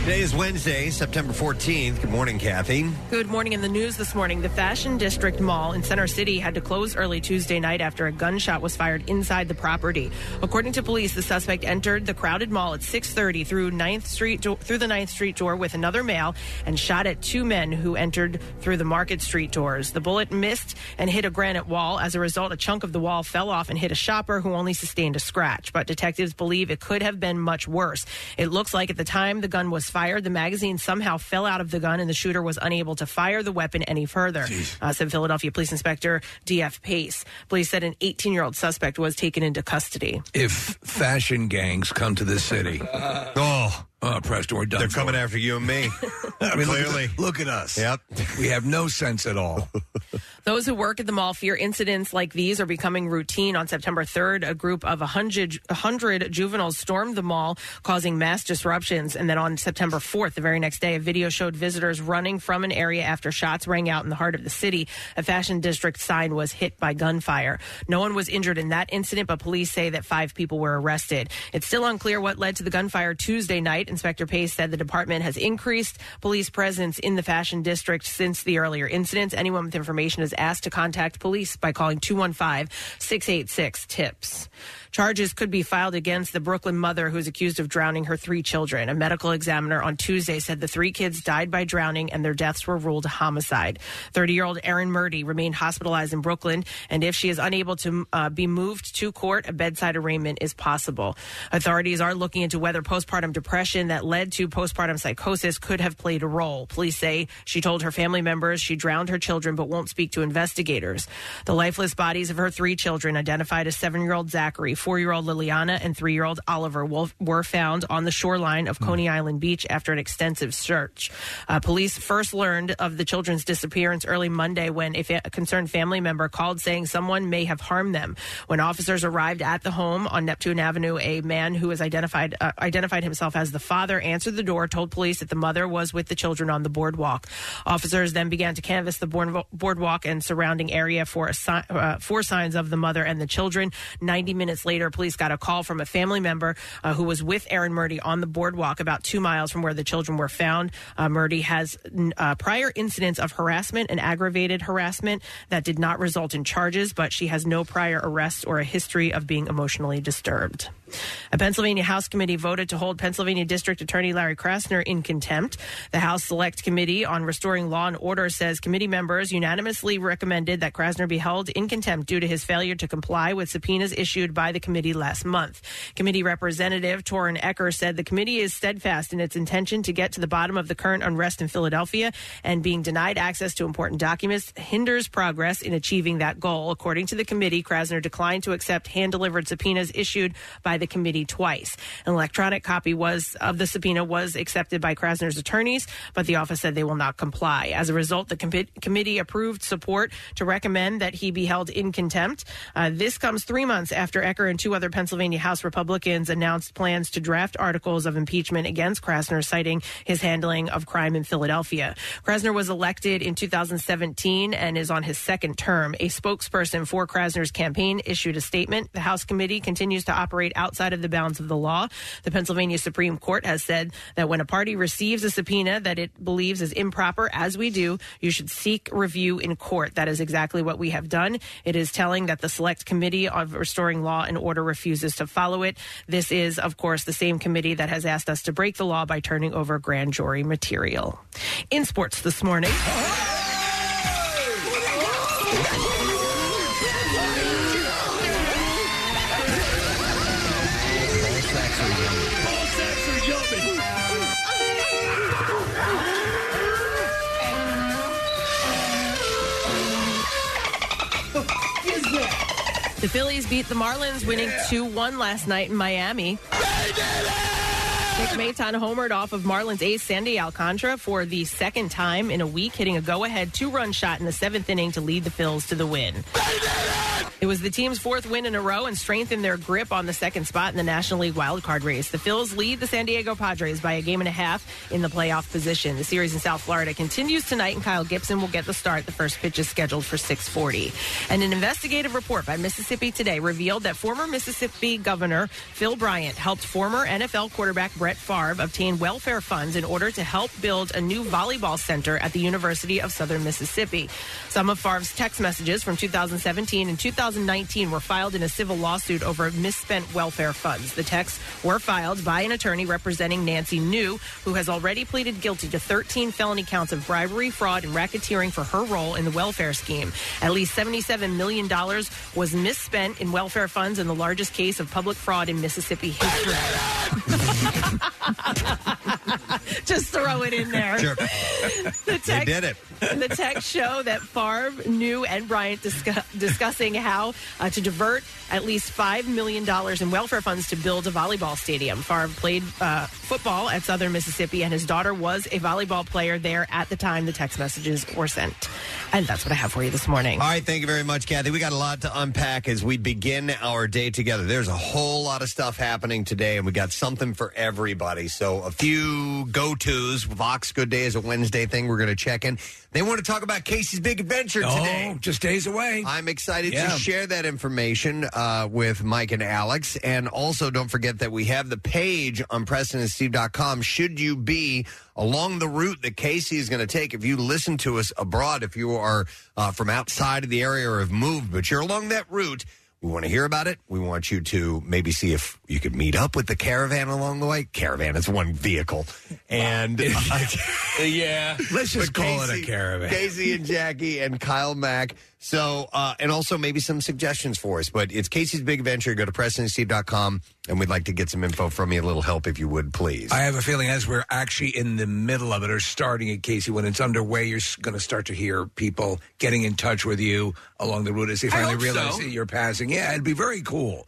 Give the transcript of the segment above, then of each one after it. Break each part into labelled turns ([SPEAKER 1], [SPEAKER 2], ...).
[SPEAKER 1] Today is Wednesday, September 14th. Good morning, Kathy.
[SPEAKER 2] Good morning. In the news this morning, the Fashion District Mall in Center City had to close early Tuesday night after a gunshot was fired inside the property. According to police, the suspect entered the crowded mall at 6:30 through 9th Street do- through the 9th Street door with another male and shot at two men who entered through the Market Street doors. The bullet missed and hit a granite wall. As a result, a chunk of the wall fell off and hit a shopper who only sustained a scratch. But detectives believe it could have been much worse. It looks like at the time the gun was fired, the magazine somehow fell out of the gun and the shooter was unable to fire the weapon any further, uh, said Philadelphia Police Inspector D.F. Pace. Police said an 18 year old suspect was taken into custody.
[SPEAKER 3] if fashion gangs come to this city.
[SPEAKER 1] oh,
[SPEAKER 3] oh, Preston, we're done.
[SPEAKER 1] They're
[SPEAKER 3] for.
[SPEAKER 1] coming after you and me.
[SPEAKER 3] I mean, look at-
[SPEAKER 1] Clearly.
[SPEAKER 3] look at, us.
[SPEAKER 1] Yep.
[SPEAKER 3] we have no sense at all.
[SPEAKER 2] Those who work at the mall fear incidents like these are becoming routine. On September 3rd, a group of 100, 100 juveniles stormed the mall, causing mass disruptions. And then on September 4th, the very next day, a video showed visitors running from an area after shots rang out in the heart of the city. A fashion district sign was hit by gunfire. No one was injured in that incident, but police say that five people were arrested. It's still unclear what led to the gunfire Tuesday night. Inspector Pace said the department has increased police presence in the fashion district since the earlier incidents. Anyone with information is asked to contact police by calling 215 686 TIPS. Charges could be filed against the Brooklyn mother who's accused of drowning her three children. A medical examiner on Tuesday said the three kids died by drowning and their deaths were ruled homicide. 30 year old Erin Murdy remained hospitalized in Brooklyn, and if she is unable to uh, be moved to court, a bedside arraignment is possible. Authorities are looking into whether postpartum depression that led to postpartum psychosis could have played a role. Police say she told her family members she drowned her children but won't speak to investigators. The lifeless bodies of her three children, identified as seven year old Zachary, four year old Liliana, and three year old Oliver, will- were found on the shoreline of Coney Island Beach after an extensive search. Uh, police first learned of the children's disappearance early Monday when a, fa- a concerned family member called saying someone may have harmed them. When officers arrived at the home on Neptune Avenue, a man who is identified uh, identified himself as the father answered the door, told police that the mother was with the children on the boardwalk. Officers then began to canvass the board- boardwalk and surrounding area for a si- uh, for signs of the mother and the children. Ninety minutes later, police got a call from a family member uh, who was with Aaron Murdy on the boardwalk about two miles from where the children were found. Uh, Murdy has n- uh, prior incidents of harassment and aggravated harassment that did not result in charges, but she has no prior arrests or a history of being emotionally disturbed. A Pennsylvania House committee voted to hold Pennsylvania District Attorney Larry Krasner in contempt. The House Select Committee on Restoring Law and Order says committee members unanimously recommended that Krasner be held in contempt due to his failure to comply with subpoenas issued by the committee last month. Committee Representative Torin Ecker said the committee is steadfast in its intention to get to the bottom of the current unrest in Philadelphia, and being denied access to important documents hinders progress in achieving that goal. According to the committee, Krasner declined to accept hand delivered subpoenas issued by the committee twice. An electronic copy was of the subpoena was accepted by Krasner's attorneys, but the office said they will not comply. As a result, the commi- committee approved support to recommend that he be held in contempt. Uh, this comes three months after Ecker and two other Pennsylvania House Republicans announced plans to draft articles of impeachment against Krasner, citing his handling of crime in Philadelphia. Krasner was elected in 2017 and is on his second term. A spokesperson for Krasner's campaign issued a statement. The House committee continues to operate outside of the bounds of the law. The Pennsylvania Supreme Court has said that when a party receives a subpoena that it believes is improper, as we do, you should seek review in court. That is exactly what we have done. It is telling that the Select Committee of Restoring Law and Order refuses to follow it. This is, of course, the same committee that has asked us to break the law by turning over grand jury material. In sports this morning. The Phillies beat the Marlins, winning 2 1 last night in Miami. Nick Maton homered off of Marlins ace Sandy Alcantara for the second time in a week, hitting a go-ahead two-run shot in the seventh inning to lead the Phils to the win. It was the team's fourth win in a row and strengthened their grip on the second spot in the National League wildcard race. The Phils lead the San Diego Padres by a game and a half in the playoff position. The series in South Florida continues tonight, and Kyle Gibson will get the start. The first pitch is scheduled for 640. And an investigative report by Mississippi Today revealed that former Mississippi Governor Phil Bryant helped former NFL quarterback Brett Favre obtain welfare funds in order to help build a new volleyball center at the University of Southern Mississippi. Some of Favre's text messages from 2017 and 2019 were filed in a civil lawsuit over misspent welfare funds. The texts were filed by an attorney representing Nancy New, who has already pleaded guilty to 13 felony counts of bribery, fraud, and racketeering for her role in the welfare scheme. At least $77 million was misspent in welfare funds in the largest case of public fraud in Mississippi history. Just throw it in there.
[SPEAKER 1] Sure.
[SPEAKER 2] The text,
[SPEAKER 1] did it.
[SPEAKER 2] the text show that Favre, New, and Bryant discuss, discussing how uh, to divert at least $5 million in welfare funds to build a volleyball stadium. Favre played uh, football at Southern Mississippi, and his daughter was a volleyball player there at the time the text messages were sent. And that's what I have for you this morning.
[SPEAKER 1] All right, thank you very much, Kathy. We got a lot to unpack as we begin our day together. There's a whole lot of stuff happening today, and we got something for everybody. So, a few go tos. Vox Good Day is a Wednesday thing. We're going to check in. They want to talk about Casey's Big Adventure
[SPEAKER 3] Oh,
[SPEAKER 1] today.
[SPEAKER 3] just days away.
[SPEAKER 1] I'm excited
[SPEAKER 3] Yeah.
[SPEAKER 1] to share that information uh, with Mike and Alex. And also, don't forget that we have the page on PrestonandSteve.com. Should you be along the route that Casey is going to take, if you listen to us abroad, if you are uh, from outside of the area or have moved, but you're along that route, we want to hear about it. We want you to maybe see if you could meet up with the caravan along the way. Caravan is one vehicle. And uh,
[SPEAKER 3] yeah. Let's just
[SPEAKER 1] But
[SPEAKER 3] call it
[SPEAKER 1] Casey-
[SPEAKER 3] a caravan.
[SPEAKER 1] Casey and Jackie and Kyle Mack. So, uh, and also maybe some suggestions for us. But it's Casey's Big Adventure. Go to PrestonandSteve.com and we'd like to get some info from you, a little help if you would, please.
[SPEAKER 3] I have a feeling as we're actually in the middle of it or starting it, Casey, when it's underway, you're going to start to hear people getting in touch with you along the route as they
[SPEAKER 1] I
[SPEAKER 3] finally
[SPEAKER 1] hope
[SPEAKER 3] realize
[SPEAKER 1] so.
[SPEAKER 3] that you're passing. Yeah, it'd be very cool.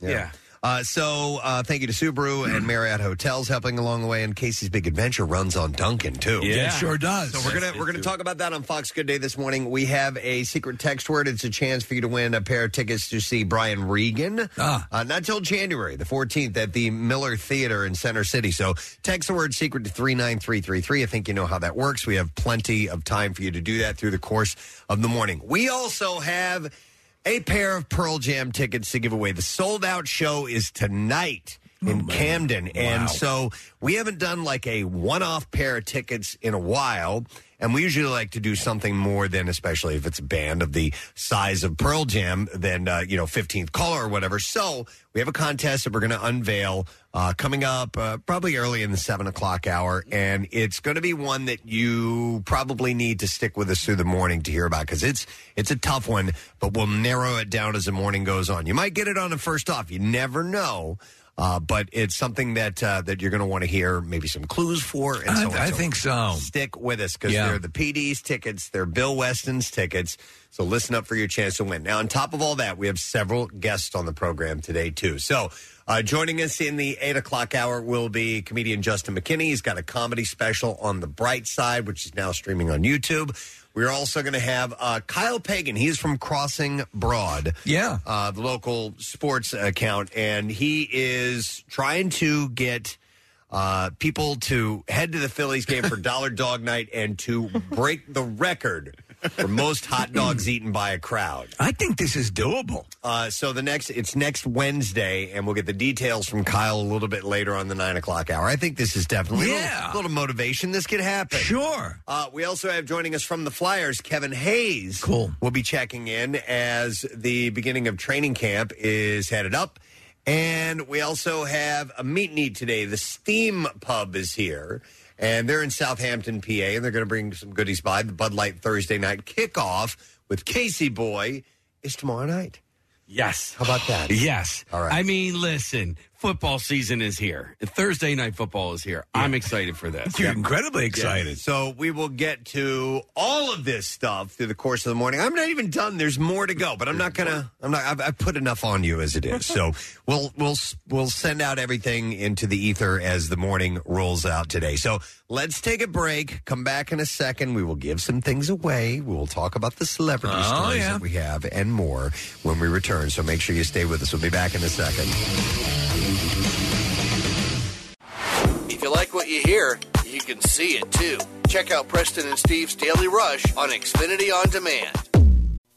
[SPEAKER 1] Uh, so, uh, thank you to Subaru and Marriott Hotels helping along the way, and Casey's Big Adventure runs on Duncan too.
[SPEAKER 3] Yeah, it sure does.
[SPEAKER 1] So we're gonna we're gonna talk about that on Fox Good Day this morning. We have a secret text word. It's a chance for you to win a pair of tickets to see Brian Regan.
[SPEAKER 3] Ah,
[SPEAKER 1] Uh, not till January the fourteenth at the Miller Theater in Center City. So text the word secret to three nine three three three. I think you know how that works. We have plenty of time for you to do that through the course of the morning. We also have a pair of Pearl Jam tickets to give away. The sold out show is tonight in Camden. And so we haven't done like a one off pair of tickets in a while. And we usually like to do something more than, especially if it's a band of the size of Pearl Jam, than, uh, you know, 15th caller or whatever. So we have a contest that we're going to unveil uh, coming up uh, probably early in the seven o'clock hour. And it's going to be one that you probably need to stick with us through the morning to hear about because it's, it's a tough one, but we'll narrow it down as the morning goes on. You might get it on the first off. You never know. Uh, but it's something that uh, that you're going to want to hear maybe some clues for. And so on and
[SPEAKER 3] I, I
[SPEAKER 1] so
[SPEAKER 3] think so.
[SPEAKER 1] stick with us because
[SPEAKER 3] Yeah.
[SPEAKER 1] they're the PD's tickets, they're Bill Weston's tickets. So listen up for your chance to win. Now, on top of all that, we have several guests on the program today too. So. Uh, joining us in the eight o'clock hour will be comedian Justin McKinney. He's got a comedy special on the Bright Side, which is now streaming on YouTube. We're also going to have uh, Kyle Pagan. He is from Crossing Broad,
[SPEAKER 3] Yeah.
[SPEAKER 1] uh, the local sports account, and he is trying to get uh, people to head to the Phillies game for Dollar Dog Night and to break the record for most hot dogs eaten by a crowd.
[SPEAKER 3] I think this is doable.
[SPEAKER 1] Uh, so the next, it's next Wednesday, and we'll get the details from Kyle a little bit later on the nine o'clock hour. I think this is definitely a
[SPEAKER 3] Yeah.
[SPEAKER 1] little, little motivation. This could happen.
[SPEAKER 3] Sure.
[SPEAKER 1] Uh, we also have joining us from the Flyers, Kevin Hayes.
[SPEAKER 3] Cool.
[SPEAKER 1] We'll be checking in as the beginning of training camp is headed up. And we also have a meet and eat today. The Steam Pub is here, and they're in Southampton, PA, and they're going to bring some goodies by. The Bud Light Thursday night kickoff with Casey Boy is tomorrow night.
[SPEAKER 4] Yes.
[SPEAKER 1] How about that?
[SPEAKER 4] Yes.
[SPEAKER 1] All right.
[SPEAKER 4] I mean, listen, football season is here. Thursday night football is here. I'm excited for this.
[SPEAKER 1] You're incredibly excited. So we will get to all of this stuff through the course of the morning. I'm not even done. There's more to go, but I'm not gonna. I'm not. I've, I've put enough on you as it is. So we'll we'll s- we'll send out everything into the ether as the morning rolls out today. So let's take a break. Come back in a second. We will give some things away. We will talk about the celebrity
[SPEAKER 5] Oh,
[SPEAKER 1] stories
[SPEAKER 5] yeah.
[SPEAKER 1] that we have and more when we return. So make sure you stay with us. We'll be back in a second.
[SPEAKER 6] If you like what you hear, you can see it too. Check out Preston and Steve's Daily Rush on Xfinity On Demand.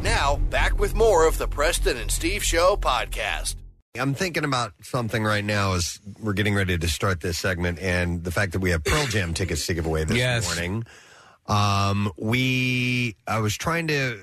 [SPEAKER 6] Now, back with more of the Preston and Steve Show podcast.
[SPEAKER 1] I'm thinking about something right now as we're getting ready to start this segment, and the fact that we have Pearl Jam tickets to give away this
[SPEAKER 5] Yes.
[SPEAKER 1] morning. Um, we, I was trying to,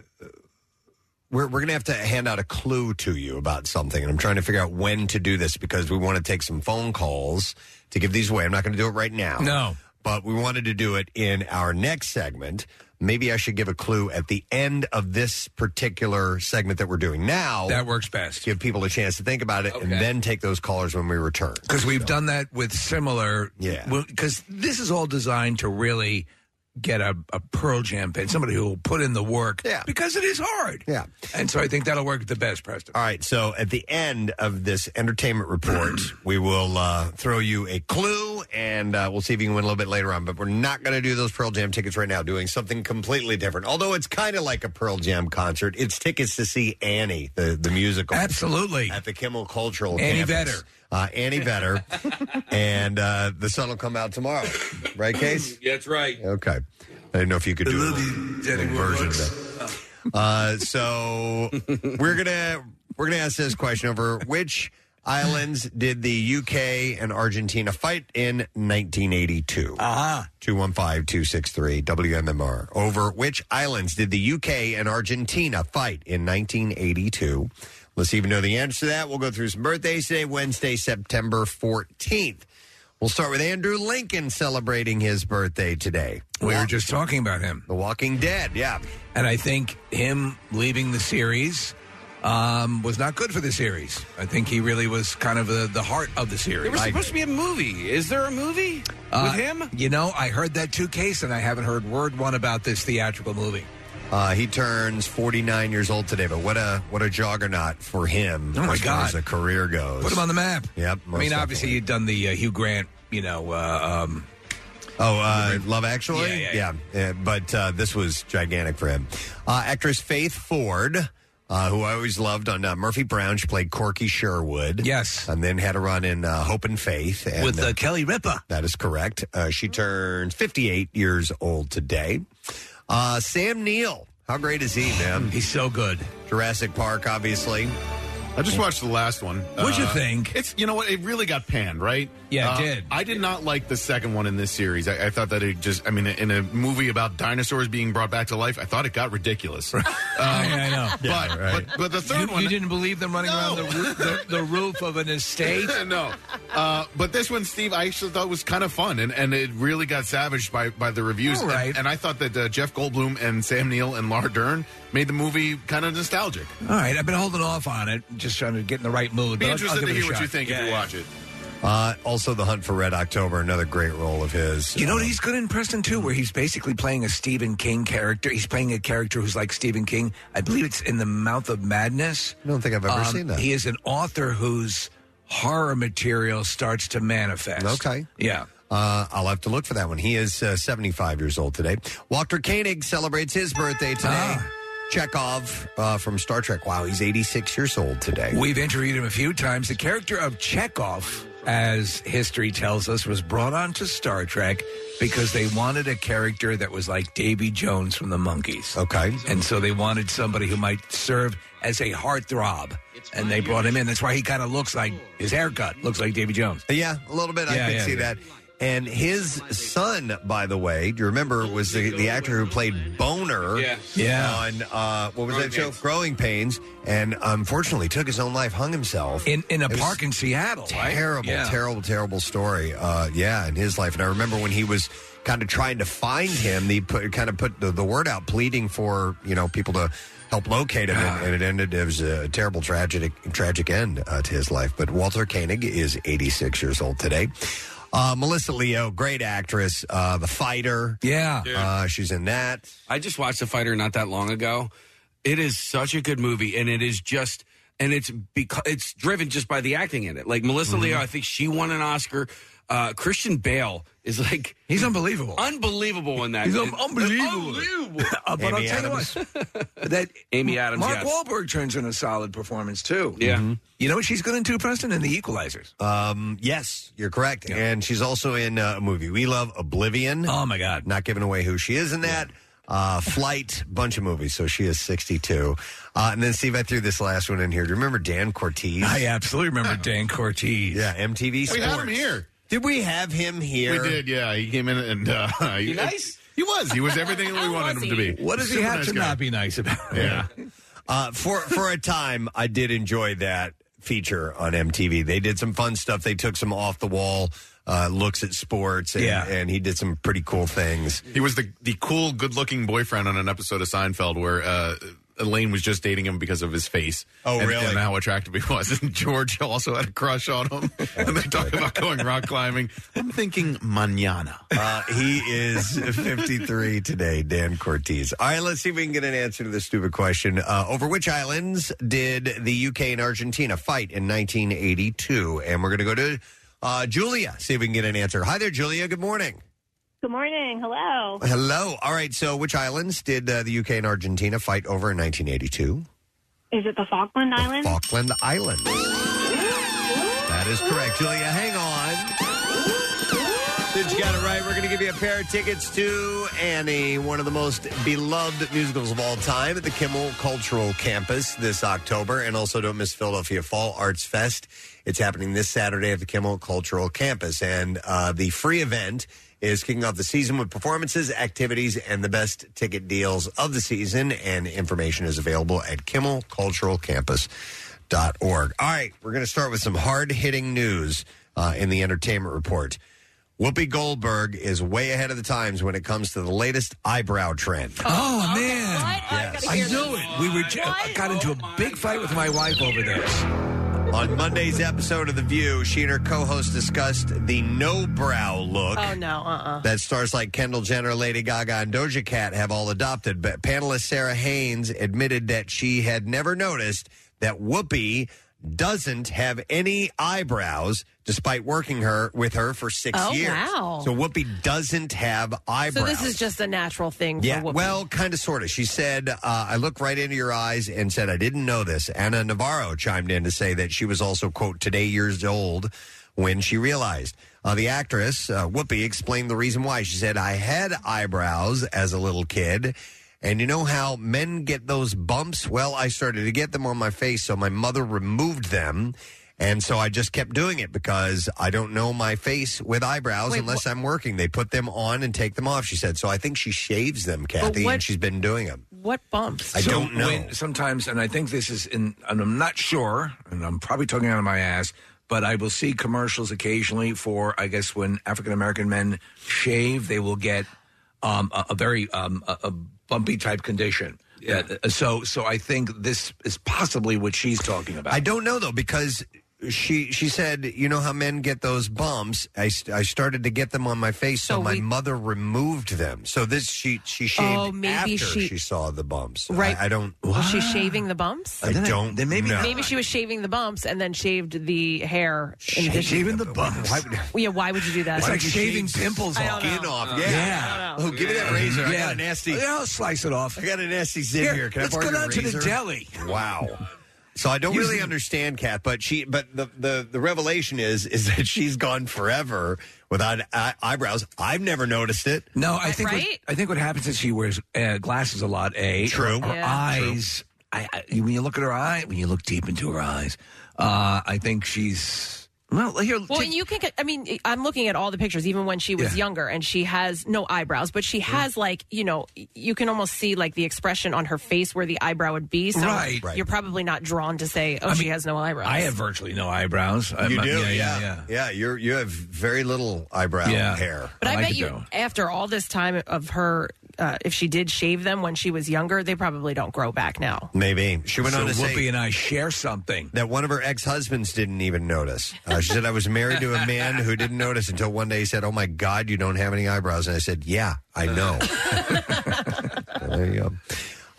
[SPEAKER 1] we're, we're going to have to hand out a clue to you about something, and I'm trying to figure out when to do this because we want to take some phone calls to give these away. I'm not going to do it right now. No. But we wanted to do it in our next segment. Maybe I should give a clue at the end of this particular segment that we're doing now.
[SPEAKER 3] That works best.
[SPEAKER 1] Give people a chance to think about it and
[SPEAKER 3] Okay.
[SPEAKER 1] then take those callers when we return.
[SPEAKER 3] because we've done that with similar.
[SPEAKER 1] Yeah.
[SPEAKER 3] Because this is all designed to really get a, a Pearl Jam fan, somebody who will put in the work. Yeah. Because it is hard.
[SPEAKER 1] Yeah.
[SPEAKER 3] And so I think that'll work the best, Preston.
[SPEAKER 1] All right. So at the end of this entertainment report, we will uh, throw you a clue and uh, we'll see if you can win a little bit later on. But we're not going to do those Pearl Jam tickets right now, doing something completely different. Although it's kind of like a Pearl Jam concert, it's tickets to see Annie, the, the musical.
[SPEAKER 3] Absolutely.
[SPEAKER 1] At the Kimmel Cultural
[SPEAKER 3] Annie
[SPEAKER 1] Campus. Uh, Annie Vetter. and uh, the sun will come out tomorrow. Right, Case?
[SPEAKER 4] That's right.
[SPEAKER 1] Okay. I didn't know if you could do a little version of that. Uh, so we're gonna we're gonna ask this question over which islands did the UK and Argentina fight in 1982?
[SPEAKER 3] Uh-huh.
[SPEAKER 1] Ah, two one five two six three WMMR. Over which islands did the UK and Argentina fight in 1982? Let's even know the answer to that. We'll go through some birthdays today, Wednesday, September 14th. We'll start with Andrew Lincoln celebrating his birthday today.
[SPEAKER 3] We were just talking about him.
[SPEAKER 1] The Walking Dead, yeah.
[SPEAKER 3] And I think him leaving the series um, was not good for the series. I think he really was kind of the, the heart of the series.
[SPEAKER 4] There was supposed to be a movie. Is there a movie
[SPEAKER 3] Uh,
[SPEAKER 4] with him?
[SPEAKER 3] You know, I heard that two case, and I haven't heard word one about this theatrical movie.
[SPEAKER 1] Uh, he turns 49 years old today, but what a what a juggernaut for him
[SPEAKER 3] Oh, my
[SPEAKER 1] as far
[SPEAKER 3] God.
[SPEAKER 1] as a career goes.
[SPEAKER 3] Put him on the map.
[SPEAKER 1] Yep.
[SPEAKER 3] I mean, obviously, you've done the uh, Hugh Grant, you know. Uh, um,
[SPEAKER 1] oh, uh, Love Actually,
[SPEAKER 3] Yeah, yeah,
[SPEAKER 1] yeah. But uh, this was gigantic for him. Uh, actress Faith Ford. Uh, who I always loved on uh, Murphy Brown. She played Corky Sherwood. Yes. And then had a run in uh, Hope and Faith. And,
[SPEAKER 3] With, uh,
[SPEAKER 1] Kelly Ripa. That is correct. Uh, she turned 58 years old today. Uh, Sam Neill. How great is he, man?
[SPEAKER 3] Mm. He's so good.
[SPEAKER 1] Jurassic Park, obviously.
[SPEAKER 7] I just watched the last one. Uh,
[SPEAKER 1] What'd you
[SPEAKER 3] think?
[SPEAKER 7] It's you know what it really got panned, right? Uh,
[SPEAKER 3] Yeah, it did.
[SPEAKER 7] I did not like the second one in this series. I, I thought that it just, I mean, in a movie about dinosaurs being brought back to life, I thought it got ridiculous. Um,
[SPEAKER 3] I know.
[SPEAKER 7] But, but but the third
[SPEAKER 3] you,
[SPEAKER 7] one,
[SPEAKER 3] you didn't believe them running around the, roo- the, the roof of an estate.
[SPEAKER 7] no. Uh, but this one, Steve, I actually thought was kind of fun, and, and it really got savaged by, by the reviews.
[SPEAKER 3] All right.
[SPEAKER 7] And, and I thought that uh, Jeff Goldblum and Sam Neill and Laura Dern made the movie kind of nostalgic.
[SPEAKER 3] All right, I've been holding off on it, just trying to get in the right mood.
[SPEAKER 7] Be
[SPEAKER 3] but I'll- I'll
[SPEAKER 7] interested
[SPEAKER 3] give
[SPEAKER 7] to
[SPEAKER 3] it a
[SPEAKER 7] hear what
[SPEAKER 3] shot.
[SPEAKER 7] you think
[SPEAKER 3] Yeah,
[SPEAKER 7] if you
[SPEAKER 3] yeah.
[SPEAKER 7] watch it.
[SPEAKER 1] Uh, also, The Hunt for Red October, another great role of his.
[SPEAKER 3] You know what he's good in Preston too, where he's basically playing a Stephen King character. He's playing a character who's like Stephen King. I believe it's in the Mouth of Madness.
[SPEAKER 1] I don't think I've ever seen that.
[SPEAKER 3] Um, He is an author whose horror material starts to manifest.
[SPEAKER 1] Okay.
[SPEAKER 3] Yeah.
[SPEAKER 1] Uh, I'll have to look for that one. He is uh, 75 years old today. Walter Koenig celebrates his birthday today.
[SPEAKER 3] Ah.
[SPEAKER 1] Chekhov uh, from Star Trek. Wow, he's 86 years old today.
[SPEAKER 3] We've interviewed him a few times. The character of Chekhov as history tells us, was brought onto Star Trek because they wanted a character that was like Davy Jones from the Monkees.
[SPEAKER 1] Okay.
[SPEAKER 3] And so they wanted somebody who might serve as a heartthrob. And they brought him in. That's why he kind of looks like his haircut looks like Davy Jones.
[SPEAKER 1] Uh, Yeah, a little bit. I
[SPEAKER 3] Yeah,
[SPEAKER 1] can
[SPEAKER 3] yeah,
[SPEAKER 1] see
[SPEAKER 3] yeah.
[SPEAKER 1] that. And his son, by the way, do you remember was the, the actor who played Boner
[SPEAKER 5] Yeah.
[SPEAKER 3] Yeah.
[SPEAKER 1] on uh, what was that show? Growing Pains, and unfortunately took his own life, hung himself
[SPEAKER 3] In- in a
[SPEAKER 1] It was
[SPEAKER 3] park in Seattle, right?
[SPEAKER 1] Terrible,
[SPEAKER 3] Yeah.
[SPEAKER 1] terrible, terrible story. Uh, yeah, in his life, and I remember when he was kind of trying to find him, they put kind of put the, the word out, pleading for you know people to help locate him, and, and it ended. It was a terrible, tragic, tragic end uh, to his life. But Walter Koenig is 86 years old today. Uh, Melissa Leo, great actress, uh, The Fighter.
[SPEAKER 3] Yeah.
[SPEAKER 1] Uh, she's in that.
[SPEAKER 4] I just watched The Fighter not that long ago. It is such a good movie, and it is just, and it's because it's driven just by the acting in it. Like Melissa
[SPEAKER 3] Mm-hmm.
[SPEAKER 4] Leo, I think she won an Oscar. Uh, Christian Bale is like
[SPEAKER 3] he's unbelievable,
[SPEAKER 4] unbelievable in that.
[SPEAKER 3] He's
[SPEAKER 4] It-
[SPEAKER 3] unbelievable.
[SPEAKER 4] unbelievable.
[SPEAKER 3] Uh, but I'll tell you what, that
[SPEAKER 4] Amy Adams,
[SPEAKER 3] Mark
[SPEAKER 4] yes.
[SPEAKER 3] Wahlberg turns in a solid performance too.
[SPEAKER 4] Yeah.
[SPEAKER 1] Mm-hmm.
[SPEAKER 4] Mhm.
[SPEAKER 3] you know what she's good in too, Preston, in the Equalizers.
[SPEAKER 1] Um, yes, you're correct. And she's also in uh, a movie we love, Oblivion.
[SPEAKER 3] Oh my God!
[SPEAKER 1] Not giving away who she is in that. Uh, Flight, bunch of movies. So she is 62. Uh, and then Steve, I threw this last one in here. Do you remember Dan Cortez?
[SPEAKER 3] I absolutely remember Dan Cortez.
[SPEAKER 1] Yeah, MTV
[SPEAKER 7] We
[SPEAKER 1] Sports.
[SPEAKER 7] had him here.
[SPEAKER 1] Did we have him here?
[SPEAKER 7] We did, yeah. He came in and uh, he,
[SPEAKER 4] nice?
[SPEAKER 7] He was. He was everything that we
[SPEAKER 2] How
[SPEAKER 7] wanted
[SPEAKER 2] was
[SPEAKER 7] him
[SPEAKER 2] he?
[SPEAKER 7] to be.
[SPEAKER 3] What does he
[SPEAKER 7] Super
[SPEAKER 3] have
[SPEAKER 7] nice
[SPEAKER 3] to
[SPEAKER 7] guy.
[SPEAKER 3] not be nice about?
[SPEAKER 7] Yeah.
[SPEAKER 1] Uh, for for a time, I did enjoy that feature on MTV. They did some fun stuff. They took some off the wall uh, looks at sports, and,
[SPEAKER 3] Yeah.
[SPEAKER 1] and he did some pretty cool things.
[SPEAKER 7] He was the the cool, good looking boyfriend on an episode of Seinfeld where uh, Elaine was just dating him because of his face.
[SPEAKER 1] Oh,
[SPEAKER 7] and,
[SPEAKER 1] really?
[SPEAKER 7] And how attractive he was. And George also had a crush on him. and they talk about going rock climbing. I'm thinking manana.
[SPEAKER 1] Uh, he is 53 today, Dan Cortez. All right, let's see if we can get an answer to this stupid question. Uh, over which islands did the UK and Argentina fight in 1982? And we're going to go to uh, Julia, see if we can get an answer. Hi there, Julia. Good morning.
[SPEAKER 8] Good morning. Hello.
[SPEAKER 1] Hello. All right, so which islands did uh, the UK and Argentina fight over in 1982?
[SPEAKER 8] Is it the Falkland Islands?
[SPEAKER 1] Falkland Islands. That is correct. Julia, hang on. Since you got it right, we're going to give you a pair of tickets to Annie, one of the most beloved musicals of all time at the Kimmel Cultural Campus this October. And also don't miss Philadelphia Fall Arts Fest. It's happening this Saturday at the Kimmel Cultural Campus. And uh, the free event is kicking off the season with performances, activities, and the best ticket deals of the season. And information is available at Kimmel Cultural Campus org. All right, we're going to start with some hard hitting news uh, in the entertainment report. Whoopi Goldberg is way ahead of the times when it comes to the latest eyebrow trend.
[SPEAKER 3] Oh man!
[SPEAKER 1] Yes.
[SPEAKER 3] I knew it. We were j- I got into a big fight with my wife over this.
[SPEAKER 1] On Monday's episode of The View, she and her co host discussed the no brow look.
[SPEAKER 2] Oh no, uh, uh
[SPEAKER 1] that stars like Kendall Jenner, Lady Gaga, and Doja Cat have all adopted. But panelist Sarah Haynes admitted that she had never noticed that Whoopi doesn't have any eyebrows, despite working her with her for six
[SPEAKER 2] Oh,
[SPEAKER 1] years.
[SPEAKER 2] wow.
[SPEAKER 1] So Whoopi doesn't have
[SPEAKER 2] So
[SPEAKER 1] eyebrows.
[SPEAKER 2] this is just a natural thing.
[SPEAKER 1] Yeah,
[SPEAKER 2] for Whoopi.
[SPEAKER 1] well, kind of, sort of. She said, uh, I look right into your eyes and said, I didn't know this. Anna Navarro chimed in to say that she was also, quote, today years old when she realized. Uh, the actress, uh, Whoopi, explained the reason why. She said, I had eyebrows as a little kid. And you know how men get those bumps? Well, I started to get them on my face, so my mother removed them. And so I just kept doing it because I don't know my face with eyebrows
[SPEAKER 2] Wait,
[SPEAKER 1] unless I'm working. They put them on and take them off, she said. So I think she shaves them,
[SPEAKER 2] But
[SPEAKER 1] Kathy,
[SPEAKER 2] what-
[SPEAKER 1] and she's been doing them.
[SPEAKER 2] what bumps?
[SPEAKER 1] I
[SPEAKER 3] So
[SPEAKER 1] don't know.
[SPEAKER 3] when- sometimes, and I think this is in, and I'm not sure, and I'm probably talking out of my ass, but I will see commercials occasionally for, I guess, when African American men shave, they will get um, a, a very um, a, a bumpy type condition. Yeah. so, so I think this is possibly what she's talking about.
[SPEAKER 1] I don't know though because she she said, you know how men get those bumps. I, st- I started to get them on my face, so,
[SPEAKER 2] So
[SPEAKER 1] my
[SPEAKER 2] we-
[SPEAKER 1] mother removed them. So this she she shaved
[SPEAKER 2] Oh, maybe
[SPEAKER 1] after she...
[SPEAKER 2] she-
[SPEAKER 1] saw the bumps.
[SPEAKER 2] Right.
[SPEAKER 1] I, I don't.
[SPEAKER 2] Was she shaving the bumps?
[SPEAKER 1] I don't.
[SPEAKER 3] then maybe-
[SPEAKER 1] know.
[SPEAKER 2] Maybe she was shaving the bumps and then shaved the hair. In addition.
[SPEAKER 3] Shaving the bumps.
[SPEAKER 1] Why would-
[SPEAKER 2] Yeah, why would you do that?
[SPEAKER 3] It's like
[SPEAKER 1] you
[SPEAKER 3] shaving
[SPEAKER 1] shave
[SPEAKER 3] pimples
[SPEAKER 2] I
[SPEAKER 3] off.
[SPEAKER 2] don't know.
[SPEAKER 1] Skin off.
[SPEAKER 3] Yeah.
[SPEAKER 1] Yeah. Oh, give me that razor. I got a nasty.
[SPEAKER 3] Yeah, I'll slice it off.
[SPEAKER 1] I got a nasty zip here. Can
[SPEAKER 3] let's
[SPEAKER 1] I
[SPEAKER 3] go
[SPEAKER 1] borrow your
[SPEAKER 3] down to the
[SPEAKER 1] razor?
[SPEAKER 3] deli.
[SPEAKER 1] Wow. So I don't really understand Kat, but she, but the, the the revelation is is that she's gone forever without eye- eyebrows. I've never noticed it.
[SPEAKER 3] No, I think what, I think what happens is she wears uh, glasses a lot. A
[SPEAKER 1] True.
[SPEAKER 3] Her, her
[SPEAKER 1] Yeah.
[SPEAKER 3] eyes. I, I, when you look at her eye, when you look deep into her eyes, uh, I think she's well. Here,
[SPEAKER 2] Well, and you can. I mean, I'm looking at all the pictures, even when she was
[SPEAKER 3] Yeah.
[SPEAKER 2] younger, and she has no eyebrows, but she has like you know, you can almost see like the expression on her face where the eyebrow would be. So
[SPEAKER 3] Right. Right.
[SPEAKER 2] you're probably not drawn to say, "Oh,
[SPEAKER 3] I
[SPEAKER 2] she
[SPEAKER 3] mean,
[SPEAKER 2] has no eyebrows."
[SPEAKER 3] I have virtually no eyebrows. I'm-
[SPEAKER 1] you do,
[SPEAKER 3] Yeah,
[SPEAKER 1] yeah,
[SPEAKER 3] yeah,
[SPEAKER 1] yeah. you're you have very little eyebrow
[SPEAKER 3] Yeah.
[SPEAKER 1] hair.
[SPEAKER 2] But I, bet you, after all this time of her, uh, if she did shave them when she was younger, they probably don't grow back now.
[SPEAKER 1] Maybe she went
[SPEAKER 3] So
[SPEAKER 1] on to
[SPEAKER 3] Whoopi
[SPEAKER 1] say
[SPEAKER 3] and I share something.
[SPEAKER 1] that one of her ex husbands didn't even notice. Uh, she said, "I was married to a man who didn't notice until one day he said, oh, my God, you don't have any eyebrows.'" And I said, "Yeah, I know." So there you go.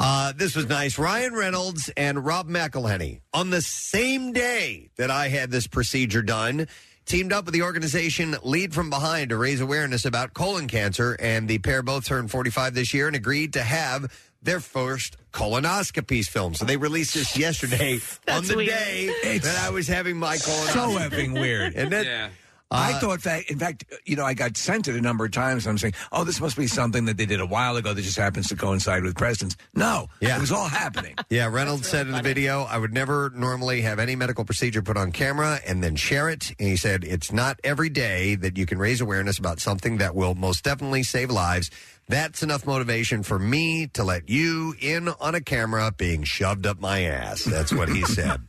[SPEAKER 1] Uh, this was nice. Ryan Reynolds and Rob McElhenney on the same day that I had this procedure done. Teamed up with the organization Lead From Behind to raise awareness about colon cancer, and the pair both turned 45 this year and agreed to have their first colonoscopies film. So they released this yesterday on the
[SPEAKER 3] weird.
[SPEAKER 1] day
[SPEAKER 3] It's
[SPEAKER 1] that I was having my colonoscopy.
[SPEAKER 3] so effing weird.
[SPEAKER 1] And then,
[SPEAKER 3] I
[SPEAKER 1] Uh,
[SPEAKER 3] thought that, in fact, you know, I got sent it a number of times. And I'm saying, oh, this must be something that they did a while ago that just happens to coincide with Preston's. No,
[SPEAKER 1] Yeah.
[SPEAKER 3] it was all happening.
[SPEAKER 1] Yeah, Reynolds said in the video, I would never normally have any medical procedure put on camera and then share it. And he said, It's not every day that you can raise awareness about something that will most definitely save lives. That's enough motivation for me to let you in on a camera being shoved up my ass. That's what he said.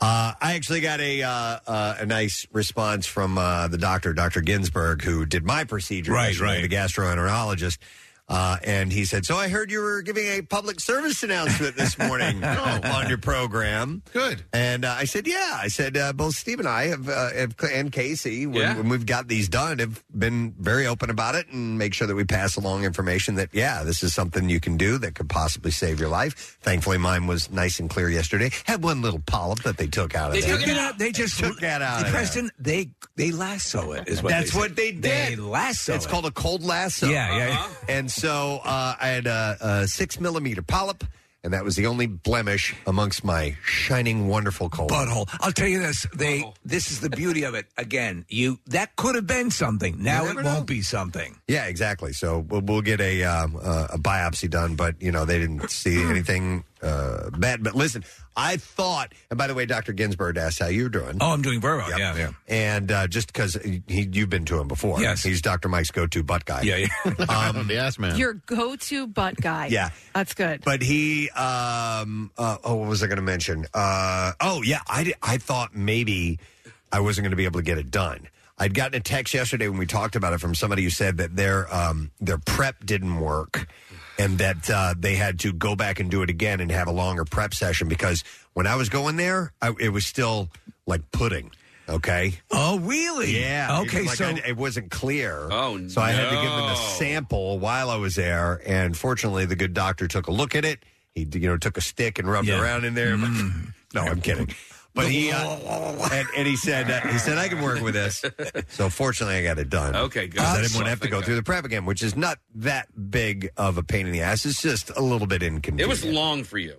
[SPEAKER 1] Uh, I actually got a uh, uh, a nice response from uh, the doctor, Dr. Ginsburg, who did my procedure,
[SPEAKER 3] Right,
[SPEAKER 1] yesterday,
[SPEAKER 3] right.
[SPEAKER 1] the gastroenterologist. Uh, and he said, So I heard you were giving a public service announcement this morning on your program. Good. And uh, I said, Yeah. I said, uh, Both Steve and I have, uh, have and Casey, when,
[SPEAKER 4] Yeah.
[SPEAKER 1] when we've got these done, have been very open about it and make sure that we pass along information that, yeah, this is something you can do that could possibly save your life. Thankfully, mine was nice and clear yesterday. Had one little polyp that they took out of
[SPEAKER 3] They
[SPEAKER 1] there.
[SPEAKER 3] took it out. They just
[SPEAKER 1] took that out. of there.
[SPEAKER 3] Preston, they they lasso it. Is what
[SPEAKER 1] That's
[SPEAKER 3] they
[SPEAKER 1] what they
[SPEAKER 3] did.
[SPEAKER 1] did.
[SPEAKER 3] They lasso.
[SPEAKER 1] It's
[SPEAKER 3] it.
[SPEAKER 1] called a cold lasso.
[SPEAKER 3] Yeah, yeah, yeah. Uh-huh.
[SPEAKER 1] And so uh, I had a, a six millimeter polyp, and that was the only blemish amongst my shining, wonderful colon.
[SPEAKER 3] butthole. I'll tell you this. They this is the beauty of it. Again, you that could have been something. Now it won't be something.
[SPEAKER 1] Yeah, exactly. So we'll, we'll get a um, uh, a biopsy done, but you know they didn't see anything uh, bad. But listen, I thought, and by the way, Doctor Ginsburg asked how you're doing.
[SPEAKER 3] Oh, I'm doing very well. Yeah, yeah.
[SPEAKER 1] And uh, just because he, he- you've been to him before,
[SPEAKER 3] Yes.
[SPEAKER 1] he's Doctor Mike's go-to butt guy.
[SPEAKER 3] Yeah,
[SPEAKER 1] yeah. Um, yes, man.
[SPEAKER 2] Your go-to butt guy.
[SPEAKER 1] Yeah.
[SPEAKER 2] that's good.
[SPEAKER 1] But he, um, uh, oh, what was I going to mention? Uh, oh, yeah, I, di- I thought maybe I wasn't going to be able to get it done. I'd gotten a text yesterday when we talked about it from somebody who said that their um, their prep didn't work and that uh, they had to go back and do it again and have a longer prep session because when I was going there, I, it was still like pudding. Okay.
[SPEAKER 3] Oh, really?
[SPEAKER 1] Yeah.
[SPEAKER 3] Okay,
[SPEAKER 1] Like,
[SPEAKER 3] so-
[SPEAKER 1] I- it wasn't clear.
[SPEAKER 4] Oh,
[SPEAKER 1] So I had to give them
[SPEAKER 4] no.
[SPEAKER 1] a sample while I was there, and fortunately, the good doctor took a look at it. He, you know, took a stick and rubbed it
[SPEAKER 3] Yeah.
[SPEAKER 1] around in there.
[SPEAKER 3] Mm.
[SPEAKER 1] no, I'm kidding. But he uh, and, and he said uh, he said I can work with this. So fortunately, I got it done.
[SPEAKER 4] Okay, good.
[SPEAKER 1] 'Cause I didn't
[SPEAKER 4] Awesome.
[SPEAKER 1] want to have to go
[SPEAKER 4] Okay.
[SPEAKER 1] through the prep again, which is not that big of a pain in the ass. It's just a little bit
[SPEAKER 4] It
[SPEAKER 1] inconvenient.
[SPEAKER 4] was long for you.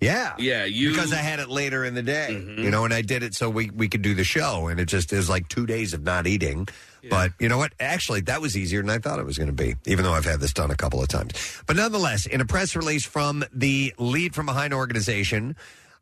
[SPEAKER 1] yeah,
[SPEAKER 4] Yeah, you Mm-hmm.
[SPEAKER 1] because I had it later in the day, you know, and I did it so we we could do the show, and it just is like two days of not eating. But you know what? Actually, that was easier than I thought it was going to be, even though I've had this done a couple of times. But nonetheless, in a press release from the Lead from Behind organization,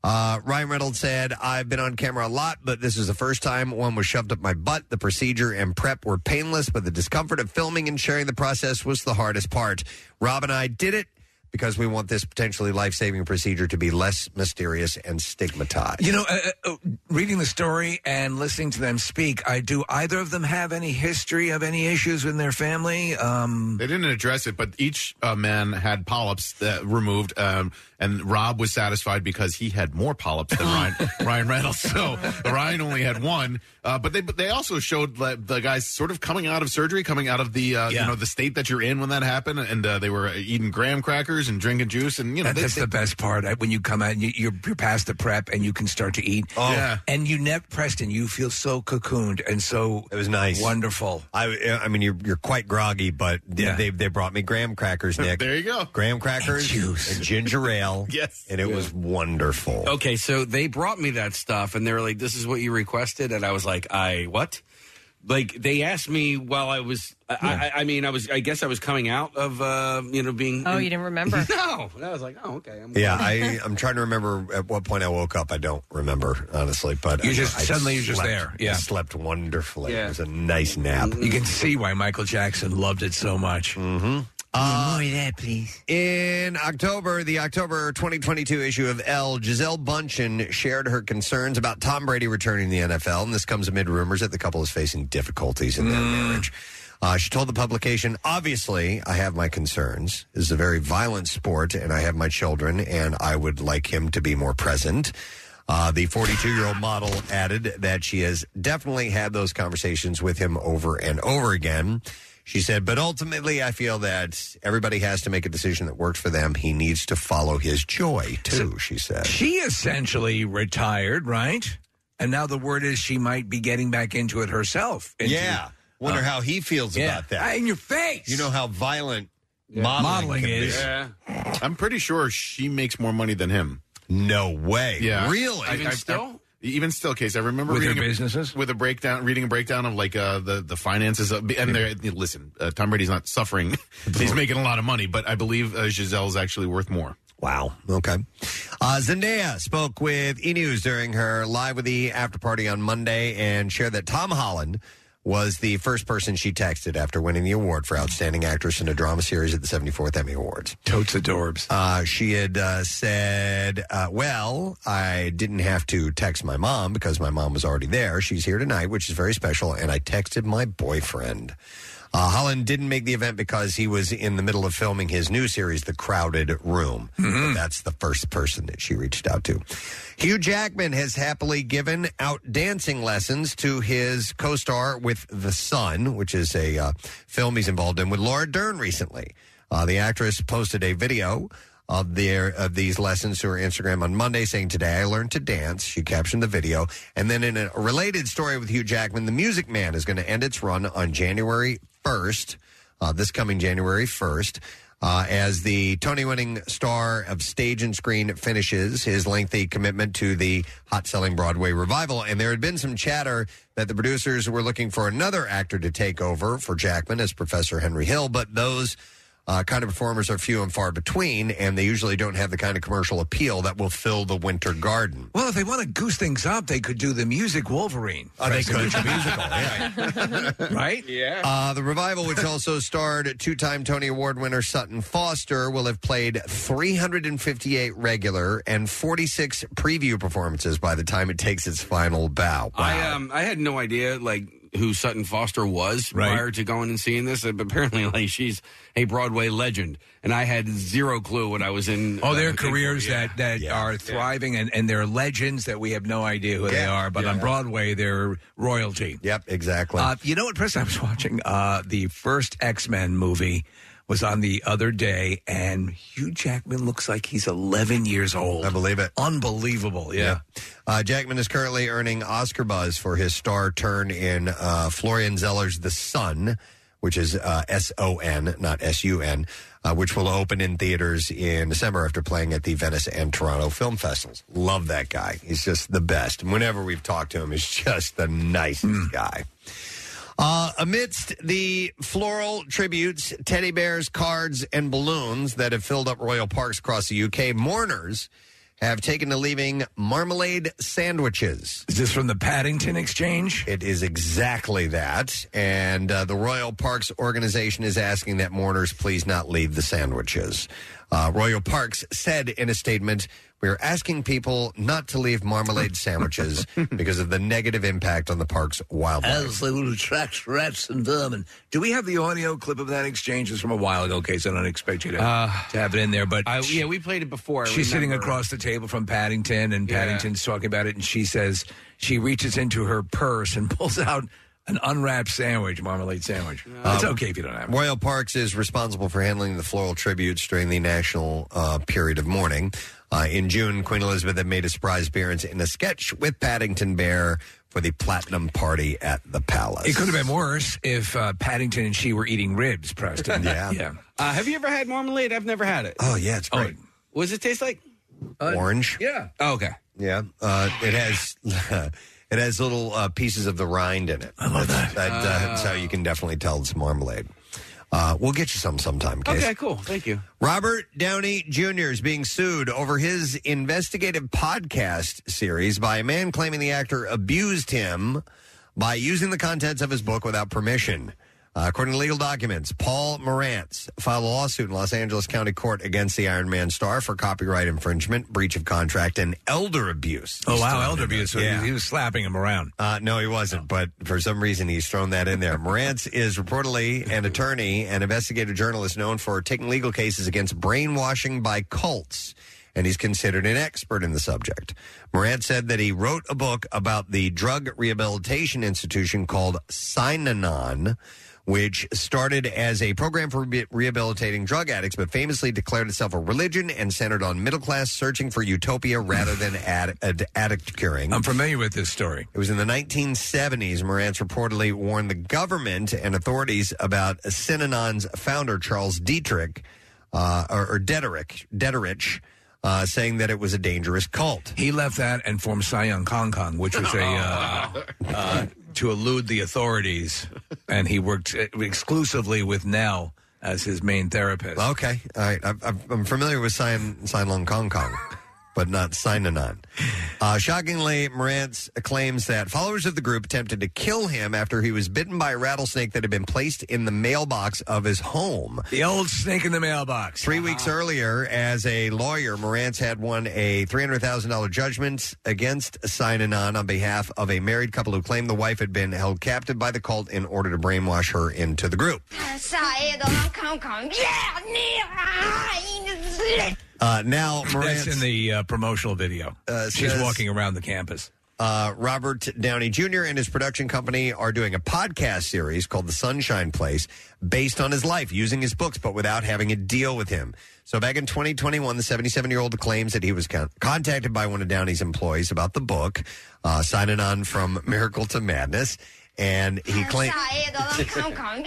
[SPEAKER 1] uh, Ryan Reynolds said, I've been on camera a lot, but this is the first time one was shoved up my butt. The procedure and prep were painless, but the discomfort of filming and sharing the process was the hardest part. Rob and I did it because we want this potentially life saving procedure to be less mysterious and stigmatized.
[SPEAKER 3] You know, uh, uh, uh, reading the story and listening to them speak, I do either of them have any history of any issues in their family? Um,
[SPEAKER 7] They didn't address it, but each uh, man had polyps that removed, um, and Rob was satisfied because he had more polyps than Ryan, Ryan Reynolds. So Ryan only had one, Uh, but they but they also showed like, the guys sort of coming out of surgery, coming out of the uh, you know the state that you're in when that happened, and uh, they were eating graham crackers and drinking juice, and you know
[SPEAKER 3] That-
[SPEAKER 7] they-
[SPEAKER 3] that's
[SPEAKER 7] they-
[SPEAKER 3] the best part I- when you come out and you, you're, you're past the prep and you can start to eat.
[SPEAKER 7] Oh. Yeah.
[SPEAKER 3] and you never, Preston, you feel so cocooned and so it was
[SPEAKER 1] nice.
[SPEAKER 3] wonderful.
[SPEAKER 1] I, I mean, you're you're quite groggy, but they-
[SPEAKER 3] Yeah.
[SPEAKER 1] they they brought me graham crackers, Nick.
[SPEAKER 7] There you go.
[SPEAKER 1] Graham crackers and, ginger ale.
[SPEAKER 7] yes,
[SPEAKER 1] and it was wonderful.
[SPEAKER 4] Okay, so they brought me that stuff, and they were like, "This is what you requested," and I was like, "I what?" Like they asked me while I was, I, I, I mean, I was, I guess I was coming out of, uh, you know, being.
[SPEAKER 2] Oh, you didn't remember?
[SPEAKER 4] no. And I was like, oh, okay. I'm
[SPEAKER 1] Yeah, I I'm trying to remember at what point I woke up. I don't remember honestly, but
[SPEAKER 3] You
[SPEAKER 1] I-
[SPEAKER 3] just-
[SPEAKER 1] I
[SPEAKER 3] suddenly you're just there. Yeah.
[SPEAKER 1] I slept wonderfully.
[SPEAKER 3] Yeah.
[SPEAKER 1] It was a nice nap.
[SPEAKER 3] You can see why Michael Jackson loved it so much. Mm-hmm.
[SPEAKER 1] Uh, please. In October, the October 2022 issue of Elle, Giselle Bundchen shared her concerns about Tom Brady returning to the NFL, and this comes amid rumors that the couple is facing difficulties in their marriage. Uh, she told the publication, obviously, I have my concerns. This is a very violent sport, and I have my children, and I would like him to be more present. Uh, the 42 year old model added that she has definitely had those conversations with him over and over again. She said, but ultimately, I feel that everybody has to make a decision that works for them. He needs to follow his joy, too, she said.
[SPEAKER 3] She essentially retired, right? And now the word is she might be getting back into it herself. into-
[SPEAKER 1] yeah. Wonder
[SPEAKER 3] Uh,
[SPEAKER 1] how he feels
[SPEAKER 3] yeah.
[SPEAKER 1] about that.
[SPEAKER 3] Ah, In your face.
[SPEAKER 1] You know how violent modeling, can be.
[SPEAKER 7] I'm pretty sure she makes more money than him.
[SPEAKER 1] No way.
[SPEAKER 7] Yeah.
[SPEAKER 1] Really?
[SPEAKER 7] I-
[SPEAKER 1] Even
[SPEAKER 7] I- I-
[SPEAKER 1] still?
[SPEAKER 7] even still, case I remember
[SPEAKER 3] With their
[SPEAKER 7] reading a- with a breakdown, reading a breakdown of like uh, the the finances of, and they're listen, uh, Tom Brady's not suffering; he's making a lot of money, but I believe uh, Giselle's actually worth more.
[SPEAKER 1] Wow. Okay. Uh, Zendaya spoke with E! News during her Live with the after party on Monday and shared that Tom Holland was the first person she texted after winning the award for Outstanding Actress in a Drama Series at the 74th Emmy Awards.
[SPEAKER 3] Totes adorbs.
[SPEAKER 1] Uh, she had uh, said, uh, Well, I didn't have to text my mom because my mom was already there. She's here tonight, which is very special. And I texted my boyfriend. Uh, Holland didn't make the event because he was in the middle of filming his new series, The Crowded Room. But that's the first person that she reached out to. Hugh Jackman has happily given out dancing lessons to his co star with The Sun, which is a uh, film he's involved in with Laura Dern recently. Uh, the actress posted a video of their of these lessons to her Instagram on Monday, saying, "Today I learned to dance." She captioned the video, and then in a related story with Hugh Jackman, The Music Man is going to end its run on January first, uh, this coming January first. Uh, as the Tony winning star of stage and screen finishes his lengthy commitment to the hot selling Broadway revival. And there had been some chatter that the producers were looking for another actor to take over for Jackman as Professor Henry Hill, but those uh, kind of performers are few and far between, and they usually don't have the kind of commercial appeal that will fill the winter garden.
[SPEAKER 3] Well, if they want to goose things up, they could do the music Wolverine.
[SPEAKER 1] Oh, they
[SPEAKER 3] Preston,
[SPEAKER 1] could.
[SPEAKER 3] which is musical, yeah. right?
[SPEAKER 4] Yeah.
[SPEAKER 1] Uh, the revival, which also starred two time Tony Award winner Sutton Foster, will have played 358 regular and 46 preview performances by the time it takes its final bow.
[SPEAKER 3] uh,
[SPEAKER 4] I um I had no idea like who Sutton Foster was prior to going and seeing this. But apparently, like she's a Broadway legend, and I had zero clue what I was in.
[SPEAKER 3] Oh, there
[SPEAKER 4] uh,
[SPEAKER 3] are careers that, that are thriving and, and they're legends that we have no idea who they
[SPEAKER 4] Yeah.
[SPEAKER 3] are, but on Broadway, they're royalty.
[SPEAKER 1] Yep, exactly.
[SPEAKER 3] Uh, you know what, Preston? I was watching uh, the first X Men movie was on the other day, and Hugh Jackman looks like he's 11 years old. I
[SPEAKER 1] believe it.
[SPEAKER 3] Unbelievable, yeah.
[SPEAKER 1] Uh, Jackman is currently earning Oscar buzz for his star turn in uh, Florian Zeller's The Sun, which is uh, S O N, not S U N, uh, which will open in theaters in December after playing at the Venice and Toronto film festivals. Love that guy. He's just the best. And whenever we've talked to him, he's just the nicest
[SPEAKER 3] Hmm.
[SPEAKER 1] guy. Uh, amidst the floral tributes, teddy bears, cards, and balloons that have filled up royal parks across the UK, mourners have taken to leaving marmalade sandwiches.
[SPEAKER 3] Is this from the Paddington Exchange?
[SPEAKER 1] It is exactly that. And uh, the Royal Parks Organization is asking that mourners please not leave the sandwiches. Uh, Royal Parks said in a statement, "We are asking people not to leave marmalade sandwiches because of the negative impact on the park's wildlife."
[SPEAKER 3] As they will attract rats and vermin. Do we have the audio clip of that exchange? It's from a while ago, in case I don't expect you to,
[SPEAKER 1] Uh,
[SPEAKER 3] to have it in there. But
[SPEAKER 4] I, yeah, we played it before. I
[SPEAKER 3] She's sitting
[SPEAKER 4] remember.
[SPEAKER 3] across the table from Paddington, and
[SPEAKER 4] Yeah.
[SPEAKER 3] Paddington's talking about it, and she says she reaches into her purse and pulls out an unwrapped sandwich, marmalade sandwich. it's
[SPEAKER 1] Um,
[SPEAKER 3] okay if you don't have it.
[SPEAKER 1] Royal Parks is responsible for handling the floral tributes during the national uh, period of mourning. Uh, in June, Queen Elizabeth had made a surprise appearance in a sketch with Paddington Bear for the Platinum Party at the Palace.
[SPEAKER 3] It could have been worse if uh, Paddington and she were eating ribs, Preston.
[SPEAKER 1] Yeah.
[SPEAKER 3] yeah.
[SPEAKER 4] Uh, have you ever had marmalade? I've never had it.
[SPEAKER 1] Oh yeah, it's great.
[SPEAKER 4] What does it taste like?
[SPEAKER 2] Uh,
[SPEAKER 1] Orange.
[SPEAKER 3] Yeah.
[SPEAKER 4] Oh, okay.
[SPEAKER 1] Yeah, uh, it has it has little uh, pieces of the rind in it. I love that. that uh, That's how you can definitely tell it's marmalade. Uh, we'll get you some sometime, Case.
[SPEAKER 4] Okay, cool. Thank you.
[SPEAKER 1] Robert Downey Jr. is being sued over his investigative podcast series by a man claiming the actor abused him by using the contents of his book without permission. Uh, according to legal documents, Paul Morantz filed a lawsuit in Los Angeles County Court against the Iron Man star for copyright infringement, breach of contract, and elder abuse.
[SPEAKER 3] Oh
[SPEAKER 1] He's
[SPEAKER 3] wow,
[SPEAKER 1] thrown
[SPEAKER 3] elder
[SPEAKER 1] in there.
[SPEAKER 3] abuse. So
[SPEAKER 1] Yeah.
[SPEAKER 3] he, he was slapping him around.
[SPEAKER 1] Uh, no, he wasn't. But for some reason, he's thrown that in there. Morantz is reportedly an attorney and investigative journalist known for taking legal cases against brainwashing by cults, and he's considered an expert in the subject. Morantz said that he wrote a book about the drug rehabilitation institution called Synanon. Which started as a program for re- rehabilitating drug addicts, but famously declared itself a religion and centered on middle class searching for utopia rather than ad- ad- addict curing.
[SPEAKER 3] I'm familiar with this story.
[SPEAKER 1] It was in the 1970s. Morantz reportedly warned the government and authorities about Synanon's founder, Charles Dietrich, uh, or, or Dederich, Dederich uh, saying that it was a dangerous cult.
[SPEAKER 3] He left that and formed Saiyan Kong Kong, which was a uh,
[SPEAKER 4] Oh,
[SPEAKER 3] uh, to elude the authorities, and he worked uh, exclusively with Nell as his main therapist.
[SPEAKER 1] Okay, all right. I'm, I'm- I'm familiar with Sign Sign Long Kong Kong, but not Sinanon. Uh, shockingly, Morantz claims that followers of the group attempted to kill him after he was bitten by a rattlesnake that had been placed in the mailbox of his home.
[SPEAKER 3] The old snake in the mailbox.
[SPEAKER 1] 3 weeks earlier, as a lawyer, Morantz had won a $300,000 judgment against Sinanon on behalf of a married couple who claimed the wife had been held captive by the cult in order to brainwash her into the group.
[SPEAKER 5] Sai the Hong Kong Kong. Yeah, near. I
[SPEAKER 1] Uh, now, Morantz.
[SPEAKER 3] That's in the uh, promotional video.
[SPEAKER 1] Uh,
[SPEAKER 3] She's
[SPEAKER 1] says-
[SPEAKER 3] walking around the campus.
[SPEAKER 1] uh, Robert Downey Jr. and his production company are doing a podcast series called The Sunshine Place based on his life, using his books, but without having a deal with him. So back in 2021, the 77 year old claims that he was con- contacted by one of Downey's employees about the book, uh, signing on from Miracle to Madness. And he claimed.
[SPEAKER 5] Sai the Hong Kong Kong.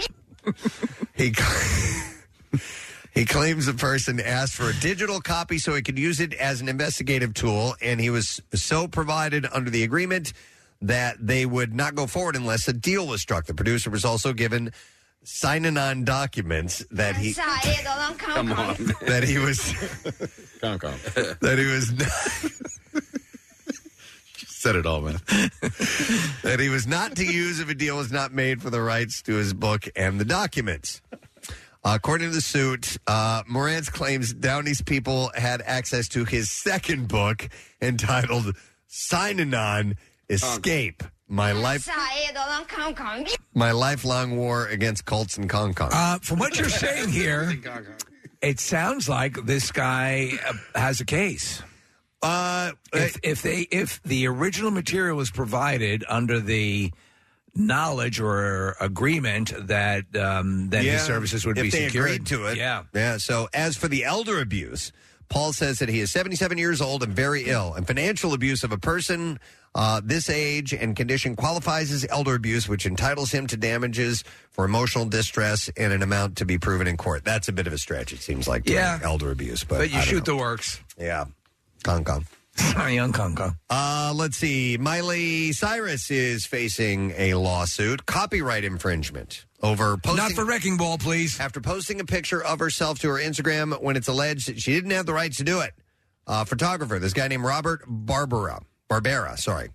[SPEAKER 1] He he claims the person asked for a digital copy so he could use it as an investigative tool, and he was so provided under the agreement that they would not go forward unless a deal was struck. The producer was also given signing on documents that he
[SPEAKER 5] Sai the Hong Kong Kong.
[SPEAKER 1] that he was
[SPEAKER 7] Calm, calm.
[SPEAKER 1] that he was not,
[SPEAKER 7] Said it all, man.
[SPEAKER 1] that he was not to use if a deal was not made for the rights to his book and the documents. According to the suit, uh, Morantz claims Downey's people had access to his second book entitled Sinanon Escape. My life,
[SPEAKER 5] Sai the Hong Kong Kong.
[SPEAKER 1] my lifelong war against cults and Kong Kong.
[SPEAKER 3] Uh, from what you're saying here, it sounds like this guy uh, has a case.
[SPEAKER 1] Uh,
[SPEAKER 3] if, if they if the original material was provided under the knowledge or agreement that um, then
[SPEAKER 1] Yeah,
[SPEAKER 3] his services would
[SPEAKER 1] if
[SPEAKER 3] be
[SPEAKER 1] they
[SPEAKER 3] secured
[SPEAKER 1] agreed to it.
[SPEAKER 3] Yeah,
[SPEAKER 1] yeah. So as for the elder abuse, Paul says that he is 77 years old and very ill, and financial abuse of a person uh, this age and condition qualifies as elder abuse, which entitles him to damages for emotional distress in an amount to be proven in court. That's a bit of a stretch, it seems like. to me,
[SPEAKER 3] Yeah.
[SPEAKER 1] elder abuse, but,
[SPEAKER 3] but you
[SPEAKER 1] I don't
[SPEAKER 3] shoot
[SPEAKER 1] know.
[SPEAKER 3] the works.
[SPEAKER 1] yeah, Kong Kong.
[SPEAKER 3] Young Kong Kong.
[SPEAKER 1] Uh, let's see. Miley Cyrus is facing a lawsuit, copyright infringement over posting
[SPEAKER 3] Not for wrecking ball, please.
[SPEAKER 1] after posting a picture of herself to her Instagram when it's alleged that she didn't have the rights to do it. Uh, photographer, this guy named Robert Barbara, Barbera, sorry,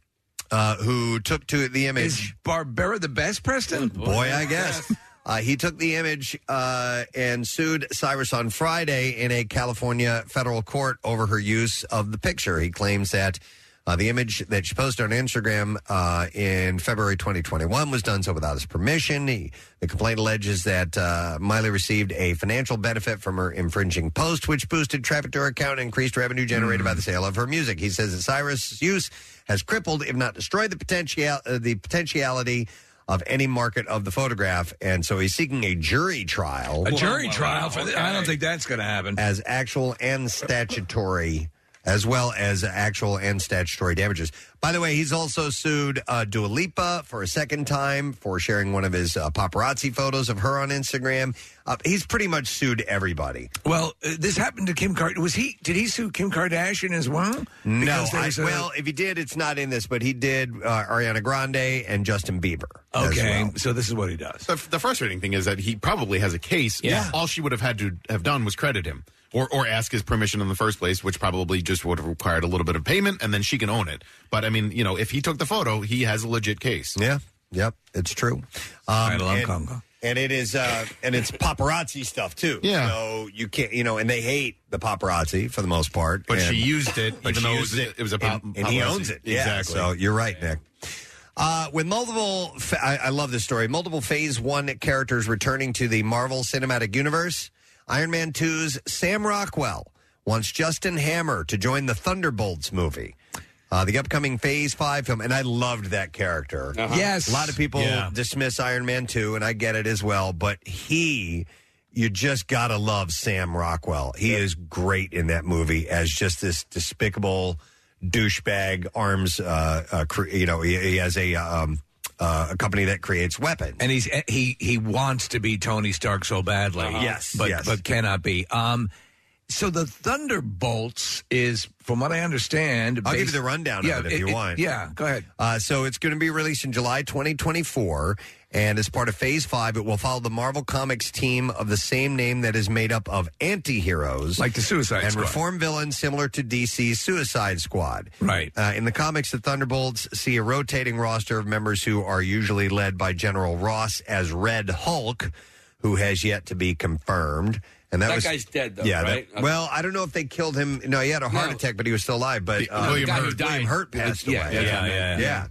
[SPEAKER 1] uh, who took to the image.
[SPEAKER 3] Is Barbera the best, Preston?
[SPEAKER 1] Boy, I guess. Uh, he took the image uh, and sued Cyrus on Friday in a California federal court over her use of the picture. He claims that uh, the image that she posted on Instagram uh, in February 2021 was done so without his permission. He, the complaint alleges that uh, Miley received a financial benefit from her infringing post, which boosted traffic to her account and increased revenue generated by the sale of her music. He says that Cyrus' use has crippled, if not destroyed, the potential uh, the potentiality of any market of the photograph, and so he's seeking a jury trial.
[SPEAKER 3] A jury trial for the, I don't think that's going to happen.
[SPEAKER 1] As actual and statutory, as well as actual and statutory damages. By the way, he's also sued uh, Dua Lipa for a second time for sharing one of his uh, paparazzi photos of her on Instagram. Uh, he's pretty much sued everybody.
[SPEAKER 3] Well, uh, this happened to Kim Kardashian. Was he? Did he sue Kim Kardashian as well?
[SPEAKER 1] No,
[SPEAKER 3] Because
[SPEAKER 1] I,
[SPEAKER 3] there's a-
[SPEAKER 1] well, if he did, it's not in this, but he did uh, Ariana Grande and Justin Bieber. as well.
[SPEAKER 3] so this is what he does.
[SPEAKER 7] The, the frustrating thing is that he probably has a case.
[SPEAKER 1] Yeah.
[SPEAKER 7] All she would have had to have done was credit him or, or ask his permission in the first place, which probably just would have required a little bit of payment, and then she can own it. But I mean, you know, if he took the photo, he has a legit case.
[SPEAKER 1] Yeah. Yep. It's true. Um, and, and it is, uh, and it's paparazzi stuff too.
[SPEAKER 7] Yeah.
[SPEAKER 1] So you can't, you know, and they hate the paparazzi for the most part.
[SPEAKER 7] But
[SPEAKER 1] and-
[SPEAKER 7] she used it,
[SPEAKER 1] but
[SPEAKER 7] even
[SPEAKER 1] she
[SPEAKER 7] though it
[SPEAKER 1] used
[SPEAKER 7] was- it was a pop-
[SPEAKER 1] and, and he
[SPEAKER 7] paparazzi.
[SPEAKER 1] owns it. Yeah,
[SPEAKER 7] Exactly.
[SPEAKER 1] So you're right, Nick. Uh, with multiple, fa- I, I love this story. Multiple Phase One characters returning to the Marvel Cinematic Universe. Iron Man 2's Sam Rockwell wants Justin Hammer to join the Thunderbolts movie. Uh, the upcoming Phase Five film, and I loved that character.
[SPEAKER 3] Uh-huh. Yes.
[SPEAKER 1] a lot of people
[SPEAKER 3] Yeah.
[SPEAKER 1] dismiss Iron Man 2, and I get it as well, but he, you just gotta love Sam Rockwell. He is great in that movie as just this despicable douchebag arms, uh, uh, cre- you know, he, he has a, um, uh, a company that creates weapons.
[SPEAKER 3] and he's he he wants to be Tony Stark so badly.
[SPEAKER 1] Uh-huh. Yes,
[SPEAKER 3] but
[SPEAKER 1] yes.
[SPEAKER 3] but cannot be. Um, so the Thunderbolts is, from what I understand,
[SPEAKER 1] I'll give
[SPEAKER 3] based-
[SPEAKER 1] you the rundown
[SPEAKER 3] Yeah,
[SPEAKER 1] of it if you want.
[SPEAKER 3] Yeah, go ahead.
[SPEAKER 1] Uh, so it's going to be released in July 2024, and as part of Phase Five, it will follow the Marvel Comics team of the same name that is made up of anti-heroes
[SPEAKER 3] Like the Suicide
[SPEAKER 1] and
[SPEAKER 3] Squad.
[SPEAKER 1] reform villains, similar to DC's Suicide Squad.
[SPEAKER 3] Right.
[SPEAKER 1] Uh, in the comics, the Thunderbolts see a rotating roster of members who are usually led by General Ross as Red Hulk, who has yet to be confirmed. And that,
[SPEAKER 4] That
[SPEAKER 1] was-
[SPEAKER 4] guy's dead, though,
[SPEAKER 1] Yeah. that-
[SPEAKER 4] right? Okay.
[SPEAKER 1] well, I don't know if they killed him. No, he had a heart attack, but he was still alive. But uh,
[SPEAKER 4] The- William The guy who Hurt. died.
[SPEAKER 1] William Hurt passed
[SPEAKER 4] Yeah,
[SPEAKER 1] away.
[SPEAKER 4] yeah, yeah, yeah, yeah.
[SPEAKER 1] Yeah.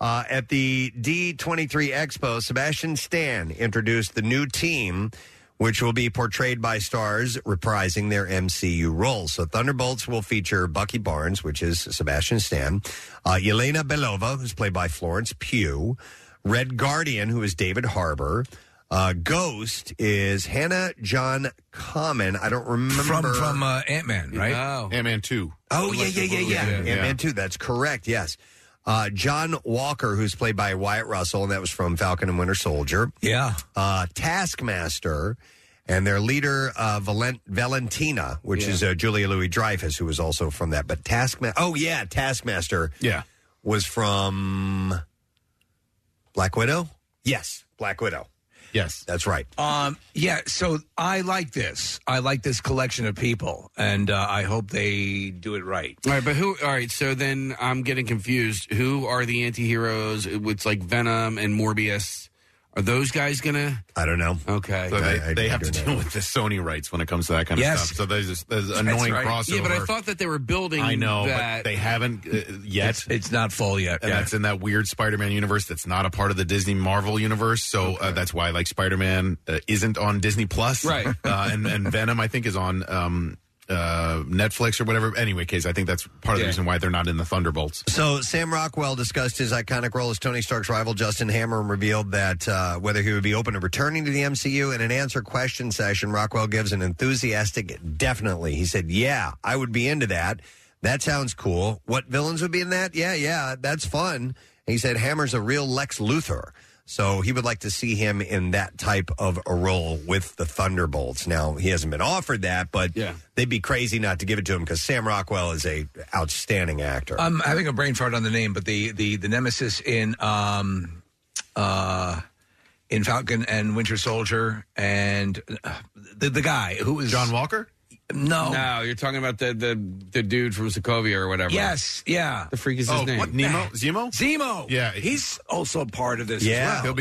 [SPEAKER 1] Uh, at the D23 Expo, Sebastian Stan introduced the new team, which will be portrayed by stars reprising their MCU roles. So Thunderbolts will feature Bucky Barnes, which is Sebastian Stan, uh, Yelena Belova, who's played by Florence Pugh, Red Guardian, who is David Harbour. Uh, Ghost is Hannah John Common. I don't remember
[SPEAKER 3] From from uh, Ant Man, right?
[SPEAKER 7] Ant Man two.
[SPEAKER 1] Oh yeah, yeah, yeah, yeah.
[SPEAKER 3] Yeah,
[SPEAKER 1] Ant
[SPEAKER 3] yeah.
[SPEAKER 1] Man two. That's correct. Yes. Uh, John Walker, who's played by Wyatt Russell, and that was from Falcon and Winter Soldier.
[SPEAKER 3] Yeah.
[SPEAKER 1] Uh, Taskmaster, and their leader uh, Valen- Valentina, which is uh, Julia Louis Dreyfus, who was also from that. But Taskmaster. Oh yeah, Taskmaster.
[SPEAKER 7] Yeah.
[SPEAKER 1] Was from Black Widow. Yes, Black Widow.
[SPEAKER 7] Yes,
[SPEAKER 1] that's right.
[SPEAKER 3] Um, yeah, so I like this. I like this collection of people, and uh, I hope they do it right.
[SPEAKER 4] All right, but who? All right, so then I'm getting confused. Who are the anti-heroes? It's like Venom and Morbius. Are those guys gonna?
[SPEAKER 1] I don't know.
[SPEAKER 4] Okay,
[SPEAKER 7] So they, they have to deal with the Sony rights when it comes to that kind of
[SPEAKER 4] Yes.
[SPEAKER 7] stuff. So there's this, there's
[SPEAKER 4] That's
[SPEAKER 7] annoying
[SPEAKER 4] right.
[SPEAKER 7] crossover.
[SPEAKER 4] Yeah, but I thought that they were building.
[SPEAKER 7] I know,
[SPEAKER 4] that.
[SPEAKER 7] but they haven't uh, yet.
[SPEAKER 3] It's, it's not full yet.
[SPEAKER 7] and
[SPEAKER 3] yeah.
[SPEAKER 7] that's in that weird Spider-Man universe that's not a part of the Disney Marvel universe. So uh, that's why like Spider-Man uh, isn't on Disney Plus,
[SPEAKER 4] Right.
[SPEAKER 7] Uh, and and Venom I think is on um, uh, Netflix or whatever. Anyway, case I think that's part of the
[SPEAKER 1] Yeah.
[SPEAKER 7] reason why they're not in the Thunderbolts.
[SPEAKER 1] So Sam Rockwell discussed his iconic role as Tony Stark's rival, Justin Hammer, and revealed that uh, whether he would be open to returning to the MCU. In an answer question session, Rockwell gives an enthusiastic "definitely." He said, "Yeah, I would be into that. That sounds cool. What villains would be in that? Yeah, yeah, that's fun." And he said, "Hammer's a real Lex Luthor." So he would like to see him in that type of a role with the Thunderbolts. Now he hasn't been offered that, but they'd be crazy not to give it to him because Sam Rockwell is a outstanding actor.
[SPEAKER 3] I'm having a brain fart on the name, but the the the nemesis in um uh in Falcon and Winter Soldier and uh, the the guy who is
[SPEAKER 7] John Walker.
[SPEAKER 3] No.
[SPEAKER 4] No, you're talking about the the, the dude from Sokovia or whatever.
[SPEAKER 3] Yes, yeah.
[SPEAKER 4] The freak is his
[SPEAKER 3] Oh,
[SPEAKER 4] name.
[SPEAKER 3] what the Nemo? heck? Zemo? Zemo.
[SPEAKER 4] Yeah.
[SPEAKER 3] He's also a part of this. as
[SPEAKER 4] Yeah.
[SPEAKER 3] well.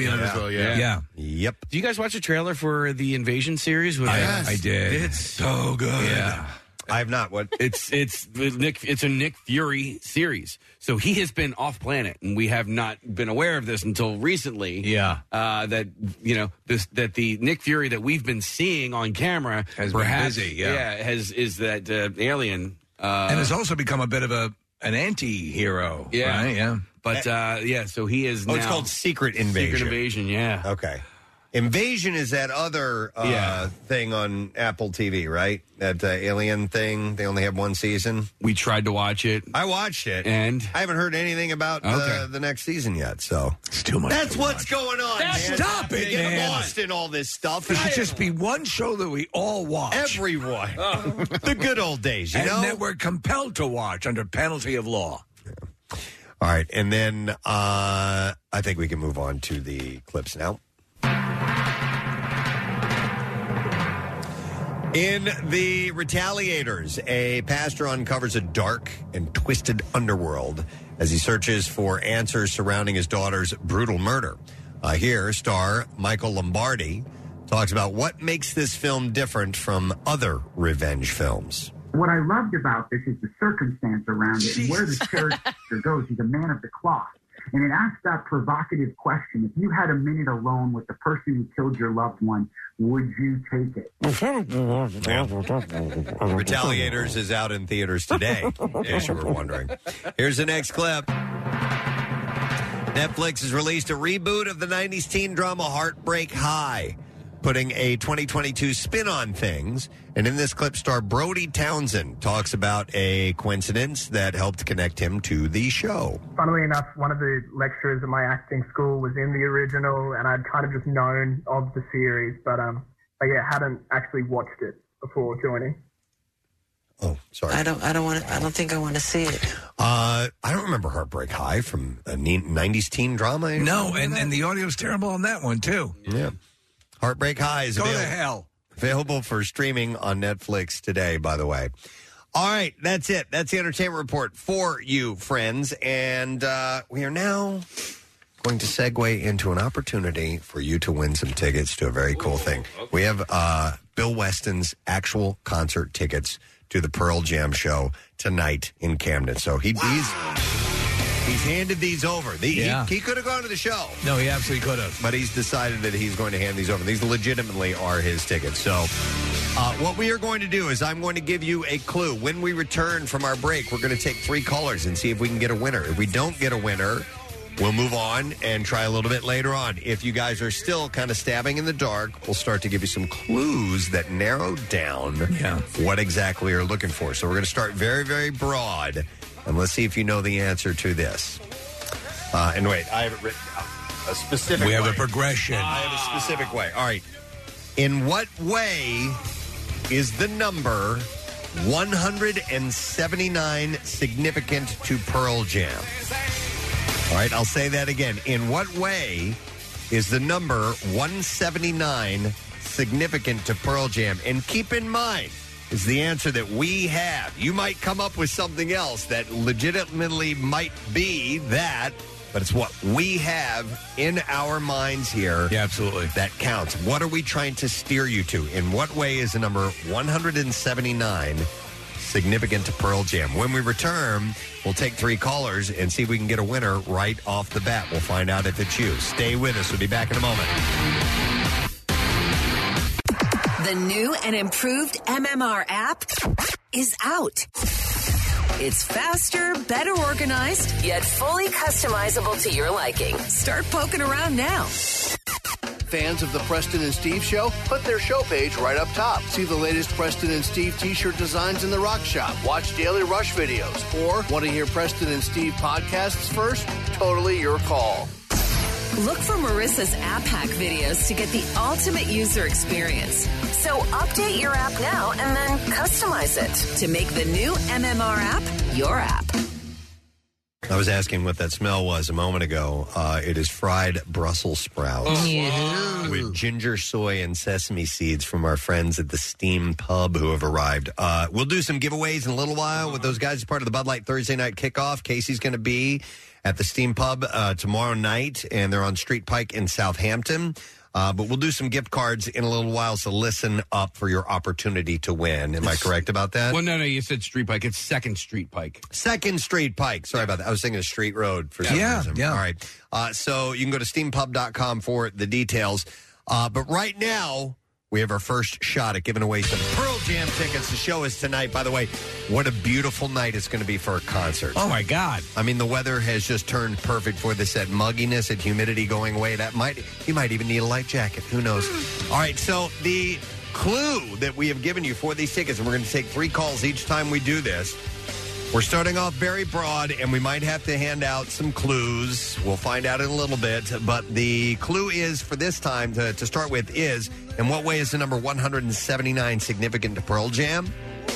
[SPEAKER 4] Yeah.
[SPEAKER 1] Yep.
[SPEAKER 4] Do you guys watch the trailer for the Invasion series with
[SPEAKER 3] I- I did.
[SPEAKER 4] It's
[SPEAKER 3] so good. Yeah.
[SPEAKER 1] I have not. What
[SPEAKER 4] it's it's the Nick. It's a Nick Fury series. So he has been off planet, and we have not been aware of this until recently. Yeah, uh, that you know this that the Nick Fury that we've been seeing on camera
[SPEAKER 3] Has been
[SPEAKER 4] perhaps,
[SPEAKER 3] busy, yeah.
[SPEAKER 4] has is that uh, alien uh,
[SPEAKER 3] and has also become a bit of a an anti-hero.
[SPEAKER 4] yeah
[SPEAKER 3] right? yeah.
[SPEAKER 4] But uh, yeah, so he is.
[SPEAKER 1] Oh, it's
[SPEAKER 4] now-
[SPEAKER 1] called Secret Invasion.
[SPEAKER 4] Secret Invasion. Yeah.
[SPEAKER 1] Okay. Invasion is that other uh,
[SPEAKER 4] Yeah.
[SPEAKER 1] thing on Apple TV, right? That uh, alien thing. They only have one season.
[SPEAKER 4] We tried to watch it.
[SPEAKER 1] I watched it,
[SPEAKER 4] and
[SPEAKER 1] I haven't heard anything about uh,
[SPEAKER 4] Okay.
[SPEAKER 1] the next season yet. So
[SPEAKER 3] it's too
[SPEAKER 1] That's what's going on.
[SPEAKER 4] That's-
[SPEAKER 1] man.
[SPEAKER 4] stop it,
[SPEAKER 1] Get
[SPEAKER 4] man.
[SPEAKER 1] lost in all this stuff.
[SPEAKER 3] There should just be one show that we all watch.
[SPEAKER 1] Everyone. the good old days, you
[SPEAKER 3] and
[SPEAKER 1] know?
[SPEAKER 3] that we're compelled to watch under penalty of law.
[SPEAKER 1] All right, and then uh, I think we can move on to the clips now. In The Retaliators, a pastor uncovers a dark and twisted underworld as he searches for answers surrounding his daughter's brutal murder. Uh, here, star Michael Lombardi talks about what makes this film different from other revenge films.
[SPEAKER 9] What I loved about this is the circumstance around it and where the character goes. He's a man of the cloth. And it asks that provocative question. If you had a minute alone with the person who killed your loved one, would you take it?
[SPEAKER 1] Retaliators is out in theaters today, in case you were wondering. Here's the next clip. Netflix has released a reboot of the 90s teen drama Heartbreak High, putting a 2022 spin on things. And in this clip, star Brody Townsend talks about a coincidence that helped connect him to the show.
[SPEAKER 10] Funnily enough, one of the lecturers at my acting school was in the original, and I'd kind of just known of the series, but um, I yeah, hadn't actually watched it before joining.
[SPEAKER 1] Sorry.
[SPEAKER 11] I don't. I don't want. I don't think I want to see it.
[SPEAKER 1] Uh, I don't remember Heartbreak High from a ne- 90s teen drama. or
[SPEAKER 3] No, and,
[SPEAKER 1] something like that.
[SPEAKER 3] and the audio's terrible on that one too.
[SPEAKER 1] Yeah. Heartbreak High is
[SPEAKER 3] Go
[SPEAKER 1] available.
[SPEAKER 3] to hell.
[SPEAKER 1] Available for streaming on Netflix today, by the way. All right, that's it. That's the entertainment report for you, friends. And uh, we are now going to segue into an opportunity for you to win some tickets to a very cool thing. We have uh, Bill Weston's actual concert tickets to the Pearl Jam show tonight in Camden. So he, he's, he's handed these over. The- he-
[SPEAKER 3] Yeah.
[SPEAKER 1] he could have gone to the show.
[SPEAKER 3] No, he absolutely could have.
[SPEAKER 1] But he's decided that he's going to hand these over. These legitimately are his tickets. So, uh, what we are going to do is I'm going to give you a clue. When we return from our break, we're going to take three callers and see if we can get a winner. If we don't get a winner, we'll move on and try a little bit later on. If you guys are still kind of stabbing in the dark, we'll start to give you some clues that narrow down what exactly you're looking for. So, we're going to start very, very broad. And let's see if you know the answer to this. Uh, and wait, I have it written out. A specific
[SPEAKER 3] We have
[SPEAKER 1] way.
[SPEAKER 3] a progression.
[SPEAKER 1] I have a specific way. All right. In what way is the number 179 significant to Pearl Jam? All right, I'll say that again. In what way is the number 179 significant to Pearl Jam? And keep in mind, is the answer that we have. You might come up with something else that legitimately might be that, but it's what we have in our minds here. Yeah,
[SPEAKER 3] absolutely.
[SPEAKER 1] That counts. What are we trying to steer you to? In what way is the number 179 significant to Pearl Jam. When we return, we'll take three callers and see if we can get a winner right off the bat. We'll find out if it's you. Stay with us. We'll be back in a moment.
[SPEAKER 12] The new and improved MMR app is out. It's faster, better organized, yet fully customizable to your liking. Start poking around now.
[SPEAKER 6] Fans of the Preston and Steve Show put their show page right up top. See the latest Preston and Steve t shirt designs in the Rock Shop, watch daily Rush videos, or want to hear Preston and Steve podcasts first? Totally your call.
[SPEAKER 12] Look for Marissa's app hack videos to get the ultimate user experience. So update your app now and then customize it to make the new MMR app your app.
[SPEAKER 1] I was asking what that smell was a moment ago. Uh, it is fried Brussels sprouts.
[SPEAKER 12] Oh, Yeah.
[SPEAKER 1] with ginger soy and sesame seeds from our friends at the Steam Pub who have arrived. Uh, we'll do some giveaways in a little while with those guys as part of the Bud Light Thursday night kickoff. Casey's going to be at the Steam Pub uh, tomorrow night, and they're on Street Pike in Southampton. Uh, but we'll do some gift cards in a little while, so listen up for your opportunity to win. Am I correct about that?
[SPEAKER 4] Well, no, no, you said Street Pike. It's Second Street Pike.
[SPEAKER 1] Second Street Pike. Sorry about that. I was thinking of Street Road for some
[SPEAKER 4] Yeah,
[SPEAKER 1] reason.
[SPEAKER 4] yeah.
[SPEAKER 1] All right. Uh, so you can go to steampub.com for the details. Uh, but right now, we have our first shot at giving away some Pearl Jam tickets. The show is tonight, by the way. What a beautiful night it's going to be for a concert.
[SPEAKER 3] Oh, my God.
[SPEAKER 1] I mean, the weather has just turned perfect for this. That mugginess, that humidity going away. That might you might even need a light jacket. Who knows? All right. So the clue that we have given you for these tickets, and we're going to take three calls each time we do this. We're starting off very broad, and we might have to hand out some clues. We'll find out in a little bit. But the clue is for this time to, to start with is in what way is the number 179 significant to Pearl Jam?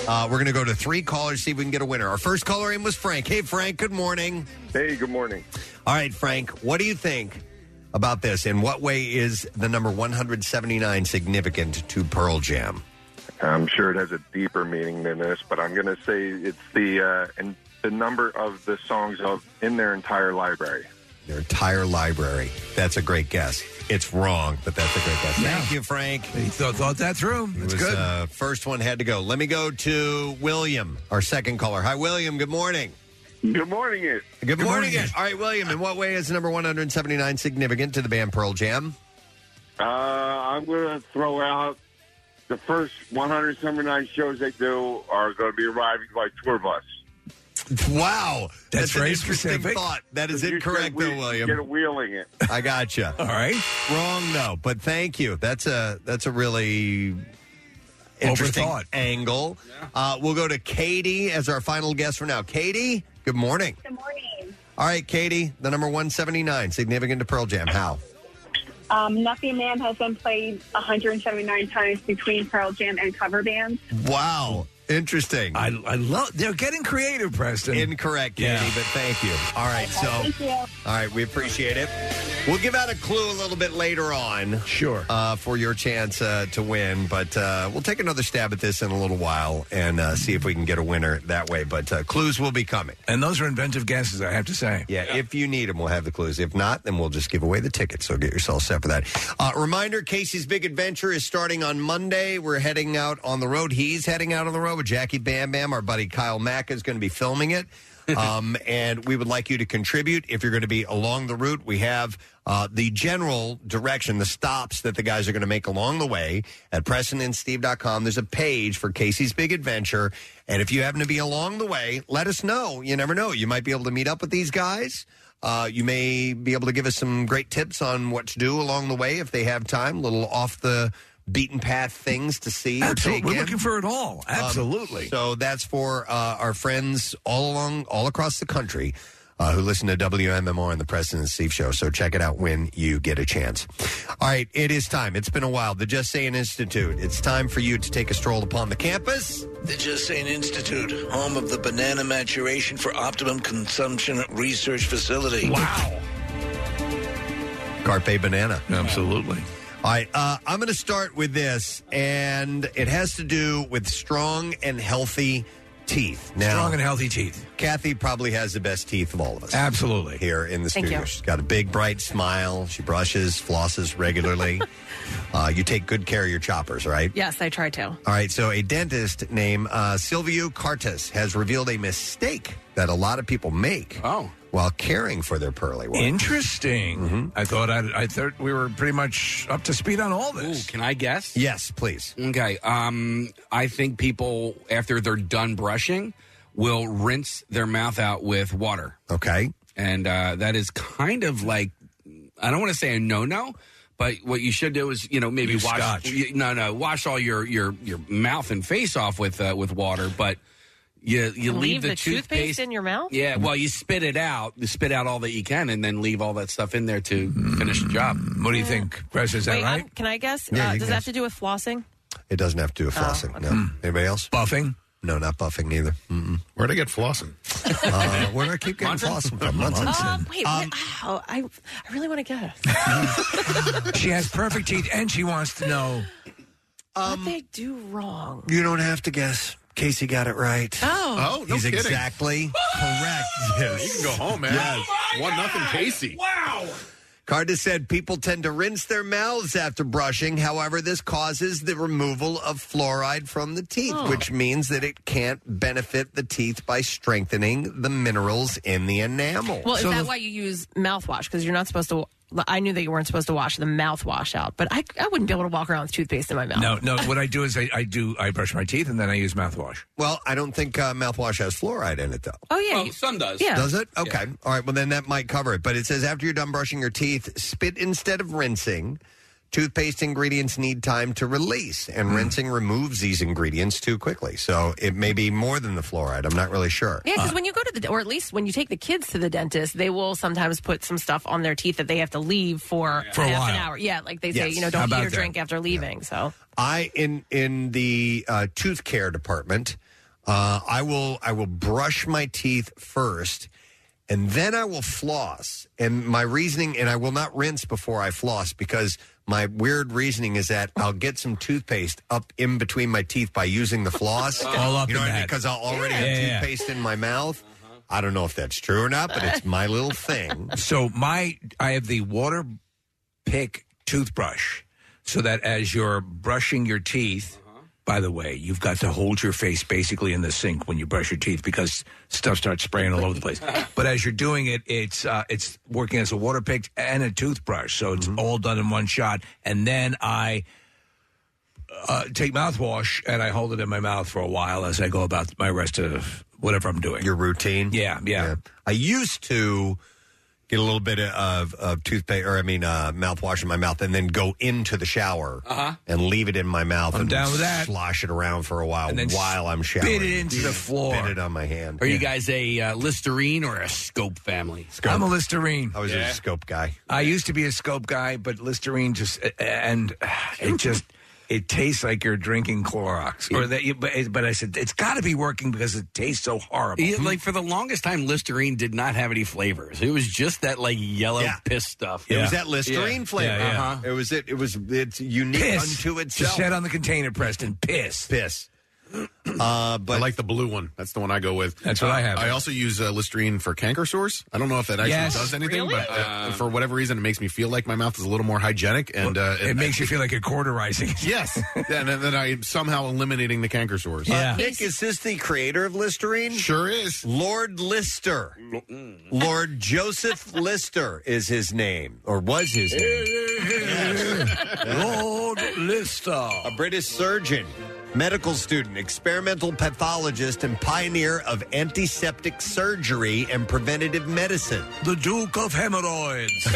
[SPEAKER 1] Uh, we're going to go to three callers, see if we can get a winner. Our first caller in was Frank. Hey, Frank, good morning.
[SPEAKER 13] Hey, good morning.
[SPEAKER 1] All right, Frank, what do you think about this? In what way is the number 179 significant to Pearl Jam?
[SPEAKER 13] I'm sure it has a deeper meaning than this, but I'm going to say it's the uh, and the number of the songs of in their entire library.
[SPEAKER 1] Their entire library. That's a great guess. It's wrong, but that's a great guess. Thank you, Frank.
[SPEAKER 3] He thought, thought that through. That's
[SPEAKER 1] was,
[SPEAKER 3] good.
[SPEAKER 1] Uh, first one had to go. Let me go to William, our second caller. Hi, William. Good morning.
[SPEAKER 13] Good morning, it.
[SPEAKER 1] Good, morning. it. All right, William. In what way is the number 179 significant to the band Pearl Jam?
[SPEAKER 13] Uh, I'm going to throw out the first 179 shows they do are going to be arriving by tour bus.
[SPEAKER 1] Wow,
[SPEAKER 3] That's
[SPEAKER 1] an
[SPEAKER 3] very
[SPEAKER 1] interesting
[SPEAKER 3] specific.
[SPEAKER 1] thought. That is
[SPEAKER 13] You
[SPEAKER 1] incorrect,
[SPEAKER 13] said we
[SPEAKER 1] though, William.
[SPEAKER 13] Get a wheeling it.
[SPEAKER 1] I gotcha. All
[SPEAKER 3] right.
[SPEAKER 1] Wrong though, but thank you. That's a that's a really interesting
[SPEAKER 3] Overthought.
[SPEAKER 1] angle. Uh, we'll go to Katie as our final guest for now. Katie, good morning.
[SPEAKER 8] Good morning.
[SPEAKER 1] All right, Katie, the number 179, significant to Pearl Jam. How?
[SPEAKER 8] Um, Nothing Man has been played 179 times between Pearl Jam and cover bands.
[SPEAKER 1] Wow. Interesting.
[SPEAKER 3] I, I love. They're getting creative, Preston.
[SPEAKER 1] Incorrect, Katie, but thank you. All right, so.
[SPEAKER 8] Thank you.
[SPEAKER 1] All right, we appreciate it. We'll give out a clue a little bit later on.
[SPEAKER 3] Sure.
[SPEAKER 1] Uh, for your chance uh, to win, but uh, we'll take another stab at this in a little while and uh, see if we can get a winner that way. But uh, clues will be coming.
[SPEAKER 3] And those are inventive guesses, I have to say.
[SPEAKER 1] Yeah, if you need them, we'll have the clues. If not, then we'll just give away the tickets. So get yourself set for that. Uh, reminder Casey's Big Adventure is starting on Monday. We're heading out on the road. He's heading out on the road with Jackie Bam Bam. Our buddy Kyle Mack is going to be filming it. um, and we would like you to contribute if you're going to be along the route. We have uh, the general direction, the stops that the guys are going to make along the way at PrestonandSteve.com. There's a page for Casey's Big Adventure. And if you happen to be along the way, let us know. You never know. You might be able to meet up with these guys. Uh, you may be able to give us some great tips on what to do along the way if they have time, little off the beaten path things to see. or
[SPEAKER 3] Absolutely.
[SPEAKER 1] take
[SPEAKER 3] We're
[SPEAKER 1] in.
[SPEAKER 3] looking for it all.
[SPEAKER 1] Um,
[SPEAKER 3] Absolutely.
[SPEAKER 1] so that's for uh, our friends all along, all across the country uh, who listen to WMMR and the President and Steve Show. So check it out when you get a chance. All right, it is time. It's been a while. The Just Saying Institute. It's time for you to take a stroll upon the campus.
[SPEAKER 3] The Just Saying Institute, home of the Banana Maturation for Optimum Consumption Research Facility. Wow.
[SPEAKER 1] Carpe Banana.
[SPEAKER 3] Absolutely.
[SPEAKER 1] All right, uh, I'm going to start with this, and it has to do with strong and healthy teeth. Now,
[SPEAKER 3] Strong and healthy teeth.
[SPEAKER 1] Kathy probably has the best teeth of all of us.
[SPEAKER 3] Absolutely.
[SPEAKER 1] Here in the
[SPEAKER 3] Thank
[SPEAKER 1] studio.
[SPEAKER 3] you.
[SPEAKER 1] She's got a big, bright smile. She brushes, flosses regularly. uh, you take good care of your choppers, right?
[SPEAKER 2] Yes, I try to.
[SPEAKER 1] All right, so a dentist named uh, Silvio Cartes has revealed a mistake that a lot of people make
[SPEAKER 4] oh.
[SPEAKER 1] while caring for their pearly ones.
[SPEAKER 3] Interesting.
[SPEAKER 1] Mm-hmm.
[SPEAKER 3] I thought I'd, I thought we were pretty much up to speed on all this.
[SPEAKER 4] Can I guess?
[SPEAKER 1] Yes, please.
[SPEAKER 4] Okay. Um, I think people after they're done brushing will rinse their mouth out with water,
[SPEAKER 1] Okay.
[SPEAKER 4] and uh, that is kind of like I don't want to say a no no. But what you should do is, you know, maybe
[SPEAKER 3] Use
[SPEAKER 4] wash
[SPEAKER 3] scotch.
[SPEAKER 4] you- no, no, wash all your your your mouth and face off with uh, with water, but you you leave,
[SPEAKER 2] the, toothpaste in your mouth.
[SPEAKER 4] Yeah, well, you spit it out, you spit out all that you can, and then leave all that stuff in there to finish the job.
[SPEAKER 3] What do you think, Chris? Is
[SPEAKER 2] Wait, I'm- can I guess?
[SPEAKER 1] Yeah,
[SPEAKER 2] uh,
[SPEAKER 1] you
[SPEAKER 2] does
[SPEAKER 1] can
[SPEAKER 2] that have to do with flossing?
[SPEAKER 1] It doesn't have to do with
[SPEAKER 2] Oh,
[SPEAKER 1] flossing.
[SPEAKER 2] okay.
[SPEAKER 1] No. Anybody else?
[SPEAKER 3] Buffing?
[SPEAKER 1] No, not buffing either. Mm-mm.
[SPEAKER 7] Where'd I get flossing?
[SPEAKER 1] Uh, where do I keep getting flossing from? Munson.
[SPEAKER 2] Uh, wait, what? Ow, I, I really want to guess.
[SPEAKER 3] she has perfect teeth, and she wants to know.
[SPEAKER 2] what they do wrong.
[SPEAKER 1] You don't have to guess. Casey got it right.
[SPEAKER 2] Oh. Oh, no
[SPEAKER 1] He's
[SPEAKER 2] kidding.
[SPEAKER 1] exactly correct. Yes.
[SPEAKER 7] You can go home, man.
[SPEAKER 1] Yes.
[SPEAKER 7] One nothing, Casey.
[SPEAKER 4] Wow.
[SPEAKER 1] Carter said people tend to rinse their mouths after brushing. However, this causes the removal of fluoride from the teeth,
[SPEAKER 14] Oh.
[SPEAKER 1] which means that it can't benefit the teeth by strengthening the minerals in the enamel.
[SPEAKER 2] Well, is that why you use mouthwash? Because you're not supposed to. I knew that you weren't supposed to wash the mouthwash out, but I, I wouldn't be able to walk around with toothpaste in my mouth.
[SPEAKER 3] No, no. What I do is I, I do I brush my teeth and then I use mouthwash.
[SPEAKER 1] Well, I don't think uh, mouthwash has fluoride in it, though.
[SPEAKER 2] Oh yeah,
[SPEAKER 4] well, some does.
[SPEAKER 1] Does it? Okay. All right. Well, then that might cover it. But it says after you're done brushing your teeth, spit instead of rinsing. Toothpaste ingredients need time to release, and rinsing removes these ingredients too quickly. So it may be more than the fluoride. I'm not really sure.
[SPEAKER 2] Yeah, because when you go to the, or at least when you take the kids to the dentist, they will sometimes put some stuff on their teeth that they have to leave for,
[SPEAKER 1] For a
[SPEAKER 2] half
[SPEAKER 1] while.
[SPEAKER 2] an hour. Yeah, like they say,
[SPEAKER 1] Yes.
[SPEAKER 2] you know,
[SPEAKER 1] How
[SPEAKER 2] don't eat
[SPEAKER 1] about
[SPEAKER 2] or
[SPEAKER 1] that?
[SPEAKER 2] drink after leaving. So
[SPEAKER 1] I in in the uh, tooth care department, uh, I will I will brush my teeth first, and then I will floss. And my reasoning, and I will not rinse before I floss because my weird reasoning is that I'll get some toothpaste up in between my teeth by using the floss.
[SPEAKER 3] All up
[SPEAKER 1] you know
[SPEAKER 3] in
[SPEAKER 1] what I mean?
[SPEAKER 3] that.
[SPEAKER 1] Because I'll already
[SPEAKER 3] Yeah. Yeah, yeah.
[SPEAKER 1] have toothpaste in my mouth. I don't know if that's true or not, but it's my little thing.
[SPEAKER 3] So my I have the water pick toothbrush, so that as you're brushing your teeth. By the way, you've got to hold your face basically in the sink when you brush your teeth because stuff starts spraying all over the place. But as you're doing it, it's uh, it's working as a water pick and a toothbrush, so it's
[SPEAKER 1] Mm-hmm.
[SPEAKER 3] all done in one shot. And then I uh, take mouthwash and I hold it in my mouth for a while as I go about my rest of whatever I'm doing.
[SPEAKER 1] Your routine?
[SPEAKER 3] Yeah, yeah.
[SPEAKER 1] I used to get a little bit of, of toothpaste, or I mean, uh, mouthwash in my mouth, and then go into the shower
[SPEAKER 3] Uh-huh.
[SPEAKER 1] and leave it in my mouth.
[SPEAKER 3] I'm
[SPEAKER 1] and
[SPEAKER 3] down with that.
[SPEAKER 1] Slosh it around for a while
[SPEAKER 4] And then
[SPEAKER 1] while I'm
[SPEAKER 4] spit
[SPEAKER 1] showering.
[SPEAKER 4] it into the floor.
[SPEAKER 1] Spit it on my hand.
[SPEAKER 4] Are you guys a uh, Listerine or a Scope family?
[SPEAKER 3] I'm a Listerine.
[SPEAKER 1] I was a scope guy.
[SPEAKER 3] I used to be a scope guy, but Listerine just and it just it tastes like you're drinking Clorox. Or that, you, but, but I said it's got to be working because it tastes so horrible.
[SPEAKER 4] Yeah, like for the longest time, Listerine did not have any flavors. It was just that like yellow piss stuff.
[SPEAKER 1] It was that Listerine flavor. Uh-huh. It was it. It was it's unique
[SPEAKER 3] Piss.
[SPEAKER 1] unto itself.
[SPEAKER 3] Just said on the container, Preston. Piss.
[SPEAKER 1] Piss. Uh, but
[SPEAKER 7] I like the blue one. That's the one I go with.
[SPEAKER 3] That's what
[SPEAKER 7] Uh,
[SPEAKER 3] I have.
[SPEAKER 7] I also use uh, Listerine for canker sores. I don't know if that actually
[SPEAKER 3] Yes.
[SPEAKER 7] does anything,
[SPEAKER 3] Really?
[SPEAKER 7] but uh, for whatever reason, it makes me feel like my mouth is a little more hygienic, and uh,
[SPEAKER 3] It makes you feel like you're cordurizing.
[SPEAKER 7] yes, and then, then I'm somehow eliminating the canker sores.
[SPEAKER 1] Uh, Nick, is this the creator of Listerine?
[SPEAKER 7] Sure is.
[SPEAKER 1] Lord Lister. Lord Joseph Lister is his name, or was his name.
[SPEAKER 3] Lord Lister. A
[SPEAKER 1] British surgeon, medical student, experimental pathologist, and pioneer of antiseptic surgery and preventative medicine.
[SPEAKER 3] The Duke of Hemorrhoids.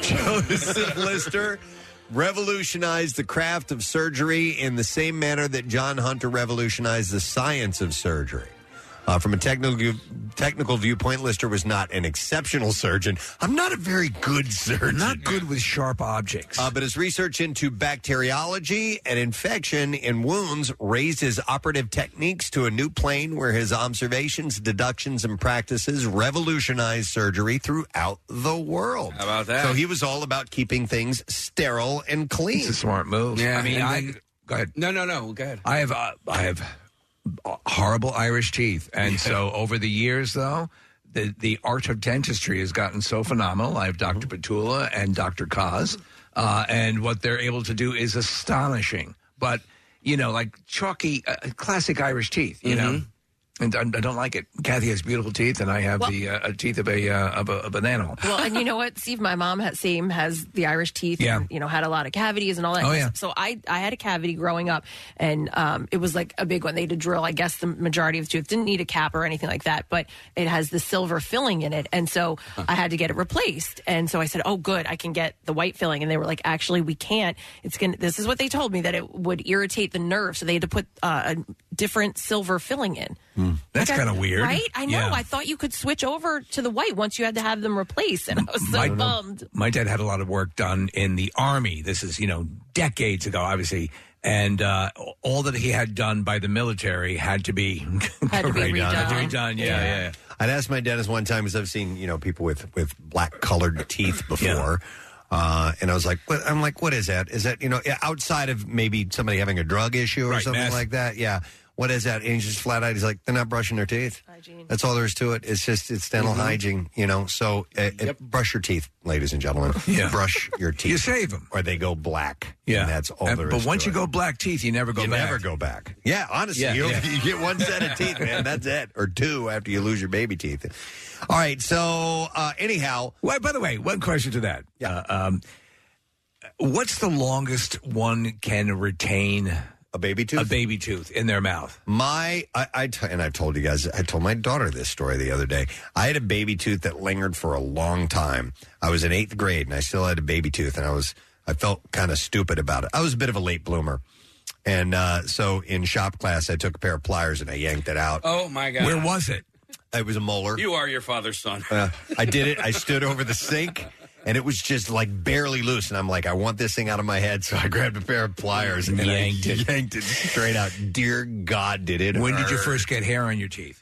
[SPEAKER 1] Joseph Lister revolutionized the craft of surgery in the same manner that John Hunter revolutionized the science of surgery. Uh, from a technical technical viewpoint, Lister was not an exceptional surgeon. I'm not a very good surgeon.
[SPEAKER 3] Not good with sharp objects.
[SPEAKER 1] Uh, but his research into bacteriology and infection in wounds raised his operative techniques to a new plane where his observations, deductions, and practices revolutionized surgery throughout the world. How
[SPEAKER 4] about that?
[SPEAKER 1] So he was all about keeping things sterile and clean. It's a
[SPEAKER 3] smart move.
[SPEAKER 4] Yeah,
[SPEAKER 3] I mean,
[SPEAKER 4] and
[SPEAKER 3] I
[SPEAKER 4] then-
[SPEAKER 3] go ahead.
[SPEAKER 4] No, no, no. Go ahead.
[SPEAKER 3] I have uh, I have uh, horrible Irish teeth, and so over the years, though, the the art of dentistry has gotten so phenomenal. I have doctor Petula and Doctor Kaz, uh, and what they're able to do is astonishing. But you know, like chalky, uh, classic Irish teeth, you know. And I, I don't like it. Kathy has beautiful teeth, and I have the uh, teeth of a, uh, of a of an animal.
[SPEAKER 2] well, and you know what, Steve? My mom has same has the Irish teeth.
[SPEAKER 3] Yeah.
[SPEAKER 2] and, you know, had a lot of cavities and all that.
[SPEAKER 3] Oh, yeah.
[SPEAKER 2] So I I had a cavity growing up, and um, it was like a big one. They had to drill, I guess, the majority of the tooth. Didn't need a cap or anything like that, but it has the silver filling in it, and so I had to get it replaced. And so I said, "Oh, good, I can get the white filling." And they were like, "Actually, we can't. It's gonna." This is what they told me that it would irritate the nerve, so they had to put uh, a different silver filling in.
[SPEAKER 3] Hmm. That's
[SPEAKER 2] Like I-
[SPEAKER 3] kind of weird,
[SPEAKER 2] right? I know.
[SPEAKER 3] Yeah.
[SPEAKER 2] I thought you could switch over to the white once you had to have them replaced, and I was so
[SPEAKER 3] My-
[SPEAKER 2] bummed.
[SPEAKER 3] My dad had a lot of work done in the army. This is, you know, decades ago, obviously. and uh, all that he had done by the military had to be
[SPEAKER 1] Had to be
[SPEAKER 3] Had to be
[SPEAKER 1] redone.
[SPEAKER 3] done. Yeah, yeah. yeah.
[SPEAKER 1] I'd asked my dentist one time because I've seen you know people with with black colored teeth before. Uh, and I was like, what? I'm like, what is that? Is that you know yeah, outside of maybe somebody having a drug issue or
[SPEAKER 14] Right,
[SPEAKER 1] something
[SPEAKER 14] meth.
[SPEAKER 1] like that? Yeah, what is that? And he's just flat out. He's like, they're not brushing their teeth. That's all there is to it. It's just it's dental
[SPEAKER 3] Mhm.
[SPEAKER 1] hygiene, you know. So uh, uh, brush your teeth, ladies and gentlemen.
[SPEAKER 3] Yeah.
[SPEAKER 1] brush your teeth. You save them, or they go black.
[SPEAKER 3] Yeah.
[SPEAKER 1] and that's all
[SPEAKER 3] And-
[SPEAKER 1] there is.
[SPEAKER 3] but once
[SPEAKER 1] to
[SPEAKER 3] you
[SPEAKER 1] it.
[SPEAKER 3] go black teeth, you never go
[SPEAKER 1] You
[SPEAKER 3] back.
[SPEAKER 1] never go back. Yeah, honestly,
[SPEAKER 3] Yeah,
[SPEAKER 1] you,
[SPEAKER 3] yeah.
[SPEAKER 1] you get one set of teeth, man. That's it, or two after you lose your baby teeth. All right. So uh, anyhow,
[SPEAKER 3] Wait, by the way, one question to that. Yeah. um, what's the longest one can retain
[SPEAKER 1] a baby tooth?
[SPEAKER 3] A baby tooth in their mouth.
[SPEAKER 1] My, I, I t- and I've told you guys, I told my daughter this story the other day. I had a baby tooth that lingered for a long time. I was in eighth grade and I still had a baby tooth, and I was, I felt kind of stupid about it. I was a bit of a late bloomer, and uh, so in shop class, I took a pair of pliers and I yanked it out.
[SPEAKER 4] Oh my god!
[SPEAKER 3] it?
[SPEAKER 1] It was a molar.
[SPEAKER 4] You are your father's son.
[SPEAKER 1] Uh, I did it. I stood over the sink, and it was just like barely loose. And I'm like, I want this thing out of my head, so I grabbed a pair of pliers and
[SPEAKER 3] Yanked
[SPEAKER 1] I
[SPEAKER 3] it.
[SPEAKER 1] yanked it straight out. Dear God, did it!
[SPEAKER 3] When did you
[SPEAKER 1] hurt.
[SPEAKER 3] first get hair on your teeth?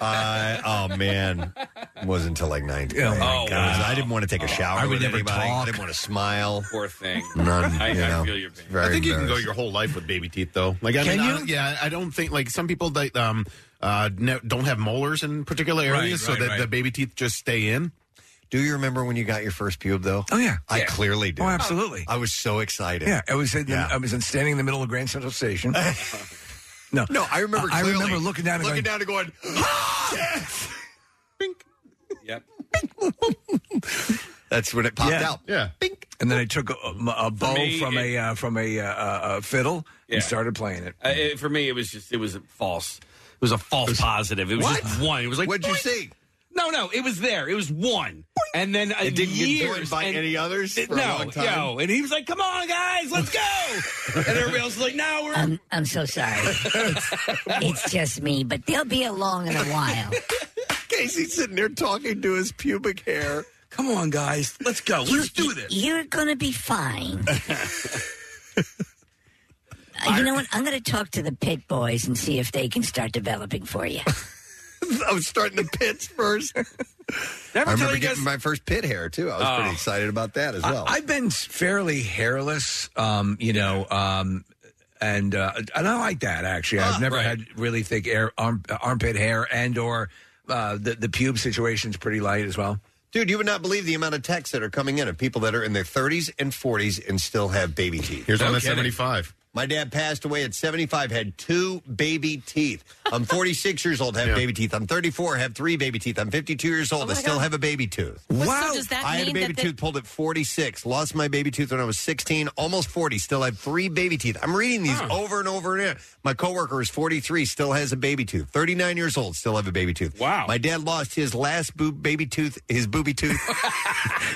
[SPEAKER 1] Uh, oh man, it wasn't until like ninth grade.
[SPEAKER 3] Oh,
[SPEAKER 1] God.
[SPEAKER 3] wow.
[SPEAKER 1] I didn't want to take a shower.
[SPEAKER 3] I would
[SPEAKER 1] with
[SPEAKER 3] never
[SPEAKER 1] anybody. I
[SPEAKER 3] talk.
[SPEAKER 1] didn't want to smile.
[SPEAKER 4] Poor thing.
[SPEAKER 1] None.
[SPEAKER 7] I-
[SPEAKER 1] you
[SPEAKER 7] I
[SPEAKER 1] know,
[SPEAKER 7] feel your pain.
[SPEAKER 1] Very
[SPEAKER 7] I think you can go
[SPEAKER 1] embarrassed.
[SPEAKER 7] your whole life with baby teeth, though. Like, I
[SPEAKER 1] Can
[SPEAKER 7] mean, I
[SPEAKER 1] you?
[SPEAKER 7] don't- yeah, I don't think like some people that um uh ne- don't have molars in particular
[SPEAKER 1] Right,
[SPEAKER 7] areas,
[SPEAKER 1] right,
[SPEAKER 7] so that
[SPEAKER 1] right.
[SPEAKER 7] the baby teeth just stay in.
[SPEAKER 1] Do you remember when you got your first pube, though?
[SPEAKER 3] Oh yeah,
[SPEAKER 1] I
[SPEAKER 3] Yeah.
[SPEAKER 1] clearly do.
[SPEAKER 3] Oh, absolutely.
[SPEAKER 1] I was so excited.
[SPEAKER 3] Yeah, I was in the, I was in standing in the middle of Grand Central Station. no,
[SPEAKER 1] no, I remember.
[SPEAKER 3] I
[SPEAKER 1] clearly
[SPEAKER 3] remember looking down and
[SPEAKER 1] looking
[SPEAKER 3] going,
[SPEAKER 1] down and going,
[SPEAKER 4] Yep.
[SPEAKER 1] That's when it popped
[SPEAKER 3] Yeah.
[SPEAKER 1] out.
[SPEAKER 7] Yeah.
[SPEAKER 3] And then I took a, a, a bow
[SPEAKER 4] me,
[SPEAKER 3] from a uh, from a, uh, uh, fiddle
[SPEAKER 4] Yeah.
[SPEAKER 3] and started playing it.
[SPEAKER 4] Uh, it- for me, it was just it was false. It was a false positive. It was just one. It was like
[SPEAKER 1] what'd you
[SPEAKER 4] boing.
[SPEAKER 1] see?
[SPEAKER 4] No, no, it was there. It was one, and then uh,
[SPEAKER 1] It didn't get
[SPEAKER 4] years,
[SPEAKER 1] joined by
[SPEAKER 4] and-
[SPEAKER 1] any others
[SPEAKER 4] It-
[SPEAKER 1] for a
[SPEAKER 4] no,
[SPEAKER 1] long time?
[SPEAKER 4] no, and he was like, "Come on, guys, let's go!" and everybody else was like, "No, we're."
[SPEAKER 1] Um,
[SPEAKER 15] I'm, I'm so sorry. It's, it's just me, but they'll be along in a while.
[SPEAKER 1] Casey's sitting there talking to his pubic hair.
[SPEAKER 4] Come on, guys, let's go. Let's do this.
[SPEAKER 15] You're going to be fine. Uh, you know what? I'm going to talk to the pit boys and see if they can start developing for you.
[SPEAKER 1] I was starting the pits first. I remember getting my first pit hair too. I was
[SPEAKER 3] Oh.
[SPEAKER 1] pretty excited about that as well.
[SPEAKER 3] I, have been fairly hairless, um, you know, um, and uh, and I like that actually.
[SPEAKER 1] Ah,
[SPEAKER 3] I've never had really thick air, arm, armpit hair, and or uh, the the pube situation's pretty light as well.
[SPEAKER 1] Dude, you would not believe the amount of texts that are coming in of people that are in their 30s and 40s and still have baby teeth.
[SPEAKER 7] Here's one at 75.
[SPEAKER 1] My dad passed away at 75, had two baby teeth. I'm 46 years old, have baby teeth. I'm 34, have three baby teeth. I'm 52 years
[SPEAKER 14] Oh
[SPEAKER 1] old, I still have a baby tooth.
[SPEAKER 14] What- so Wow. does that
[SPEAKER 1] I had a
[SPEAKER 14] mean
[SPEAKER 1] baby
[SPEAKER 14] that the-
[SPEAKER 1] tooth pulled at 46, lost my baby tooth when I was 16, almost 40, still have three baby teeth. I'm reading these over and over and over. My coworker is 43, still has a baby tooth. 39 years old, still have a baby tooth. Wow. My dad lost his last boob baby tooth, his booby tooth.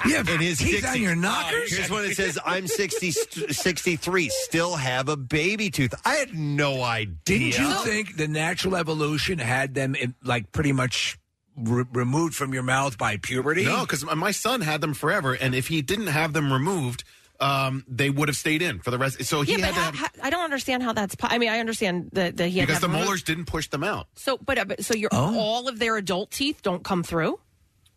[SPEAKER 3] yeah,
[SPEAKER 1] in his
[SPEAKER 3] teeth on
[SPEAKER 1] 60s.
[SPEAKER 3] your knockers?
[SPEAKER 1] Here's one that says, I'm 60, 63, still have a baby tooth. I had no idea.
[SPEAKER 3] Didn't you think the natural evolution had them in, like pretty much re- removed from your mouth by puberty?
[SPEAKER 7] No, because my son had them forever, and if he didn't have them removed, um, they would have stayed in for the rest. So he had
[SPEAKER 2] yeah, but
[SPEAKER 7] to
[SPEAKER 2] how,
[SPEAKER 7] have
[SPEAKER 2] how, I don't understand how that's. po- I mean, I understand that, that he had
[SPEAKER 7] because
[SPEAKER 2] to
[SPEAKER 7] the
[SPEAKER 2] have removed-
[SPEAKER 7] molars didn't push them out.
[SPEAKER 2] So, but, uh, but so your all of their adult teeth don't come through.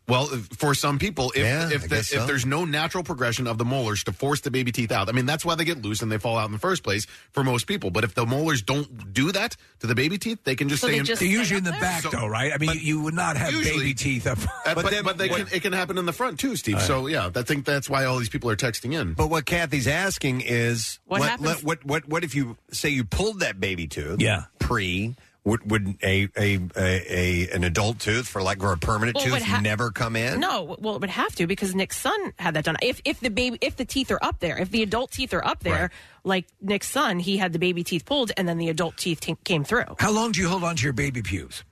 [SPEAKER 7] Well, if- for some people, if
[SPEAKER 1] Yeah, I
[SPEAKER 7] if, the,
[SPEAKER 1] guess so.
[SPEAKER 7] if there's no natural progression of the molars to force the baby teeth out, I mean that's why they get loose and they fall out in the first place for most people. But if the molars don't do that to the baby teeth, they can just stay. in,
[SPEAKER 3] They're usually in the back though, right? I mean, you you would not have baby teeth up.
[SPEAKER 7] Uh, but but they can, it can happen in the front too, Steve.
[SPEAKER 3] All right.
[SPEAKER 7] So yeah, I think that's why all these people are texting in.
[SPEAKER 1] But what Kathy's asking is
[SPEAKER 7] What
[SPEAKER 1] what,
[SPEAKER 7] happens-
[SPEAKER 1] let- what, what, what if you say you pulled that baby tooth?
[SPEAKER 3] Yeah.
[SPEAKER 1] Pre. Would, would a, a, a, a an adult tooth for like or a permanent
[SPEAKER 2] Well, it
[SPEAKER 1] tooth
[SPEAKER 2] would ha-
[SPEAKER 1] never come in?
[SPEAKER 2] No, well, it would have to because Nick's son had that done. If if the baby, if the teeth are up there, if the adult teeth are up there, like Nick's son, he had the baby teeth pulled and then the adult teeth t- came through.
[SPEAKER 3] How long do you hold on to your baby pubes?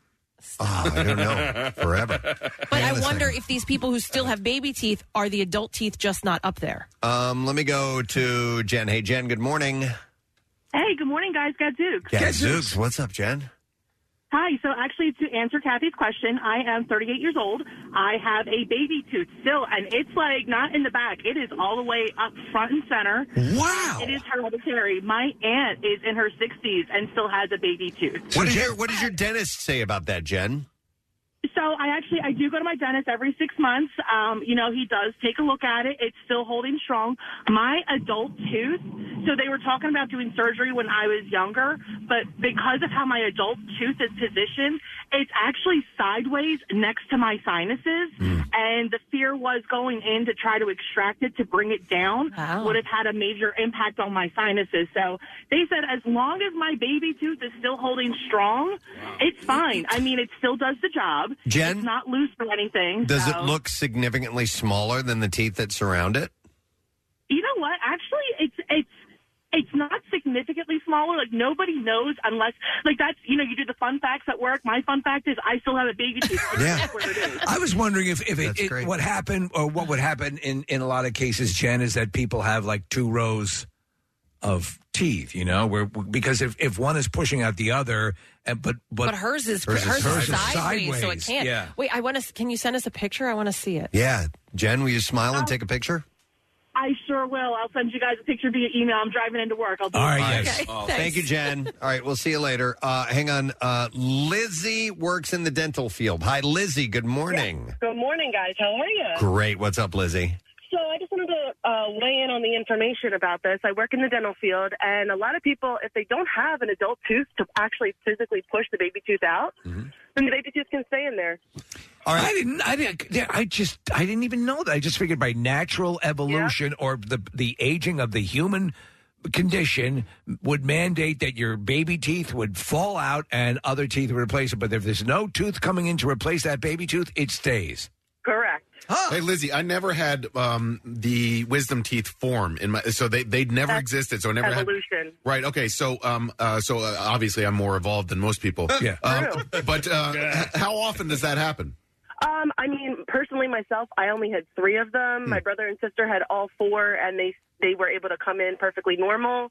[SPEAKER 1] Oh, I don't know. Forever.
[SPEAKER 2] But I wonder if these people who still have baby teeth are the adult teeth just not up there.
[SPEAKER 1] Um, let me go to Jen. Hey, Jen. Good morning.
[SPEAKER 16] Hey, good morning, guys. Gadzooks.
[SPEAKER 1] Gadzooks. What's up, Jen?
[SPEAKER 14] Hi. So actually, to answer Kathy's question, I am 38 years old. I have a baby tooth still, and it's like not in the back. It is all the way up front and center.
[SPEAKER 1] Wow.
[SPEAKER 14] It is hereditary. My aunt is in her 60s and still has a baby tooth.
[SPEAKER 1] What, is your, what does your dentist say about that, Jen?
[SPEAKER 14] So I actually I do go to my dentist every six months. Um, you know, he does take a look at it. It's still holding strong. My adult tooth. So they were talking about doing surgery when I was younger, but because of how my adult tooth is positioned, it's actually sideways next to my sinuses. And the fear was going in to try to extract it to bring it down
[SPEAKER 2] Wow.
[SPEAKER 14] would have had a major impact on my sinuses. So they said as long as my baby tooth is still holding strong, it's fine. I mean, it still does the job.
[SPEAKER 1] Jen?
[SPEAKER 14] It's not loose or anything.
[SPEAKER 1] Does
[SPEAKER 14] so-
[SPEAKER 1] it look significantly smaller than the teeth that surround it?
[SPEAKER 14] You know what? Actually, it's it's it's not significantly smaller. Like nobody knows unless like that's you know you do the fun facts at work. My fun fact is I still have a baby tooth.
[SPEAKER 3] Yeah.
[SPEAKER 14] Where it is.
[SPEAKER 3] I was wondering if, if it, it, what happened or what would happen in, in a lot of cases, Jen, is that people have like two rows of teeth, you know, where because if, if one is pushing out the other, and but but,
[SPEAKER 2] But, hers is hers, is, sideways, so it can't.
[SPEAKER 3] Yeah.
[SPEAKER 2] Wait, I want to. Can you send us a picture? I want to see it.
[SPEAKER 1] Yeah. Jen, will you smile and take a picture?
[SPEAKER 14] I sure will. I'll send you guys a picture via email. I'm driving into work. I'll do it.
[SPEAKER 1] Oh, Thank you, Jen. All right, we'll see you later. Uh, hang on. Uh, Lizzie works in the dental field. Hi, Lizzie. Good morning.
[SPEAKER 16] Good morning, guys. How are you?
[SPEAKER 1] Great. What's up, Lizzie?
[SPEAKER 16] So I just wanted to uh, weigh in on the information about this. I work in the dental field, and a lot of people, if they don't have an adult tooth to actually physically push the baby tooth out,
[SPEAKER 7] Mm-hmm.
[SPEAKER 16] then the baby tooth can stay in there.
[SPEAKER 3] I didn't. I didn't. yeah, I just. I didn't even know that. I just figured by natural evolution or the the aging of the human condition would mandate that your baby teeth would fall out and other teeth would replace it. But if there's no tooth coming in to replace that baby tooth, it stays.
[SPEAKER 16] Correct.
[SPEAKER 7] Hey Lizzie, I never had um, the wisdom teeth form in my, so they they never
[SPEAKER 16] That's
[SPEAKER 7] existed. So I never
[SPEAKER 16] evolution.
[SPEAKER 7] had. Right. Okay. So um uh, so uh, obviously I'm more evolved than most people.
[SPEAKER 3] Yeah.
[SPEAKER 7] Um, but uh, h- how often does that happen?
[SPEAKER 16] Um, I mean, personally, myself, I only had three of them.
[SPEAKER 7] Hmm.
[SPEAKER 16] My brother and sister had all four, and they they were able to come in perfectly normal.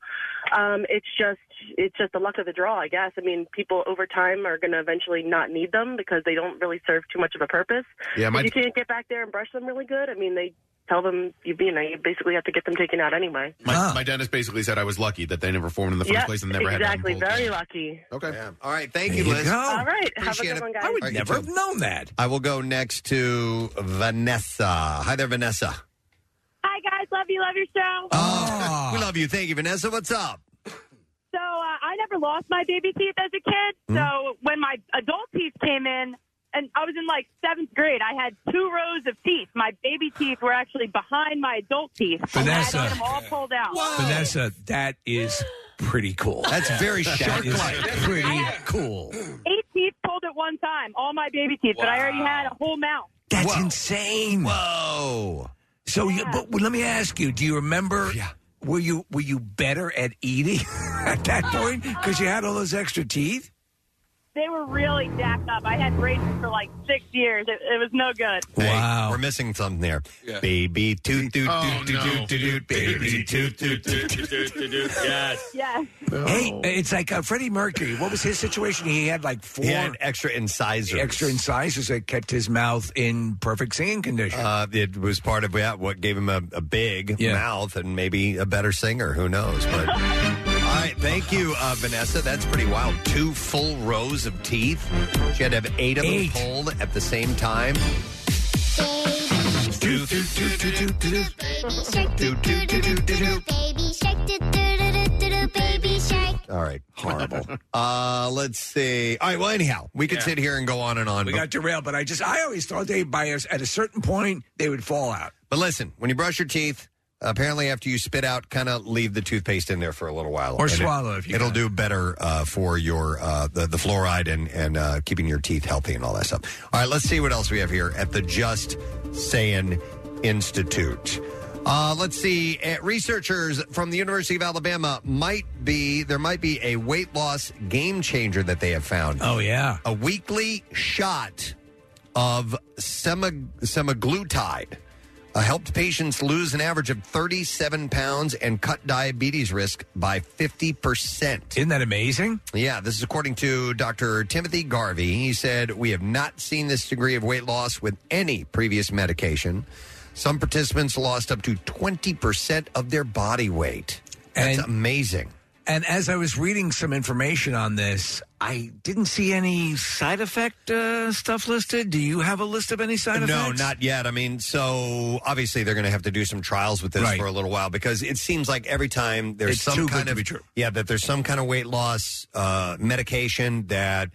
[SPEAKER 16] Um, it's just it's just the luck of the draw, I guess. I mean, people over time are going to eventually not need them because they don't really serve too much of a purpose.
[SPEAKER 7] Yeah,
[SPEAKER 16] If
[SPEAKER 7] my-
[SPEAKER 16] you can't get back there and brush them really good. I mean, they tell them you you know you basically have to get them taken out anyway.
[SPEAKER 7] My, my dentist basically said I was lucky that they never formed in the first
[SPEAKER 16] Yeah,
[SPEAKER 7] place and never
[SPEAKER 16] exactly.
[SPEAKER 7] had. them pulled.
[SPEAKER 16] Very lucky.
[SPEAKER 7] Okay.
[SPEAKER 1] All right. Thank you, Liz.
[SPEAKER 16] All right.
[SPEAKER 1] Appreciate
[SPEAKER 16] have a good
[SPEAKER 1] it.
[SPEAKER 16] one, guys.
[SPEAKER 1] All right, you
[SPEAKER 3] never
[SPEAKER 1] too.
[SPEAKER 3] have known that.
[SPEAKER 1] I will go next to Vanessa. Hi there, Vanessa.
[SPEAKER 17] Hi guys, love you, love your show.
[SPEAKER 1] Oh.
[SPEAKER 3] Ah.
[SPEAKER 1] We love you. Thank you, Vanessa. What's up?
[SPEAKER 17] So uh, I never lost my baby teeth as a kid. So when my adult teeth came in, and I was in like seventh grade, I had two rows of teeth. My baby teeth were actually behind my adult teeth.
[SPEAKER 3] Vanessa.
[SPEAKER 17] I had them all pulled out.
[SPEAKER 3] Vanessa, that is pretty cool.
[SPEAKER 1] That's very
[SPEAKER 3] That
[SPEAKER 1] shark-like.
[SPEAKER 3] is Pretty cool.
[SPEAKER 17] Eight teeth pulled at one time, all my baby teeth, but I already had a whole mouth.
[SPEAKER 3] That's insane.
[SPEAKER 1] Whoa.
[SPEAKER 3] So, you, but let me ask you: Do you remember? Were you were you better at eating at that point because you had all those extra teeth?
[SPEAKER 17] They were really jacked up. I had braces for like six years. It, it was no good.
[SPEAKER 1] Wow. we're missing something there. Baby toot toot
[SPEAKER 17] Oh,
[SPEAKER 1] toot toot toot toot baby toot toot toot.
[SPEAKER 18] yes.
[SPEAKER 17] Yes.
[SPEAKER 3] Hey, it's like uh, Freddie Mercury. What was his situation? He had like four
[SPEAKER 1] He had extra incisors.
[SPEAKER 3] extra incisors that kept his mouth in perfect singing condition.
[SPEAKER 1] Uh, it was part of yeah, what gave him a, a big
[SPEAKER 3] Yeah.
[SPEAKER 1] mouth and maybe a better singer. Who knows? But all right, thank you, uh, Vanessa. That's pretty wild. Two full rows of teeth. She had to have eight of
[SPEAKER 3] Eight.
[SPEAKER 1] them pulled at the same time. Toot, toot, toot, toot, toot, toot. Toot, toot, toot, toot, toot, toot.
[SPEAKER 5] Baby shark, do do do do do do, baby shark.
[SPEAKER 1] All right, horrible. uh, let's see. All right. Well, anyhow, we could
[SPEAKER 3] Yeah.
[SPEAKER 1] sit here and go on and on.
[SPEAKER 3] we
[SPEAKER 1] but-
[SPEAKER 3] got derailed, but I just I always thought they by us at a certain point they would fall out.
[SPEAKER 1] But listen, when you brush your teeth, uh, apparently after you spit out, kind of leave the toothpaste in there for a little while,
[SPEAKER 3] Or swallow if you
[SPEAKER 1] It'll do better uh, for your uh, the, the fluoride and and uh, keeping your teeth healthy and all that stuff. All right, let's see what else we have here at the Just Saying Institute. Uh, let's see. Uh, researchers from the University of Alabama might be there might be a weight loss game changer that they have found.
[SPEAKER 3] Oh, yeah.
[SPEAKER 1] a weekly shot of semag- semaglutide. uh, helped patients lose an average of 37 pounds and cut diabetes risk by 50%.
[SPEAKER 3] Isn't that amazing?
[SPEAKER 1] Yeah, this is according to Dr. Timothy Garvey. He said, We have not seen this degree of weight loss with any previous medication. Some participants lost up to 20% of their body weight. That's amazing.
[SPEAKER 3] And as I was reading some information on this, I didn't see any side effect uh, stuff listed. Do you have a list of any side
[SPEAKER 1] no,
[SPEAKER 3] effects?
[SPEAKER 1] not yet. I mean, so obviously they're going to have to do some trials with this
[SPEAKER 3] Right.
[SPEAKER 1] for a little while because it seems like every time there's
[SPEAKER 3] It's
[SPEAKER 1] some
[SPEAKER 3] too good
[SPEAKER 1] kind
[SPEAKER 3] to
[SPEAKER 1] of
[SPEAKER 3] be true.
[SPEAKER 1] yeah that there's some kind of weight loss uh, medication that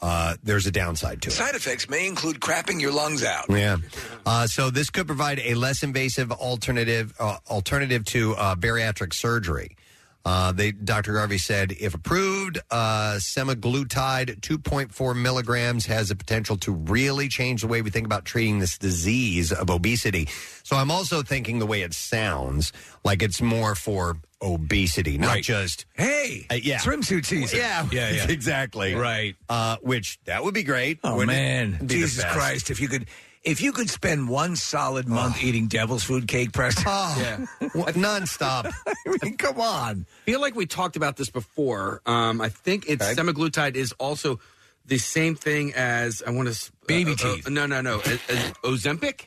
[SPEAKER 1] uh, there's a downside to it.
[SPEAKER 3] Side effects may include crapping your lungs out.
[SPEAKER 1] Yeah. Uh, so this could provide a less invasive alternative uh, alternative to uh, bariatric surgery. Uh, they, Dr. Garvey said, if approved, uh, semaglutide 2.4 milligrams has the potential to really change the way we think about treating this disease of obesity. So I'm also thinking the way it sounds, like it's more for obesity, not
[SPEAKER 3] Right.
[SPEAKER 1] just
[SPEAKER 3] Hey,
[SPEAKER 1] Uh, yeah.
[SPEAKER 3] swimsuit season.
[SPEAKER 1] Yeah,
[SPEAKER 3] yeah, yeah.
[SPEAKER 1] exactly.
[SPEAKER 3] Right.
[SPEAKER 1] Uh, which that would be great.
[SPEAKER 3] Oh
[SPEAKER 1] Wouldn't it
[SPEAKER 3] man,
[SPEAKER 1] be the
[SPEAKER 3] Jesus
[SPEAKER 1] best?
[SPEAKER 3] Christ! If you could, if you could spend one solid month
[SPEAKER 1] Oh.
[SPEAKER 3] eating devil's food cake, Preston.
[SPEAKER 4] Yeah.
[SPEAKER 1] nonstop.
[SPEAKER 3] I mean, come on.
[SPEAKER 4] I feel like we talked about this before. Um, I think it's semaglutide is also the same thing as I want to baby teeth. uh, no, no, no. As, as Ozempic.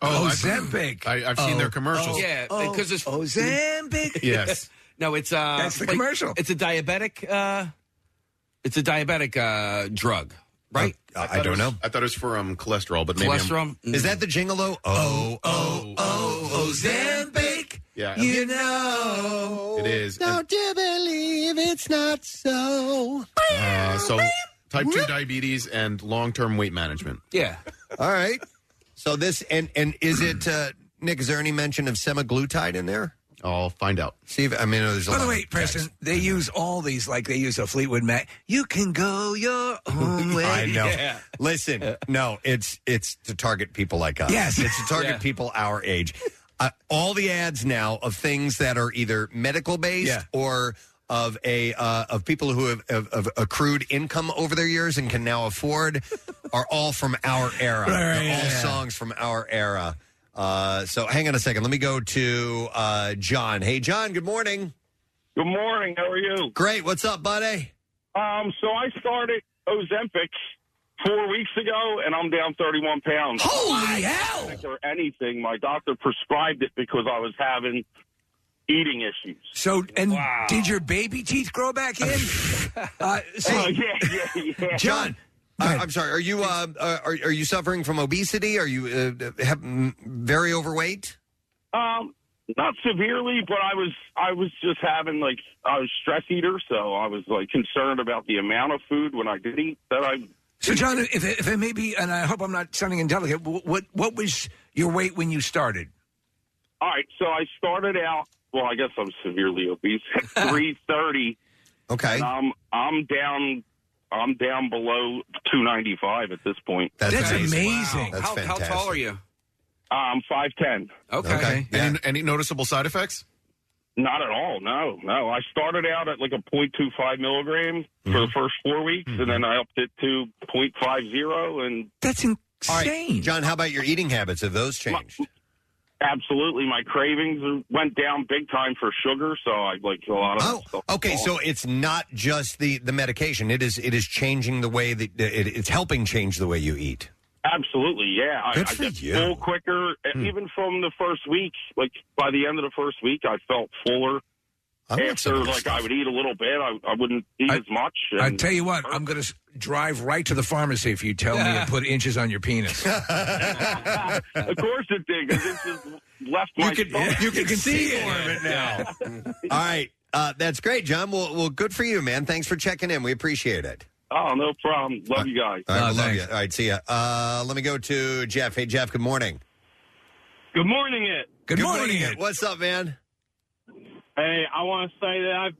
[SPEAKER 7] Oh, I've- Ozempic. I- I've seen their
[SPEAKER 1] Oh.
[SPEAKER 7] commercials.
[SPEAKER 4] yeah,
[SPEAKER 7] Oh,
[SPEAKER 4] because it's
[SPEAKER 3] Ozempic.
[SPEAKER 7] Yes.
[SPEAKER 4] no, it's uh,
[SPEAKER 7] That's the commercial.
[SPEAKER 4] It's a diabetic. Uh, it's a diabetic uh, drug, right?
[SPEAKER 7] I, don't know. I thought it was for um, cholesterol, but maybe I'm-
[SPEAKER 4] Cholesterol.
[SPEAKER 1] Is that the gigolo? Oh, oh,
[SPEAKER 3] oh, Ozempic.
[SPEAKER 7] Yeah,
[SPEAKER 3] You know.
[SPEAKER 7] it is.
[SPEAKER 1] you believe it's not so?
[SPEAKER 7] Uh, so type 2 diabetes and long-term weight management.
[SPEAKER 4] Yeah.
[SPEAKER 1] All right. So this and and is it uh, Nick? Is there any mention of semaglutide in there?
[SPEAKER 7] I'll find out.
[SPEAKER 1] See, if, I mean, there's a
[SPEAKER 3] By
[SPEAKER 1] lot
[SPEAKER 3] the
[SPEAKER 1] of
[SPEAKER 3] way, Preston, they use all these like they use a Fleetwood Mac. You can go your own way.
[SPEAKER 1] I know. Listen, no, it's it's to target people like us.
[SPEAKER 3] Yes.
[SPEAKER 1] it's to target
[SPEAKER 3] Yeah.
[SPEAKER 1] people our age. Uh, all the ads now of things that are either medical based
[SPEAKER 3] Yeah.
[SPEAKER 1] or of a uh, of people who have, have, have accrued income over their years and can now afford are all from our era.
[SPEAKER 3] Right, right,
[SPEAKER 1] They're all
[SPEAKER 3] yeah.
[SPEAKER 1] songs from our era. Uh, so hang on a second. Let me go to uh, John. Hey, John. Good morning.
[SPEAKER 18] Good morning. How are you?
[SPEAKER 1] Great. What's up, buddy?
[SPEAKER 18] Um, so I started Ozempic four weeks ago, and I'm down 31 pounds.
[SPEAKER 3] Holy hell!
[SPEAKER 18] Or anything. My doctor prescribed it because I was having eating issues.
[SPEAKER 3] So, and did your baby teeth grow back in? uh, so,
[SPEAKER 18] Oh, yeah, yeah, yeah.
[SPEAKER 1] John. I, I'm sorry. Are you uh, uh, are are you suffering from obesity? Are you uh, have, mm, very overweight?
[SPEAKER 18] Um, not severely, but I was I was just having like I was stress eater, so I was like concerned about the amount of food when I did eat that I.
[SPEAKER 3] so John, if it, if it may be, and I hope I'm not sounding indelicate, wh- what what was your weight when you started?
[SPEAKER 18] All right, so I started out. Well, I guess I'm severely obese. Three thirty.
[SPEAKER 1] Okay.
[SPEAKER 18] And I'm I'm down. I'm down below 295 at this point.
[SPEAKER 4] That's amazing. Wow. How- how tall are you?
[SPEAKER 18] Um, 5'10.
[SPEAKER 4] Okay.
[SPEAKER 7] Any, any noticeable side effects?
[SPEAKER 18] Not at all. No, no. I started out at like a 0.25 milligram for
[SPEAKER 4] Mm-hmm.
[SPEAKER 18] the first four weeks, and then I upped it to 0.50, and
[SPEAKER 3] That's insane.
[SPEAKER 1] John, how about your eating habits? Have those changed?
[SPEAKER 18] absolutely my cravings went down big time for sugar. So I like a lot of that stuff.
[SPEAKER 1] Oh, Okay, so it's not just the the medication. It is it is changing the way that it, it's helping change the way you eat.
[SPEAKER 18] Absolutely, yeah. I,
[SPEAKER 1] Good
[SPEAKER 18] I
[SPEAKER 1] for
[SPEAKER 18] get
[SPEAKER 1] you. Hmm.
[SPEAKER 18] full quicker, and even from the first week. Like by the end of the first week, I felt fuller.
[SPEAKER 1] Oh,
[SPEAKER 3] I want some
[SPEAKER 18] After,
[SPEAKER 3] of this
[SPEAKER 18] like I
[SPEAKER 3] stuff.
[SPEAKER 18] would eat a little bit. I, I wouldn't eat as much.
[SPEAKER 3] I
[SPEAKER 18] and-
[SPEAKER 3] tell you what, I'm going to drive right to the pharmacy if you tell me to put inches on your penis.
[SPEAKER 18] of course it did. 'cause this is left
[SPEAKER 3] You
[SPEAKER 18] my.
[SPEAKER 3] can-
[SPEAKER 18] stomach.
[SPEAKER 3] you can see more of it now.
[SPEAKER 1] All right, uh, that's great, John. Well, well, good for you, man. Thanks for checking in. We appreciate it.
[SPEAKER 18] Oh no problem. Love you guys.
[SPEAKER 1] All right, we love you. All right, see ya. Uh, let me go to Jeff. Hey, Jeff. Good morning.
[SPEAKER 19] Good morning, it.
[SPEAKER 1] Good, morning. Ed. What's up, man?
[SPEAKER 19] Hey, I want to say that I've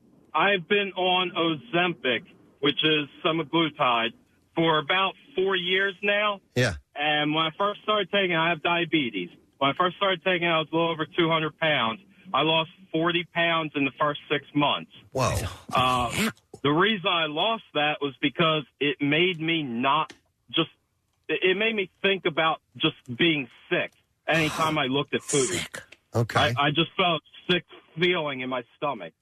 [SPEAKER 19] I've been on Ozempic, which is semaglutide, for about four years now.
[SPEAKER 1] Yeah.
[SPEAKER 19] And when I first started taking, it, I have diabetes. When I first started taking, it, I was a little over 200 pounds. I lost 40 pounds in the first six months.
[SPEAKER 1] Whoa.
[SPEAKER 19] Uh, the reason I lost that was because it made me not just. It it made me think about just being sick. anytime I looked at food.
[SPEAKER 1] Okay.
[SPEAKER 19] I, I just felt sick feeling in my stomach.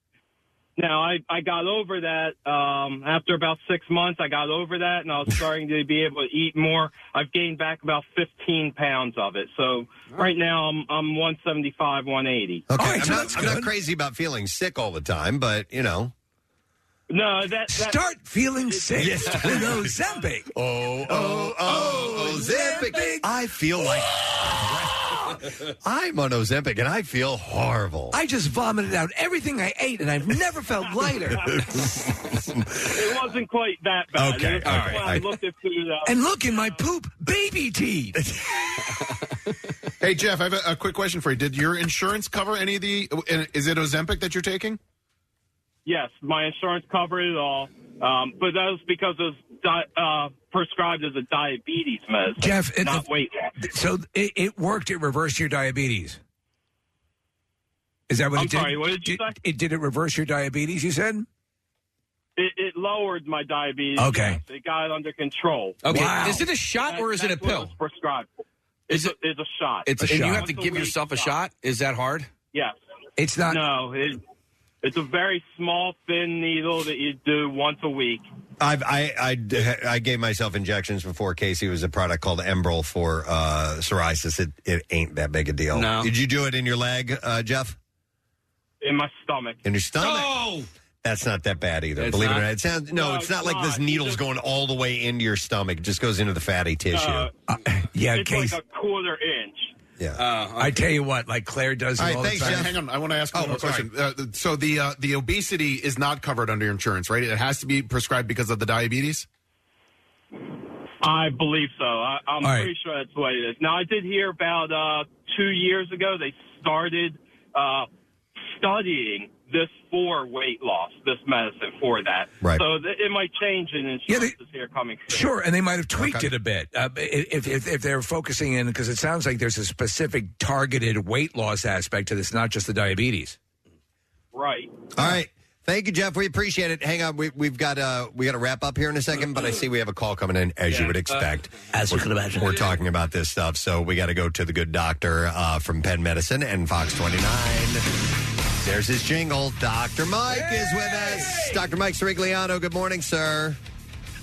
[SPEAKER 19] Now I, I got over that um, after about six months. I got over that, and I was starting to be able to eat more. I've gained back about 15 pounds of it. So right now I'm I'm 175, 180.
[SPEAKER 1] Okay, I'm, not, I'm not crazy about feeling sick all the time, but you know.
[SPEAKER 19] No, that,
[SPEAKER 3] start feeling sick with Ozempic.
[SPEAKER 1] Oh, oh, oh, Ozempic! I feel like I'm on Ozempic, and I feel horrible.
[SPEAKER 3] I just vomited out everything I ate, and I've never felt lighter.
[SPEAKER 19] It wasn't quite that bad.
[SPEAKER 3] Okay,
[SPEAKER 19] It was
[SPEAKER 3] all
[SPEAKER 19] just
[SPEAKER 3] right,
[SPEAKER 19] when
[SPEAKER 3] all
[SPEAKER 19] I
[SPEAKER 3] right.
[SPEAKER 19] looked at food. I was-
[SPEAKER 3] and look in my poop, baby teeth.
[SPEAKER 7] Hey Jeff, I have a, a quick question for you. Did your insurance cover any of the? and Is it Ozempic that you're taking?
[SPEAKER 19] Yes, my insurance covered it all, um, but that was because it was di- uh, prescribed as a diabetes medicine.
[SPEAKER 3] Jeff, it-
[SPEAKER 19] not weight.
[SPEAKER 3] So it, it worked. It reversed your diabetes. Is that what
[SPEAKER 19] I'm
[SPEAKER 3] it did?
[SPEAKER 19] sorry, what did you say?
[SPEAKER 3] It did it reverse your diabetes? You said.
[SPEAKER 19] It, it lowered my diabetes.
[SPEAKER 3] Okay.
[SPEAKER 19] yes. it got it under control.
[SPEAKER 3] Okay, Wow. is
[SPEAKER 4] it a shot or is it a
[SPEAKER 19] that's what
[SPEAKER 4] pill?
[SPEAKER 19] was prescribed. It's, a, it's a shot.
[SPEAKER 4] It's and you have to give yourself a shot. Is that hard?
[SPEAKER 19] Yes.
[SPEAKER 3] It's not.
[SPEAKER 19] No, it, it's a very small, thin needle that you do once a week.
[SPEAKER 1] I've, I, I d- I gave myself injections before Casey It was a product called Embril for uh, psoriasis. It, it ain't that big a deal.
[SPEAKER 4] No.
[SPEAKER 1] Did you do it in your leg, uh, Jeff?
[SPEAKER 19] In my stomach.
[SPEAKER 1] In your stomach? That's not that bad either.
[SPEAKER 4] It's
[SPEAKER 1] Believe it or
[SPEAKER 4] not?
[SPEAKER 1] not. It sounds no,
[SPEAKER 4] No,
[SPEAKER 1] it's not
[SPEAKER 4] it's
[SPEAKER 1] like
[SPEAKER 4] not.
[SPEAKER 1] this
[SPEAKER 4] You
[SPEAKER 1] needle's going all the way into your stomach. It just goes into the fatty tissue.
[SPEAKER 19] Uh,
[SPEAKER 3] yeah,
[SPEAKER 19] it's
[SPEAKER 3] Casey.
[SPEAKER 19] like a quarter inch.
[SPEAKER 1] Yeah.
[SPEAKER 3] I tell you what, like Claire does it
[SPEAKER 7] All right,
[SPEAKER 3] all
[SPEAKER 7] thanks,
[SPEAKER 3] the
[SPEAKER 7] Jeff.
[SPEAKER 3] time.
[SPEAKER 7] Hang on, I want to ask
[SPEAKER 3] Oh,
[SPEAKER 7] you one more
[SPEAKER 3] sorry.
[SPEAKER 7] question. Uh, th- so the uh, the obesity is not covered under your insurance, right? It has to be prescribed because of the diabetes.
[SPEAKER 19] I believe so. I, I'm
[SPEAKER 7] All right.
[SPEAKER 19] pretty sure that's what it is. Now, I did hear about uh, two years ago they started uh, studying this for weight loss, this medicine for that.
[SPEAKER 3] Right.
[SPEAKER 19] So th- it might change in insurance here coming. soon.
[SPEAKER 3] Sure, and they might have tweaked it a bit uh, if, if if they're focusing in because it sounds like there's a specific targeted weight loss aspect to this, not just the diabetes.
[SPEAKER 19] Right.
[SPEAKER 1] All right. Thank you, Jeff. We appreciate it. Hang on, we, we've got uh, we got to wrap up here in a second, but I see we have a call coming in, as you would expect.
[SPEAKER 3] as
[SPEAKER 1] we could imagine, we're talking about this stuff, so we got to go to the good doctor uh, from Penn Medicine and Fox Twenty Nine. There's his jingle. Doctor Mike is with us. Doctor Mike Sirigliano. Good morning, sir.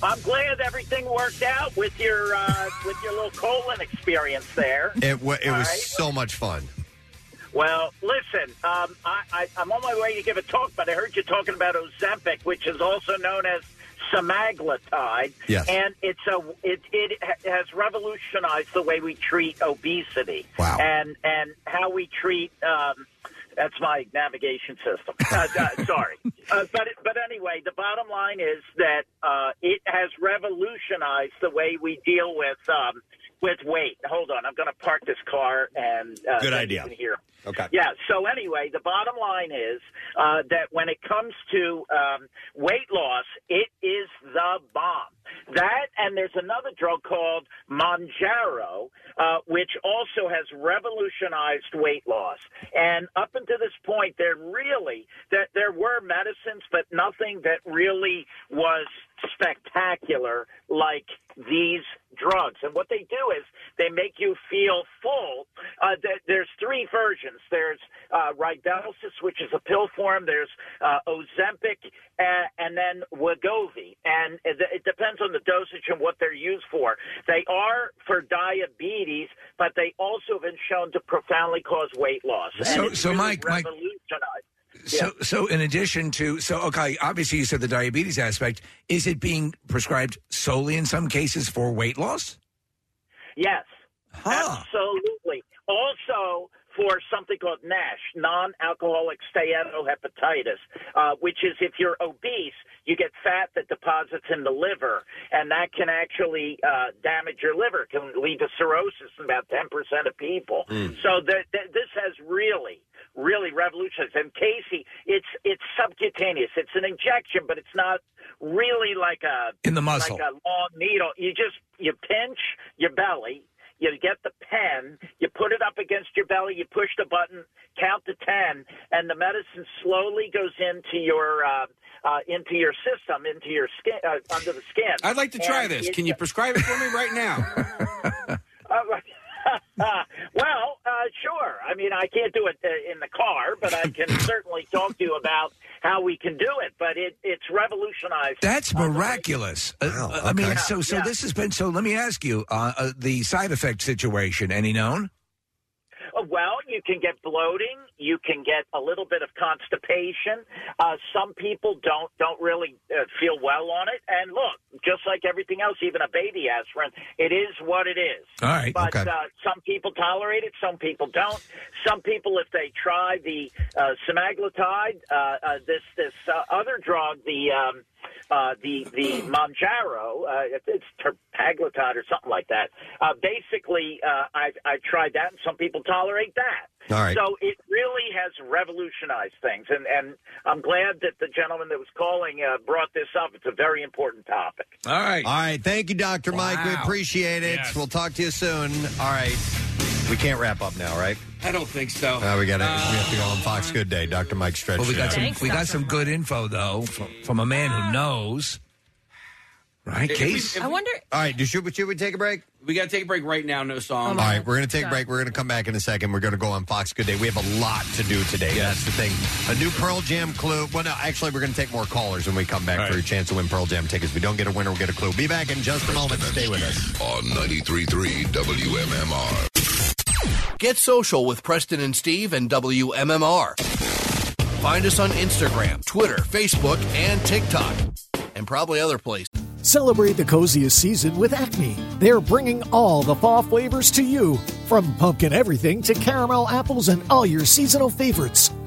[SPEAKER 20] I'm glad everything worked out with your uh, with your little colon experience there.
[SPEAKER 1] It wa it
[SPEAKER 20] All
[SPEAKER 1] was
[SPEAKER 20] right.
[SPEAKER 1] so much fun.
[SPEAKER 20] Well, listen, um, I, I, I'm on my way to give a talk, but I heard you talking about Ozempic, which is also known as semaglutide.
[SPEAKER 1] Yes.
[SPEAKER 20] And it's a it, it ha- has revolutionized the way we treat obesity.
[SPEAKER 1] Wow.
[SPEAKER 20] And and how we treat. Um, that's my navigation system. Uh, uh, sorry, uh, but it- but anyway, the bottom line is that uh, it has revolutionized the way we deal with um, with weight. Hold on, I'm going to park this car and uh,
[SPEAKER 1] Good
[SPEAKER 20] then you
[SPEAKER 1] idea.
[SPEAKER 20] can hear.
[SPEAKER 1] Okay.
[SPEAKER 20] Yeah. So anyway, the bottom line is uh, that when it comes to um, weight loss, it is the bomb. That and there's another drug called Monjaro, uh, which also has revolutionized weight loss. And up until this point, there really that there were medicines, but nothing that really was spectacular like these drugs. And what they do is they make you feel full. Uh, th- there's three versions. There's uh, Rybelsus, which is a pill form. There's uh, Ozempic, uh, and then Wegovy. And it, it depends on the dosage and what they're used for. They are for diabetes, but they also have been shown to profoundly cause weight loss. And
[SPEAKER 3] So-
[SPEAKER 20] it's
[SPEAKER 3] so
[SPEAKER 20] really
[SPEAKER 3] Mike, Mike-
[SPEAKER 20] revolutionized.
[SPEAKER 3] So, so in addition to so okay, obviously you said the diabetes aspect. Is it being prescribed solely in some cases for weight loss?
[SPEAKER 20] Yes. Absolutely. Also, for something called NASH, non alcoholic steatohepatitis, uh, which is if you're obese, you get fat that deposits in the liver, and that can actually uh, damage your liver, It can lead to cirrhosis in about 10% of people.
[SPEAKER 3] Hmm.
[SPEAKER 21] Mm.
[SPEAKER 20] So that, that this has really, really revolutionized. And Casey, it's it's subcutaneous. It's an injection, but it's not really like a
[SPEAKER 3] In the muscle.
[SPEAKER 20] like a long needle. You just you pinch your belly. You get the pen, you put it up against your belly, you push the button, count to ten, and the medicine slowly goes into your uh, uh, into your system, into your skin, uh, under the skin.
[SPEAKER 4] I'd like to try
[SPEAKER 20] And
[SPEAKER 4] this.
[SPEAKER 20] it-
[SPEAKER 4] Can you prescribe it for me right now?
[SPEAKER 20] uh, well, sure. I mean, I can't do it uh, in the car, but I can certainly talk to you about how we can do it. But it, it's revolutionized.
[SPEAKER 3] That's miraculous. Uh, uh, I mean,
[SPEAKER 20] okay.
[SPEAKER 3] so so
[SPEAKER 20] Yeah.
[SPEAKER 3] this has been so. Let me ask you uh, uh, the side effect situation. Any known?
[SPEAKER 20] Uh, Well, you can get bloating. You can get a little bit of constipation. Uh, some people don't don't really uh, feel well on it. And look, just like everything else, even a baby aspirin, it is what it is.
[SPEAKER 3] All right,
[SPEAKER 20] But
[SPEAKER 3] okay.
[SPEAKER 20] uh, some people tolerate it. Some people don't. Some people, if they try the uh, semaglutide, uh, uh, this this uh, other drug, the um, uh, the the Monjaro, uh, it's terpaglutide or something like that. Uh, basically, uh, I've I've tried that, and some people tolerate that.
[SPEAKER 1] All right.
[SPEAKER 20] So it really has revolutionized things, and and I'm glad that the gentleman that was calling uh, brought this up. It's a very important topic.
[SPEAKER 3] All right.
[SPEAKER 1] All right. Thank you, Dr. Mike. We appreciate it. We'll talk to you soon. All right. We can't wrap up now, right?
[SPEAKER 4] I don't think so.
[SPEAKER 1] Uh, we got to we have to go on Fox Good Day. Dr. Mike Stretch.
[SPEAKER 3] Well, we got
[SPEAKER 1] Show.
[SPEAKER 3] some. we got some good info though from, from a man who knows. Right,
[SPEAKER 4] If we-
[SPEAKER 3] Case.
[SPEAKER 4] if we- I
[SPEAKER 2] wonder.
[SPEAKER 1] All right, do should we, should we take a break?
[SPEAKER 4] We got to take a break right now. No
[SPEAKER 3] Oh,
[SPEAKER 4] song.
[SPEAKER 1] All right, we're going to take a break. We're going to come back in a second. We're going to go on Fox Good Day. We have a lot to do today. That's the thing. A new Pearl Jam clue. Well, no, actually, we're going to take more callers when we come back for a chance to win Pearl Jam tickets. If we don't get a winner, we'll get a clue. Be back in just a moment. Stay with us.
[SPEAKER 22] on 93.3 WMMR.
[SPEAKER 6] Get social with Preston and Steve and WMMR. Find us on Instagram, Twitter, Facebook, and TikTok, and probably other places.
[SPEAKER 21] Celebrate the coziest season with Acme. They're bringing all the fall flavors to you, from pumpkin everything to caramel apples and all your seasonal favorites.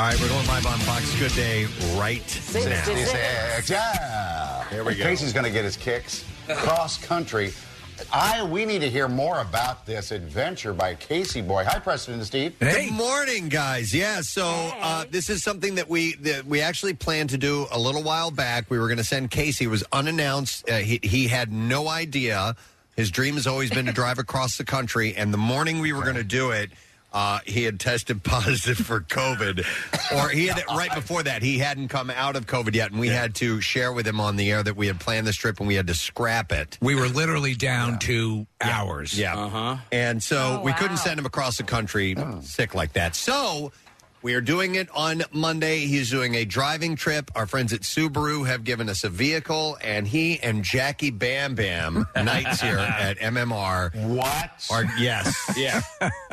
[SPEAKER 1] right, we're going live on Fox Good Day right now.
[SPEAKER 23] 66. Yeah.
[SPEAKER 1] Here we go.
[SPEAKER 23] Casey's going to get his kicks. Cross country. I we need to hear more about this adventure by Casey Boy. Hi, Preston and Steve.
[SPEAKER 1] Good morning, guys. Yeah, so uh, this is something that we that we actually planned to do a little while back. We were going to send Casey. It was unannounced. Uh, he, he had no idea. His dream has always been to drive across the country. And the morning we were going to do it, uh, he had tested positive for COVID, or he had right before that he hadn't come out of COVID yet, and we had to share with him on the air that we had planned this trip and we had to scrap it.
[SPEAKER 3] We were literally down to hours.
[SPEAKER 1] Yeah.
[SPEAKER 4] Uh-huh.
[SPEAKER 1] And so we couldn't send him across the country
[SPEAKER 3] Oh.
[SPEAKER 1] sick like that. So we are doing it on Monday. He's doing a driving trip. Our friends at Subaru have given us a vehicle, and he and Jackie Bam Bam nights here at MMR.
[SPEAKER 23] What?
[SPEAKER 1] Are, yes. yeah.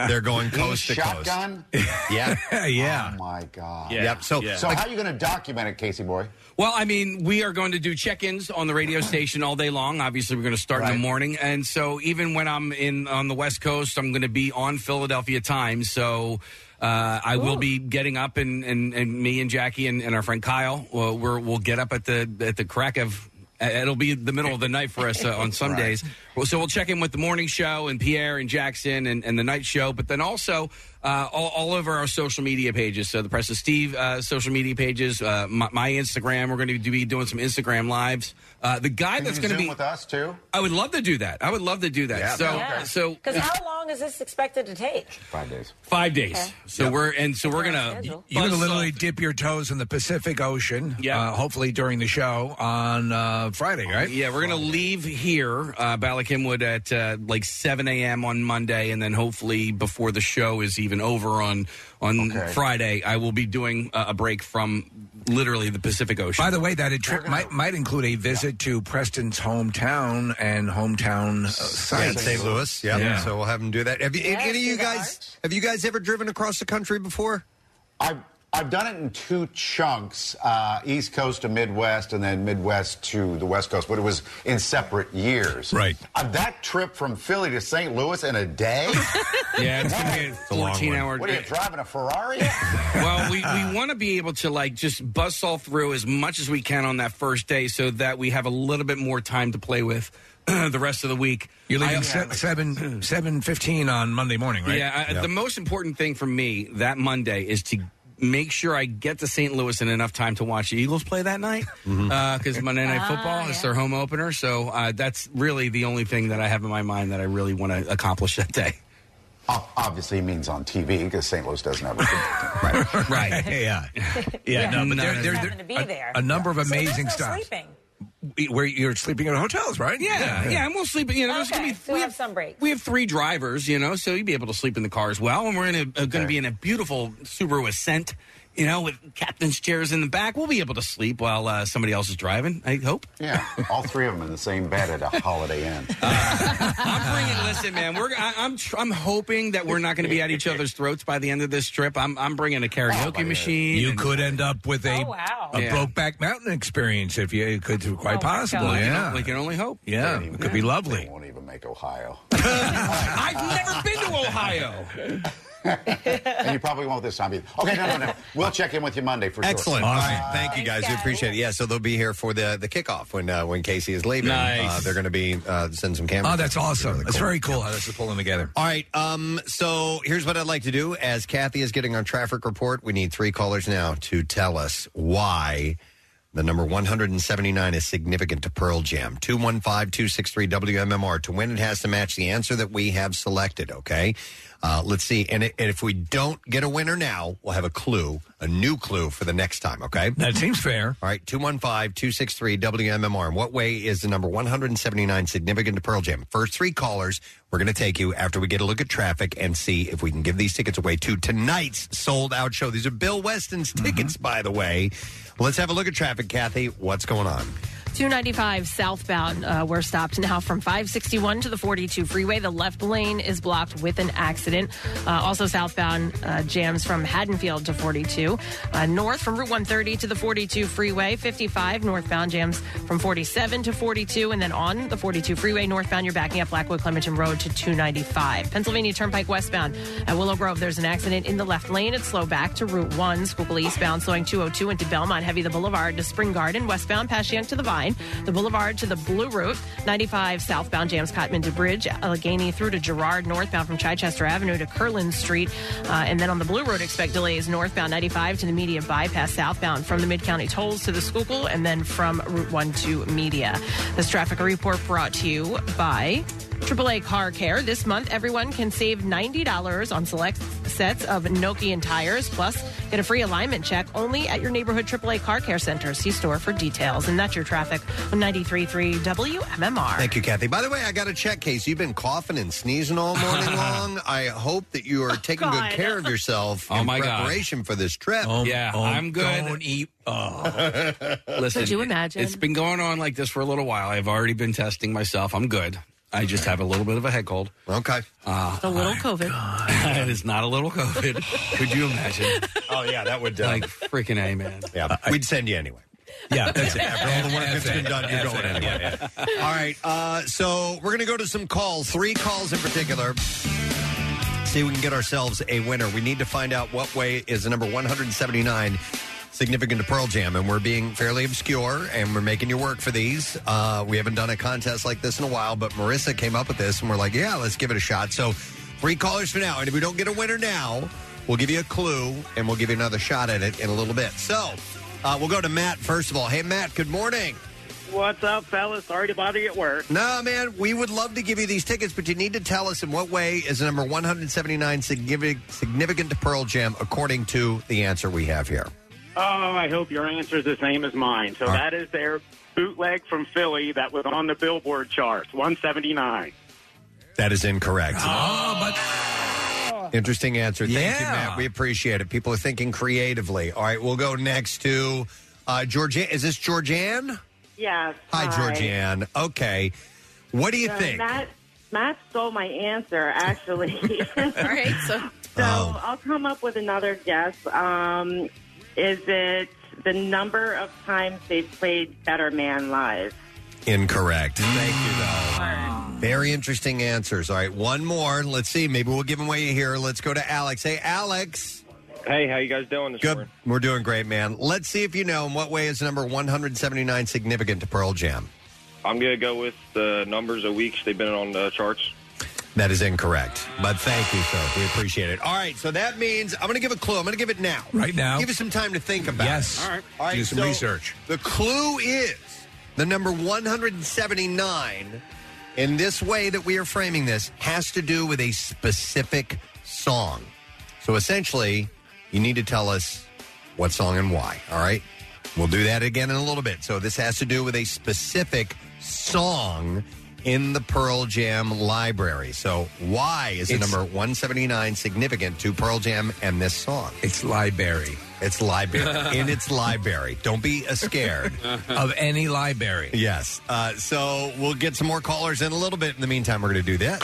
[SPEAKER 1] They're going
[SPEAKER 23] He
[SPEAKER 1] coast to
[SPEAKER 23] shotgun?
[SPEAKER 1] coast. Yeah.
[SPEAKER 23] yeah. Oh my God.
[SPEAKER 4] Yeah. Yep, so- Yeah.
[SPEAKER 23] so
[SPEAKER 4] like-
[SPEAKER 23] how are you going to document it, Casey Boy?
[SPEAKER 4] Well, I mean, we are going to do check-ins on the radio station all day long. Obviously, we're going to start in the morning, and so even when I'm in on the West Coast, I'm going to be on Philadelphia time. So uh, I will be getting up, and, and, and me and Jackie and, and our friend Kyle, well, we're, we'll get up at the at the crack of. Uh, It'll be the middle of the night for us uh, on some
[SPEAKER 24] Right.
[SPEAKER 4] days. Well, so we'll check in with the morning show and Pierre and Jackson and, and the night show, but then also uh, all, all over our social media pages. So the Press of Steve uh, social media pages, uh, my, my Instagram. We're going to be doing some Instagram lives. Uh, the guy that's
[SPEAKER 23] you
[SPEAKER 4] going to
[SPEAKER 23] Zoom
[SPEAKER 4] be
[SPEAKER 23] with us too.
[SPEAKER 4] I would love to do that. I would love to do that.
[SPEAKER 23] Yeah,
[SPEAKER 4] so
[SPEAKER 23] man.
[SPEAKER 4] so
[SPEAKER 24] Because how long is this expected to take?
[SPEAKER 23] Five days.
[SPEAKER 4] five days.
[SPEAKER 24] Okay.
[SPEAKER 4] So we're and so we're gonna.
[SPEAKER 3] You're
[SPEAKER 4] buzz
[SPEAKER 3] going to literally
[SPEAKER 4] off-
[SPEAKER 3] dip your toes in the Pacific Ocean. Yeah. Uh, hopefully during the show on uh, Friday, right?
[SPEAKER 4] Yeah, we're going to leave here, uh, Ballackinwood, at uh, like 7 a.m. on Monday, and then hopefully before the show is even over on on Friday, I will be doing uh, a break from literally the Pacific Ocean.
[SPEAKER 3] By the way, that a trip might might include a visit to Preston's hometown and hometown uh,
[SPEAKER 1] Yeah,
[SPEAKER 3] sites.
[SPEAKER 1] in St. Louis. Yeah. So we'll have him do that. Have you,
[SPEAKER 23] Yeah,
[SPEAKER 1] any of
[SPEAKER 23] see
[SPEAKER 1] you
[SPEAKER 23] the
[SPEAKER 1] guys have you guys ever driven across the country before?
[SPEAKER 23] I've I've done it in two chunks: uh, East Coast to Midwest, and then Midwest to the West Coast. But it was in separate years. Right. Uh, that trip from Philly to St. Louis in a day.
[SPEAKER 4] yeah, it's gonna be a
[SPEAKER 23] a long
[SPEAKER 4] 14
[SPEAKER 23] one.
[SPEAKER 4] hour.
[SPEAKER 23] What are you driving a Ferrari?
[SPEAKER 4] well, we, we want to be able to like just bust all through as much as we can on that first day, so that we have a little bit more time to play with the rest of the week.
[SPEAKER 3] You're leaving
[SPEAKER 4] I-
[SPEAKER 3] se- seven
[SPEAKER 4] uh,
[SPEAKER 3] seven fifteen on Monday morning, right?
[SPEAKER 4] Yeah, I, the most important thing for me that Monday is to make sure I get to St. Louis in enough time to watch the Eagles play that night
[SPEAKER 3] Mm-hmm.
[SPEAKER 4] because Monday Night
[SPEAKER 23] Oh,
[SPEAKER 4] Football is their home opener. So uh, that's really the only thing that I have in my mind that I really want to accomplish that day.
[SPEAKER 23] Ob- Uh, Obviously, he means on TV because St. Louis doesn't have a. right.
[SPEAKER 3] right. Yeah. Yeah.
[SPEAKER 23] Yeah.
[SPEAKER 3] No, but
[SPEAKER 23] No,
[SPEAKER 3] there,
[SPEAKER 23] no,
[SPEAKER 3] there,
[SPEAKER 23] no.
[SPEAKER 3] there-
[SPEAKER 23] Happen to be
[SPEAKER 3] a,
[SPEAKER 23] there.
[SPEAKER 3] a number of
[SPEAKER 23] So there's
[SPEAKER 3] amazing
[SPEAKER 23] no
[SPEAKER 3] stuff.
[SPEAKER 24] Sleeping.
[SPEAKER 3] Where you're sleeping at hotels, right?
[SPEAKER 4] Yeah, yeah, and we'll sleep. You know, there's gonna be we have some breaks. We have three drivers, you know, so you'd be able to sleep in the car as well. And we're in a, uh, going to be in a beautiful Subaru Ascent, you know, with captain's chairs in the back. We'll be able to sleep while uh, somebody else is driving. I hope.
[SPEAKER 23] Yeah, all three of them in the same bed at a Holiday Inn.
[SPEAKER 4] I'm bringing. Listen, man, we're. I, I'm. Tr- I'm hoping that we're not going to be at each other's throats by the end of this trip. I'm. I'm bringing a karaoke machine.
[SPEAKER 3] You
[SPEAKER 4] and-
[SPEAKER 3] could end up with a
[SPEAKER 4] Oh, wow.
[SPEAKER 3] a
[SPEAKER 4] Yeah.
[SPEAKER 3] Brokeback Mountain experience if you it could
[SPEAKER 4] Oh, my
[SPEAKER 3] quite possible.
[SPEAKER 4] God. We can-
[SPEAKER 3] Yeah,
[SPEAKER 4] we can only hope.
[SPEAKER 3] Yeah, it could be lovely.
[SPEAKER 23] Won't even make Ohio,
[SPEAKER 4] I've never been to Ohio.
[SPEAKER 23] and you probably won't this time either. Okay, no, no, no. We'll check in with you Monday for
[SPEAKER 1] Excellent.
[SPEAKER 23] sure.
[SPEAKER 1] All right. Thank you guys. We appreciate it. Yeah. So they'll be here for the the kickoff when uh, when Casey is leaving.
[SPEAKER 3] Nice.
[SPEAKER 1] Uh, they're going to be uh, send some cameras.
[SPEAKER 3] Oh, that's
[SPEAKER 1] It'll be
[SPEAKER 3] awesome.
[SPEAKER 1] really
[SPEAKER 3] That's
[SPEAKER 1] cool.
[SPEAKER 3] very cool how this is pulling together.
[SPEAKER 1] All right. Um, so here's what I'd like to do. As Kathy is getting our traffic report, we need three callers now to tell us why the number 179 is significant to Pearl Jam. 215 263 WMMR. To win, it has to match the answer that we have selected, okay? Uh, let's see. And, it, and if we don't get a winner now, we'll have a clue, a new clue for the next time, okay?
[SPEAKER 3] That seems fair.
[SPEAKER 1] All right, 215 263 WMMR. In what way is the number 179 significant to Pearl Jam? First three callers, we're going to take you after we get a look at traffic and see if we can give these tickets away to tonight's sold out show. These are Bill Weston's
[SPEAKER 4] Mm-hmm.
[SPEAKER 1] tickets, by the way. Let's have a look at traffic, Kathy. What's going on?
[SPEAKER 2] 295 southbound, uh, we're stopped now from 561 to the 42 freeway. The left lane is blocked with an accident. Uh, also, southbound uh, jams from Haddonfield to 42. Uh, north from Route 130 to the 42 freeway. 55 northbound jams from 47 to 42. And then on the 42 freeway, northbound, you're backing up Blackwood Clementon Road to 295. Pennsylvania Turnpike westbound at Willow Grove, there's an accident in the left lane. It's slow back to Route 1. Schuylkill eastbound, slowing 202 into Belmont, heavy the Boulevard to Spring Garden, westbound past Yank to the Vine, the Boulevard to the Blue Route, 95 southbound jams Cotman to Bridge, Allegheny through to Girard, northbound from Chichester Avenue to Curlin Street, uh, and then on the Blue Road expect delays northbound 95 to the Media Bypass, southbound from the Mid County tolls to the Schuylkill, and then from Route 1 to Media. This traffic report brought to you by. AAA Car Care. This month, everyone can save $90 on select sets of Nokian tires. Plus, get a free alignment check only at your neighborhood AAA Car Care Center. See store for details. And that's your traffic on 93.3 WMMR.
[SPEAKER 1] Thank you, Kathy. By the way, I got a check case. You've been coughing and sneezing all morning long. I hope that you are taking
[SPEAKER 4] Oh, God.
[SPEAKER 1] good care of yourself
[SPEAKER 4] Oh,
[SPEAKER 1] in
[SPEAKER 4] my God. Oh,
[SPEAKER 1] preparation for this trip.
[SPEAKER 4] yeah,
[SPEAKER 1] oh,
[SPEAKER 4] I'm good. eat. Listen,
[SPEAKER 2] Could you imagine?
[SPEAKER 4] It's been going on like this for a little while. I've already been testing myself. I'm good. I just have a little bit of a head cold.
[SPEAKER 1] Okay.
[SPEAKER 4] Uh,
[SPEAKER 2] a
[SPEAKER 1] Oh
[SPEAKER 2] little COVID.
[SPEAKER 4] it is not a little COVID. Could you imagine?
[SPEAKER 1] Oh yeah, that would
[SPEAKER 4] like freaking a man.
[SPEAKER 1] Yeah, we'd send you anyway.
[SPEAKER 3] Yeah,
[SPEAKER 4] that's it.
[SPEAKER 1] After all the work that's been done, you're going anyway. All right, uh, so we're going to go to some calls, three calls in particular. See if we can get ourselves a winner. We need to find out what way is the number 179 significant to Pearl Jam, and we're being fairly obscure, and we're making you work for these. Uh, we haven't done a contest like this in a while, but Marissa came up with this, and we're like, yeah, let's give it a shot. So three callers for now, and if we don't get a winner now, we'll give you a clue, and we'll give you another shot at it in a little bit. So uh, we'll go to Matt first of all. Hey, Matt, good morning.
[SPEAKER 9] What's up, fellas? Sorry to bother you at work.
[SPEAKER 1] No, man, we would love to give you these tickets, but you need to tell us in what way is the number 179 significant, significant to Pearl Jam according to the answer we have here.
[SPEAKER 9] Oh, I hope your answer is the same as mine. So that is their bootleg from Philly that was on the Billboard charts, 179.
[SPEAKER 1] That is incorrect.
[SPEAKER 3] Oh,
[SPEAKER 1] Interesting answer. Thank you,
[SPEAKER 9] Yeah.
[SPEAKER 1] Matt. We appreciate it. People are thinking creatively. All right, we'll go next to uh, Georgian. Is this Georgianne?
[SPEAKER 10] Yes.
[SPEAKER 1] Hi, Georgianne. Okay. What do you
[SPEAKER 12] Uh,
[SPEAKER 10] So
[SPEAKER 1] think?
[SPEAKER 10] Matt, Matt stole my answer, actually. All right. So,
[SPEAKER 1] Oh.
[SPEAKER 10] I'll come up with another guess. Um, is it the number of times they've played Better Man live?
[SPEAKER 1] Incorrect. Thank you, though. Very interesting answers. All right, one more. Let's see. Maybe we'll give them away here. Let's go to Alex. Hey, Alex.
[SPEAKER 11] Hey, how you guys doing this
[SPEAKER 1] Good.
[SPEAKER 11] morning?
[SPEAKER 1] We're doing great, man. Let's see if you know in what way is number 179 significant to Pearl Jam.
[SPEAKER 11] I'm gonna go with the numbers of weeks they've been on the charts.
[SPEAKER 1] That is incorrect. But thank you, sir. We appreciate it. All right, so that means I'm going to give a clue. I'm going to give it now.
[SPEAKER 3] Right now?
[SPEAKER 1] Give us some time to think about
[SPEAKER 3] Yes.
[SPEAKER 1] it.
[SPEAKER 3] All right.
[SPEAKER 1] All right.
[SPEAKER 3] Do some
[SPEAKER 1] so
[SPEAKER 3] research.
[SPEAKER 1] The clue is the number 179 in this way that we are framing this has to do with a specific song. So essentially, you need to tell us what song and why. All right. We'll do that again in a little bit. So this has to do with a specific song in the Pearl Jam library. So why is the
[SPEAKER 3] It's-
[SPEAKER 1] number 179 significant to Pearl Jam and this song?
[SPEAKER 3] It's library.
[SPEAKER 1] It's library. in its library. Don't be uh, scared.
[SPEAKER 3] of any library.
[SPEAKER 1] Yes. Uh, so we'll get some more callers in a little bit. In the meantime, we're going to do this.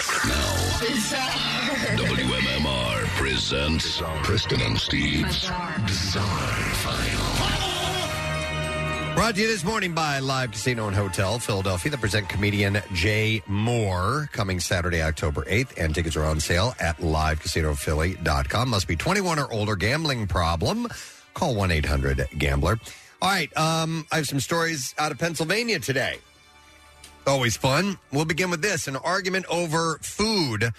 [SPEAKER 22] WMMR presents Kristen and Steve's Bizarre File.
[SPEAKER 1] Brought to you this morning by Live Casino and Hotel Philadelphia. They present comedian Jay Moore coming Saturday, October 8th, and tickets are on sale at livecasinophilly.com. Must be 21 or older. Gambling problem? Call 1 800 Gambler. All right, um, I have some stories out of Pennsylvania today. Always fun. We'll begin with this an argument over food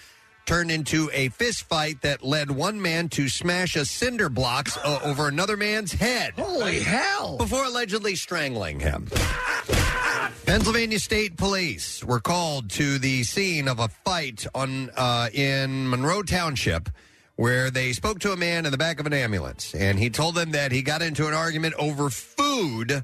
[SPEAKER 1] turned into a fist fight that led one man to smash a cinder blocks uh, over another man's head. Holy hell! Before allegedly strangling him. Pennsylvania State Police were called to the scene of a fight on uh, in Monroe Township, where they spoke to a man in the back of an ambulance, and he told them that he got into an argument over food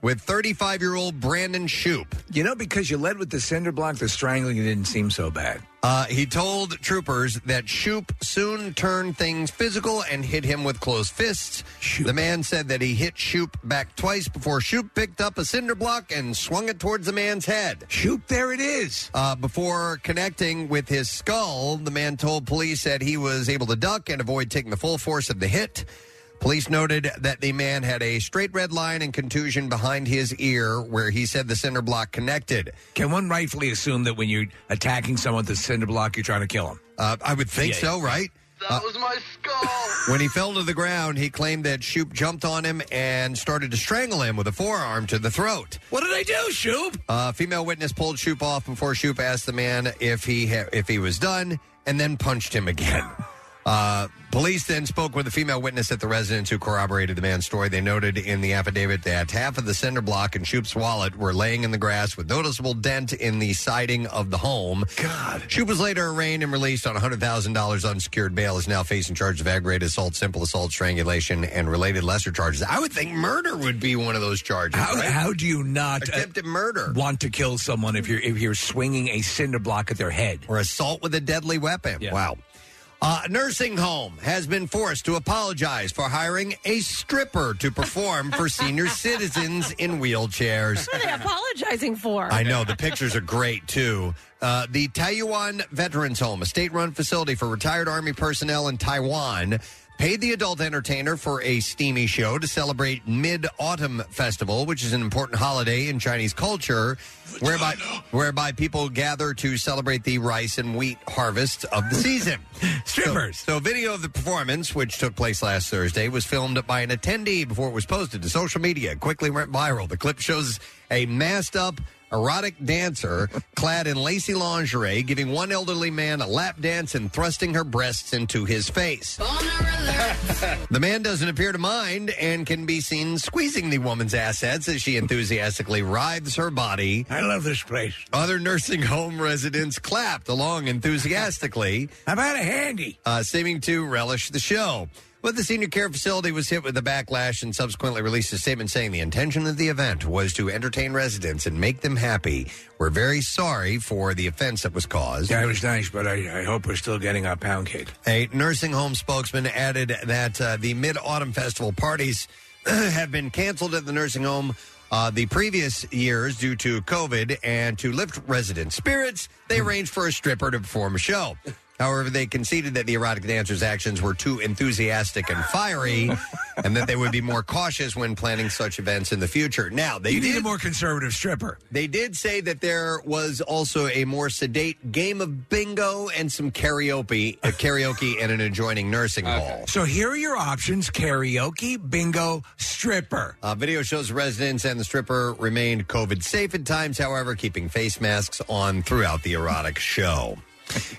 [SPEAKER 1] with 35 year old Brandon Shoup.
[SPEAKER 3] You know, because you led with the cinder block, the strangling didn't seem so bad.
[SPEAKER 1] Uh, he told troopers that Shoop soon turned things physical and hit him with closed fists. The man said that he hit Shoop back twice before Shoop picked up a cinder block and swung it towards the man's head.
[SPEAKER 3] Shoop, there it is.
[SPEAKER 1] Uh, before connecting with his skull, the man told police that he was able to duck and avoid taking the full force of the hit. Police noted that the man had a straight red line and contusion behind his ear where he said the cinder block connected.
[SPEAKER 3] Can one rightfully assume that when you're attacking someone with a cinder block, you're trying to kill him?
[SPEAKER 1] Uh, I would think
[SPEAKER 3] Yeah.
[SPEAKER 1] so, right? That was my skull. When he fell to the ground, he claimed that Shoop jumped on him and started to strangle him with a forearm to the throat.
[SPEAKER 3] What did I do, Shoop?
[SPEAKER 1] A Uh, female witness pulled Shoop off before Shoop asked the man if he ha- if he was done, and then punched him again. Uh, police then spoke with a female witness at the residence who corroborated the man's story. They noted in the affidavit that half of the cinder block and Shoop's wallet were laying in the grass with noticeable dent in the siding of the home. God. Shoop was later arraigned and released on $100,000 unsecured bail, is now facing charges of aggravated assault, simple assault, strangulation, and related lesser charges. I would think murder would be one of those charges.
[SPEAKER 3] How,
[SPEAKER 1] right?
[SPEAKER 3] how do you not uh,
[SPEAKER 1] attempted murder
[SPEAKER 3] want to kill someone if you're if you're swinging a cinder block at their head
[SPEAKER 1] or assault with a deadly weapon? Wow. Uh, nursing home has been forced to apologize for hiring a stripper to perform for senior citizens in wheelchairs.
[SPEAKER 2] What are they apologizing for?
[SPEAKER 1] I know the pictures are great too. Uh, the Taiwan Veterans Home, a state-run facility for retired Army personnel in Taiwan, paid the adult entertainer for a steamy show to celebrate Mid Autumn Festival, which is an important holiday in Chinese culture, whereby whereby people gather to celebrate the rice and wheat harvest of the season. Strippers. So, so video of the performance, which took place last Thursday, was filmed by an attendee before it was posted to social media. It quickly went viral. The clip shows a masked up erotic dancer clad in lacy lingerie giving one elderly man a lap dance and thrusting her breasts into his face. The man doesn't appear to mind and can be seen squeezing the woman's assets as she enthusiastically writhes her body.
[SPEAKER 3] I love this place.
[SPEAKER 1] Other nursing home residents clapped along enthusiastically.
[SPEAKER 3] How about a handy?
[SPEAKER 1] Uh, seeming to relish the show. But the senior care facility was hit with a backlash and subsequently released a statement saying the intention of the event was to entertain residents and make them happy. We're very sorry for the offense that was caused.
[SPEAKER 3] Yeah, it was nice, but I, I hope we're still getting our pound cake.
[SPEAKER 1] A nursing home spokesman added that uh, the Mid Autumn Festival parties have been canceled at the nursing home uh, the previous years due to COVID and to lift resident spirits. They
[SPEAKER 3] Hmm.
[SPEAKER 1] arranged for a stripper to perform a show. However, they conceded that the erotic dancer's actions were too enthusiastic and fiery, and that they would be more cautious when planning such events in the future. Now, Oh, they
[SPEAKER 3] you
[SPEAKER 1] did
[SPEAKER 3] need a more conservative stripper.
[SPEAKER 1] they did say that there was also a more sedate game of bingo and some karaoke, uh, karaoke in an adjoining nursing hall.
[SPEAKER 3] So here are your options: karaoke, bingo, stripper.
[SPEAKER 1] Uh, video shows residents and the stripper remained COVID safe at times, however, keeping face masks on throughout the erotic show.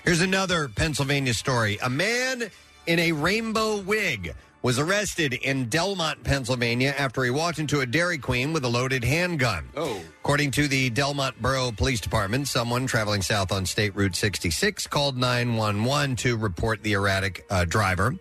[SPEAKER 1] Here's another Pennsylvania story. A man in a rainbow wig was arrested in Delmont, Pennsylvania, after he walked into a Dairy Queen with a loaded handgun.
[SPEAKER 8] Oh.
[SPEAKER 1] According to the Delmont Borough Police Department, someone traveling south on State Route 66 called 911 to report the erratic uh, driver.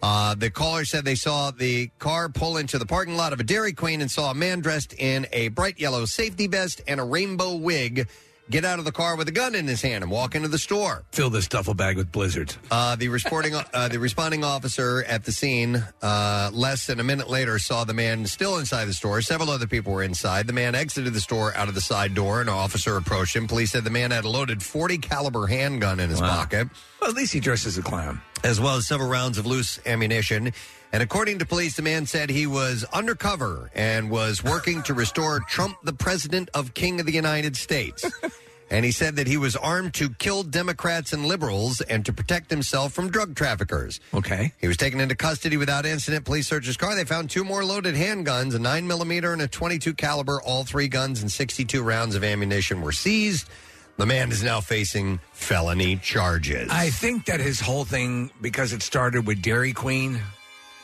[SPEAKER 1] Uh, the caller said they saw the car pull into the parking lot of a Dairy Queen and saw a man dressed in a bright yellow safety vest and a rainbow wig get out of the car with a gun in his hand and walk into the store.
[SPEAKER 3] Fill this duffel bag with blizzards.
[SPEAKER 1] Uh, the reporting, uh, the responding officer at the scene, uh, less than a minute later, saw the man still inside the store. Several other people were inside. The man exited the store out of the side door. An officer approached him. Police said the man had a loaded forty caliber handgun in his pocket.
[SPEAKER 3] Well, at least he dressed as a clown,
[SPEAKER 1] as well as several rounds of loose ammunition. And according to police, the man said he was undercover and was working to restore Trump, the president of King of the United States. And he said that he was armed to kill Democrats and liberals and to protect himself from drug traffickers.
[SPEAKER 3] Okay.
[SPEAKER 1] He was taken into custody without incident. Police searched his car. They found two more loaded handguns, a 9 millimeter and a 22 caliber. All three guns and 62 rounds of ammunition were seized. The man is now facing felony charges.
[SPEAKER 3] I think that his whole thing, because it started with Dairy Queen,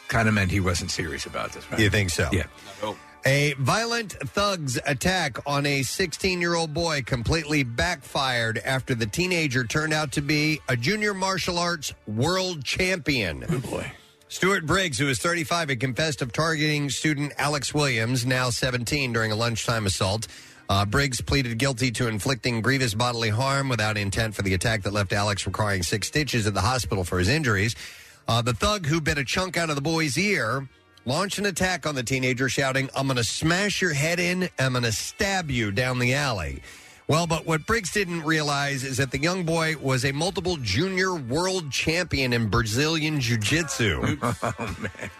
[SPEAKER 3] kind of meant he wasn't serious about this, right?
[SPEAKER 1] You think so?
[SPEAKER 3] Yeah.
[SPEAKER 1] A violent thug's attack on a 16 year old boy completely backfired after the teenager turned out to be a junior martial arts world champion. Oh boy. Stuart Briggs, who is 35, had confessed of targeting student Alex Williams, now 17, during a lunchtime assault. Uh, Briggs pleaded guilty to inflicting grievous bodily harm without intent for the attack that left Alex requiring six stitches at the hospital for his injuries. Uh, the thug who bit a chunk out of the boy's ear launched an attack on the teenager, shouting, I'm going to smash your head in, I'm going to stab you down the alley. Well, but what Briggs didn't realize is that the young boy was a multiple junior world champion in Brazilian Jiu Jitsu.
[SPEAKER 3] Oh,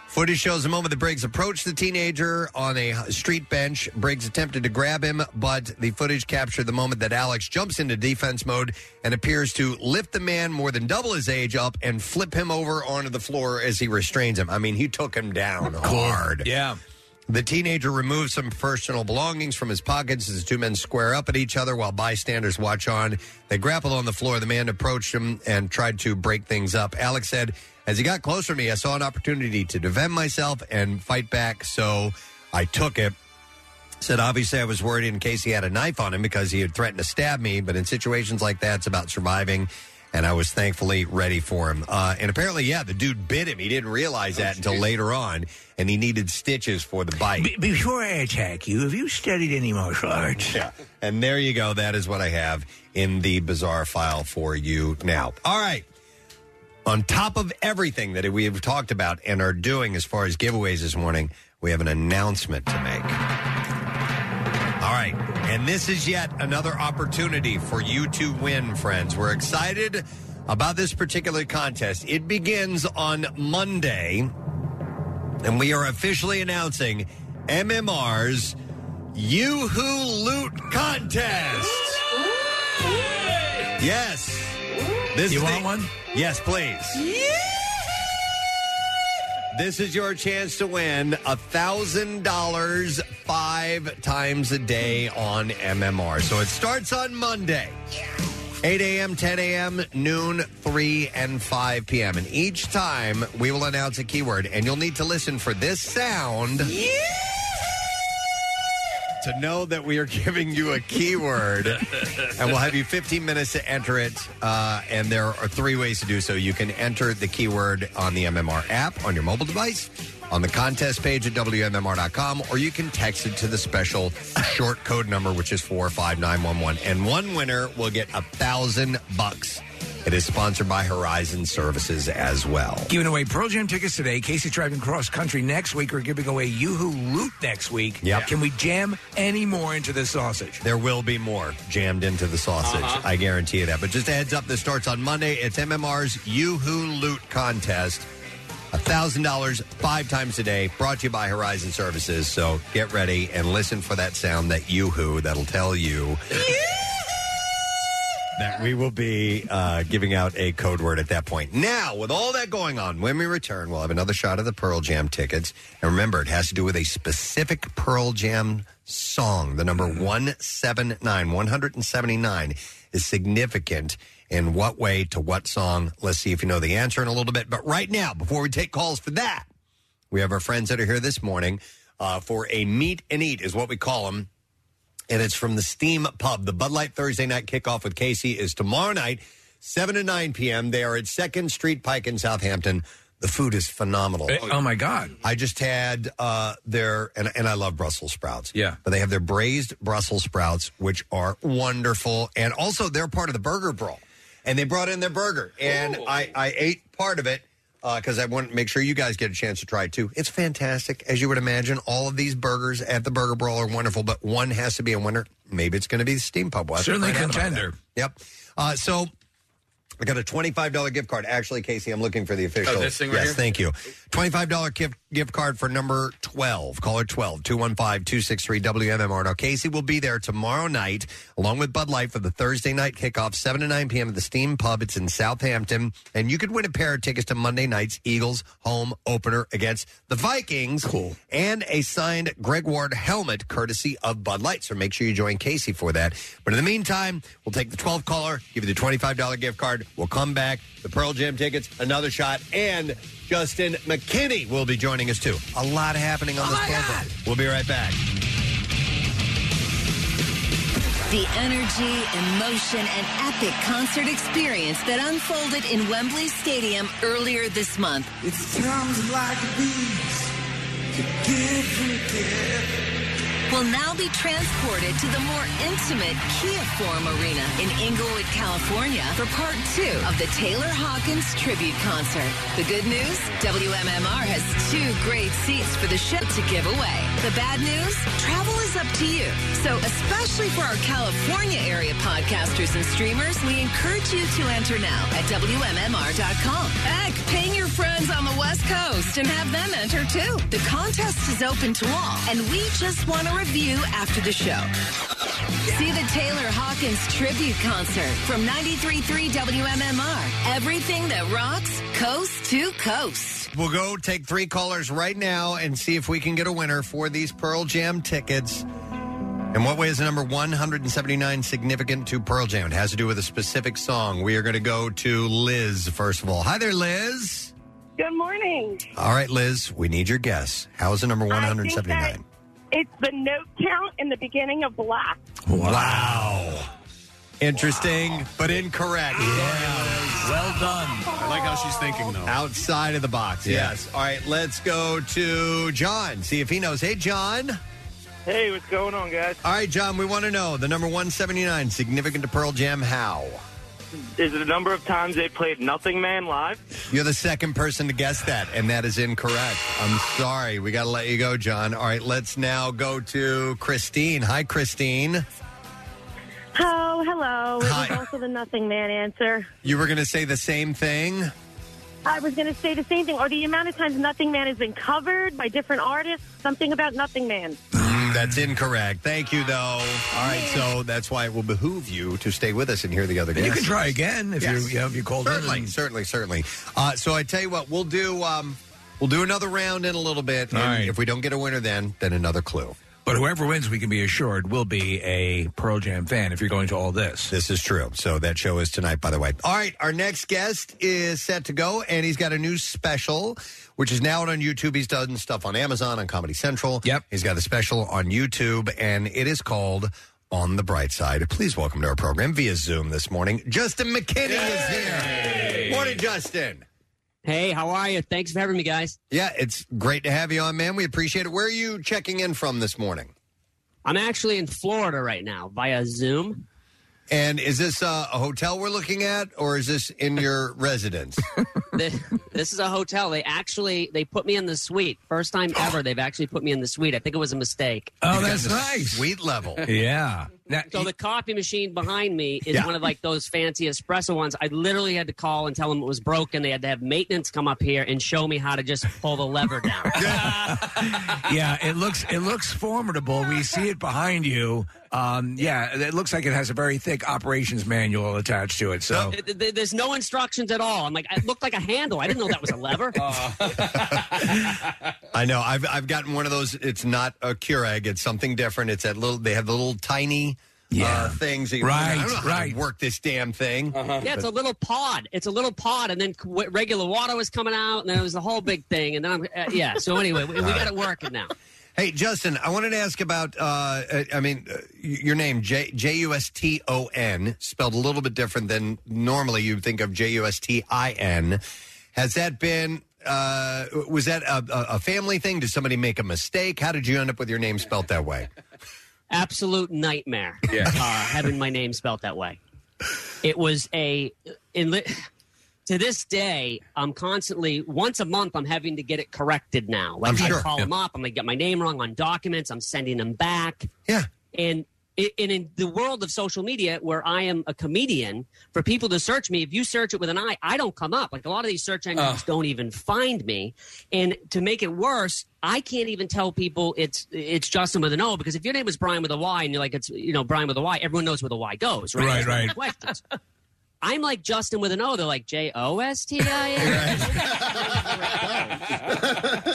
[SPEAKER 1] Footage shows the moment the Briggs approached the teenager on a street bench. Briggs attempted to grab him, but the footage captured the moment that Alex jumps into defense mode and appears to lift the man more than double his age up and flip him over onto the floor as he restrains him. I mean, he took him down hard.
[SPEAKER 3] Yeah.
[SPEAKER 1] The teenager removes some personal belongings from his pockets as the two men square up at each other while bystanders watch on. They grapple on the floor. The man approached him and tried to break things up. Alex said, As he got closer to me, I saw an opportunity to defend myself and fight back, so I took it. Said, obviously, I was worried in case he had a knife on him because he had threatened to stab me, but in situations like that, it's about surviving. And I was thankfully ready for him. Uh, and apparently, yeah, the dude bit him. He didn't realize that until later on, and he needed stitches for the bite.
[SPEAKER 3] Before I attack you, have you studied any martial arts?
[SPEAKER 1] Yeah. Oh, And there you go. That is what I have in the bizarre file for you now. All right. On top of everything that we have talked about and are doing as far as giveaways this morning, we have an announcement to make. All right. And this is yet another opportunity for you to win, friends. We're excited about this particular contest. It begins on Monday, and we are officially announcing MMR's Yoo-Hoo Loot Contest. Yes. This you want one? Yes, please. This is your chance to win a thousand dollars five times a day on MMR. So it starts on Monday. 8 a.m., 10 a.m., noon, 3, and 5 p.m. And each time we will announce a keyword, and you'll need to listen for this sound to know that we are giving you a keyword. and we'll have you 15 minutes to enter it. Uh, and there are three ways to do so. You can enter the keyword on the MMR app on your mobile device, on the contest page at WMMR.com, or you can text it to the special short code number, which is 45911. And one winner will get a thousand bucks. It is sponsored by Horizon Services as well.
[SPEAKER 3] Giving away Pearl Jam tickets today. Casey's driving cross country next week. We're giving away Yoo-Hoo Loot next week.
[SPEAKER 1] Yep.
[SPEAKER 3] Can we jam any more into the sausage? Uh-huh.
[SPEAKER 1] There will be more jammed into the sausage. I guarantee you that. But just a heads up, this starts on Monday. It's MMR's Yoo-Hoo Loot Contest. $1,000 five times a day, brought to you by Horizon Services. So get ready and listen for that sound, that yoo-hoo, that'll tell you that we will be uh, giving out a code word at that point. Now, with all that going on, when we return, we'll have another shot of the Pearl Jam tickets. And remember, it has to do with a specific Pearl Jam song. The number 179, 179 is significant in what way to what song. Let's see if you know the answer in a little bit. But right now, before we take calls for that, we have our friends that are here this morning uh, for a meet and eat, is what we call them. And it's from the Steam Pub. The Bud Light Thursday night kickoff with Casey is tomorrow night, 7 to 9 p.m. They are at 2nd Street Pike in Southampton. The food is phenomenal.
[SPEAKER 3] Eh, oh, my God.
[SPEAKER 1] I just had uh, their, and, and I love Brussels sprouts.
[SPEAKER 3] Yeah.
[SPEAKER 1] But they have their braised Brussels sprouts, which are wonderful. And also, they're part of the Burger Brawl. And they brought in their burger. And I, I ate part of it because I want to make sure you guys get a chance to try it too. It's fantastic. As you would imagine, all of these burgers at the Burger Brawl are wonderful, but one has to be a winner. Maybe it's going to be the Steam Pub. We'll have to
[SPEAKER 3] Certainly
[SPEAKER 1] find out about
[SPEAKER 3] contender.
[SPEAKER 1] that. Yep. Uh, so I got a twenty-five dollar gift card. Actually, Casey, I'm looking for the official.
[SPEAKER 8] Oh, this thing right
[SPEAKER 1] yes,
[SPEAKER 8] here?
[SPEAKER 1] thank you. Twenty-five dollar gift gift card for number twelve. Caller 12, 215-263 WMMR. Now, Casey will be there tomorrow night along with Bud Light for the Thursday night kickoff, seven to nine p.m. at the Steam Pub. It's in Southampton, and you could win a pair of tickets to Monday night's Eagles home opener against the Vikings. Cool. And a signed Greg Ward helmet, courtesy of Bud Light. So make sure you join Casey for that. But in the meantime, we'll take the 12 caller, give you the $25 gift card. We'll come back. The Pearl Jam tickets, another shot, and Justin McKinney will be joining us too. A lot happening on this program. We'll be right back.
[SPEAKER 11] The energy, emotion, and epic concert experience that unfolded in Wembley Stadium earlier this month. It's times like these Will now be transported to the more intimate Kia Forum Arena in Inglewood, California for part two of the Taylor Hawkins tribute concert. The good news? WMMR has two great seats for the show to give away. The bad news? Travel is up to you. So, especially for our California area podcasters and streamers, we encourage you to enter now at WMMR.com. Heck, ping your friends on the West Coast and have them enter too. The contest is open to all, and we just want a review after the show. See the Taylor Hawkins tribute concert from 93.3 WMMR. Everything that rocks, coast to coast.
[SPEAKER 1] We'll go take three callers right now and see if we can get a winner for these Pearl Jam tickets. In what way is the number 179 significant to Pearl Jam? It has to do with a specific song. We are going to go to Liz, first of all. Hi there, Liz.
[SPEAKER 12] Good morning.
[SPEAKER 1] All right, Liz, we need your guess. How is the number 179?
[SPEAKER 12] It's the note count in the beginning of black.
[SPEAKER 1] Wow. Interesting, but incorrect. Yeah.
[SPEAKER 3] Well done. I
[SPEAKER 7] like how she's thinking, though.
[SPEAKER 1] Outside of the box,
[SPEAKER 7] Yeah.
[SPEAKER 1] yes. All right, let's go to John, see if he knows. Hey, John.
[SPEAKER 13] Hey, what's going on, guys?
[SPEAKER 1] All right, John, we want to know the number 179 significant to Pearl Jam, how?
[SPEAKER 13] Is it the number of times they played Nothing Man live?
[SPEAKER 1] You're the second person to guess that, and that is incorrect. I'm sorry. We got to let you go, John. All right, let's now go to Christine. Hi, Christine.
[SPEAKER 12] Oh, hello. It
[SPEAKER 1] Hi.
[SPEAKER 12] was also the nothing man answer.
[SPEAKER 1] You were going to say the same thing?
[SPEAKER 12] I was going to say the same thing, or the amount of times Nothing Man has been covered by different artists. Something about Nothing Man.
[SPEAKER 1] Mm, That's incorrect. Thank you, though. All right, so that's why it will behoove you to stay with us and hear the other.
[SPEAKER 3] And you
[SPEAKER 1] guesses.
[SPEAKER 3] can try again if you- you know, if you called in
[SPEAKER 1] Certainly,
[SPEAKER 3] and-
[SPEAKER 1] certainly, certainly. Uh, so I tell you what, we'll do um, we'll do another round in a little bit.
[SPEAKER 3] All
[SPEAKER 1] and
[SPEAKER 3] right.
[SPEAKER 1] If we don't get a winner, then then another clue.
[SPEAKER 3] But whoever wins, we can be assured will be a Pearl Jam fan if you're going to all this.
[SPEAKER 1] This is true. So that show is tonight, by the way. Oh. All right, our next guest is set to go, and he's got a new special, which is now out on YouTube. He's done stuff on Amazon, on Comedy Central. Yep. He's got a special on YouTube, and it is called On the Bright Side. Please welcome to our program via Zoom this morning. Justin McKinney is here. Morning, Justin.
[SPEAKER 25] Hey, how are you? Thanks for having me, guys.
[SPEAKER 1] Yeah, it's great to have you on, man. We appreciate it. Where are you checking in from this morning?
[SPEAKER 25] I'm actually in Florida right now via Zoom.
[SPEAKER 1] And is this uh, a hotel we're looking at, or is this in your residence?
[SPEAKER 25] Th- this is a hotel. They actually they put me in the suite. First time
[SPEAKER 1] Oh.
[SPEAKER 25] ever they've actually put me in the suite. I think it was a mistake.
[SPEAKER 3] Oh, that's nice.
[SPEAKER 1] Sweet level.
[SPEAKER 3] Yeah.
[SPEAKER 25] so the coffee machine behind me is
[SPEAKER 3] Yeah.
[SPEAKER 25] one of like those fancy espresso ones. I literally had to call and tell them it was broken. They had to have maintenance come up here and show me how to just pull the lever down.
[SPEAKER 3] yeah, it looks it looks formidable. We see it behind you. Um, yeah, it looks like it has a very thick operations manual attached to it.
[SPEAKER 1] Oh.
[SPEAKER 3] So
[SPEAKER 25] Th- th- There's no instructions at all. I'm like, it looked like a handle. I didn't know that was a lever.
[SPEAKER 1] I know. I've I've gotten one of those. It's not a Keurig. It's something different. It's that little. They have the little tiny uh, things. That you're like, I don't know how to Work this damn thing.
[SPEAKER 25] Uh-huh. Yeah, it's a little pod. It's a little pod, and then qu- regular water was coming out, and then it was the whole big thing, and then I'm uh, yeah. So anyway, we, we got it working now.
[SPEAKER 1] Hey, Justin, I wanted to ask about, uh, I- I mean, uh, y- your name, J U S T O N, spelled a little bit different than normally you think of J U S T I N. Has that been, uh, was that a, a- a family thing? Did somebody make a mistake? How did you end up with your name spelled that way?
[SPEAKER 25] absolute nightmare. Yeah, uh, having my name spelt that way. It was a in li- to this day. I'm constantly once a month. I'm having to get it corrected now. Like
[SPEAKER 8] I'm sure,
[SPEAKER 25] I call
[SPEAKER 8] yeah.
[SPEAKER 25] them up. I'm gonna get my name wrong on documents. I'm sending them back.
[SPEAKER 1] Yeah.
[SPEAKER 25] And i- and in the world of social media, where I am a comedian, for people to search me, if you search it with an I, I don't come up. Like a lot of these search engines
[SPEAKER 8] Ugh.
[SPEAKER 25] don't even find me. And to make it worse, I can't even tell people it's it's Justin with an O because if your name was Brian with a Y and you're like it's you know Brian with a Y, everyone knows where the Y goes, right?
[SPEAKER 8] Right,
[SPEAKER 25] That's one of the
[SPEAKER 8] right.
[SPEAKER 25] questions. I'm like Justin with an O. They're like J O S T I N so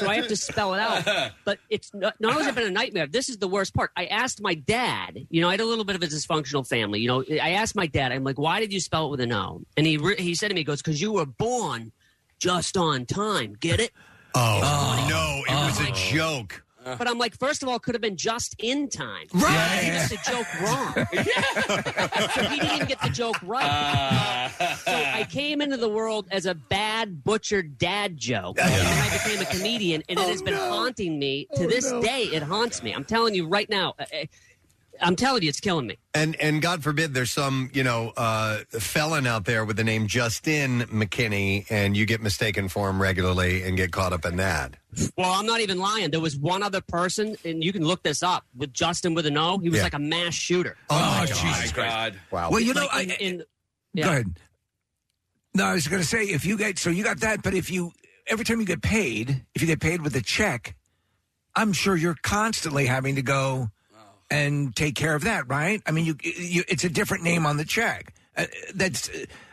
[SPEAKER 25] I have to spell it out. But it's not, not only has it been a nightmare. This is the worst part. I asked my dad. You know, I had a little bit of a dysfunctional family. You know, I asked my dad. I'm like, why did you spell it with an O? And he re- he said to me, he goes, because you were born just on time. Get it? Oh.
[SPEAKER 1] Oh, no, it was a joke.
[SPEAKER 25] But I'm like, first of all, could have been just in time. Right. He missed the joke wrong. so he didn't even get the joke right. so I came into the world as a bad butchered dad joke. And then I became a comedian,
[SPEAKER 3] Oh,
[SPEAKER 25] and it has been haunting me to
[SPEAKER 8] Oh,
[SPEAKER 25] this
[SPEAKER 8] no.
[SPEAKER 25] day. It haunts me. I'm telling you right now. uh, uh, I'm telling you, it's killing me.
[SPEAKER 1] And and God forbid there's some you know uh, felon out there with the name Justin McKinney, and you get mistaken for him regularly and get caught up in that.
[SPEAKER 25] Well, I'm not even lying. There was one other person, and you can look this up with Justin with an O. He was
[SPEAKER 4] Yeah.
[SPEAKER 25] like a mass shooter.
[SPEAKER 3] Oh,
[SPEAKER 4] Jesus
[SPEAKER 3] Jesus Christ.
[SPEAKER 4] God.
[SPEAKER 1] Wow.
[SPEAKER 3] Well, you know,
[SPEAKER 25] Like, in-
[SPEAKER 3] I, Go
[SPEAKER 25] in-
[SPEAKER 3] ahead. No, I was going to say if you get so you got that, but if you every time you get paid, if you get paid with a check, I'm sure you're constantly having to go and take care of that, right? I mean, you, you it's a different name on the check. Uh, that's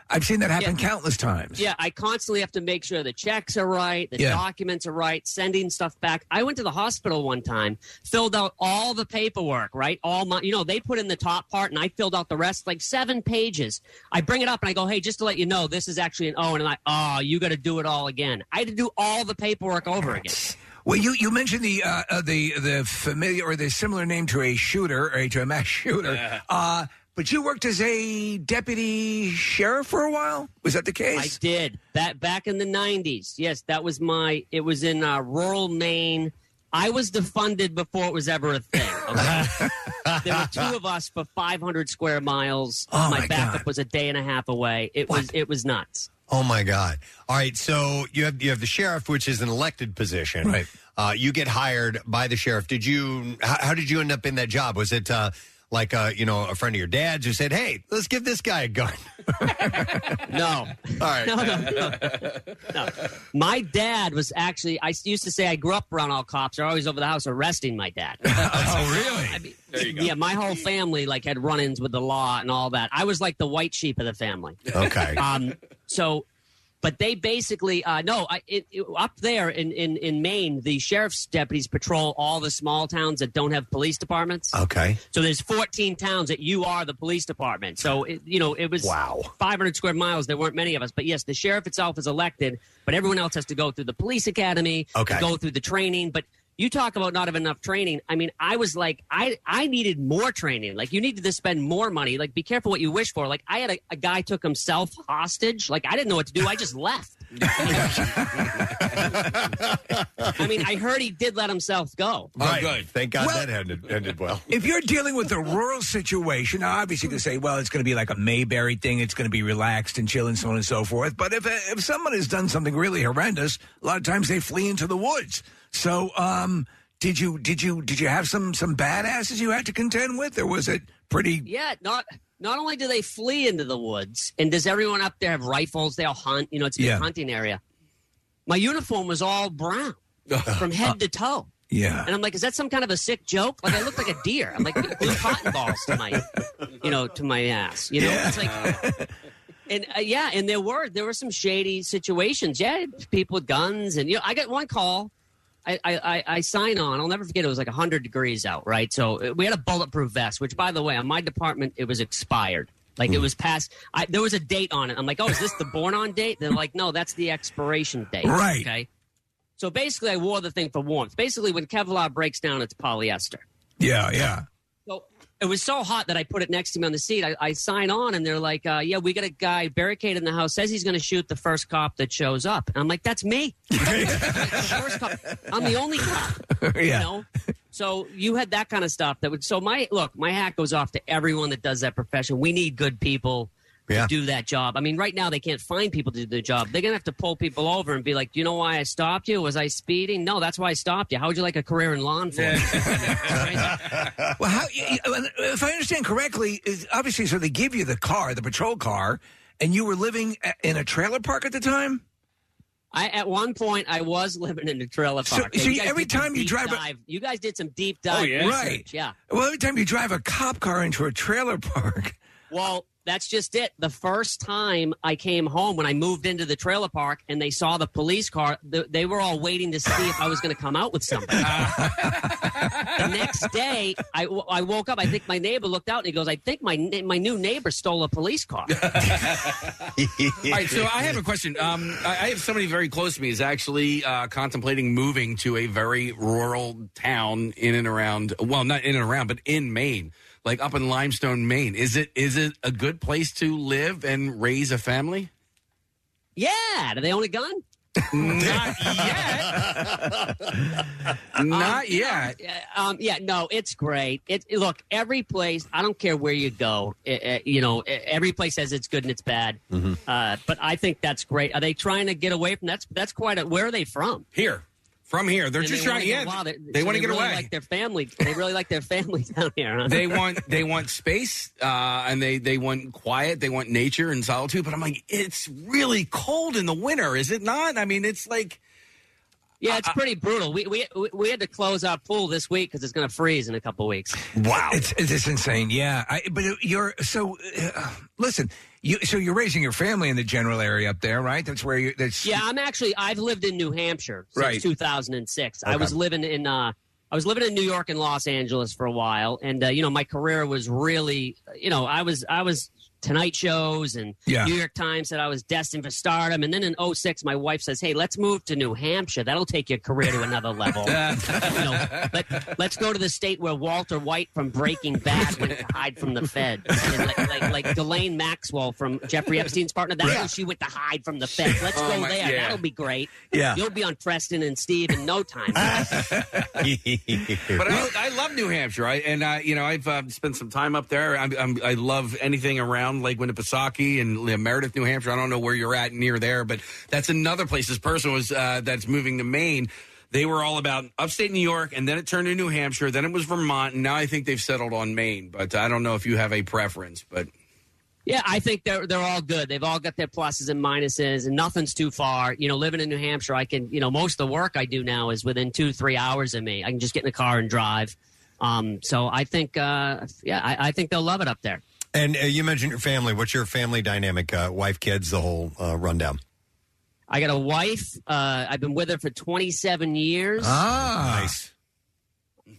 [SPEAKER 3] I've seen that happen countless times.
[SPEAKER 25] Yeah, I constantly have to make sure the checks are right, the
[SPEAKER 3] Yeah.
[SPEAKER 25] documents are right, sending stuff back. I went to the hospital one time, filled out all the paperwork, right? All my, you know, they put in the top part and I filled out the rest, like seven pages. I bring it up and I go, hey, just to let you know, this is actually an O. And I'm like, oh, you got to do it all again. I had to do all the paperwork over again.
[SPEAKER 3] Well, you, you mentioned the uh, uh, the the familiar or the similar name to a shooter or to a mass shooter, uh, but you worked as a deputy sheriff for a while. Was that the
[SPEAKER 25] I
[SPEAKER 3] case?
[SPEAKER 25] did that back in the '90s. Yes, that was my. It was in uh, rural Maine. I was defunded before it was ever a thing. Okay? there were two of us for 500 square miles.
[SPEAKER 1] Oh,
[SPEAKER 25] my,
[SPEAKER 1] my
[SPEAKER 25] backup was a day and a half away. It was it was nuts.
[SPEAKER 1] Oh my God! All right, so you have you have the sheriff, which is an elected position. Right. Uh, you get hired by the sheriff. Did you? How, how did you end up in that job? Was it uh, like uh, you know a friend of your dad's who said, "Hey, let's give this guy a gun"?
[SPEAKER 25] No.
[SPEAKER 1] All right.
[SPEAKER 25] No, no, no. no. My dad was actually, I used to say I grew up around all cops. They're always over the house arresting my dad.
[SPEAKER 3] oh, really?
[SPEAKER 25] Yeah, my whole family like had run-ins with the law and all that. I was like the white sheep of the family.
[SPEAKER 1] Okay.
[SPEAKER 25] Um. So, but they basically uh, no. I it, it- up there in, in in Maine, the sheriff's deputies patrol all the small towns that don't have police departments.
[SPEAKER 1] Okay.
[SPEAKER 25] So there's 14 towns that you are the police department. So it, you know it was
[SPEAKER 1] wow
[SPEAKER 25] 500 square miles. There weren't many of us, but yes, the sheriff itself is elected, but everyone else has to go through the police academy,
[SPEAKER 8] Okay.
[SPEAKER 25] to go through the training. But you talk about not have enough training. I mean, I was like, I I needed more training. Like you needed to spend more money. Like be careful what you wish for. Like I had a, a guy took himself hostage. Like I didn't know what to do. I just left. I mean, I heard he did let himself go.
[SPEAKER 1] Right. Thank God
[SPEAKER 3] Well-
[SPEAKER 1] that ended ended well.
[SPEAKER 3] If you're dealing with a rural situation, now obviously you can say, well, it's going to be like a Mayberry thing. It's going to be relaxed and chill and so on and so forth. But if, if someone has done something really horrendous, a lot of times they flee into the woods. So, um, did you, did you, did you have some, some badasses you had to contend with or was it pretty?
[SPEAKER 25] Yeah, not not only do they flee into the woods, and does everyone up there have rifles? They all hunt. You know, it's a big
[SPEAKER 3] Yeah.
[SPEAKER 25] hunting area. My uniform was all brown from head to toe.
[SPEAKER 3] Yeah.
[SPEAKER 25] And I'm like, is that some kind of a sick joke? Like I look like a deer. I'm like blue cotton balls to my, you know, to my ass. You know, it's like, and uh, yeah, and there were there were some shady situations. Yeah, people with guns, and you know, I got one call. I, I, I, I sign on. I'll never forget. It was like 100 degrees out, right? So uh, we had a bulletproof vest, which, by the way, on my department, it was expired. Like it was past. I, there was a date on it. I'm like, oh, is this the born on date? They're like, no, that's the expiration date.
[SPEAKER 8] Right.
[SPEAKER 25] Okay. So basically, I wore the thing for warmth. Basically, when Kevlar breaks down, it's polyester.
[SPEAKER 8] Yeah, yeah.
[SPEAKER 25] So it was so hot that I put it next to me on the seat. I, I sign on, and they're like, uh, "Yeah, we got a guy barricaded in the house. Says he's going to shoot the first cop that shows up." And I'm like, "That's me. first cop. I'm the only cop." You
[SPEAKER 8] Yeah.
[SPEAKER 25] know. So you had that kind of stuff. That would. So my look, my hat goes off to everyone that does that profession. We need good people.
[SPEAKER 8] Yeah.
[SPEAKER 25] To do that job. I mean, right now they can't find people to do the job. They're gonna have to pull people over and be like, "Do you know why I stopped you? Was I speeding? No, that's why I stopped you. How would you like a career in law enforcement?"
[SPEAKER 8] well, how, y- y- if I understand correctly, is obviously, so they give you the car, the patrol car, and you were living a- in a trailer park at the time.
[SPEAKER 25] I at one point I was living in a trailer
[SPEAKER 8] So-
[SPEAKER 25] park.
[SPEAKER 8] so
[SPEAKER 25] Yeah,
[SPEAKER 8] you-
[SPEAKER 25] guys
[SPEAKER 8] every
[SPEAKER 25] did some
[SPEAKER 8] time you
[SPEAKER 25] deep
[SPEAKER 8] drive a- Oh,
[SPEAKER 25] dive. you guys did some deep dive. research.
[SPEAKER 8] right.
[SPEAKER 25] Yeah.
[SPEAKER 8] Well, every time you drive a cop car into a trailer park,
[SPEAKER 25] Well, that's just it. The first time I came home when I moved into the trailer park and they saw the police car, th- they were all waiting to see if I was going to come out with something. the next day, I, w- I woke up. I think my neighbor looked out and he goes, "I think my ne- my new neighbor stole a police car."
[SPEAKER 4] All right, so I have a question. Um, I I have somebody very close to me is actually uh, contemplating moving to a very rural town in and around. Well, not in and around, but in Maine, like up in Limestone, Maine. Is it is it a good place to live and raise a family?
[SPEAKER 25] yeah. Do they own a gun?
[SPEAKER 4] Not
[SPEAKER 25] you know,
[SPEAKER 4] yet.
[SPEAKER 25] uh, um, yeah, no, it's great. It look every place. I don't care where you go. eh, eh, you know, eh, every place has its good and its bad.
[SPEAKER 4] Mm-hmm.
[SPEAKER 25] Uh, but I think that's great. Are they trying to get away from that's that's quite a. Where are they from?
[SPEAKER 4] Here, from here. They're
[SPEAKER 25] And
[SPEAKER 4] just
[SPEAKER 25] they wanna
[SPEAKER 4] trying.
[SPEAKER 25] get
[SPEAKER 4] Yeah,
[SPEAKER 25] wild.
[SPEAKER 4] they,
[SPEAKER 25] so
[SPEAKER 4] want to get
[SPEAKER 25] really
[SPEAKER 4] away.
[SPEAKER 25] Like their family, they really like their family down here. Huh?
[SPEAKER 4] they want they want space uh, and they they want quiet they want nature and solitude but i'm like it's really cold in the winter is it not i mean it's like
[SPEAKER 25] Yeah, it's pretty brutal. We we we- we had to close our pool this week because it's going to freeze in a couple weeks.
[SPEAKER 8] Wow, it's it's just insane. Yeah, I, but you're so. Uh, listen, you so you're raising your family in the general area up there, right? That's where you. That's
[SPEAKER 25] Yeah, I'm actually I've lived in New Hampshire since
[SPEAKER 8] Right.
[SPEAKER 25] 2006. I
[SPEAKER 8] Okay.
[SPEAKER 25] was living in uh I was living in New York and Los Angeles for a while and uh, you know my career was really you know I was I was Tonight shows and
[SPEAKER 8] Yeah.
[SPEAKER 25] New York Times said I was destined for stardom. And then in 06, my wife says, Hey, let's move to New Hampshire. That'll take your career to another level. you know, let, let's go to the state where Walter White from Breaking Bad went to hide from the Fed. And like, like, like Ghislaine Maxwell from Jeffrey Epstein's partner, that's where she went to hide from the Fed. Let's
[SPEAKER 8] Oh,
[SPEAKER 25] go
[SPEAKER 8] my-
[SPEAKER 25] there.
[SPEAKER 8] yeah.
[SPEAKER 25] That'll be great.
[SPEAKER 8] Yeah.
[SPEAKER 25] You'll be on Preston and Steve in no time.
[SPEAKER 4] but I, I love New Hampshire, I, and uh, you know I've uh, spent some time up there. I'm, I'm, I love anything around Lake Winnipesaukee and uh, Meredith, New Hampshire. I don't know where you're at near there, but that's another place. This person was uh, that's moving to Maine. They were all about upstate New York, and then it turned to New Hampshire. Then it was Vermont, and now I think they've settled on Maine. But I don't know if you have a preference. But
[SPEAKER 25] Yeah, I think they're they're all good. They've all got their pluses and minuses, and nothing's too far. You know, living in New Hampshire, I can you know most of the work I do now is within two three hours of me. I can just get in the car and drive. Um, so I think uh, yeah, I, I think they'll love it up there.
[SPEAKER 1] And uh, you mentioned your family. What's your family dynamic? Uh, wife, kids, the whole uh, rundown.
[SPEAKER 25] I got a wife. Uh, I've been with her for 27 years.
[SPEAKER 8] Ah,
[SPEAKER 1] nice.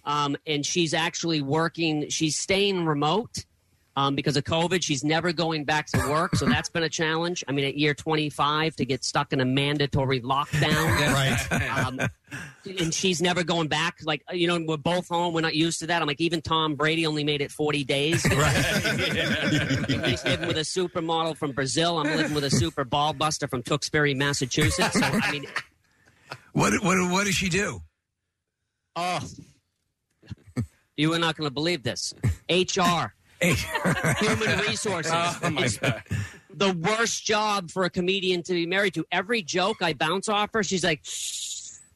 [SPEAKER 25] Um, and she's actually working. She's staying remote um, because of COVID. She's never going back to work, so that's been a challenge. I mean, at year 25, to get stuck in a mandatory lockdown,
[SPEAKER 1] right?
[SPEAKER 25] Um, and she's never going back. Like you know, we're both home. We're not used to that. I'm like, even Tom Brady only made it 40 days. He's living with a supermodel from Brazil. I'm living with a super ball buster from Tewksbury, Massachusetts. So I mean,
[SPEAKER 8] what what what does she do?
[SPEAKER 25] Oh, you are not going to believe this. HR, human resources.
[SPEAKER 8] Oh,
[SPEAKER 25] It's the worst job for a comedian to be married to. Every joke I bounce off her, she's like,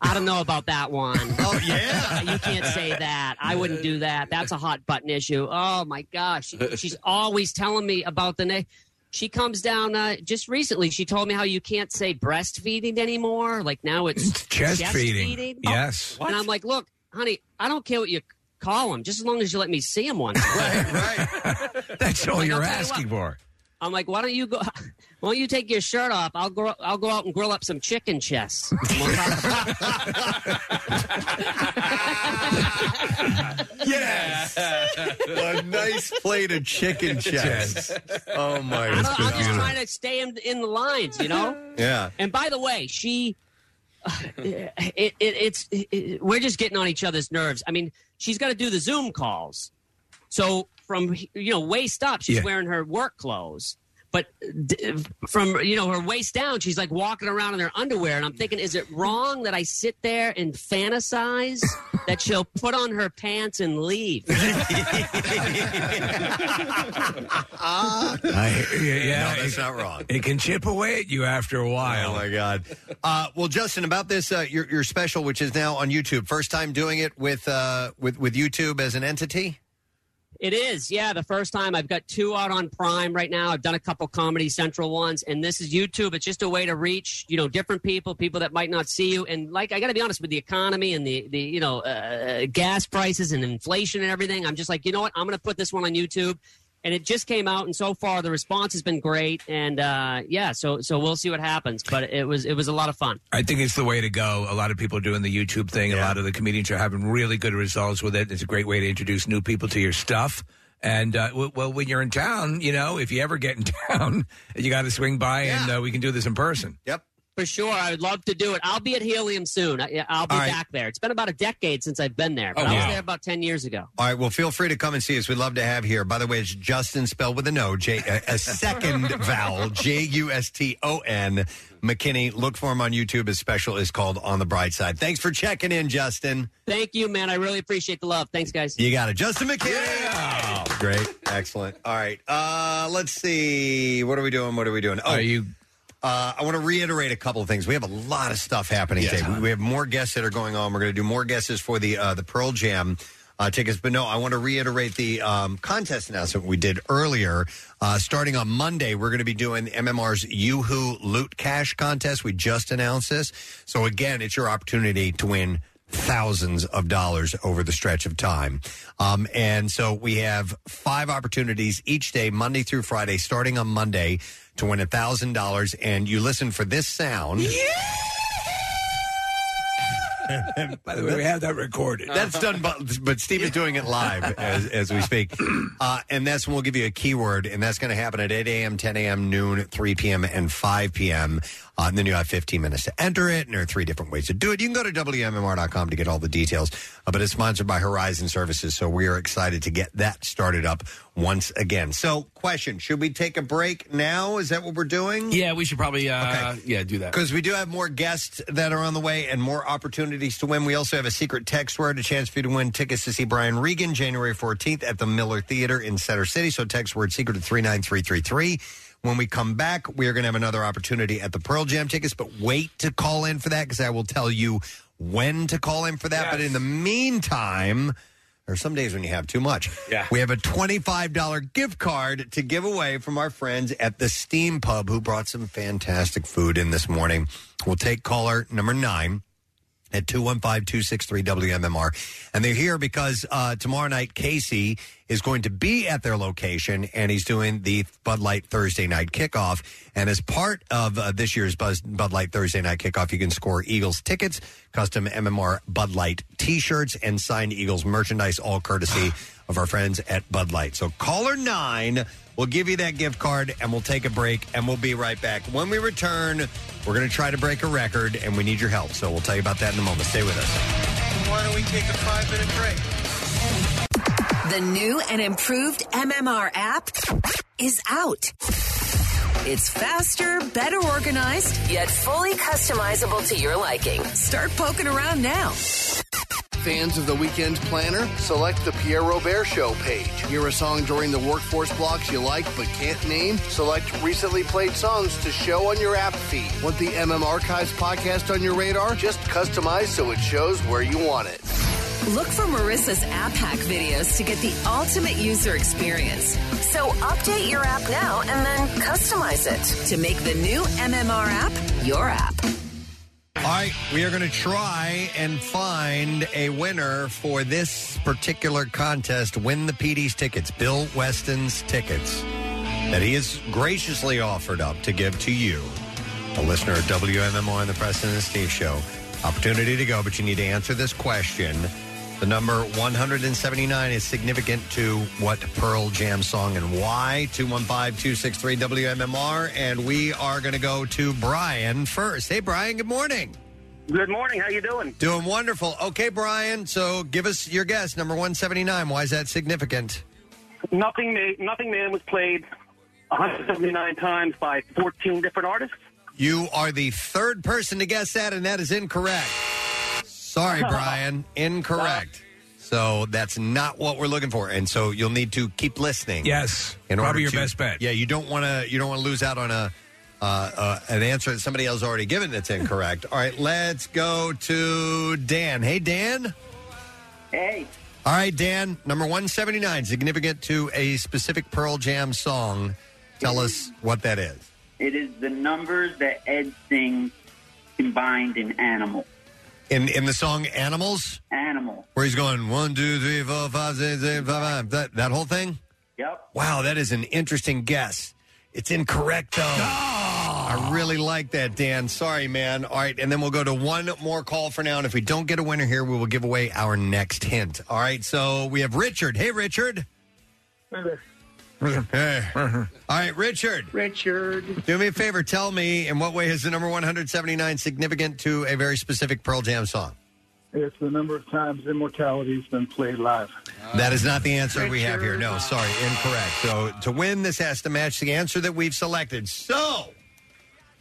[SPEAKER 25] I don't know about that one. Oh yeah, you can't say that. I wouldn't do that. That's a hot button issue. Oh my gosh, She- she's always telling me about the next. She comes down uh, just recently. She told me how you can't say breastfeeding anymore. Like now it's
[SPEAKER 8] Chest, feeding.
[SPEAKER 25] feeding.
[SPEAKER 8] Yes.
[SPEAKER 25] And I'm like, look, honey, I don't care what you call him, just as long as you let me see him once.
[SPEAKER 8] That's all
[SPEAKER 25] Like,
[SPEAKER 8] you're
[SPEAKER 25] I'll tell you
[SPEAKER 8] asking for.
[SPEAKER 25] I'm like, why don't you go? Why don't you take your shirt off? I'll go. I'll go out and grill up some chicken chests.
[SPEAKER 1] yes, a nice plate of chicken chest. Oh my
[SPEAKER 25] I don't, I'm just
[SPEAKER 1] God.
[SPEAKER 25] trying to stay in, in the lines, you know.
[SPEAKER 1] Yeah.
[SPEAKER 25] And by the way, she, it, it, it's it- we're just getting on each other's nerves. I mean, she's got to do the Zoom calls, so from you know waist up, she's
[SPEAKER 5] Yeah.
[SPEAKER 25] wearing her work clothes. But d- from you know her waist down, she's like walking around in her underwear, and I'm thinking, is it wrong that I sit there and fantasize that she'll put on her pants and leave?
[SPEAKER 1] I,
[SPEAKER 8] yeah, yeah,
[SPEAKER 1] no, that's not wrong.
[SPEAKER 8] It can chip away at you after a while.
[SPEAKER 1] Oh my God! Uh, well, Justin, about this uh, your your special, which is now on YouTube, first time doing it with uh, with with YouTube as an entity.
[SPEAKER 25] It is, yeah. The first time I've got two out on Prime right now. I've done a couple Comedy Central ones, and this is YouTube. It's just a way to reach you know different people, people that might not see you. And like I got to be honest with the economy and the the you know uh, gas prices and inflation and everything. I'm just like you know what I'm going to put this one on YouTube, and it just came out, and so far the response has been great. And uh, yeah, so so we'll see what happens, but it was it was a lot of fun.
[SPEAKER 8] I think it's the way to go. A lot of people are doing the YouTube thing. A lot of the comedians are having really good results with it. It's a great way to introduce new people to your stuff. And uh, w- well, when you're in town, you know, if you ever get in town, you got to swing by, and uh, we can do this in person.
[SPEAKER 1] Yep.
[SPEAKER 25] For sure, I would love to do it. I'll be at Helium soon. I, I'll be back there. It's been about a decade since I've been there, but
[SPEAKER 1] Oh,
[SPEAKER 25] I was
[SPEAKER 1] wow.
[SPEAKER 25] there about ten years ago.
[SPEAKER 1] All right. Well, feel free to come and see us. We'd love to have you here. By the way, it's Justin spelled with an O, J, uh, a, a second vowel, J U S T O N. McKinney. Look for him on YouTube. His special is called On the Bright Side. Thanks for checking in, Justin.
[SPEAKER 25] Thank you, man. I really appreciate the love. Thanks, guys.
[SPEAKER 1] You got it, Justin McKinney. Great, excellent. All right, uh, let's see. What are we doing? What are we doing? Oh, you. Uh, I want to reiterate a couple of things. We have a lot of stuff happening today. We, we have more guests that are going on. We're going to do more guesses for the uh, the Pearl Jam. Uh, tickets, but no, I want to reiterate the um, contest announcement we did earlier. Uh, starting on Monday, we're going to be doing MMR's YooHoo Loot Cash contest. We just announced this, so again, it's your opportunity to win thousands of dollars over the stretch of time. Um, and so we have five opportunities each day, Monday through Friday, starting on Monday to win $1,000. And you listen for this sound.
[SPEAKER 8] By the way, we have that recorded.
[SPEAKER 1] That's done, but, but Steve is doing it live as, as we speak. Uh, and that's when we'll give you a keyword, and that's going to happen at 8 a.m., 10 a.m., noon, 3 p.m., and 5 p.m. Uh, and then you have 15 minutes to enter it, and there are three different ways to do it. You can go to WMMR.com to get all the details, uh, but it's sponsored by Horizon Services, so we are excited to get that started up once again. So, question Should we take a break now? Is that what we're doing?
[SPEAKER 4] Yeah, we should probably uh, yeah do that.
[SPEAKER 1] Because we do have more guests that are on the way and more opportunities to win. We also have a secret text word, a chance for you to win tickets to see Brian Regan January 14th at the Miller Theater in Center City. So text word secret to 39333. When we come back, we are going to have another opportunity at the Pearl Jam tickets, but wait to call in for that because I will tell you when to call in for that. But in the meantime, there are some days when you have too much. Yeah. We have a $25 gift card to give away from our friends at the Steam Pub who brought some fantastic food in this morning. We'll take caller number nine at 215-263-WMMR. And they're here because uh, tomorrow night Casey is going to be at their location and he's doing the Bud Light Thursday night kickoff. And as part of uh, this year's Buzz, Bud Light Thursday night kickoff, you can score Eagles tickets, custom MMR Bud Light t-shirts, and signed Eagles merchandise, all courtesy of our friends at Bud Light. So caller nine will give you that gift card and we'll take a break and we'll be right back. When we return, we're going to try to break a record and we need your help. So we'll tell you about that in a moment. Stay with us.
[SPEAKER 14] Why don't we take a five minute break?
[SPEAKER 11] The new and improved MMR app is out. It's faster, better organized, yet fully customizable to your liking. Start poking around now.
[SPEAKER 6] Fans of the Weekend Planner, select the Pierre Robert Show page. Hear a song during the workforce blocks you like but can't name? Select recently played songs to show on your app feed. Want the MM Archives podcast on your radar? Just customize so it shows where you want it.
[SPEAKER 11] Look for Marissa's app hack videos to get the ultimate user experience. So update your app now and then customize it to make the new MMR app your app.
[SPEAKER 1] All right, we are going to try and find a winner for this particular contest. Win the PD's tickets, Bill Weston's tickets. that he has graciously offered up to give to you, a listener of WMMR and the President and Steve Show. Opportunity to go, but you need to answer this question. The number 179 is significant to what Pearl Jam song and why? 215 263 WMMR. And we are going to go to Brian first. Hey, Brian, good morning.
[SPEAKER 5] Good morning. How you doing?
[SPEAKER 1] Doing wonderful. Okay, Brian. So give us your guess. Number 179. Why is that significant?
[SPEAKER 5] Nothing, Ma- Nothing Man was played 179 times by 14 different artists.
[SPEAKER 1] You are the third person to guess that, and that is incorrect. Sorry, Brian. incorrect. So that's not what we're looking for, and so you'll need to keep listening.
[SPEAKER 8] Yes.
[SPEAKER 1] in order
[SPEAKER 8] Probably your
[SPEAKER 1] to-
[SPEAKER 8] best bet.
[SPEAKER 1] Yeah, you don't want to. You don't want to lose out on a uh, uh, an answer that somebody else already given that's incorrect. All right, let's go to Dan. Hey, Dan.
[SPEAKER 5] Hey.
[SPEAKER 1] All right, Dan. Number one seventy nine, significant to a specific Pearl Jam song. Tell us what that is.
[SPEAKER 15] It is the numbers that Ed sings combined in animal.
[SPEAKER 1] In in the song "Animals,"
[SPEAKER 15] Animal.
[SPEAKER 1] where he's going one, two, three, four, five, six, seven, five, five, that that whole thing.
[SPEAKER 15] Yep.
[SPEAKER 1] Wow, that is an interesting guess. It's incorrect though. I really like that, Dan. Sorry, man. All right, and then we'll go to one more call for now. And if we don't get a winner here, we will give away our next hint. All right, so we have Richard. Hey, Richard. Hey. All right, Richard. Richard. Do me a favor. Tell me in what way is the number 179 significant to a very specific Pearl Jam song?
[SPEAKER 16] It's the number of times immortality's been played live.
[SPEAKER 1] That is not the answer we have here. No, sorry, incorrect. So to win, this has to match the answer that we've selected. So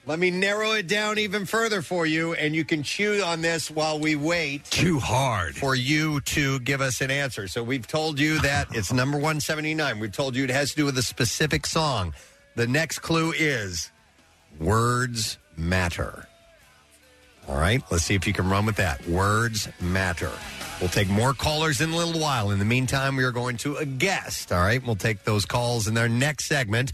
[SPEAKER 1] let me narrow it down even further for you, and you can chew on this while we wait.
[SPEAKER 8] Too hard
[SPEAKER 1] for you to give us an answer. So we've told you that it's number one seventy nine. We've told you it has to do with a specific song. The next clue is words matter. All right, let's see if you can run with that. Words matter. We'll take more callers in a little while. In the meantime, we are going to a guest. All right, we'll take those calls in their next segment.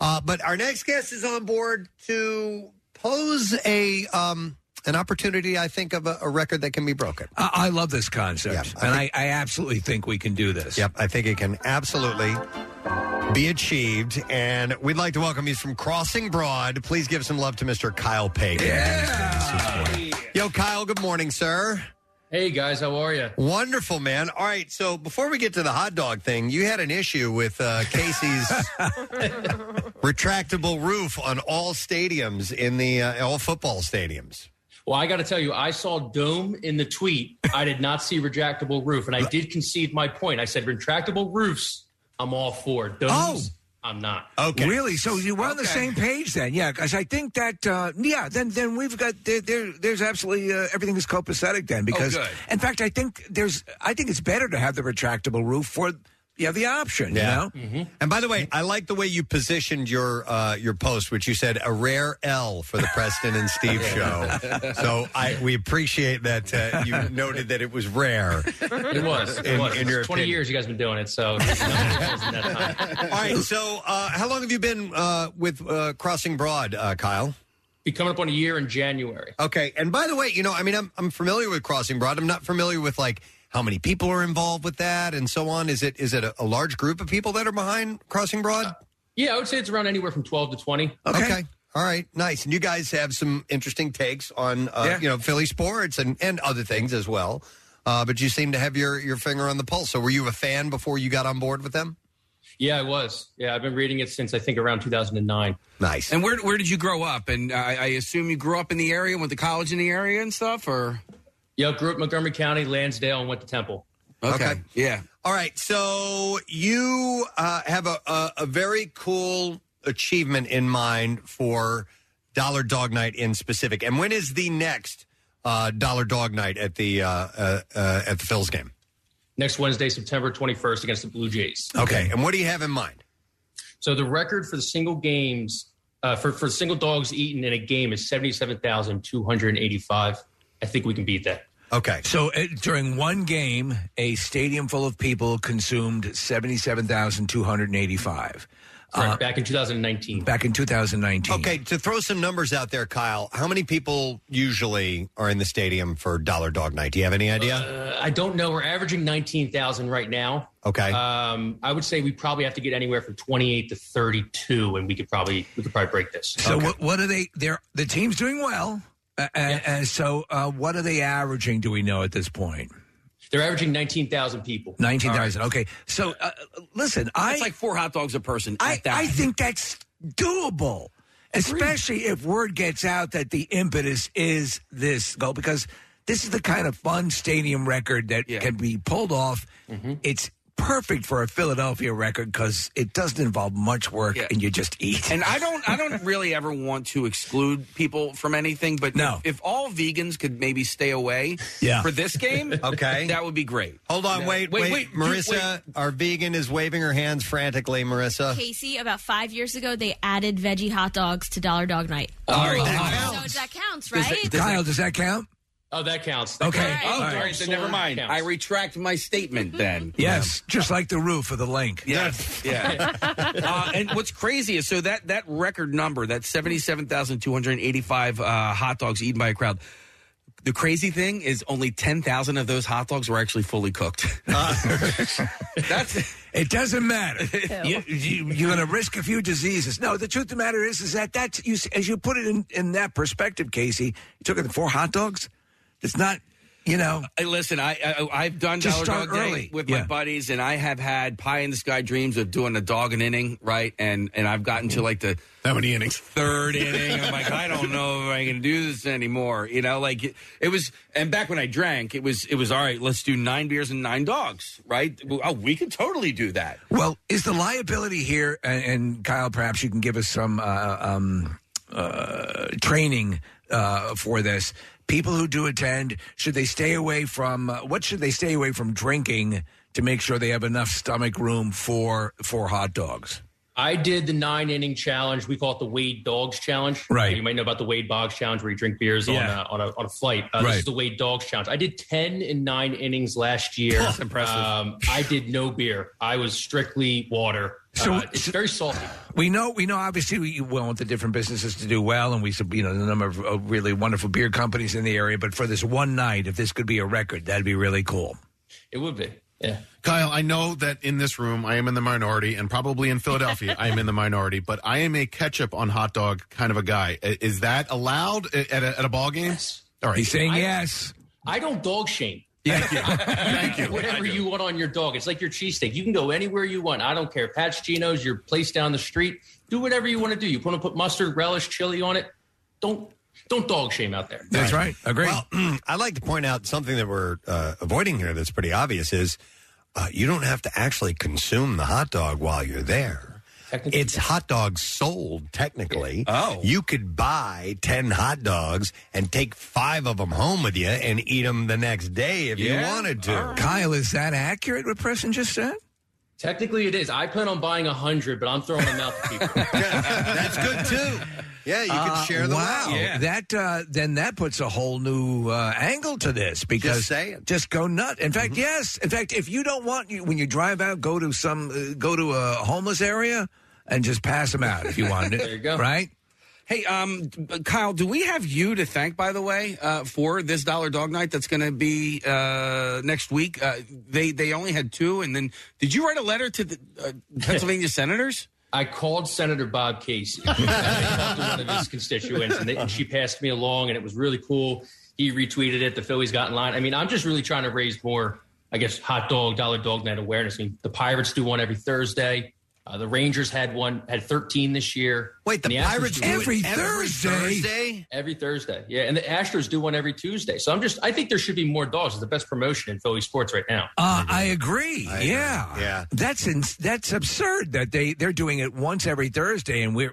[SPEAKER 1] Uh, but our next guest is on board to pose a um, an opportunity, I think, of a, a record that can be broken.
[SPEAKER 8] I, I love this concept, and I, I absolutely think we can do this.
[SPEAKER 1] Yep, I think it can absolutely be achieved. And we'd like to welcome you from Crossing Broad. Please give some love to Mr. Kyle Payton. Yo, Kyle, good morning, sir.
[SPEAKER 17] Hey guys, how are you?
[SPEAKER 1] Wonderful, man. All right, so before we get to the hot dog thing, you had an issue with uh, Casey's retractable roof on all stadiums in the uh, all football stadiums.
[SPEAKER 17] Well, I got to tell you, I saw dome in the tweet. I did not see retractable roof, and I did concede my point. I said retractable roofs, I'm all for.
[SPEAKER 1] Oh.
[SPEAKER 17] Domes, I'm not.
[SPEAKER 8] Really? So you were on the same page then? Yeah, because I think that uh, yeah, then then we've got there, there there's absolutely uh, everything is copacetic then
[SPEAKER 1] Oh,
[SPEAKER 8] because
[SPEAKER 4] good.
[SPEAKER 8] in fact I think there's I think it's better to have the retractable roof for you have the option, you know.
[SPEAKER 1] And by the way, I like the way you positioned your uh, your post, which you said a rare L for the Preston and Steve show. So I we appreciate that uh, you noted that it was rare.
[SPEAKER 17] It was. It
[SPEAKER 1] in,
[SPEAKER 17] was.
[SPEAKER 1] in
[SPEAKER 17] It's
[SPEAKER 1] your
[SPEAKER 17] 20
[SPEAKER 1] opinion.
[SPEAKER 17] years you guys have been doing it, so.
[SPEAKER 1] All right. So uh, how long have you been uh, with uh, Crossing Broad, uh, Kyle?
[SPEAKER 17] Be coming up on a year in January.
[SPEAKER 1] Okay. And by the way, you know, I mean, I'm I'm familiar with Crossing Broad. I'm not familiar with like how many people are involved with that and so on. Is it is it a, a large group of people that are behind Crossing Broad?
[SPEAKER 17] Yeah, I would say it's around anywhere from 12 to 20.
[SPEAKER 1] Okay. All right. Nice. And you guys have some interesting takes on uh, you know Philly sports and, and other things as well. Uh, but you seem to have your, your finger on the pulse. So were you a fan before you got on board with them?
[SPEAKER 17] Yeah, I was. Yeah, I've been reading it since I think around 2009.
[SPEAKER 1] Nice.
[SPEAKER 4] And where where did you grow up? And uh, I, I assume you grew up in the area, went to college in the area and stuff, or
[SPEAKER 17] Yeah, grew up in Montgomery County, Lansdale, and went to Temple.
[SPEAKER 4] okay, yeah.
[SPEAKER 1] All right. So you uh, have a, a, a very cool achievement in mind for Dollar Dog Night in specific. And when is the next uh, Dollar Dog Night at the uh, uh, uh, at the Phil's game?
[SPEAKER 17] Next Wednesday, September 21st, against the Blue Jays.
[SPEAKER 1] Okay. And what do you have in mind?
[SPEAKER 17] So the record for the single games uh, for for single dogs eaten in a game is seventy seven thousand two hundred eighty five. I think we can beat that.
[SPEAKER 1] Okay.
[SPEAKER 3] So uh, during one game, a stadium full of people consumed 77,285.
[SPEAKER 17] Correct, back in 2019.
[SPEAKER 3] Uh, Back in 2019.
[SPEAKER 1] Okay, to throw some numbers out there, Kyle, how many people usually are in the stadium for Dollar Dog Night? Do you have any idea?
[SPEAKER 17] Uh, I don't know. We're averaging 19,000 right now.
[SPEAKER 1] Okay.
[SPEAKER 17] Um, I would say we probably have to get anywhere from 28 to 32, and we could probably we could probably break this.
[SPEAKER 3] So what, what are they? They're the team's doing well. Uh, and, and so uh, what are they averaging? Do we know at this point?
[SPEAKER 17] They're averaging 19,000 people.
[SPEAKER 3] Nineteen thousand. Okay. So uh, listen, I
[SPEAKER 4] It's like four hot dogs a person.
[SPEAKER 3] I,
[SPEAKER 4] at that.
[SPEAKER 3] I think that's doable, especially if word gets out that the impetus is this goal, because this is the kind of fun stadium record that can be pulled off.
[SPEAKER 4] Mm-hmm.
[SPEAKER 3] It's perfect for a Philadelphia record because it doesn't involve much work and you just eat.
[SPEAKER 4] And I don't, I don't really ever want to exclude people from anything, but
[SPEAKER 3] No.
[SPEAKER 4] if, if all vegans could maybe stay away
[SPEAKER 3] Yeah.
[SPEAKER 4] for this game,
[SPEAKER 1] Okay.
[SPEAKER 4] that would be great.
[SPEAKER 1] Hold on,
[SPEAKER 4] Yeah.
[SPEAKER 1] wait,
[SPEAKER 4] Wait,
[SPEAKER 1] wait,
[SPEAKER 4] wait, you-
[SPEAKER 1] Marissa, our vegan is waving her hands frantically, Marissa.
[SPEAKER 8] Casey, about five years ago, they added veggie hot dogs to Dollar Dog Night.
[SPEAKER 3] All right,
[SPEAKER 8] So that counts,
[SPEAKER 3] Does
[SPEAKER 8] right?
[SPEAKER 3] that- Kyle, does that count?
[SPEAKER 17] Oh, that counts.
[SPEAKER 3] Okay.
[SPEAKER 4] Oh,
[SPEAKER 3] All
[SPEAKER 4] all
[SPEAKER 3] right.
[SPEAKER 4] right, then never mind. I retract my statement then.
[SPEAKER 3] Yes, just like the roof of the link.
[SPEAKER 4] Yes. Yeah. uh, and what's crazy is so that that record number, that seventy-seven thousand two hundred eighty-five uh, hot dogs eaten by a crowd. The crazy thing is, only ten thousand of those hot dogs were actually fully cooked. That's
[SPEAKER 3] Uh, it. Doesn't matter. you, you, you're going to risk a few diseases. No, the truth of the matter is, is that that's you as you put it in, in that perspective, Casey. You took it four hot dogs. It's not, you know.
[SPEAKER 4] Hey, listen, I, I I've done
[SPEAKER 3] Just
[SPEAKER 4] Dollar
[SPEAKER 3] start
[SPEAKER 4] Dog Day
[SPEAKER 3] early.
[SPEAKER 4] with
[SPEAKER 3] Yeah.
[SPEAKER 4] my buddies, and I have had pie in the sky dreams of doing a dog an inning, right? And and I've gotten to like the
[SPEAKER 7] how many innings?
[SPEAKER 4] Third inning. I'm like, I don't know if I can do this anymore. You know, like it, it was. And back when I drank, it was it was all right. Let's do nine beers and nine dogs, right? Oh, we could totally do that.
[SPEAKER 3] Well, is the liability here? And, and Kyle, perhaps you can give us some uh, um, uh, training uh, for this. People who do attend, should they stay away from uh, what should they stay away from drinking to make sure they have enough stomach room for for hot dogs?
[SPEAKER 17] I did the nine inning challenge. We call it the Wade Dogs Challenge.
[SPEAKER 3] Right.
[SPEAKER 17] You might know about the Wade Boggs Challenge where you drink beers
[SPEAKER 3] Yeah.
[SPEAKER 17] on, a, on, a, on a flight. Uh, This
[SPEAKER 3] Right.
[SPEAKER 17] is the Wade Dogs Challenge. I did 10 and nine innings last year.
[SPEAKER 3] That's impressive.
[SPEAKER 17] Um, I did no beer, I was strictly water.
[SPEAKER 3] So-
[SPEAKER 17] uh, it's very salty.
[SPEAKER 3] We know, we know. Obviously, we we want the different businesses to do well, and we, sub- you know, the number of, of really wonderful beer companies in the area. But for this one night, if this could be a record, that'd be really cool.
[SPEAKER 17] It would be. Yeah.
[SPEAKER 7] Kyle, I know that in this room I am in the minority, and probably in Philadelphia I am in the minority, but I am a ketchup on hot dog kind of a guy. I- Is that allowed at a, at a ball game? All right.
[SPEAKER 3] He's saying yes.
[SPEAKER 17] I don't dog shame.
[SPEAKER 3] Yeah.
[SPEAKER 17] Thank you. Whatever you want on your dog. It's like your cheesesteak. You can go anywhere you want. I don't care. Pat's Gino's, your place down the street. Do whatever you want to do. You want to put mustard, relish, chili on it. Don't don't dog shame out there.
[SPEAKER 3] That's right. Agree.
[SPEAKER 1] Well, I'd like to point out something that we're uh, avoiding here that's pretty obvious is uh, you don't have to actually consume the hot dog while you're there. It's hot dogs sold technically. Oh, you could buy ten hot dogs and take five of them home with you and eat them the next day if you
[SPEAKER 3] Yeah,
[SPEAKER 1] wanted to.
[SPEAKER 3] Kyle, is that accurate? What Preston just said?
[SPEAKER 17] Technically, it is. I plan on buying a hundred, but I'm throwing them out to people.
[SPEAKER 1] That's good too. Yeah, you could
[SPEAKER 3] Uh,
[SPEAKER 1] share them.
[SPEAKER 3] Wow,
[SPEAKER 1] out.
[SPEAKER 3] that uh, then that puts a whole new uh, angle to this because
[SPEAKER 1] Just saying. Mm-hmm.
[SPEAKER 3] just go nut. In fact, yes. In fact, if you don't want you, when you drive out, go to some uh, go to a homeless area and just pass them out if you want it.
[SPEAKER 4] There you go.
[SPEAKER 3] Right.
[SPEAKER 4] Hey, um, Kyle, do we have you to thank, by the way, uh, for this Dollar Dog Night that's going to be uh, next week? Uh, they they only had two, and then did you write a letter to the uh, Pennsylvania senators?
[SPEAKER 17] I called Senator Bob Casey. I talked to one of his constituents, and, they, and she passed me along, and it was really cool. He retweeted it. The Phillies got in line. I mean, I'm just really trying to raise more, I guess, hot dog, dollar dog night awareness. I mean, the Pirates do one every Thursday. Uh, the Rangers had one, had 13 this year.
[SPEAKER 1] Wait, the,
[SPEAKER 17] Astros
[SPEAKER 1] Pirates
[SPEAKER 17] do
[SPEAKER 1] do
[SPEAKER 17] it
[SPEAKER 1] it every Thursday?
[SPEAKER 17] Every Thursday, yeah. And the Astros do one every Tuesday. So I'm just, I think there should be more dogs. It's the best promotion in Philly sports right now.
[SPEAKER 3] Uh, I agree. yeah,
[SPEAKER 1] yeah.
[SPEAKER 3] That's ins that's absurd that they they're doing it once every Thursday, and we're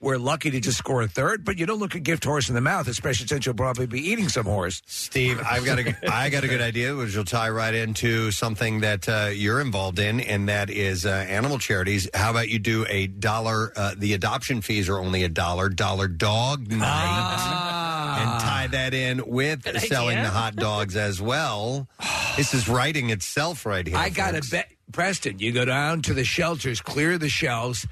[SPEAKER 3] we're lucky to just score a third. But you don't look a gift horse in the mouth, especially since you'll probably be eating some horse.
[SPEAKER 1] Steve, I've got a I got a good idea, which will tie right into something that uh, you're involved in, and that is uh, animal charities. How about you do a dollar? Uh, the adoption fees are only a dollar. Dollar dog night.
[SPEAKER 3] Ah.
[SPEAKER 1] and tie that in with
[SPEAKER 3] Good
[SPEAKER 1] selling
[SPEAKER 3] idea.
[SPEAKER 1] the hot dogs as well. this is writing itself right here.
[SPEAKER 3] I got to bet, Preston, you go down to the shelters, clear the shelves,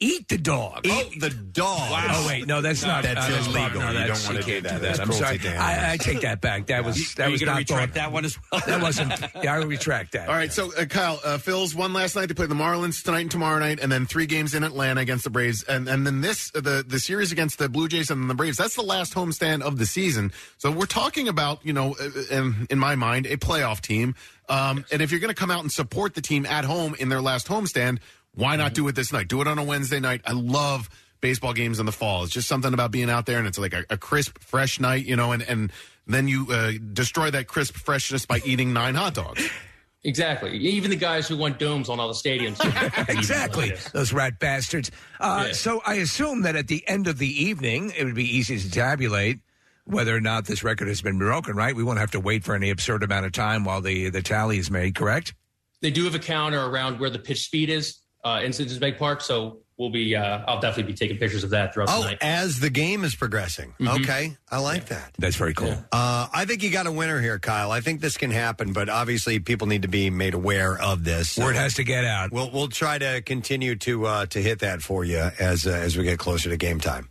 [SPEAKER 3] eat the dog.
[SPEAKER 1] Eat the dog.
[SPEAKER 3] Wow. Oh, wait, no, that's
[SPEAKER 4] No,
[SPEAKER 3] not
[SPEAKER 4] that's
[SPEAKER 3] uh, that's
[SPEAKER 4] illegal.
[SPEAKER 3] not- No,
[SPEAKER 4] You
[SPEAKER 3] that's,
[SPEAKER 4] don't wanna
[SPEAKER 3] you can't
[SPEAKER 4] do that.
[SPEAKER 3] do
[SPEAKER 4] That's
[SPEAKER 3] that. I'm
[SPEAKER 4] cruelty
[SPEAKER 3] sorry.
[SPEAKER 4] to
[SPEAKER 3] I,
[SPEAKER 4] animals.
[SPEAKER 3] I take that back. That was that was
[SPEAKER 7] gonna
[SPEAKER 3] not
[SPEAKER 7] retract
[SPEAKER 3] thought-
[SPEAKER 7] that one as well?
[SPEAKER 3] That wasn't. Yeah, I retract that.
[SPEAKER 7] All right, so uh, Kyle, uh, Phil's won last night. They play the Marlins tonight and tomorrow night, and then three games in Atlanta against the Braves, and and then this uh, the the series against the Blue Jays and the Braves. That's the last homestand of the season. So we're talking about you know, uh, in, in my mind, a playoff team. Um, And if you're going to come out and support the team at home in their last homestand, why
[SPEAKER 1] Mm-hmm.
[SPEAKER 7] not do it this night? Do it on a Wednesday night. I love baseball games in the fall. It's just something about being out there, and it's like a, a crisp, fresh night, you know, and and then you uh, destroy that crisp freshness by eating nine hot dogs.
[SPEAKER 17] Exactly. Even the guys who want domes on all the stadiums.
[SPEAKER 3] exactly. Those rat bastards. Uh, So I assume that at the end of the evening, it would be easy to tabulate whether or not this record has been broken, right? We won't have to wait for any absurd amount of time while the, the tally is made, correct?
[SPEAKER 17] They do have a counter around where the pitch speed is uh, in Citizens Bank Park, so we'll be. Uh, I'll definitely be taking pictures of that throughout
[SPEAKER 1] Oh,
[SPEAKER 17] the night.
[SPEAKER 1] as the game is progressing.
[SPEAKER 3] Mm-hmm.
[SPEAKER 1] Okay, I like that.
[SPEAKER 3] That's very cool.
[SPEAKER 1] Uh, I think you got a winner here, Kyle. I think this can happen, but obviously people need to be made aware of this.
[SPEAKER 3] Word has to get out.
[SPEAKER 1] We'll we'll try to continue to uh, to hit that for you as uh, as we get closer to game time.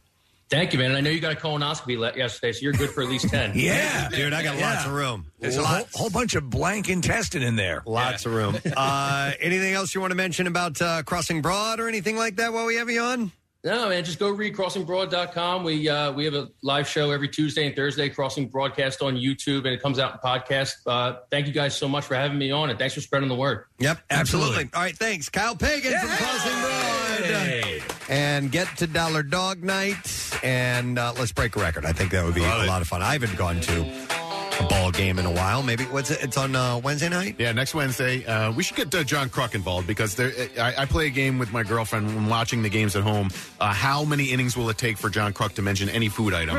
[SPEAKER 17] Thank you, man. And I know you got a colonoscopy le- yesterday, so you're good for at least ten.
[SPEAKER 3] Yeah. Yeah. There's a whole,
[SPEAKER 1] Lots.
[SPEAKER 3] whole bunch of blank intestine in there.
[SPEAKER 1] Lots of room. Uh, anything else you want to mention about uh, Crossing Broad or anything like that while we have you on?
[SPEAKER 17] No, man, just go read crossingbroad.com. We uh, we have a live show every Tuesday and Thursday, Crossing Broadcast on YouTube, and it comes out in podcast. Uh, thank you guys so much for having me on, and thanks for spreading the word.
[SPEAKER 1] Yep, absolutely. All right, thanks, Kyle Pagan from Crossing Broad. And get to Dollar Dog Night and uh, let's break a record. I think that would be a lot of fun. I haven't gone to a ball game in a while. Maybe what's it? It's on uh, Wednesday night.
[SPEAKER 7] Yeah, next Wednesday. Uh, we should get uh, John Kruk involved because there, I, I play a game with my girlfriend when watching the games at home. Uh, how many innings will it take for John Kruk to mention any food item?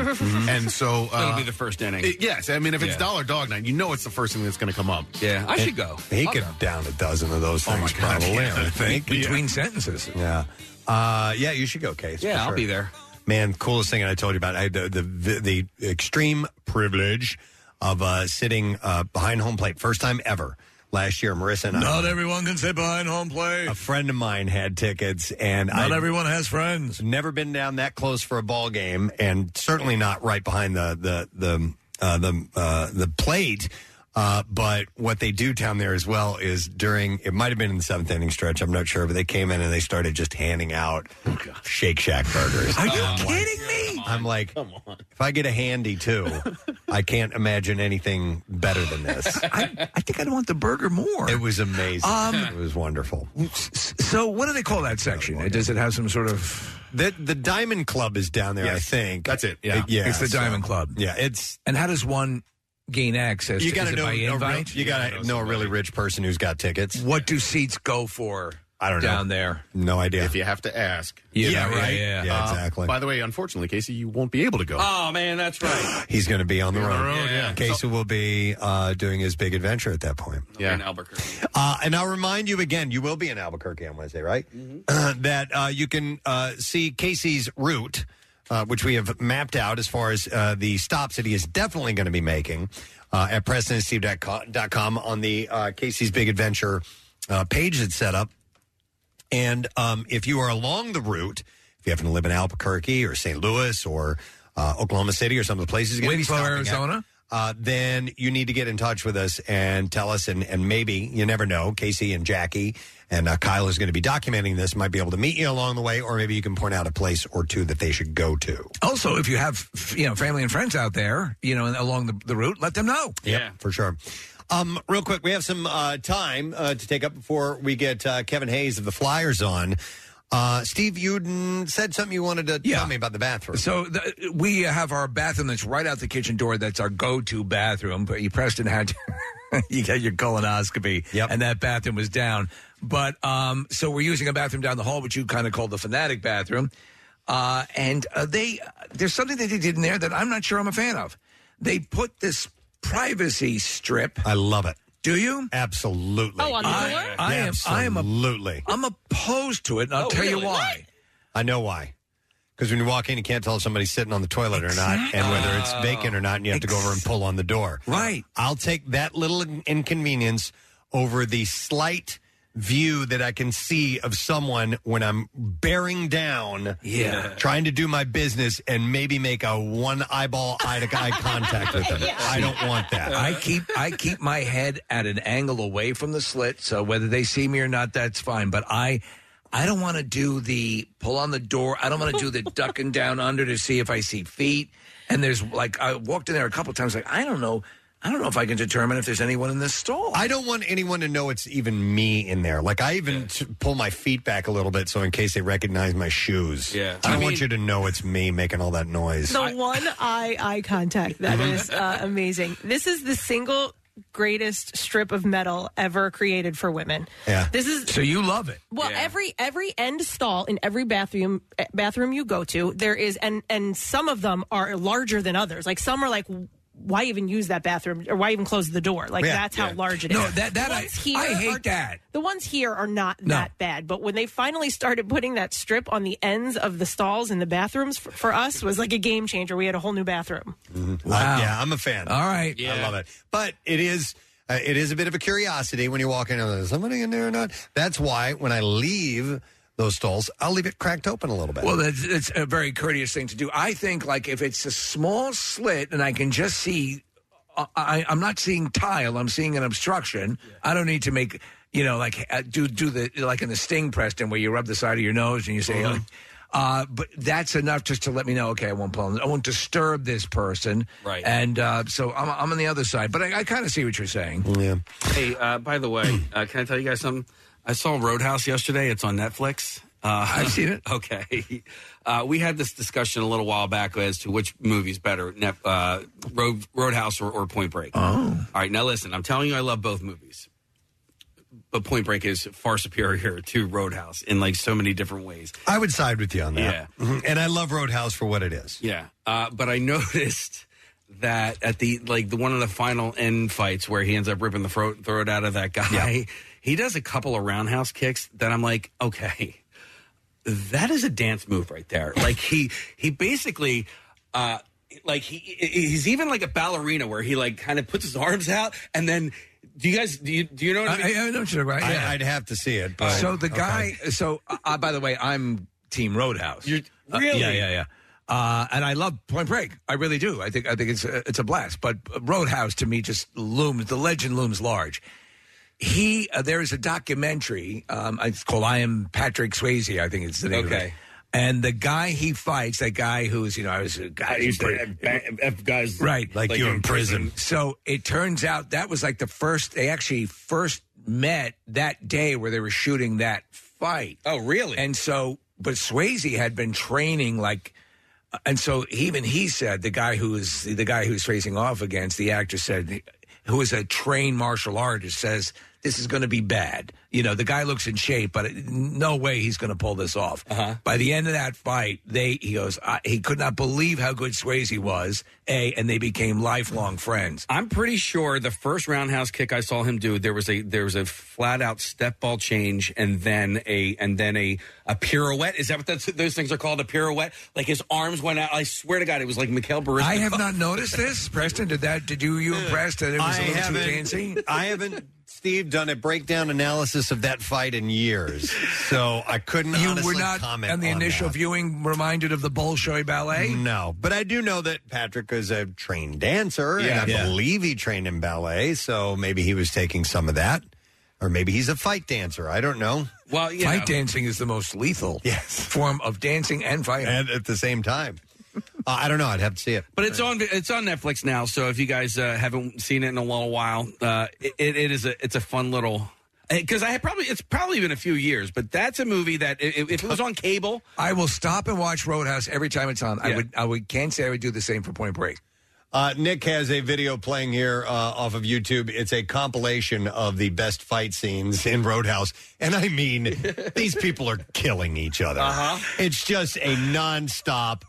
[SPEAKER 7] And so. Uh,
[SPEAKER 26] Mm-hmm. That'll be the first inning.
[SPEAKER 7] it- yes, I mean, if it's
[SPEAKER 26] Yeah.
[SPEAKER 7] dollar dog night, you know it's the first thing that's going to come up.
[SPEAKER 26] Yeah, I should go. Oh
[SPEAKER 1] He
[SPEAKER 7] I'll
[SPEAKER 1] could
[SPEAKER 7] go.
[SPEAKER 1] down a dozen of those things probably. I think
[SPEAKER 3] Between sentences.
[SPEAKER 1] Yeah. Uh, yeah, you should go, Case.
[SPEAKER 26] Yeah,
[SPEAKER 1] for
[SPEAKER 26] I'll
[SPEAKER 1] sure.
[SPEAKER 26] be there.
[SPEAKER 1] Man, coolest thing I told you about I, the, the the extreme privilege of uh, sitting uh, behind home plate, first time ever. Last year, Marissa and I,
[SPEAKER 3] Not everyone can sit behind home plate.
[SPEAKER 1] a friend of mine had tickets, and
[SPEAKER 3] Not
[SPEAKER 1] I,
[SPEAKER 3] everyone has friends.
[SPEAKER 1] Never been down that close for a ball game, and certainly not right behind the the the uh, the uh, the plate. Uh, but what they do down there as well is during it might have been in the seventh inning stretch. I'm not sure, but they came in and they started just handing out
[SPEAKER 3] Oh,
[SPEAKER 1] Shake Shack burgers.
[SPEAKER 3] Are you
[SPEAKER 1] I'm like-
[SPEAKER 3] kidding me?
[SPEAKER 1] I'm like, if I get a handy too, I can't imagine anything better than this.
[SPEAKER 3] I, I think I'd want the burger more.
[SPEAKER 1] It was amazing.
[SPEAKER 3] Um,
[SPEAKER 1] it was wonderful.
[SPEAKER 3] So, what do they call that section? Does it have some sort of
[SPEAKER 1] the the Diamond Club is down there? I think
[SPEAKER 7] that's it.
[SPEAKER 1] yeah,
[SPEAKER 3] it's the
[SPEAKER 1] so-
[SPEAKER 3] Diamond Club.
[SPEAKER 1] Yeah, it's
[SPEAKER 3] And how does one gain access?
[SPEAKER 1] you
[SPEAKER 3] to-
[SPEAKER 1] got to
[SPEAKER 3] is it
[SPEAKER 1] know
[SPEAKER 3] by
[SPEAKER 1] a real-
[SPEAKER 3] invite.
[SPEAKER 1] you got to know a really rich person who's got tickets.
[SPEAKER 3] What do seats go for?
[SPEAKER 1] I don't know
[SPEAKER 3] down there.
[SPEAKER 1] No idea.
[SPEAKER 7] If you have to ask.
[SPEAKER 3] You know, yeah, yeah. Yeah,
[SPEAKER 7] Uh,
[SPEAKER 1] exactly.
[SPEAKER 7] by the way, unfortunately, Casey, you won't be able to go.
[SPEAKER 26] Oh man, that's right.
[SPEAKER 1] He's going to be on the road.
[SPEAKER 7] on the road, yeah.
[SPEAKER 1] Casey will be uh, doing his big adventure at that point.
[SPEAKER 26] yeah, in Albuquerque.
[SPEAKER 1] Uh, and I'll remind you again, you will be in Albuquerque on Wednesday, right?
[SPEAKER 26] Mm-hmm.
[SPEAKER 1] that uh, you can uh, see Casey's route, uh, which we have mapped out as far as uh, the stops that he is definitely going to be making uh, at PresidentSteve.com on the uh, Casey's Big Adventure uh, page that's set up. And um, if you are along the route, if you happen to live in Albuquerque or St. Louis or uh, Oklahoma City or some of the places, you're gonna be
[SPEAKER 3] Winslow,
[SPEAKER 1] stopping at,
[SPEAKER 3] Arizona?
[SPEAKER 1] uh, then you need to get in touch with us and tell us, and, and maybe you never know. Casey and Jackie and uh, Kyle is going to be documenting this. Might be able to meet you along the way, or maybe you can point out a place or two that they should go to.
[SPEAKER 3] Also, if you have f- you know family and friends out there, you know and along the, the route, let them know.
[SPEAKER 1] Yeah, for sure. Um, real quick, we have some uh, time uh, to take up before we get uh, Kevin Hayes of the Flyers on. Uh, Steve Uden said something you wanted to tell me about the bathroom.
[SPEAKER 3] So the, we have our bathroom that's right out the kitchen door. That's our go-to bathroom. But you, Preston, had you got your colonoscopy, and that bathroom was down. But um, so we're using a bathroom down the hall, which you kind of called the fanatic bathroom. Uh, and uh, they there's something that they did in there that I'm not sure I'm a fan of. They put this privacy strip.
[SPEAKER 1] I love it.
[SPEAKER 3] Do you?
[SPEAKER 1] Absolutely.
[SPEAKER 3] Oh, on the I- door? I am- I am a-
[SPEAKER 1] absolutely.
[SPEAKER 3] I'm opposed to it, and I'll
[SPEAKER 1] Oh,
[SPEAKER 3] tell you
[SPEAKER 1] really?
[SPEAKER 3] why.
[SPEAKER 1] I know why. Because when you walk in, you can't tell if somebody's sitting on the toilet or not, and whether it's vacant or not, and you have to go over and pull on the door. Right. I'll take that little in- inconvenience over the slight view that I can see of someone when I'm bearing down,
[SPEAKER 3] Yeah.
[SPEAKER 1] trying to do my business and maybe make a one eyeball eye to eye contact with them. I don't want that.
[SPEAKER 3] I keep I keep my head at an angle away from the slit, so whether they see me or not, that's fine. But I I don't want to do the pull on the door. I don't want to do the ducking down under to see if I see feet. And there's like I walked in there a couple times. Like I don't know. I don't know if I can determine if there's anyone in this stall.
[SPEAKER 1] I don't want anyone to know it's even me in there. Like I even t- pull my feet back a little bit so in case they recognize my shoes. Yeah, I don't want you to know it's me making all that noise.
[SPEAKER 2] The one eye eye contact that
[SPEAKER 1] Mhm.
[SPEAKER 2] is uh, amazing. This is the single greatest strip of metal ever created for women.
[SPEAKER 3] Yeah.
[SPEAKER 2] This is
[SPEAKER 3] So you love it.
[SPEAKER 2] Well, every every end stall in every bathroom eh, bathroom you go to, there is and and some of them are larger than others. Like some are like why even use that bathroom or why even close the door? Like
[SPEAKER 3] Yeah.
[SPEAKER 2] that's how
[SPEAKER 3] Yeah.
[SPEAKER 2] large it is.
[SPEAKER 3] No, that- that
[SPEAKER 2] The
[SPEAKER 3] I-
[SPEAKER 2] ones here
[SPEAKER 3] I hate
[SPEAKER 2] are-
[SPEAKER 3] that.
[SPEAKER 2] The ones here are not
[SPEAKER 3] No.
[SPEAKER 2] that bad, but when they finally started putting that strip on the ends of the stalls in the bathrooms for, for us was like a game changer. We had a whole new bathroom.
[SPEAKER 1] Wow. yeah, I'm a fan.
[SPEAKER 3] All right.
[SPEAKER 1] I love it. But it is uh, it is a bit of a curiosity when you walk in. "Oh, Is somebody in there or not? That's why when I leave those stalls, I'll leave it cracked open a little bit.
[SPEAKER 3] Well, that's, that's a very courteous thing to do. I think, like, if it's a small slit and I can just see, I, I, I'm not seeing tile, I'm seeing an obstruction. I don't need to make, you know, like uh, do do the like in the sting, Preston, where you rub the side of your nose and you say.
[SPEAKER 27] Mhm.
[SPEAKER 3] "Oh." Uh, but that's enough just to let me know. Okay, I won't pull. on- I won't disturb this person.
[SPEAKER 4] Right.
[SPEAKER 3] And uh, so I'm, I'm on the other side. But I, I kind of see what you're saying.
[SPEAKER 1] Yeah.
[SPEAKER 4] Hey, uh, by the way, uh, can I tell you guys something? I saw Roadhouse yesterday. It's on Netflix. Uh,
[SPEAKER 3] I've seen it.
[SPEAKER 4] Okay. Uh, we had this discussion a little while back as to which movie's better, Net, uh, Road, Roadhouse or, or Point Break.
[SPEAKER 3] Oh.
[SPEAKER 4] All right, now listen, I'm telling you I love both movies. But Point Break is far superior to Roadhouse in like so many different ways.
[SPEAKER 1] I would side with you on that. Mhm. And I love Roadhouse for what it is.
[SPEAKER 4] Yeah, uh, but I noticed that at the like the one of the final end fights where he ends up ripping the throat, throat out of that guy, he does a couple of roundhouse kicks that I'm like, okay, that is a dance move right there. Like he he basically. uh like he he's even like a ballerina where he like kind of puts his arms out and then do you guys do you, do you know what I, mean?
[SPEAKER 3] I, I know what you're right.
[SPEAKER 4] I-
[SPEAKER 3] yeah.
[SPEAKER 1] I'd have to see it. But
[SPEAKER 3] so the guy. So uh, by the way, I'm Team Roadhouse. You're,
[SPEAKER 4] really?
[SPEAKER 3] yeah, yeah, yeah. Uh, and I love Point Break. I really do. I think I think it's a, it's a blast. But Roadhouse to me just looms. The legend looms large. He uh, there is a documentary. Um, it's called I Am Patrick Swayze. I think it's the name. Of it.
[SPEAKER 4] Okay.
[SPEAKER 3] And the guy he fights, that guy who's you know I was a guy
[SPEAKER 4] I used to F, F guys
[SPEAKER 3] right
[SPEAKER 4] like, you in prison.
[SPEAKER 3] so it turns out that was like the first they actually first met that day where they were shooting that fight.
[SPEAKER 4] Oh, really?
[SPEAKER 3] And so, but Swayze had been training like, and so even he said the guy who is the guy who's facing off against the actor said, who is a trained martial artist says. This is going to be bad. You know, the guy looks in shape, but no way he's going to pull this off.
[SPEAKER 4] Uh-huh.
[SPEAKER 3] By the end of that fight, they he goes, I, he could not believe how good Swayze was. A and they became lifelong friends.
[SPEAKER 4] I'm pretty sure the first roundhouse kick I saw him do, there was a there was a flat out step ball change and then a and then a a pirouette. Is that what that's, those things are called? A pirouette? Like his arms went out. I swear to God, it was like Mikhail Baris.
[SPEAKER 3] I have not noticed this, Preston. Did that? Did you? Were you impressed that it was
[SPEAKER 1] I
[SPEAKER 3] a little too
[SPEAKER 1] haven't-
[SPEAKER 3] fancy?
[SPEAKER 1] I haven't, Steve, done a breakdown analysis of that fight in years, so I couldn't.
[SPEAKER 3] You
[SPEAKER 1] honestly
[SPEAKER 3] were not
[SPEAKER 1] comment
[SPEAKER 3] on the
[SPEAKER 1] on
[SPEAKER 3] initial viewing reminded of the Bolshoi Ballet.
[SPEAKER 1] No, but I do know that Patrick is a trained dancer,
[SPEAKER 3] Yeah.
[SPEAKER 1] and I
[SPEAKER 3] Yeah.
[SPEAKER 1] believe he trained in ballet. So maybe he was taking some of that, or maybe he's a fight dancer. I don't know.
[SPEAKER 4] Well, you
[SPEAKER 3] fight
[SPEAKER 1] know.
[SPEAKER 3] dancing is the most lethal
[SPEAKER 1] yes.
[SPEAKER 3] form of dancing and fighting,
[SPEAKER 1] and at the same time. Uh, I don't know. I'd have to see it.
[SPEAKER 4] But it's on it's on Netflix now. So if you guys uh, haven't seen it in a little while, uh, it, it is a it's a fun little because I had probably it's probably been a few years, but that's a movie that i- i- if it was on cable,
[SPEAKER 3] I will stop and watch Roadhouse every time it's on. I
[SPEAKER 4] Yeah.
[SPEAKER 3] would. I would. Can't say I would do the same for Point Break.
[SPEAKER 1] Uh, Nick has a video playing here uh, off of YouTube. It's a compilation of the best fight scenes in Roadhouse. And I mean, these people are killing each other.
[SPEAKER 4] Uh-huh.
[SPEAKER 1] It's just a nonstop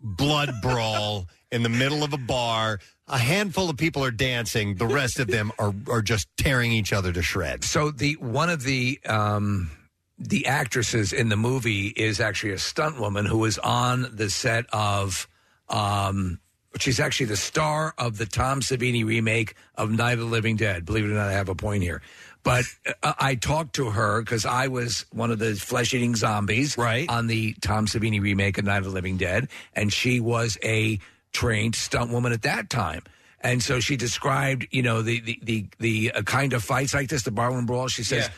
[SPEAKER 1] blood brawl in the middle of a bar. A handful of people are dancing, the rest of them are, are just tearing each other to shreds.
[SPEAKER 3] So the one of the um, the actresses in the movie is actually a stunt woman who was on the set of. Um, she's actually the star of the Tom Savini remake of Night of the Living Dead. Believe it or not, I have a point here. But uh, I talked to her because I was one of the flesh eating zombies right. on the Tom Savini remake of Night of the Living Dead. And she was a trained stunt woman at that time. And so she described, you know, the, the, the, the uh, kind of fights like this, the barroom brawl. She says,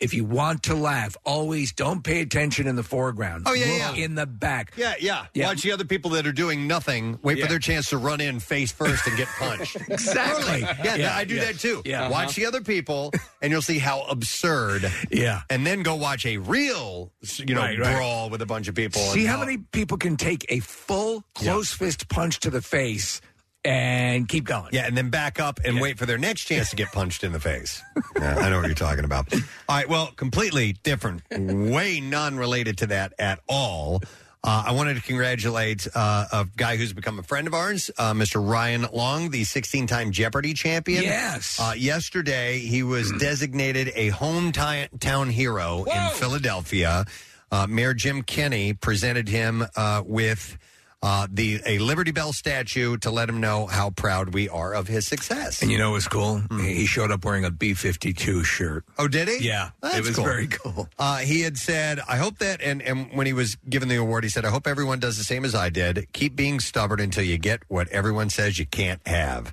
[SPEAKER 3] if you want to laugh, always don't pay attention in the foreground.
[SPEAKER 1] Oh, yeah,
[SPEAKER 3] Look
[SPEAKER 1] yeah.
[SPEAKER 3] in the back.
[SPEAKER 1] Yeah, yeah,
[SPEAKER 3] Yeah.
[SPEAKER 1] Watch the other people that are doing nothing wait
[SPEAKER 3] Yeah.
[SPEAKER 1] for their chance to run in face first and get punched.
[SPEAKER 3] Exactly.
[SPEAKER 1] Totally. Yeah,
[SPEAKER 3] Yeah,
[SPEAKER 1] I do
[SPEAKER 3] yeah.
[SPEAKER 1] that too.
[SPEAKER 3] Yeah. Uh-huh.
[SPEAKER 1] Watch the other people, and you'll see how absurd.
[SPEAKER 3] Yeah.
[SPEAKER 1] And then go watch a real, you know,
[SPEAKER 3] Right, right.
[SPEAKER 1] brawl with a bunch of people.
[SPEAKER 3] See
[SPEAKER 1] and
[SPEAKER 3] how many people can take a full close fist punch to the face and keep going.
[SPEAKER 1] Yeah, and then back up and wait for their next chance to get punched in the face. Yeah, I know what you're talking about. All right, well, completely different, way non related to that at all. Uh, I wanted to congratulate uh, a guy who's become a friend of ours, uh, Mr. Ryan Long, the 16 time Jeopardy champion.
[SPEAKER 3] Yes.
[SPEAKER 1] Uh, yesterday, he was designated a hometown hero in Philadelphia. Uh, Mayor Jim Kenney presented him uh, with uh, the a Liberty Bell statue to let him know how proud we are of his success.
[SPEAKER 3] And you know what's cool? He showed up wearing a B 52 shirt.
[SPEAKER 1] Hmm. Oh, did he?
[SPEAKER 3] Yeah.
[SPEAKER 1] That's
[SPEAKER 3] it was
[SPEAKER 1] cool.
[SPEAKER 3] very cool.
[SPEAKER 1] Uh, he had said, I hope that, and, and when he was given the award, he said, I hope everyone does the same as I did. Keep being stubborn until you get what everyone says you can't have.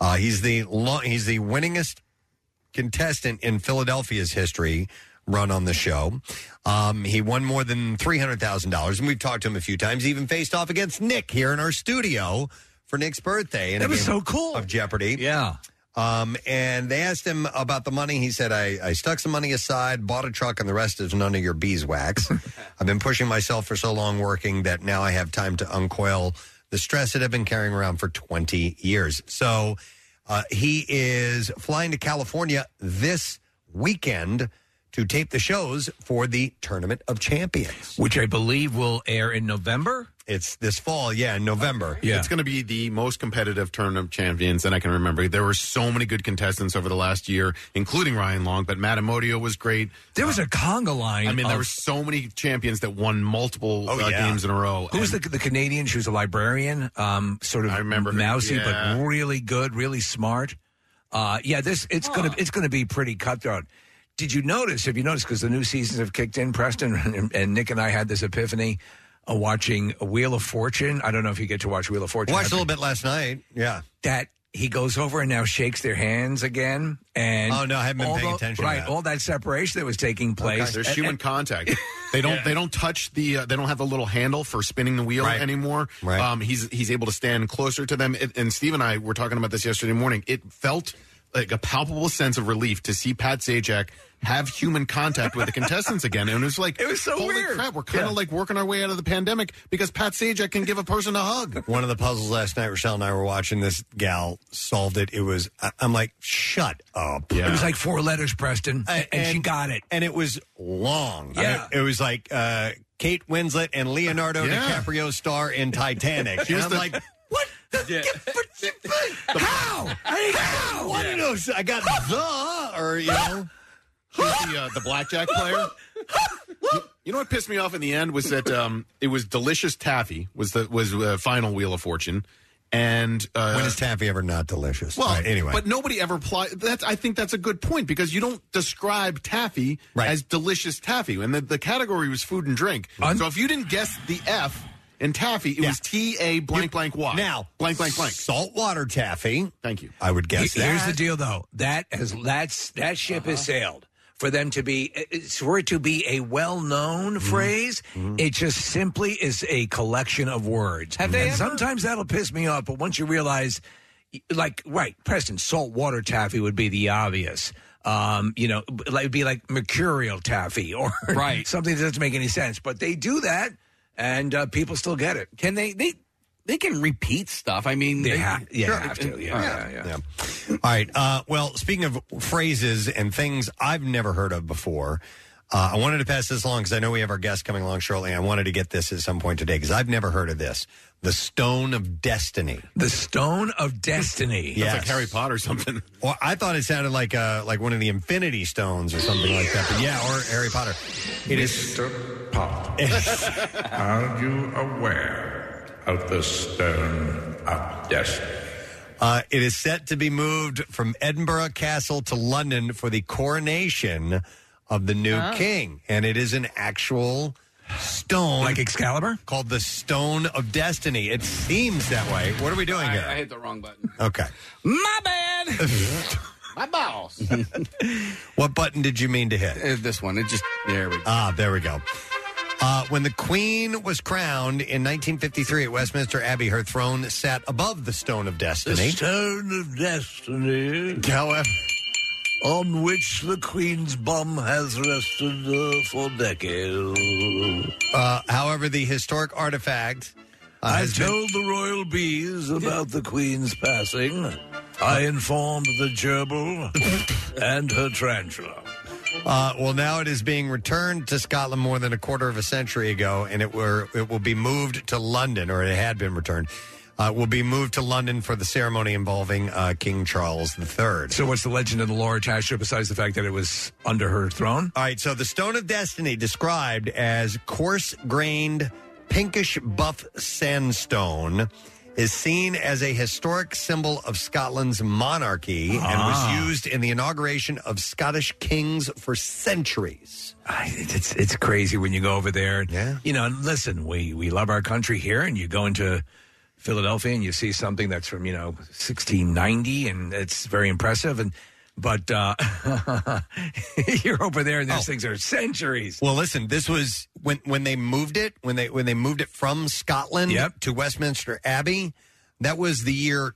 [SPEAKER 1] Uh, he's the lo- he's the winningest contestant in Philadelphia's history run on the show. Um, he won more than $300,000, and we've talked to him a few times, He even faced off against Nick here in our studio for Nick's birthday. And
[SPEAKER 3] That was so cool.
[SPEAKER 1] Of Jeopardy.
[SPEAKER 3] Yeah.
[SPEAKER 1] Um, and they asked him about the money. He said, I, I stuck some money aside, bought a truck, and the rest is none of your beeswax. I've been pushing myself for so long working that now I have time to uncoil the stress that I've been carrying around for 20 years. So uh, he is flying to California this weekend to tape the shows for the Tournament of Champions.
[SPEAKER 3] Which I believe will air in November.
[SPEAKER 1] It's this fall, yeah, in November.
[SPEAKER 7] It's going to be the most competitive tournament of champions that I can remember. There were so many good contestants over the last year, including Ryan Long, but Matt Amodio was great. Um,
[SPEAKER 3] There was a conga line.
[SPEAKER 7] I mean, there
[SPEAKER 3] of-
[SPEAKER 7] were so many champions that won multiple uh, games in a row.
[SPEAKER 3] Oh, Who's the, the Canadian? She was a librarian, um, sort of I remember
[SPEAKER 7] her.
[SPEAKER 3] mousy,
[SPEAKER 7] Yeah.
[SPEAKER 3] but really good, really smart. Uh, yeah, this it's gonna it's gonna be pretty cutthroat. Did you notice? Have you noticed? Because the new seasons have kicked in, Preston and, and Nick and I had this epiphany uh, watching Wheel of Fortune. I don't know if you get to watch Wheel of Fortune.
[SPEAKER 1] Watched a little bit last night. Yeah.
[SPEAKER 3] That he goes over and now shakes their hands again. And
[SPEAKER 1] Oh, no, I haven't been
[SPEAKER 3] all
[SPEAKER 1] paying
[SPEAKER 3] tho-
[SPEAKER 1] attention to
[SPEAKER 3] Right,
[SPEAKER 1] that.
[SPEAKER 3] all that separation that was taking place.
[SPEAKER 7] Okay, There's
[SPEAKER 3] And-
[SPEAKER 7] human
[SPEAKER 3] and-
[SPEAKER 7] contact. They don't.
[SPEAKER 3] Yeah.
[SPEAKER 7] They don't touch the. Uh, they don't have the little handle for spinning the wheel
[SPEAKER 3] Right.
[SPEAKER 7] anymore.
[SPEAKER 3] Right.
[SPEAKER 7] Um, he's he's able to stand closer to them. It, and Steve and I were talking about this yesterday morning. It felt like a palpable sense of relief to see Pat Sajak have human contact with the contestants again. And it was like it was so holy weird. crap. We're kind of
[SPEAKER 1] Yeah.
[SPEAKER 7] like working our way out of the pandemic because Pat Sajak can give a person a hug.
[SPEAKER 1] One of the puzzles last night, Rochelle and I were watching. This gal solved it. It was, I- I'm like, shut up.
[SPEAKER 3] It was like four letters, Preston, and, she got it.
[SPEAKER 1] And it was long. I
[SPEAKER 3] Yeah.
[SPEAKER 1] mean, it was like uh, Kate Winslet and Leonardo
[SPEAKER 3] Yeah.
[SPEAKER 1] DiCaprio star in Titanic.
[SPEAKER 3] She was
[SPEAKER 1] and I'm
[SPEAKER 3] the-
[SPEAKER 1] like, how? How? One of those. I got the
[SPEAKER 7] or you know, who's the, uh, the blackjack player. You- You know what pissed me off in the end was that um, it was delicious taffy was the was uh, final wheel of fortune, and uh,
[SPEAKER 1] when is taffy ever not delicious?
[SPEAKER 7] well
[SPEAKER 1] All right, anyway.
[SPEAKER 7] but nobody ever applied. That's I think that's a good point because you don't describe taffy as delicious taffy, and the, the category was food and drink. so if you didn't guess the F in taffy, it was T A blank blank Y.
[SPEAKER 1] now,
[SPEAKER 7] blank blank blank
[SPEAKER 1] saltwater taffy.
[SPEAKER 7] Thank you.
[SPEAKER 1] I would guess
[SPEAKER 3] He-
[SPEAKER 1] that.
[SPEAKER 3] Here's the deal, though. That has that's that ship has sailed. For them to be, it's for it to be a well-known phrase, it just simply is a collection of words.
[SPEAKER 1] Have they
[SPEAKER 3] and
[SPEAKER 1] ever-
[SPEAKER 3] sometimes that'll piss me off, but once you realize, like, right, Preston, saltwater taffy would be the obvious. Um, you know, like it'd be like mercurial taffy or right. something that doesn't make any sense. But they do that, and uh, people still get it.
[SPEAKER 28] Can they? They they can repeat stuff. I mean,
[SPEAKER 3] they,
[SPEAKER 28] they-
[SPEAKER 3] ha- yeah,
[SPEAKER 28] Sure.
[SPEAKER 3] have to. Yeah,
[SPEAKER 28] Yeah.
[SPEAKER 3] yeah, yeah.
[SPEAKER 1] All right. Uh, well, speaking of phrases and things I've never heard of before, Uh, I wanted to pass this along because I know we have our guest coming along shortly. And I wanted to get this at some point today because I've never heard of this. The Stone of Destiny.
[SPEAKER 8] The Stone of Destiny.
[SPEAKER 1] Yes.
[SPEAKER 7] That's like Harry Potter or something.
[SPEAKER 1] Well, I thought it sounded like uh, like one of the Infinity Stones or something like that. But yeah, or Harry Potter. It is
[SPEAKER 18] Mr. Pot. Are you aware of the Stone of Destiny?
[SPEAKER 1] Uh, it is set to be moved from Edinburgh Castle to London for the coronation of the new
[SPEAKER 8] Oh.
[SPEAKER 1] king, and it is an actual stone, like
[SPEAKER 8] Excalibur,
[SPEAKER 1] called the Stone of Destiny. It seems that way. What are we doing
[SPEAKER 4] I,
[SPEAKER 1] here?
[SPEAKER 4] I hit the wrong button.
[SPEAKER 1] Okay,
[SPEAKER 4] My bad.
[SPEAKER 14] My boss.
[SPEAKER 1] what button did you mean to hit?
[SPEAKER 4] Uh, this one. It just there we go.
[SPEAKER 1] Ah, there we go. Uh, when the Queen was crowned in 1953 at Westminster Abbey, her throne sat above the Stone of Destiny.
[SPEAKER 19] The Stone of Destiny.
[SPEAKER 1] However.
[SPEAKER 19] On which the Queen's bomb has rested uh, for decades.
[SPEAKER 1] Uh, however, the historic artifact. uh,
[SPEAKER 19] I
[SPEAKER 1] has been-
[SPEAKER 19] told the royal bees about the Queen's passing. I informed the gerbil and her tarantula.
[SPEAKER 1] Uh, well, now it is being returned to Scotland more than a quarter of a century ago, and it were it will be moved to London, or it had been returned. Uh, will be moved to London for the ceremony involving uh, King Charles III.
[SPEAKER 8] So, what's the legend of the lore attached to it besides the fact that it was under her throne?
[SPEAKER 1] All right, so the Stone of Destiny described as coarse grained, pinkish buff sandstone is seen as a historic symbol of Scotland's monarchy and
[SPEAKER 8] Ah.
[SPEAKER 1] was used in the inauguration of Scottish kings for centuries.
[SPEAKER 8] I- it's it's crazy when you go over there. Yeah. You know, and listen, we we love our country here, and you go into Philadelphia and you see something that's from you know 1690, and it's very impressive. And but uh you're over there, and these things are centuries.
[SPEAKER 1] Oh. Well, listen, this was when when they moved it when they when they moved it from Scotland to Westminster Abbey. That was the year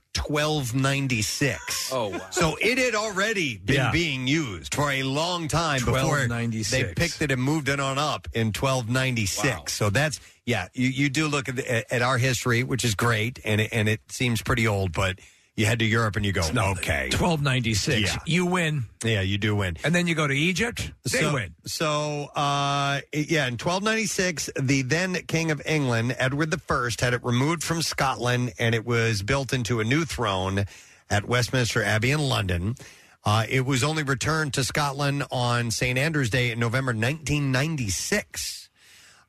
[SPEAKER 1] 1296.
[SPEAKER 4] Oh, wow.
[SPEAKER 1] So it had already been
[SPEAKER 8] Yeah.
[SPEAKER 1] being used for a long time before
[SPEAKER 8] 1296.
[SPEAKER 1] they picked it and moved it on up in 1296. So that's yeah, you, you do look at, the, at our history, which is great, and it, and it seems pretty old, but you head to Europe and you go, okay,
[SPEAKER 8] 1296.
[SPEAKER 1] Yeah.
[SPEAKER 8] You win,
[SPEAKER 1] yeah, you do win.
[SPEAKER 8] and then you go to Egypt. They
[SPEAKER 1] so,
[SPEAKER 8] win.
[SPEAKER 1] So, uh, yeah, in 1296, the then King of England, Edward I, had it removed from Scotland and it was built into a new throne at Westminster Abbey in London. Uh, it was only returned to Scotland on St. Andrew's Day in November 1996.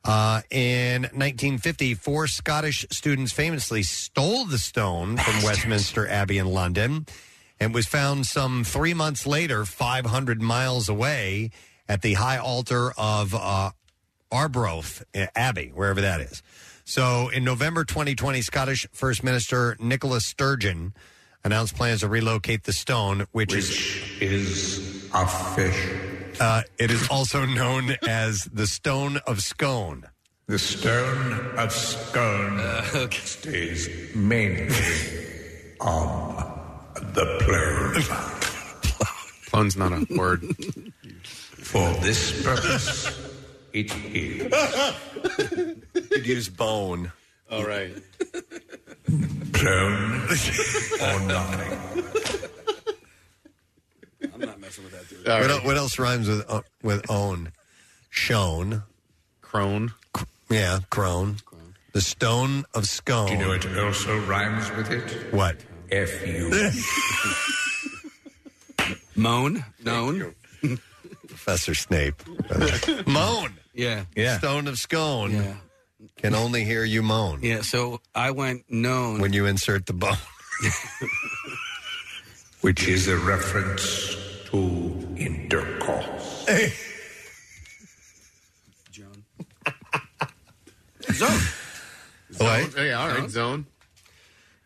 [SPEAKER 1] Uh, in 1950, four Scottish students famously stole the stone from Westminster Abbey in London and was found some three months later, 500 miles away at the high altar of uh, Arbroath uh, Abbey, wherever that is. So in November 2020, Scottish First Minister Nicola Sturgeon announced plans to relocate the stone, which, is,
[SPEAKER 18] Is a fish.
[SPEAKER 1] uh, it is also known as the Stone of Scone.
[SPEAKER 18] The stone of scone stays mainly on the plane.
[SPEAKER 7] Clone's not a word.
[SPEAKER 18] For this purpose, it is.
[SPEAKER 1] Could use bone.
[SPEAKER 18] All right. Prone or nothing.
[SPEAKER 1] What, el- what else rhymes with uh, with own? Shown. Crone. yeah, crone. The stone of scone.
[SPEAKER 18] Do you know it also rhymes with it?
[SPEAKER 1] What?
[SPEAKER 18] F U.
[SPEAKER 4] Moan? Known?
[SPEAKER 1] Professor Snape. moan.
[SPEAKER 4] Yeah.
[SPEAKER 1] Stone of scone. Can only hear you moan.
[SPEAKER 4] Yeah, so I went known.
[SPEAKER 1] When you insert the bone.
[SPEAKER 18] Which is a reference to intercourse.
[SPEAKER 4] Zone.
[SPEAKER 7] Yeah, all right, zone.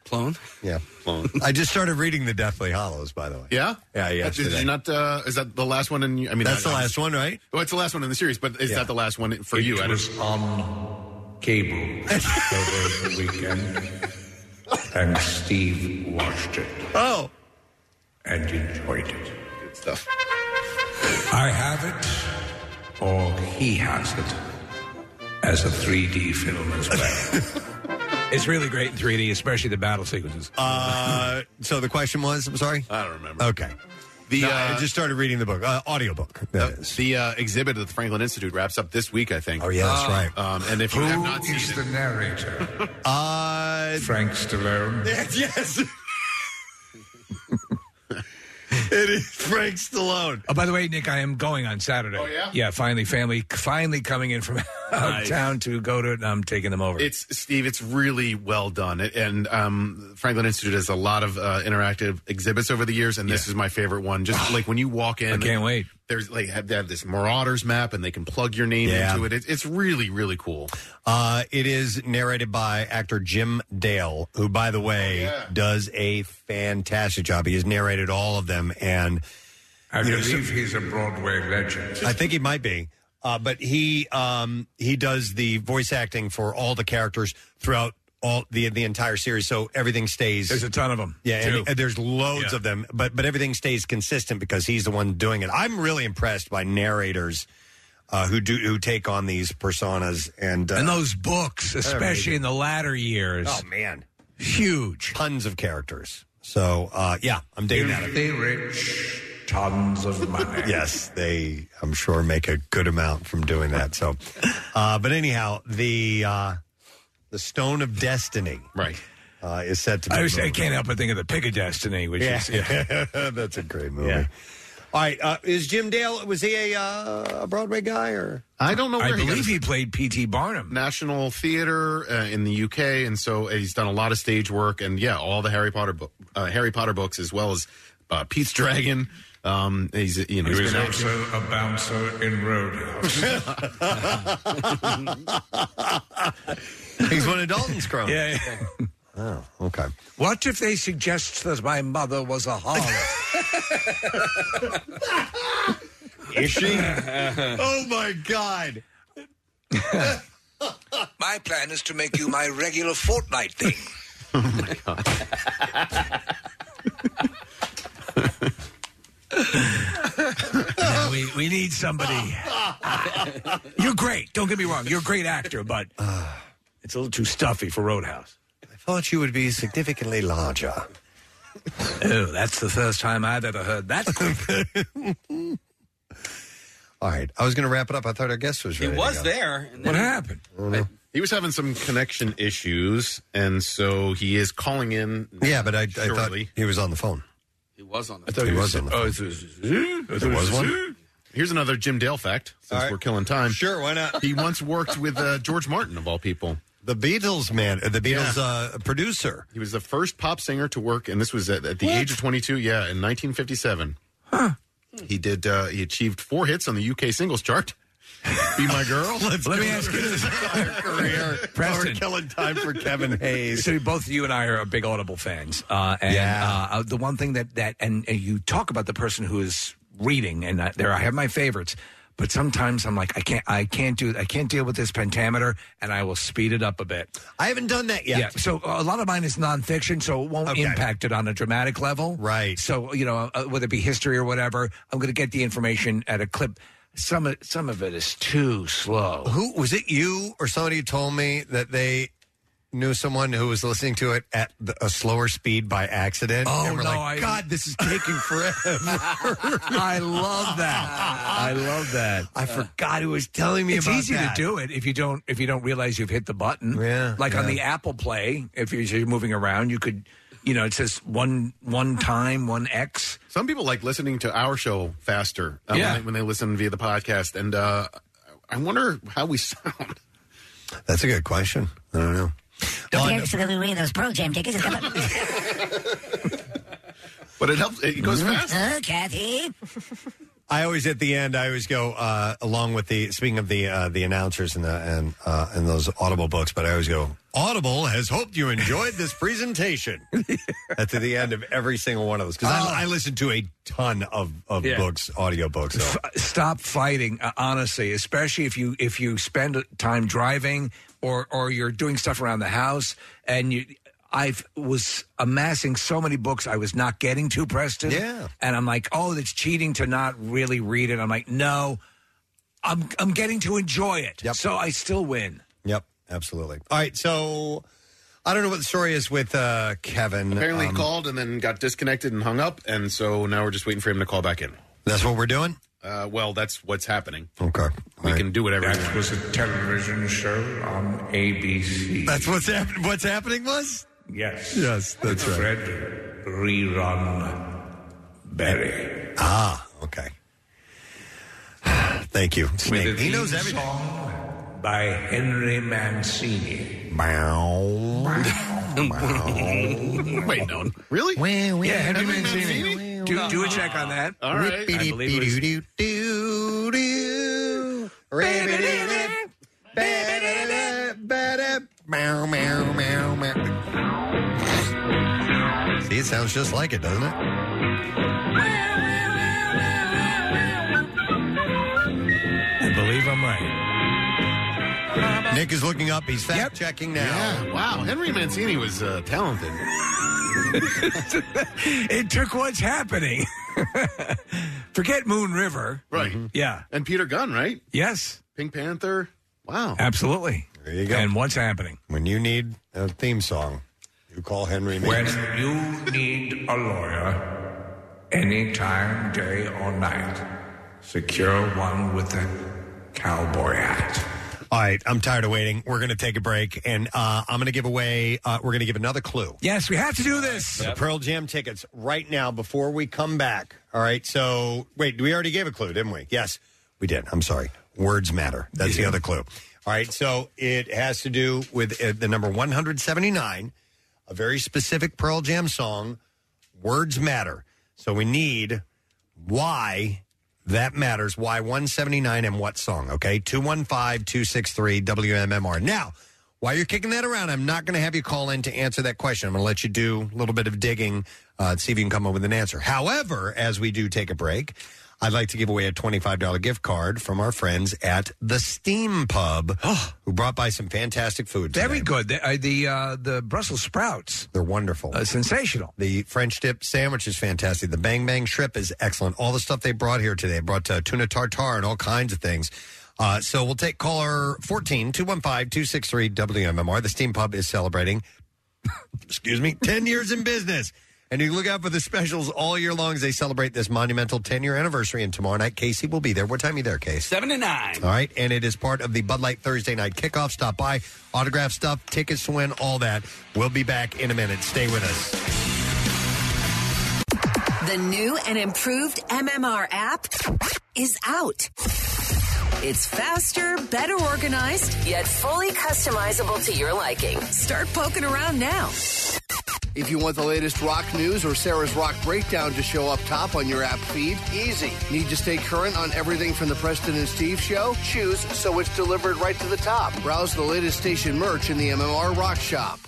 [SPEAKER 4] Plone?
[SPEAKER 1] Yeah, plone. I just started reading the Deathly Hollows, by the way.
[SPEAKER 7] Yeah,
[SPEAKER 1] Yeah, yeah.
[SPEAKER 7] Did you not? Uh, is that the last one? In I mean,
[SPEAKER 1] That's
[SPEAKER 7] I-
[SPEAKER 1] the last one, right?
[SPEAKER 7] Well, it's the last one in the series, but is that the last one for
[SPEAKER 18] It
[SPEAKER 7] you? Adam?
[SPEAKER 18] was on cable over the weekend, and Steve watched it.
[SPEAKER 1] Oh,
[SPEAKER 18] and enjoyed it. Good
[SPEAKER 1] stuff.
[SPEAKER 18] I have it, or he has it, as a 3D film as well.
[SPEAKER 8] It's really great in 3D, especially the battle sequences.
[SPEAKER 18] Uh,
[SPEAKER 1] Uh, so the question was, I'm sorry? I don't remember. Okay. The,
[SPEAKER 7] No,
[SPEAKER 1] I just started reading the book, uh, audiobook.
[SPEAKER 7] The, the, uh, exhibit at the Franklin Institute wraps up this week, I think. Oh
[SPEAKER 1] yeah, that's Ah. right.
[SPEAKER 7] Um, and if you
[SPEAKER 1] Who
[SPEAKER 7] have not seen
[SPEAKER 29] is
[SPEAKER 7] it,
[SPEAKER 29] the narrator?
[SPEAKER 1] Uh,
[SPEAKER 29] Frank Stallone.
[SPEAKER 1] yes. it is Frank Stallone.
[SPEAKER 3] Oh, by the way, Nick, I am going on Saturday. Oh yeah, yeah. Finally, family, finally coming in from out of
[SPEAKER 7] Nice.
[SPEAKER 3] town to go to it, and I'm taking them over.
[SPEAKER 7] It's Steve. It's really well done, It- and um, Franklin Institute has a lot of uh, interactive exhibits over the years, and this is my favorite one. Just like when you walk in,
[SPEAKER 3] I can't wait.
[SPEAKER 7] There's like have, they have this Marauders map, and they can plug your name
[SPEAKER 1] Yeah.
[SPEAKER 7] into it. it. It's really really cool.
[SPEAKER 1] Uh, it is narrated by actor Jim Dale, who, by the way,
[SPEAKER 4] Oh,
[SPEAKER 1] does a fantastic job. He has narrated all of them, and
[SPEAKER 29] I
[SPEAKER 1] you know, so-
[SPEAKER 29] believe he's a Broadway legend.
[SPEAKER 1] I think he might be. Uh, but he um, he does the voice acting for all the characters throughout all the the entire series, so everything stays.
[SPEAKER 3] There's a ton of them.
[SPEAKER 1] Yeah,
[SPEAKER 3] too.
[SPEAKER 1] and, and there's loads
[SPEAKER 3] Yeah.
[SPEAKER 1] of them, but but everything stays consistent because he's the one doing it. I'm really impressed by narrators uh, who do who take on these personas and uh,
[SPEAKER 3] and those books,
[SPEAKER 1] they're
[SPEAKER 3] especially
[SPEAKER 1] amazing.
[SPEAKER 3] in the latter years.
[SPEAKER 1] Oh, man.
[SPEAKER 3] huge,
[SPEAKER 1] tons of characters. So uh, yeah, I'm digging at it.
[SPEAKER 29] Filthy rich, tons of money.
[SPEAKER 1] yes, they I'm sure make a good amount from doing that. So, uh, but anyhow, the uh, the Stone of Destiny,
[SPEAKER 7] right,
[SPEAKER 1] uh, is set to. Be
[SPEAKER 3] I, was, I
[SPEAKER 1] moved.
[SPEAKER 3] can't help but think of the Pick of Destiny, which
[SPEAKER 1] Yeah.
[SPEAKER 3] is yeah.
[SPEAKER 1] that's a great movie. All right, uh, is Jim Dale was he a uh, a Broadway guy or?
[SPEAKER 7] I don't know. Where
[SPEAKER 3] I
[SPEAKER 7] he
[SPEAKER 3] believe
[SPEAKER 7] goes.
[SPEAKER 3] he played P.T. Barnum.
[SPEAKER 7] National Theater uh, in the UK, and so uh, he's done a lot of stage work, and yeah, all the Harry Potter bo- uh, Harry Potter books as well as uh, Pete's Dragon. Um, he's you know
[SPEAKER 29] He
[SPEAKER 7] he's
[SPEAKER 29] was
[SPEAKER 7] been
[SPEAKER 29] also a bouncer in Roadhouse.
[SPEAKER 1] He's one of Dalton's cronies.
[SPEAKER 3] Yeah.
[SPEAKER 1] Oh, okay.
[SPEAKER 3] What if they suggest that my mother was a harlot?
[SPEAKER 1] Is she? oh my God!
[SPEAKER 3] my plan is to make you my regular fortnight thing. No, we, we need somebody. You're great. Don't get me wrong. You're a great actor, but it's a little too stuffy for Roadhouse.
[SPEAKER 1] I thought you would be significantly larger.
[SPEAKER 3] Oh, that's the first time I've ever heard that.
[SPEAKER 1] All right, I was going to wrap it up. I thought our guest was
[SPEAKER 4] He
[SPEAKER 1] ready. to
[SPEAKER 4] was
[SPEAKER 1] go.
[SPEAKER 4] there. and then-
[SPEAKER 3] happened?
[SPEAKER 7] He was having some connection issues, and so he is calling in.
[SPEAKER 1] Yeah, but I, I thought
[SPEAKER 7] Surely.
[SPEAKER 1] he was on the phone.
[SPEAKER 4] He was on.
[SPEAKER 7] I thought
[SPEAKER 1] He was on the
[SPEAKER 7] Oh,
[SPEAKER 1] There was one?
[SPEAKER 7] Here's another Jim Dale fact. Since we're killing time,
[SPEAKER 1] sure, why not?
[SPEAKER 7] He once worked with uh, George Martin, of all people.
[SPEAKER 1] The Beatles, man, the Beatles uh, producer.
[SPEAKER 7] He was the first pop singer to work, and this was at, at the age of 22. Yeah, in 1957. He did. Uh, he achieved four hits on the UK singles chart. Be my girl.
[SPEAKER 3] Let me ask you this.
[SPEAKER 1] career.
[SPEAKER 3] Preston.
[SPEAKER 1] killing time for Kevin Hayes.
[SPEAKER 3] So both you and I are big Audible fans, uh, and
[SPEAKER 1] Yeah.
[SPEAKER 3] uh, the one thing that that and, and you talk about the person who is reading, and I, there I have my favorites, but sometimes I'm like I can't I can't do I can't deal with this pentameter, and I will speed it up a bit.
[SPEAKER 1] I haven't done that yet.
[SPEAKER 3] Yeah, so uh, a lot of mine is nonfiction, so it won't
[SPEAKER 1] Okay.
[SPEAKER 3] impact it on a dramatic level, right? So you know uh, whether it be history or whatever, I'm going to get the information at a clip. Some of- some of it is too slow.
[SPEAKER 1] Who was it? You or somebody who told me that they knew someone who was listening to it at the, a slower speed by accident?
[SPEAKER 3] Oh,
[SPEAKER 1] and we're
[SPEAKER 3] no, I-
[SPEAKER 1] like, God, this is taking forever.
[SPEAKER 3] I love that. I love that. Uh,
[SPEAKER 1] I forgot who was telling me
[SPEAKER 3] it's
[SPEAKER 1] about
[SPEAKER 3] easy
[SPEAKER 1] that.
[SPEAKER 3] to do it if you don't if you don't realize you've hit the button. Yeah, like on
[SPEAKER 1] yeah.
[SPEAKER 3] the Apple Play, if you're, you're moving around, you could, you know, it says one one time one X.
[SPEAKER 7] Some people like listening to our show faster uh,
[SPEAKER 3] Yeah.
[SPEAKER 7] when, they, when they listen via the podcast. And uh, I wonder how we sound.
[SPEAKER 1] That's a good question. I don't know.
[SPEAKER 8] Don't be accidentally reading those Pro Jam tickets.
[SPEAKER 7] But it helps. It goes fast.
[SPEAKER 8] Oh, Kathy.
[SPEAKER 1] I always at the end. I always go uh, along with the speaking of the uh, the announcers and the and uh, and those Audible books. But I always go. Audible has hoped you enjoyed this presentation. At the end of every single one of those, because I, I listen to a ton of of
[SPEAKER 3] Yeah.
[SPEAKER 1] books, audiobooks. So.
[SPEAKER 3] Stop fighting, uh, honestly, especially if you if you spend time driving or or you're doing stuff around the house and you. I was amassing so many books I was not getting to, Preston.
[SPEAKER 1] Yeah.
[SPEAKER 3] and I'm like, oh, it's cheating to not really read it. I'm like, no, I'm I'm getting to enjoy it, so I still win.
[SPEAKER 1] Yep, absolutely. All right, so I don't know what the story is with uh, Kevin.
[SPEAKER 7] Apparently, he
[SPEAKER 1] Um,
[SPEAKER 7] called and then got disconnected and hung up, and so now we're just waiting for him to call back in.
[SPEAKER 1] That's what we're doing.
[SPEAKER 7] Uh, well, that's what's happening.
[SPEAKER 1] Okay,
[SPEAKER 7] we can do whatever.
[SPEAKER 19] That was a television show on ABC.
[SPEAKER 1] That's what's happening. What's happening was
[SPEAKER 19] Yes.
[SPEAKER 1] Yes, that's right.
[SPEAKER 19] Fred rerun Barry.
[SPEAKER 1] Ah, okay. Thank you. Snake.
[SPEAKER 19] With a
[SPEAKER 1] He knows
[SPEAKER 19] theme
[SPEAKER 1] everything.
[SPEAKER 19] Song by Henry Mancini.
[SPEAKER 7] Wait, no. Really?
[SPEAKER 19] yeah, Henry Mancini.
[SPEAKER 3] Do, do a check on that.
[SPEAKER 7] All
[SPEAKER 1] right.
[SPEAKER 3] I believe it was-
[SPEAKER 1] Meow, meow, meow, meow. See, it sounds just like it, doesn't it?
[SPEAKER 19] I believe I'm right.
[SPEAKER 1] Nick is looking up. He's fact checking now.
[SPEAKER 7] Yeah. Wow. Henry Mancini was uh, talented.
[SPEAKER 8] it took what's happening. Forget Moon River.
[SPEAKER 7] Right.
[SPEAKER 1] Mm-hmm.
[SPEAKER 8] Yeah.
[SPEAKER 7] And Peter Gunn, right?
[SPEAKER 8] Yes.
[SPEAKER 7] Pink Panther. Wow.
[SPEAKER 8] Absolutely.
[SPEAKER 1] There you go.
[SPEAKER 8] And what's happening?
[SPEAKER 1] When you need a theme song, you call Henry
[SPEAKER 19] When
[SPEAKER 1] Mancini.
[SPEAKER 19] you need a lawyer, any time, day or night, secure one with a cowboy hat.
[SPEAKER 1] All right, I'm tired of waiting. We're going to take a break, and uh, I'm going to give away. Uh, we're going to give another clue.
[SPEAKER 8] Yes, we have to do this.
[SPEAKER 1] The Pearl Jam tickets right now before we come back. All right. So wait, we already gave a clue, didn't we? Yes, we did. I'm sorry. Words matter. That's the other clue. All right. So it has to do with uh, the number 179, a very specific Pearl Jam song. Words matter. So we need why that matters. Why 179 and what song? Okay. 215 263 WMMR. Now, while you're kicking that around, I'm not going to have you call in to answer that question. I'm going to let you do a little bit of digging, uh, see if you can come up with an answer. However, as we do take a break, I'd like to give away a $25 gift card from our friends at the Steam Pub, who brought by some fantastic food.
[SPEAKER 8] Oh. Very good. The uh, the, uh, the Brussels sprouts.
[SPEAKER 1] They're wonderful.
[SPEAKER 8] Uh, sensational.
[SPEAKER 1] The French dip sandwich is fantastic. The bang bang shrimp is excellent. All the stuff they brought here today. They brought uh, tuna tartare and all kinds of things. Uh, so we'll take caller 14 215 263 WMMR. The Steam Pub is celebrating, excuse me, 10 years in business. And you can look out for the specials all year long as they celebrate this monumental 10 year anniversary. And tomorrow night, Casey will be there. What time are you there, Casey?
[SPEAKER 4] Seven to nine.
[SPEAKER 1] All right, and it is part of the Bud Light Thursday night kickoff. Stop by, autograph stuff, tickets to win, all that. We'll be back in a minute. Stay with us.
[SPEAKER 11] The new and improved MMR app is out. It's faster, better organized, yet fully customizable to your liking. Start poking around now.
[SPEAKER 6] If you want the latest rock news or Sarah's rock breakdown to show up top on your app feed, easy. Need to stay current on everything from the Preston and Steve show? Choose so it's delivered right to the top. Browse the latest station merch in the MMR Rock Shop.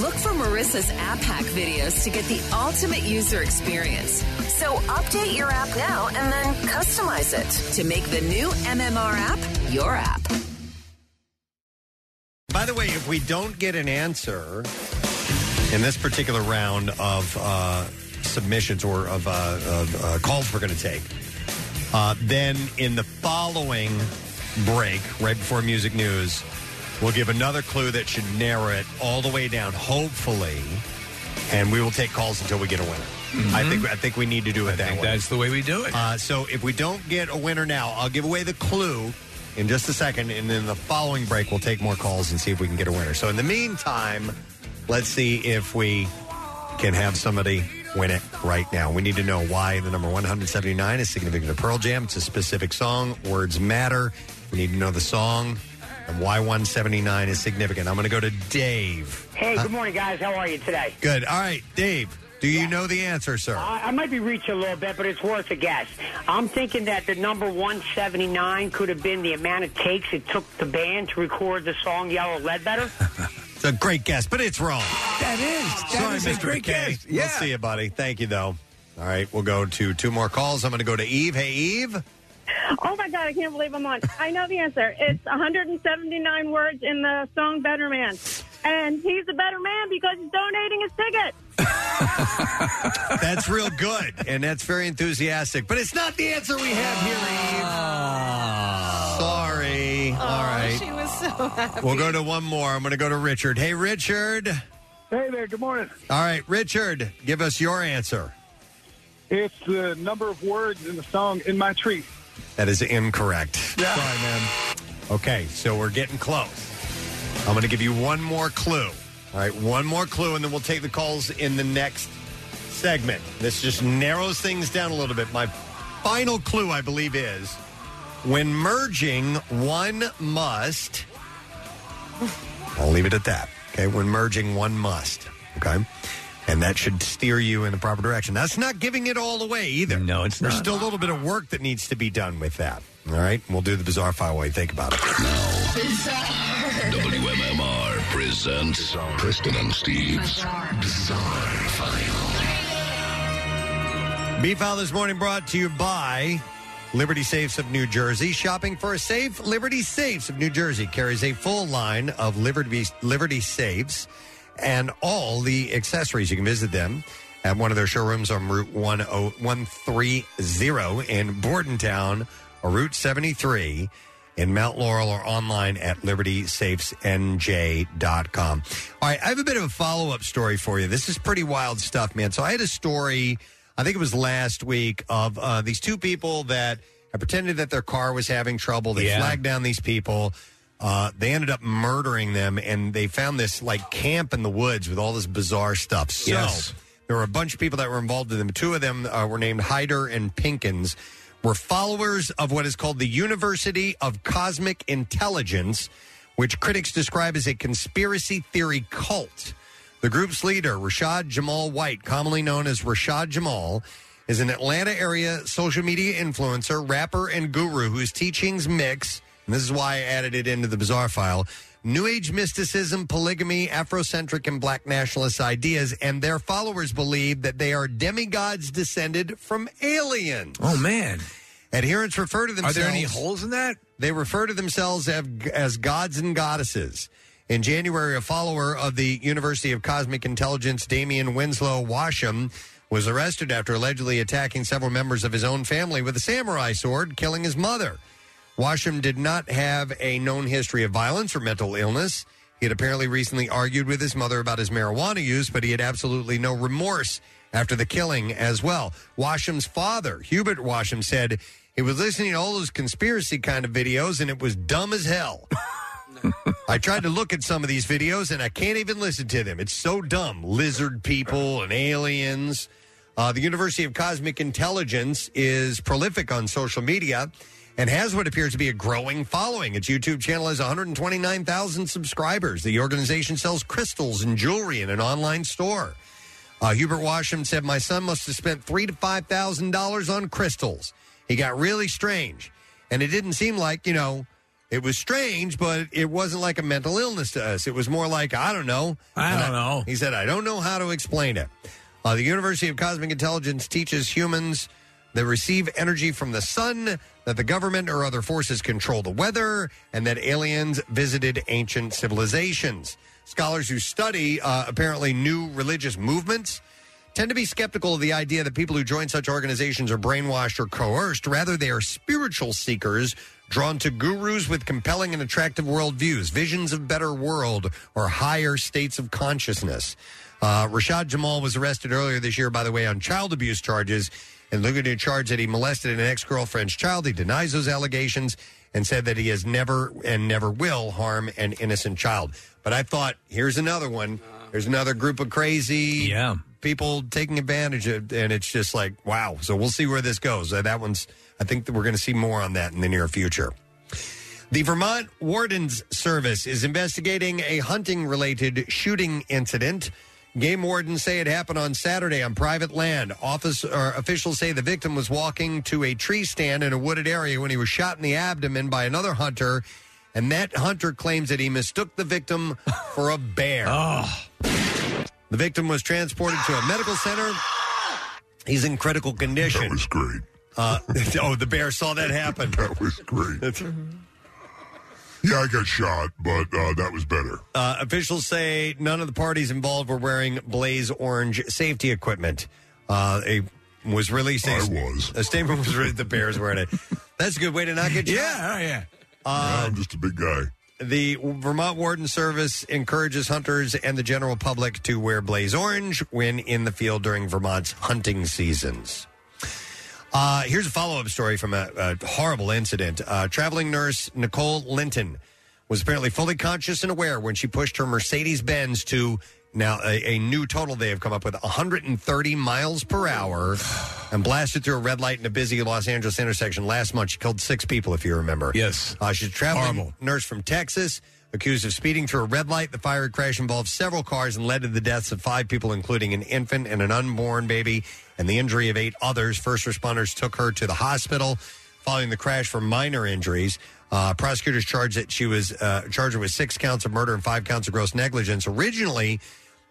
[SPEAKER 11] Look for Marissa's app hack videos to get the ultimate user experience. So update your app now and then customize it to make the new MMR app your app.
[SPEAKER 1] By the way, if we don't get an answer in this particular round of uh, submissions or of, uh, of uh, calls we're going to take, uh, then in the following break, right before music news, we'll give another clue that should narrow it all the way down, hopefully, and we will take calls until we get a winner. I think I think we need to do it that way.
[SPEAKER 8] Mm-hmm. That's the way we do it.
[SPEAKER 1] Uh, so if we don't get a winner now, I'll give away the clue in just a second, and then the following break we'll take more calls and see if we can get a winner. So in the meantime, let's see if we can have somebody win it right now. We need to know why the number 179 is significant to Pearl Jam. It's a specific song. Words matter. We need to know the song and why 179 is significant. I'm going to go to Dave.
[SPEAKER 14] Hey,
[SPEAKER 1] Uh,
[SPEAKER 14] good morning, guys. How are you today?
[SPEAKER 1] Good. All right, Dave. Do you know the answer, sir?
[SPEAKER 14] I, I might be reaching a little bit, but it's worth a guess. I'm thinking that the number 179 could have been the amount of takes it took the band to record the song Yellow Ledbetter.
[SPEAKER 1] It's a great guess, but it's wrong.
[SPEAKER 8] That is.
[SPEAKER 1] Sorry, Mr. McKay. We'll see you, buddy. Thank you, though. All right, we'll go to two more calls. I'm going to go to Eve. Hey, Eve.
[SPEAKER 22] Oh my God, I can't believe I'm on. I know the answer. It's 179 words in the song Better Man. And he's a better man because he's donating his ticket.
[SPEAKER 1] That's real good, and that's very enthusiastic, but it's not the answer we have here, Eve. Sorry. All right.
[SPEAKER 2] Oh, was so happy.
[SPEAKER 1] We'll go to one more. I'm going to go to Richard. Hey, Richard.
[SPEAKER 16] Hey there. Good morning.
[SPEAKER 1] All right, Richard, give us your answer.
[SPEAKER 16] It's the number of words in the song "In My Tree."
[SPEAKER 1] That is incorrect.
[SPEAKER 16] Yeah.
[SPEAKER 1] Sorry, man. Okay, so we're getting close. I'm going to give you one more clue. All right, one more clue, and then we'll take the calls in the next segment. This just narrows things down a little bit. My final clue, I believe, is when merging, one must. I'll leave it at that. Okay, when merging, one must. Okay. And that should steer you in the proper direction. That's not giving it all away either. No, it's There's
[SPEAKER 8] not.
[SPEAKER 1] still a little bit of work that needs to be done with that. All right, we'll do the bizarre file while you think about it.
[SPEAKER 10] WMMR presents Kristen and Steve's Bizarre, File.
[SPEAKER 1] B File this morning brought to you by Liberty Safes of New Jersey. Shopping for a safe, Liberty Safes of New Jersey carries a full line of Liberty, Liberty Safes and all the accessories. You can visit them at one of their showrooms on Route oh, 10130 in Bordentown or Route 73 in Mount Laurel or online at libertysafesnj.com. All right, I have a bit of a follow up story for you. This is pretty wild stuff, man. So I had a story, I think it was last week, of uh, these two people that I pretended that their car was having trouble. They
[SPEAKER 8] Yeah.
[SPEAKER 1] flagged down these people. Uh, they ended up murdering them, and they found this like camp in the woods with all this bizarre stuff. So
[SPEAKER 8] Yes.
[SPEAKER 1] there were a bunch of people that were involved in them. Two of them uh, were named Hyder and Pinkins. Were followers of what is called the University of Cosmic Intelligence, which critics describe as a conspiracy theory cult. The group's leader, Rashad Jamal White, commonly known as Rashad Jamal, is an Atlanta area social media influencer, rapper, and guru whose teachings mix, and this is why I added it into the bizarre file, New Age mysticism, polygamy, Afrocentric, and black nationalist ideas, and their followers believe that they are demigods descended from aliens. Oh, man. Adherents refer to
[SPEAKER 8] Are
[SPEAKER 1] themselves.
[SPEAKER 8] there any holes in that?
[SPEAKER 1] They refer to themselves as, as gods and goddesses. In January, a follower of the University of Cosmic Intelligence, Damian Winslow Washam, was arrested after allegedly attacking several members of his own family with a samurai sword, killing his mother. Washam did not have a known history of violence or mental illness. He had apparently recently argued with his mother about his marijuana use, but he had absolutely no remorse after the killing as well. Washam's father, Hubert Washam, said he was listening to all those conspiracy kind of videos and it was dumb as hell. I tried to look at some of these videos and I can't even listen to them. It's so dumb. Lizard people and aliens. Uh, the University of Cosmic Intelligence is prolific on social media and has what appears to be a growing following. Its YouTube channel has 129,000 subscribers. The organization sells crystals and jewelry in an online store. Uh, Hubert Washam said, "My son must have spent three to five thousand dollars on crystals. He got really strange, and it didn't seem like you know." It was strange, but it wasn't like a mental illness to us. It was more like, I don't know. I don't know. He said, I don't know how to explain it. Uh, the University of Cosmic Intelligence teaches humans that receive energy from the sun, that the government or other forces control the weather, and that aliens visited ancient civilizations. Scholars who study uh, apparently new religious movements tend to be skeptical of the idea that people who join such organizations are brainwashed or coerced. Rather, they are spiritual seekers drawn to gurus with compelling and attractive worldviews, visions of better world, or higher states of consciousness. Uh, Rashad Jamal was arrested earlier this year, by the way, on child abuse charges and looking to charge that he molested an ex-girlfriend's child. He denies those allegations and said that he has never and never will harm an innocent child. But I thought, here's another one. Here's another group of crazy yeah. people taking advantage of, and it's just like, wow. So we'll see where this goes. Uh, that one's, I think that we're going to see more on that in the near future. The Vermont Warden's Service is investigating a hunting related shooting incident. Game wardens say it happened on Saturday on private land. Office or officials say the victim was walking to a tree stand in a wooded area when he was shot in the abdomen by another hunter, and that hunter claims that he mistook the victim for a bear. The victim was transported to a medical center. He's in critical condition. That was great. Uh, oh, the bear saw that happen. that was great.
[SPEAKER 10] Yeah, I got shot, but uh, that was better.
[SPEAKER 1] Uh, officials say none of the parties involved were wearing blaze orange safety equipment. Uh, a was released. I was. A statement was written. The Bears wearing it. That's a good way to not get shot. Yeah, yeah. Uh,
[SPEAKER 10] I'm just a big guy.
[SPEAKER 1] The Vermont Warden Service encourages hunters and the general public to wear blaze orange when in the field during Vermont's hunting seasons. Uh, here's a follow up story from a, a horrible incident. Uh, traveling nurse Nicole Linton was apparently fully conscious and aware when she pushed her Mercedes Benz to now a, a new total they have come up with 130 miles per hour and blasted through a red light in a busy Los Angeles intersection last month. She killed six people, if you remember. Yes. Uh, she's a traveling nurse from Texas. Accused of speeding through a red light, the fiery crash involved several cars and led to the deaths of five people, including an infant and an unborn baby, and the injury of eight others. First responders took her to the hospital following the crash for minor injuries. Uh, prosecutors charged that she was uh, charged her with six counts of murder and five counts of gross negligence. Originally,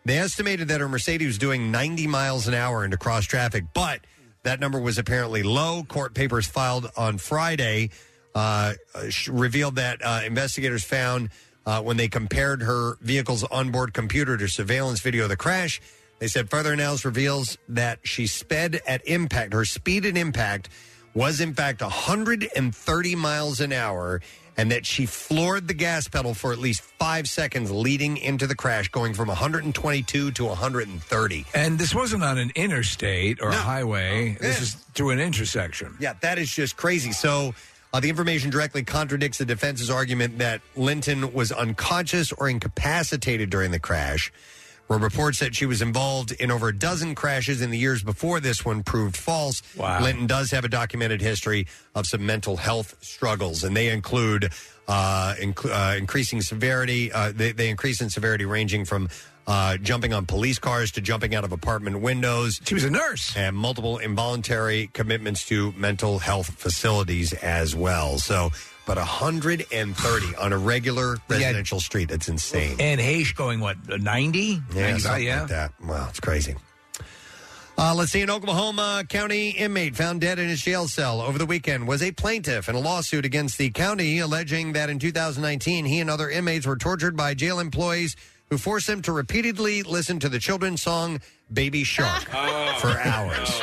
[SPEAKER 1] they estimated that her Mercedes was doing 90 miles an hour into cross traffic, but that number was apparently low. Court papers filed on Friday uh, sh- revealed that uh, investigators found uh, when they compared her vehicle's onboard computer to surveillance video of the crash. They said further analysis reveals that she sped at impact. Her speed at impact was in fact 130 miles an hour and that she floored the gas pedal for at least five seconds leading into the crash, going from 122 to 130.
[SPEAKER 8] And this wasn't on an interstate or a highway. This is through an intersection.
[SPEAKER 1] Yeah, that is just crazy. So uh, the information directly contradicts the defense's argument that Linton was unconscious or incapacitated during the crash. Where reports that she was involved in over a dozen crashes in the years before this one proved false. Wow. Linton does have a documented history of some mental health struggles, and they include uh, inc- uh, increasing severity. Uh, they, they increase in severity ranging from uh, jumping on police cars to jumping out of apartment windows. She was a nurse. And multiple involuntary commitments to mental health facilities as well. So, but 130 on a regular residential street. That's insane.
[SPEAKER 8] And Haish going, what, 90?
[SPEAKER 1] Yeah,
[SPEAKER 8] 95,
[SPEAKER 1] something
[SPEAKER 8] yeah.
[SPEAKER 1] like that. Wow, it's crazy. Uh, let's see. An Oklahoma County inmate found dead in his jail cell over the weekend was a plaintiff in a lawsuit against the county, alleging that in 2019 he and other inmates were tortured by jail employees who forced him to repeatedly listen to the children's song "Baby Shark" for hours.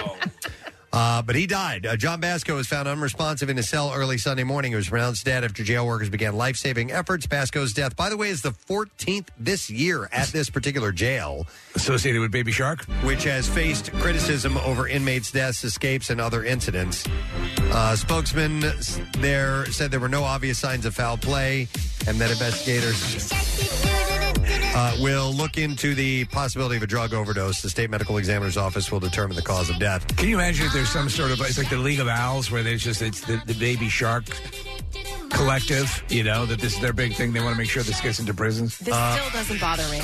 [SPEAKER 1] Uh, but he died. Uh, John Basco was found unresponsive in his cell early Sunday morning. He was pronounced dead after jail workers began life saving efforts. Basco's death, by the way, is the 14th this year at this particular jail.
[SPEAKER 8] Associated with Baby Shark?
[SPEAKER 1] Which has faced criticism over inmates' deaths, escapes, and other incidents. Uh, spokesman s- there said there were no obvious signs of foul play and that investigators uh, will look into the possibility of a drug overdose. The state medical examiner's office will determine the cause of death.
[SPEAKER 8] Can you imagine if there's some sort of it's like the League of Owls where there's just it's the, the baby shark collective, you know, that this is their big thing. They want to make sure this gets into prisons.
[SPEAKER 12] This
[SPEAKER 8] Uh,
[SPEAKER 12] still doesn't bother me.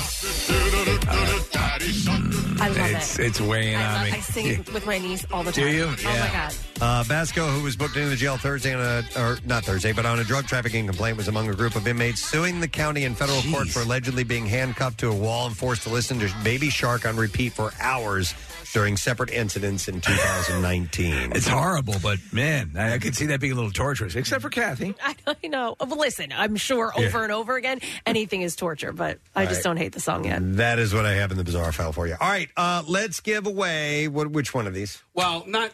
[SPEAKER 12] I love
[SPEAKER 8] it's
[SPEAKER 12] it.
[SPEAKER 8] it's weighing
[SPEAKER 12] I,
[SPEAKER 8] on
[SPEAKER 12] love,
[SPEAKER 8] me.
[SPEAKER 12] I sing it with my niece all the
[SPEAKER 8] Do
[SPEAKER 12] time.
[SPEAKER 8] you?
[SPEAKER 12] Oh
[SPEAKER 8] Yeah.
[SPEAKER 12] my god.
[SPEAKER 1] Uh, Basco, who was booked into the jail Thursday on a, or not Thursday, but on a drug trafficking complaint, was among a group of inmates suing the county and federal court for allegedly being handcuffed to a wall and forced to listen to Baby Shark on repeat for hours during separate incidents in 2019.
[SPEAKER 8] It's horrible, but man, I, I could see that being a little torturous, except for Kathy.
[SPEAKER 2] I don't know. Well, listen, I'm sure
[SPEAKER 8] Yeah.
[SPEAKER 2] over and over again, anything is torture, but I
[SPEAKER 1] All
[SPEAKER 2] just
[SPEAKER 1] right.
[SPEAKER 2] don't hate the song yet.
[SPEAKER 1] That is what I have in the bizarre file for you. All right, uh, let's give away what, which one of these?
[SPEAKER 4] Well, not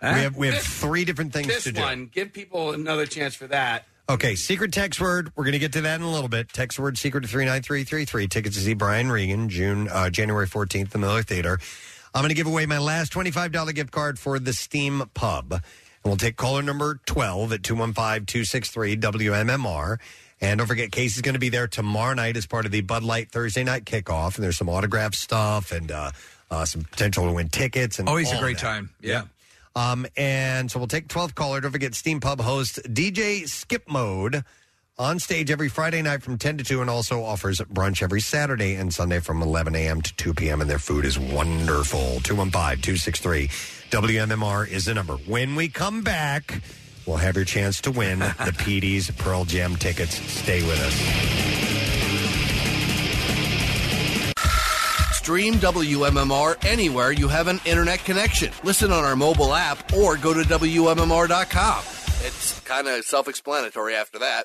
[SPEAKER 1] we have we have
[SPEAKER 4] This-
[SPEAKER 1] three different things
[SPEAKER 4] this
[SPEAKER 1] to do.
[SPEAKER 4] one. Give people another chance for that.
[SPEAKER 1] Okay, secret text word. We're going to get to that in a little bit. Text word secret to 39333. Tickets to see Brian Regan, June, uh, January 14th, the Miller Theater. I'm going to give away my last $25 gift card for the Steam Pub. And we'll take caller number 12 at 215 263 WMMR. And don't forget, Casey's going to be there tomorrow night as part of the Bud Light Thursday night kickoff. And there's some autograph stuff and uh, uh, some potential to win tickets. And
[SPEAKER 8] Always a
[SPEAKER 1] all
[SPEAKER 8] great
[SPEAKER 1] that.
[SPEAKER 8] time. Yeah.
[SPEAKER 1] Um, and so we'll take 12th caller. Don't forget, Steam Pub host DJ Skip Mode on stage every Friday night from 10 to 2 and also offers brunch every Saturday and Sunday from 11 a.m. to 2 p.m. And their food is wonderful. 215 263 WMMR is the number. When we come back, we'll have your chance to win the PD's Pearl Jam tickets. Stay with us.
[SPEAKER 6] Stream WMMR anywhere you have an internet connection. Listen on our mobile app or go to WMMR.com. It's kind of self explanatory after that.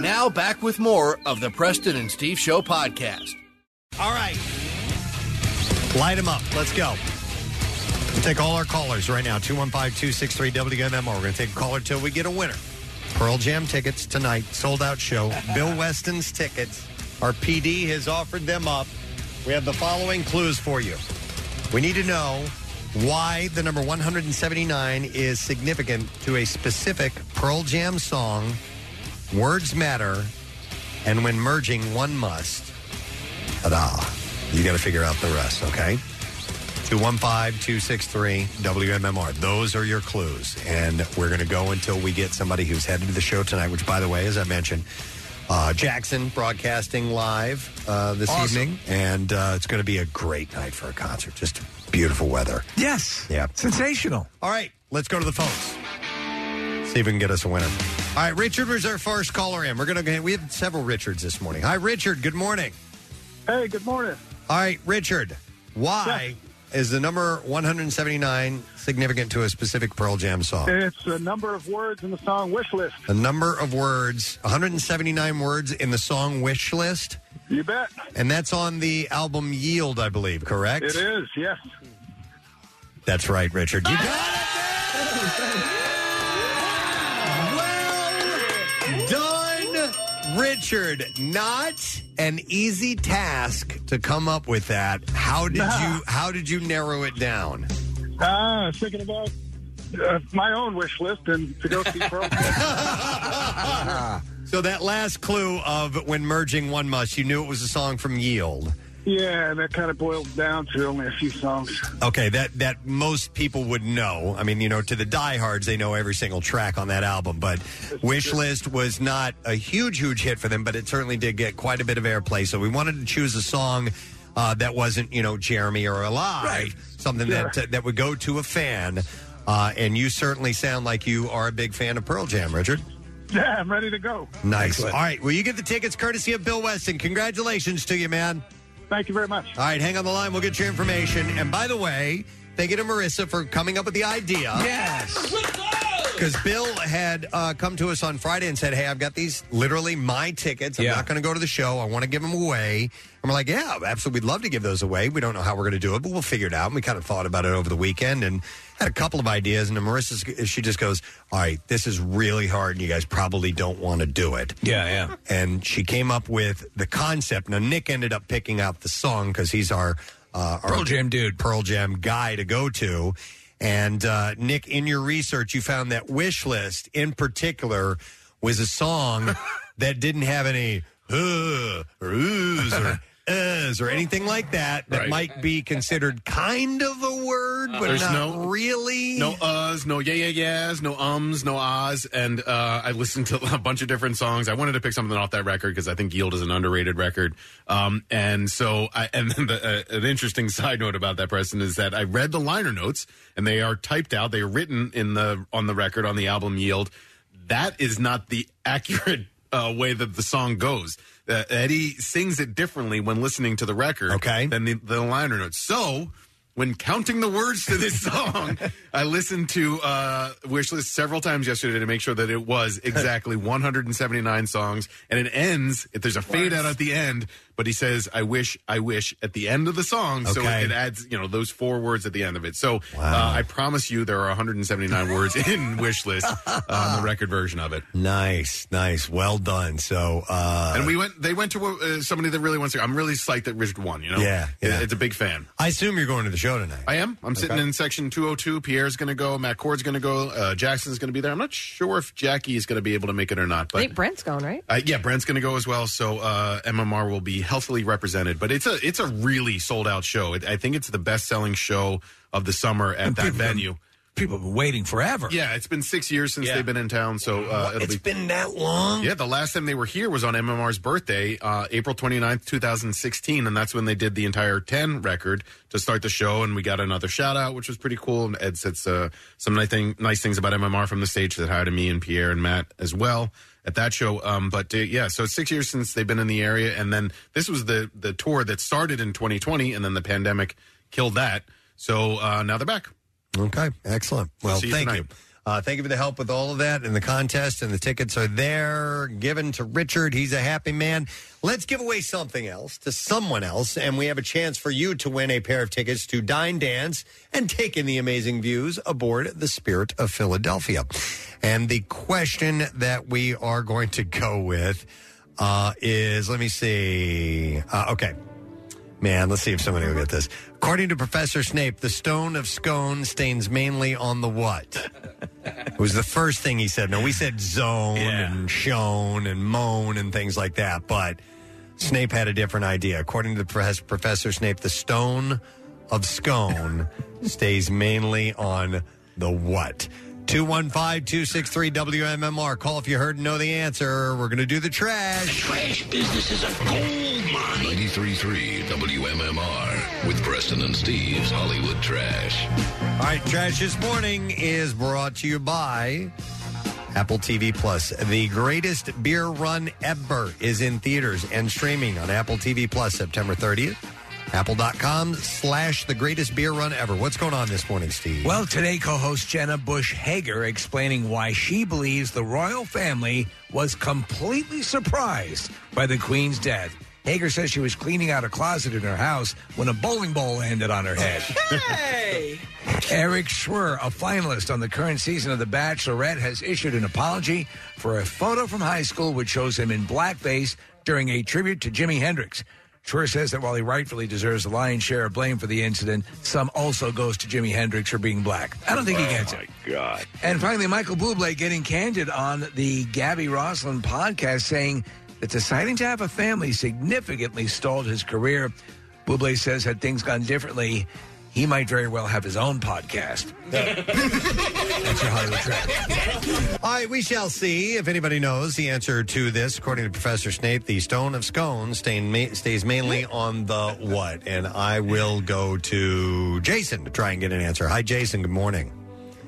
[SPEAKER 6] Now back with more of the Preston and Steve Show podcast.
[SPEAKER 1] All right. Light them up. Let's go. We'll take all our callers right now 215 263 WMMR. We're going to take a caller till we get a winner. Pearl Jam tickets tonight, sold out show. Bill Weston's tickets. Our PD has offered them up. We have the following clues for you. We need to know why the number 179 is significant to a specific Pearl Jam song, Words Matter, and when merging, one must. Ta-da. You got to figure out the rest, okay? 215-263-WMMR. Those are your clues. And we're going to go until we get somebody who's headed to the show tonight, which, by the way, as I mentioned, uh, Jackson broadcasting live uh, this
[SPEAKER 3] Awesome.
[SPEAKER 1] evening. And uh, it's going to be a great night for a concert. Just beautiful weather.
[SPEAKER 3] Yes.
[SPEAKER 1] Yeah.
[SPEAKER 3] Sensational.
[SPEAKER 1] All right. Let's go to the phones. See if we can get us a winner. All right. Richard was our first caller in. We're going to, we have several Richards this morning. Hi, Richard. Good morning.
[SPEAKER 16] Hey, good morning.
[SPEAKER 1] All right, Richard, why is the number 179 significant to a specific Pearl Jam song?
[SPEAKER 16] It's a number of words in the song wish list.
[SPEAKER 1] The number of words, 179 words in the song Wish List,
[SPEAKER 16] You bet.
[SPEAKER 1] and that's on the album Yield, I believe, correct?
[SPEAKER 16] It is, yes.
[SPEAKER 1] That's right, Richard. You got it! Done, Richard. Not an easy task to come up with that. How did you how did you narrow it down?
[SPEAKER 16] Ah, I was thinking about uh, my own wish list and to go see Pearl Jam.
[SPEAKER 1] Ah. So that last clue of when merging one must, you knew it was a song from Yield.
[SPEAKER 16] yeah, and that kind of boiled down to only a few songs.
[SPEAKER 1] Okay, that that most people would know. I mean, you know, to the diehards, they know every single track on that album. But Wish List was not a huge, huge hit for them, but it certainly did get quite a bit of airplay. So we wanted to choose a song uh, that wasn't, you know, Jeremy or Alive, something that that would go to a fan. Uh, and you certainly sound like you are a big fan of Pearl Jam, Richard.
[SPEAKER 16] Yeah, I'm ready to go.
[SPEAKER 1] Nice. All right. Well, you get the tickets courtesy of Bill Weston. Congratulations to you, man.
[SPEAKER 16] Thank you very much.
[SPEAKER 1] All right. Hang on the line. We'll get your information. And by the way, thank you to Marissa for coming up with the idea.
[SPEAKER 3] Yes.
[SPEAKER 1] Because Bill had uh, come to us on Friday and said, Hey, I've got these literally my tickets. I'm not going to go to the show. I want to give them away. And we're like, Yeah, absolutely. We'd love to give those away. We don't know how we're going to do it, but we'll figure it out. And we kind of thought about it over the weekend and had a couple of ideas. And then Marissa, she just goes, All right, this is really hard and you guys probably don't want to do it.
[SPEAKER 8] Yeah, yeah.
[SPEAKER 1] And she came up with the concept. Now, Nick ended up picking out the song because he's our, uh, our Pearl Jam dude, Pearl Jam guy to go to. And uh, Nick, in your research, you found that Wish List in particular was a song that didn't have any uh, or oohs or uhs or anything like that that
[SPEAKER 7] Right.
[SPEAKER 1] might be considered kind of a word, but
[SPEAKER 7] There's
[SPEAKER 1] not
[SPEAKER 7] no-
[SPEAKER 1] really.
[SPEAKER 7] No uhs, no yeah yeah yeahs, no ums, no ahs, and uh, I listened to a bunch of different songs. I wanted to pick something off that record because I think Yield is an underrated record. Um, and so, I, and then the, uh, an interesting side note about that, Preston, is that I read the liner notes, and they are typed out. They are written in the on the record on the album Yield. That is not the accurate uh, way that the song goes. Uh, Eddie sings it differently when listening to the record, okay, than the, the liner notes. So when counting the words to this song, I listened to uh, Wishlist several times yesterday to make sure that it was exactly 179 songs. And it ends, if there's a fade out at the end, but he says, I wish, I wish at the end of the song. So
[SPEAKER 1] Okay.
[SPEAKER 7] it adds, you know, those four words at the end of it. So uh, I promise you there are 179 words in Wishlist uh, on
[SPEAKER 1] Ah.
[SPEAKER 7] the record version of it.
[SPEAKER 1] Nice, nice, well done. So, uh,
[SPEAKER 7] and we went, they went to uh, somebody that really wants to, I'm really psyched that Richard won, you know?
[SPEAKER 1] Yeah, yeah.
[SPEAKER 7] It's a big fan.
[SPEAKER 1] I assume you're going to the show tonight.
[SPEAKER 7] I am. I'm sitting
[SPEAKER 1] Okay.
[SPEAKER 7] in section 202. Pierre's going to go. Matt Cord's going to go. Uh, Jackson's going to be there. I'm not sure if Jackie is going to be able to make it or not,
[SPEAKER 2] I
[SPEAKER 7] but.
[SPEAKER 2] think Brent's going right.
[SPEAKER 7] Uh, yeah, Brent's going to go as well, so uh, MMR will be healthily represented. But it's a it's a really sold out show. It, I think it's the best selling show of the summer at that venue.
[SPEAKER 3] people have been waiting forever.
[SPEAKER 7] Yeah, it's been six years since they've been in town, so uh, it'll
[SPEAKER 3] It's
[SPEAKER 7] be,
[SPEAKER 3] been that long?
[SPEAKER 7] Yeah, the last time they were here was on MMR's birthday, uh, April 29th, 2016, and that's when they did the entire 10 record to start the show, and we got another shout out, which was pretty cool. And Ed said uh, some nice, thing, nice things about MMR from the stage that hi to me and Pierre and Matt as well at that show. Um, but uh, yeah, so it's six years since they've been in the area, and then this was the the tour that started in 2020, and then the pandemic killed that. So uh, now they're back.
[SPEAKER 1] Okay, excellent. Well,
[SPEAKER 7] See you
[SPEAKER 1] thank you.
[SPEAKER 7] tonight.
[SPEAKER 1] Uh, thank you for the help with all of that and the contest, and the tickets are there given to Richard. He's a happy man. Let's give away something else to someone else, and we have a chance for you to win a pair of tickets to Dine Dance and take in the amazing views aboard the Spirit of Philadelphia. And the question that we are going to go with uh, is let me see. Uh, okay. Man, let's see if somebody will get this. According to Professor Snape, the stone of scone stains mainly on the what? it was the first thing he said. No, we said zone and shone and moan and things like that, but Snape had a different idea. According to the profess- Professor Snape, the stone of scone stays mainly on the what? 215 263 WMMR. Call if you heard and know the answer. We're going to do the trash.
[SPEAKER 23] Trash business is a gold mine. 93.3 WMMR with Preston and Steve's Hollywood Trash.
[SPEAKER 1] All right, Trash This Morning is brought to you by Apple TV Plus. The greatest beer run ever is in theaters and streaming on Apple TV Plus September 30th. Apple.com slash the greatest beer run ever. What's going on this morning, Steve?
[SPEAKER 3] Well, today, co host Jenna Bush Hager explaining why she believes the royal family was completely surprised by the Queen's death. Hager says she was cleaning out a closet in her house when a bowling ball landed on her head.
[SPEAKER 30] Hey!
[SPEAKER 3] Eric Schwer, a finalist on the current season of The Bachelorette, has issued an apology for a photo from high school which shows him in blackface during a tribute to Jimi Hendrix. Schwer says that while he rightfully deserves the lion's share of blame for the incident, some also goes to Jimi Hendrix for being black. I don't think he gets it.
[SPEAKER 31] God.
[SPEAKER 3] And finally, Michael Bublé getting candid on the Gabby Roslin podcast, saying that deciding to have a family significantly stalled his career. Bublé says had things gone differently, he might very well have his own podcast. That's your Hollywood track.
[SPEAKER 1] All right, we shall see if anybody knows the answer to this. According to Professor Snape, the stone of scone stain ma- stays mainly on the what? And I will go to Jason to try and get an answer. Hi, Jason. Good morning.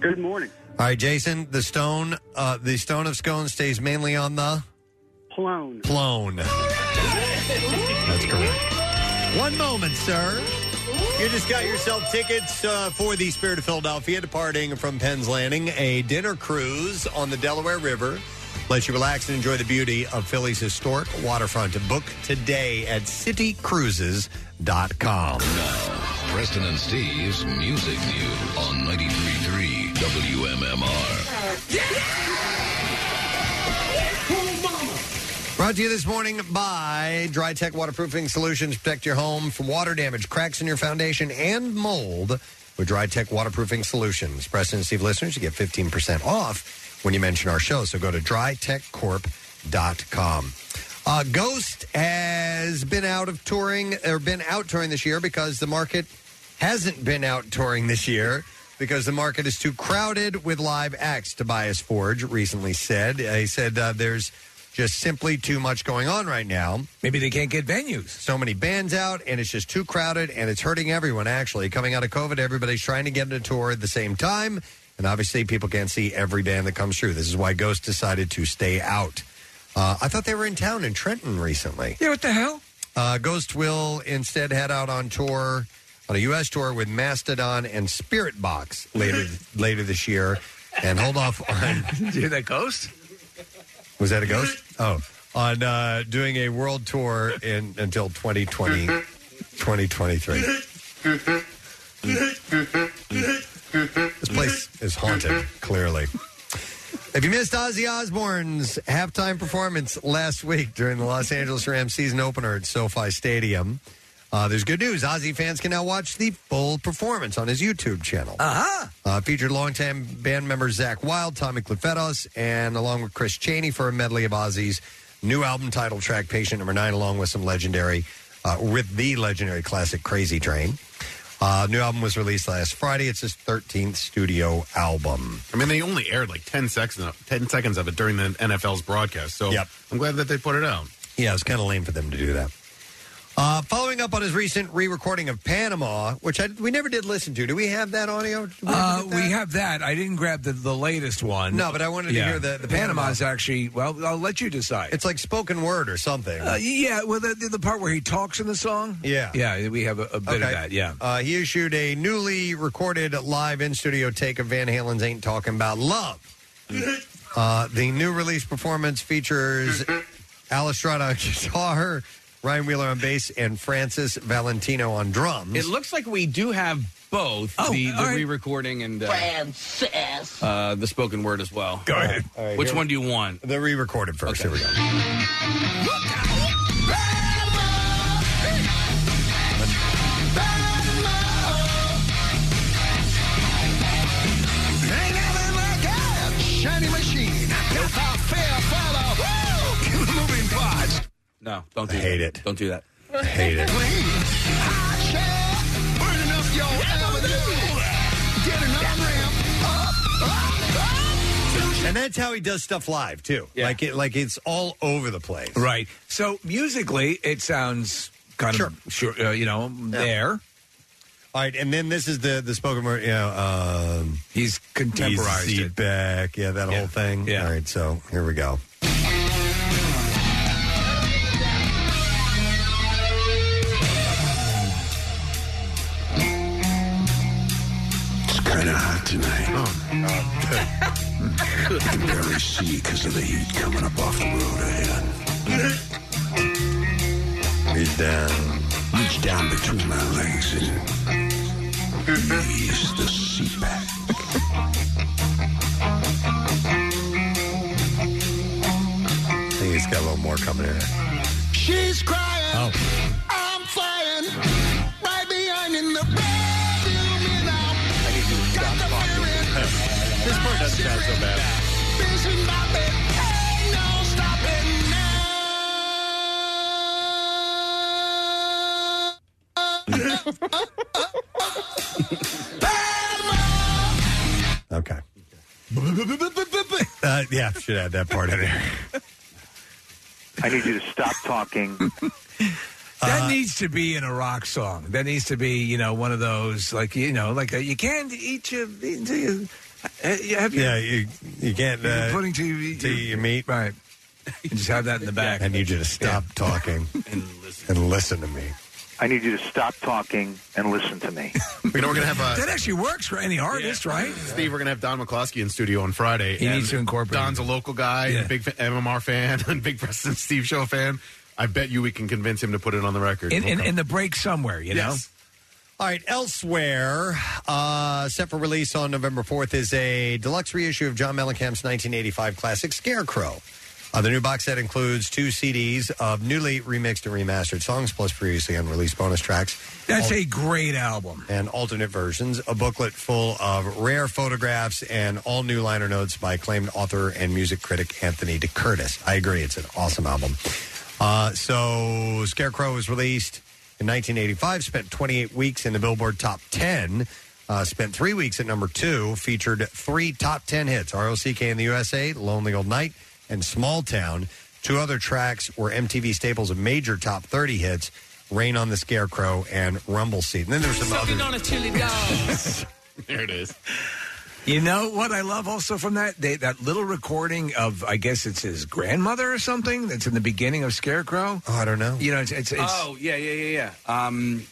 [SPEAKER 18] Good morning.
[SPEAKER 1] All right, Jason. The stone, uh, the stone of scone stays mainly on the
[SPEAKER 18] Plone.
[SPEAKER 1] Plone. That's correct. One moment, sir. You just got yourself tickets uh, for the Spirit of Philadelphia departing from Penn's Landing, a dinner cruise on the Delaware River. Let you relax and enjoy the beauty of Philly's historic waterfront. Book today at citycruises.com.
[SPEAKER 23] Preston and Steve's Music News on 93.3 WMMR.
[SPEAKER 1] Brought to you this morning by DryTech Waterproofing Solutions. Protect your home from water damage, cracks in your foundation, and mold with DryTech Waterproofing Solutions. Preston and Steve listeners, you get 15% off when you mention our show. So go to drytechcorp.com. Uh, Ghost has been out of touring or been out touring this year because the market hasn't been out touring this year because the market is too crowded with live acts. Tobias Forge recently said uh, he said uh, there's just simply too much going on right now.
[SPEAKER 3] Maybe they can't get venues.
[SPEAKER 1] So many bands out, and it's just too crowded, and it's hurting everyone. Actually, coming out of COVID, everybody's trying to get a tour at the same time, and obviously, people can't see every band that comes through. This is why Ghost decided to stay out. Uh, I thought they were in town in Trenton recently.
[SPEAKER 3] Yeah, what the hell?
[SPEAKER 1] Uh, Ghost will instead head out on tour, on a U.S. tour with Mastodon and Spirit Box later later this year, and hold off on.
[SPEAKER 3] Did you hear that ghost?
[SPEAKER 1] Was that a ghost? Oh, on uh, doing a world tour in until 2020, 2023. This place is haunted, clearly. If you missed Ozzy Osbourne's halftime performance last week during the Los Angeles Rams season opener at SoFi Stadium, uh, there's good news. Ozzy fans can now watch the full performance on his YouTube channel.
[SPEAKER 3] Uh-huh.
[SPEAKER 1] Uh, featured longtime band members Zach Wild, Tommy Clufetos, and along with Chris Cheney for a medley of Ozzy's new album title track, Patient Number Nine, along with some legendary, uh, with the legendary classic Crazy Train. Uh, new album was released last Friday. It's his 13th studio album.
[SPEAKER 7] I mean, they only aired like 10 seconds, 10 seconds of it during the NFL's broadcast. So
[SPEAKER 1] Yep.
[SPEAKER 7] I'm glad that they put it out.
[SPEAKER 1] Yeah, it's kind of lame for them to do that. Uh, following up on his recent re-recording of Panama, which I, we never did listen to. Do we have that audio? Did we ever
[SPEAKER 3] Uh,
[SPEAKER 1] get that?
[SPEAKER 3] we have that. I didn't grab the, the latest one.
[SPEAKER 1] No, but I wanted to hear the- the
[SPEAKER 3] Panama's actually. Well, I'll let you decide.
[SPEAKER 1] It's like spoken word or something.
[SPEAKER 3] Uh, yeah, well, the, the part where he talks in the song.
[SPEAKER 1] Yeah.
[SPEAKER 3] yeah, we have a, a bit
[SPEAKER 1] Okay.
[SPEAKER 3] of that. Yeah,
[SPEAKER 1] Uh, he issued a newly recorded live in studio take of Van Halen's Ain't Talking About Love. Uh, the new release performance features Al Estrada on guitar, Ryan Wheeler on bass, and Francis Valentino on drums.
[SPEAKER 4] It looks like we do have both the, the
[SPEAKER 1] Oh, all right.
[SPEAKER 4] re-recording and uh, uh, the spoken word as well.
[SPEAKER 1] Go ahead.
[SPEAKER 4] Which one do you want?
[SPEAKER 1] The re-recorded first. Here we go.
[SPEAKER 14] Shiny machine. If I fail, follow. Woo! Moving parts.
[SPEAKER 4] No, don't do I hate it. Don't do that.
[SPEAKER 1] hate it.
[SPEAKER 14] Burning up your avenue. Getting on ramp. Up, up,
[SPEAKER 1] And that's how he does stuff live too. Like it, like it's all over the place.
[SPEAKER 3] right. So musically, it sounds kind of sure. Uh, you know, there.
[SPEAKER 1] All right, and then this is the the spoken word. Yeah, um,
[SPEAKER 3] he's contemporized
[SPEAKER 1] Easy
[SPEAKER 3] it.
[SPEAKER 1] back. Yeah, that whole thing. Yeah. All right, so here we go.
[SPEAKER 23] It's kind of hot tonight. I can barely see because of the heat coming up off the road ahead.
[SPEAKER 1] Reach down.
[SPEAKER 23] Reach down between my legs and ease the seat back.
[SPEAKER 1] I think he's got a little more coming in.
[SPEAKER 14] She's crying.
[SPEAKER 1] Oh.
[SPEAKER 14] I'm flying. Right behind in the bedroom. And I'm got the feeling.
[SPEAKER 7] This part doesn't sound so bad.
[SPEAKER 14] Fishing my bed. Ain't no stopping
[SPEAKER 1] Okay. Uh, yeah, should add that part in there.
[SPEAKER 32] I need you to stop talking.
[SPEAKER 1] uh,
[SPEAKER 3] That needs to be in a rock song. That needs to be, you know, one of those like you know, like a, you can't eat your. Do you, uh, you have your,
[SPEAKER 1] Yeah, you you can't
[SPEAKER 3] You're
[SPEAKER 1] uh,
[SPEAKER 3] putting to your,
[SPEAKER 1] to your meat.
[SPEAKER 3] Right. You just have that in the back.
[SPEAKER 1] I need you to stop talking and listen. to me.
[SPEAKER 32] I need you to stop talking and listen to me.
[SPEAKER 7] You know, we're going to have a.
[SPEAKER 3] that actually works for any artist, right?
[SPEAKER 7] Steve, we're going to have Don McCloskey in studio on Friday.
[SPEAKER 3] He
[SPEAKER 7] and
[SPEAKER 3] needs to incorporate
[SPEAKER 7] Don's a local guy, and a big fa- MMR fan, and big Preston and Steve Show fan. I bet you we can convince him to put it on the record.
[SPEAKER 3] In,
[SPEAKER 7] We'll
[SPEAKER 3] in,
[SPEAKER 7] come-
[SPEAKER 3] in the break somewhere, you know.
[SPEAKER 7] Yes.
[SPEAKER 1] All right, elsewhere, uh, set for release on November 4th is a deluxe reissue of John Mellencamp's 1985 classic Scarecrow. Uh, the new box set includes two CDs of newly remixed and remastered songs, plus previously unreleased bonus tracks.
[SPEAKER 3] That's
[SPEAKER 1] Al-
[SPEAKER 3] a great album.
[SPEAKER 1] and alternate versions, a booklet full of rare photographs, and all new liner notes by acclaimed author and music critic Anthony De Curtis. I agree, it's an awesome album. Uh, so, Scarecrow was released in 1985, spent 28 weeks in the Billboard Top 10. Uh, spent three weeks at number two, featured three top 10 hits ROCK in the USA, Lonely Old Night, and Small Town. Two other tracks were MTV staples of major top 30 hits Rain on the Scarecrow and Rumble Seat. And then there's some other.
[SPEAKER 14] on a chili dog.
[SPEAKER 7] there it is.
[SPEAKER 3] You know what I love also from that they, that little recording of I guess it's his grandmother or something that's in the beginning of Scarecrow.
[SPEAKER 1] Oh, I don't know.
[SPEAKER 3] You know, it's it's, it's
[SPEAKER 4] oh yeah, yeah, yeah, yeah. Um,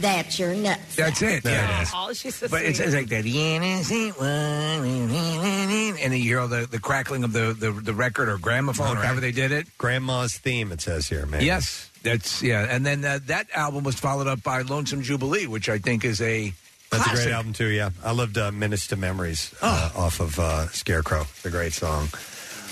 [SPEAKER 20] That's your nuts.
[SPEAKER 3] That's it.
[SPEAKER 20] There
[SPEAKER 3] yeah.
[SPEAKER 20] it is. Oh, she's so
[SPEAKER 3] but it's,
[SPEAKER 20] sweet.
[SPEAKER 3] it's like that. innocent one, And then you hear all the, the crackling of the, the, the record or gramophone or however they did it.
[SPEAKER 1] Grandma's theme, it says here, man.
[SPEAKER 3] Yes. That's, yeah. And then uh, that album was followed up by Lonesome Jubilee, which I think is a.
[SPEAKER 1] That's a
[SPEAKER 3] classic.
[SPEAKER 1] great album, too, yeah. I loved uh, Menace to Memories uh,
[SPEAKER 3] Oh.
[SPEAKER 1] off of uh, Scarecrow. It's a great song.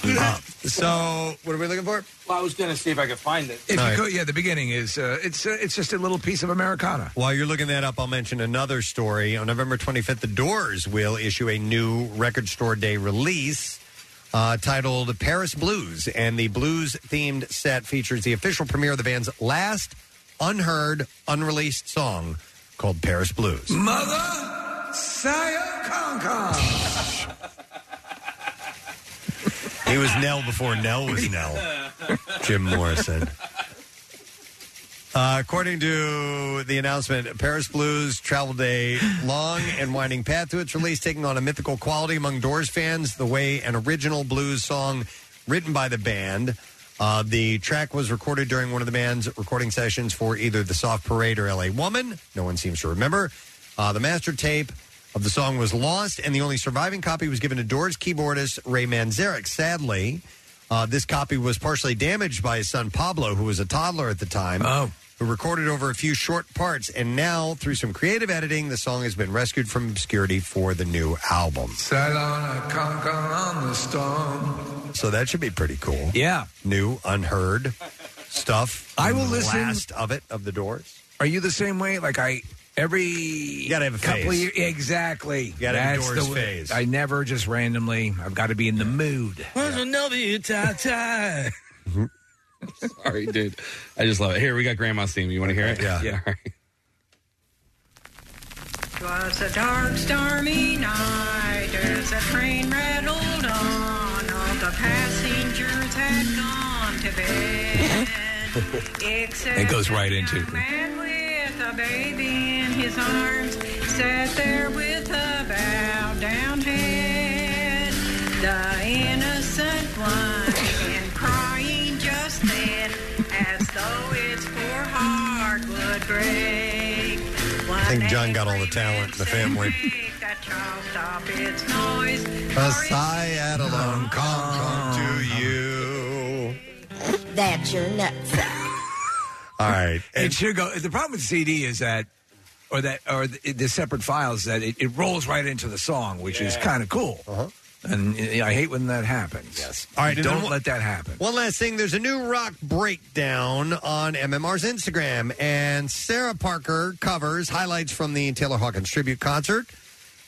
[SPEAKER 1] Uh, so, what are we looking for?
[SPEAKER 4] Well, I was going to see if I could find it.
[SPEAKER 3] If
[SPEAKER 1] All
[SPEAKER 3] you
[SPEAKER 1] right.
[SPEAKER 3] go, yeah, the beginning is uh, it's uh, it's just a little piece of Americana.
[SPEAKER 1] While you're looking that up, I'll mention another story. On November 25th, The Doors will issue a new record store day release uh, titled Paris Blues. And the blues themed set features the official premiere of the band's last unheard, unreleased song called Paris Blues.
[SPEAKER 33] Mother Saya Kong Kong.
[SPEAKER 1] He was Nell before Nell was Nell. Jim Morrison. Uh, according to the announcement, Paris Blues traveled a long and winding path to its release, taking on a mythical quality among Doors fans, the way an original blues song written by the band. Uh, the track was recorded during one of the band's recording sessions for either The Soft Parade or LA Woman. No one seems to remember. Uh, the master tape of the song was lost, and the only surviving copy was given to Doors keyboardist Ray Manzarek. Sadly, uh, this copy was partially damaged by his son Pablo, who was a toddler at the time.
[SPEAKER 3] Oh.
[SPEAKER 1] Who recorded over a few short parts, and now through some creative editing, the song has been rescued from obscurity for the new album.
[SPEAKER 33] Sail on a conch on the storm.
[SPEAKER 1] So that should be pretty cool.
[SPEAKER 3] Yeah,
[SPEAKER 1] new, unheard stuff.
[SPEAKER 3] I will listen-
[SPEAKER 1] Last of it of the Doors.
[SPEAKER 3] Are you the same way? Like I every you
[SPEAKER 1] gotta have a
[SPEAKER 3] couple
[SPEAKER 1] phase.
[SPEAKER 3] Of years, exactly. You
[SPEAKER 1] gotta have a Doors phase.
[SPEAKER 3] I never just randomly. I've got to be in the mood.
[SPEAKER 4] Where's another Utah Sorry, dude. I just love it. Here, we got Grandma's theme. You want to hear it? Yeah. Yeah. all right.
[SPEAKER 9] was a dark, stormy night as the train rattled on. All the passengers had gone to bed. Except
[SPEAKER 3] It goes right into.
[SPEAKER 9] a man with a baby in his arms sat there with a bowed down head. The innocent one began crying just then, as though its poor heart would break.
[SPEAKER 1] I think John got all the talent in the family.
[SPEAKER 9] Stop its noise.
[SPEAKER 1] A sigh at alone come, to you.
[SPEAKER 8] That's your nutsack.
[SPEAKER 1] All right.
[SPEAKER 3] It should go. The problem with CD is that, or that, or the, the separate files that it, it rolls right into the song, which is
[SPEAKER 1] Yeah.
[SPEAKER 3] kind of cool. And uh, I hate when that happens. Yes.
[SPEAKER 1] All right, and
[SPEAKER 3] Don't
[SPEAKER 1] then-
[SPEAKER 3] let that happen.
[SPEAKER 1] One last thing there's a new rock breakdown on MMR's Instagram, and Sarah Parker covers highlights from the Taylor Hawkins tribute concert.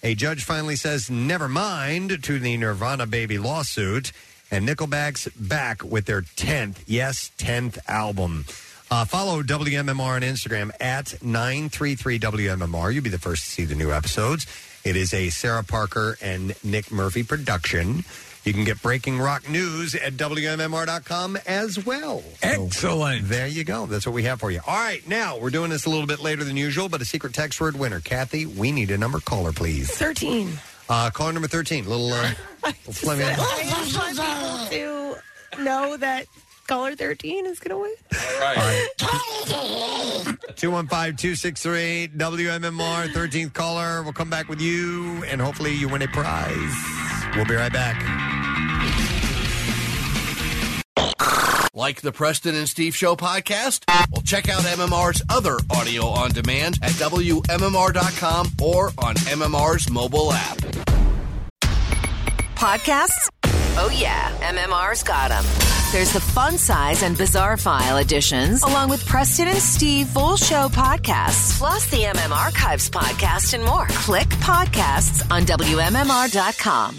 [SPEAKER 1] A judge finally says never mind to the Nirvana Baby lawsuit, and Nickelback's back with their 10th, yes, 10th album. Uh, follow WMMR on Instagram at 933WMMR. You'll be the first to see the new episodes. It is a Sarah Parker and Nick Murphy production. You can get breaking rock news at WMMR.com as well. Excellent. there you go. That's what we have for you. All right, now we're doing this a little bit later than usual, but a secret text word winner. Kathy, we need a number caller, please.
[SPEAKER 2] 13.
[SPEAKER 1] Uh, caller number 13. Little, uh, little Fleming.
[SPEAKER 2] I just want people to know that caller 13 is going to win.
[SPEAKER 1] All right. 215-263 WMMR 13th caller. We'll come back with you and hopefully you win a prize. We'll be right back.
[SPEAKER 6] Like the Preston and Steve Show podcast? Well, check out MMR's other audio on demand at WMMR.com or on MMR's mobile app.
[SPEAKER 11] Podcasts? Oh, yeah. MMR's got them. There's the fun size and bizarre file editions, along with Preston and Steve full show podcasts, plus the MM Archives podcast and more. Click podcasts on WMMR.com.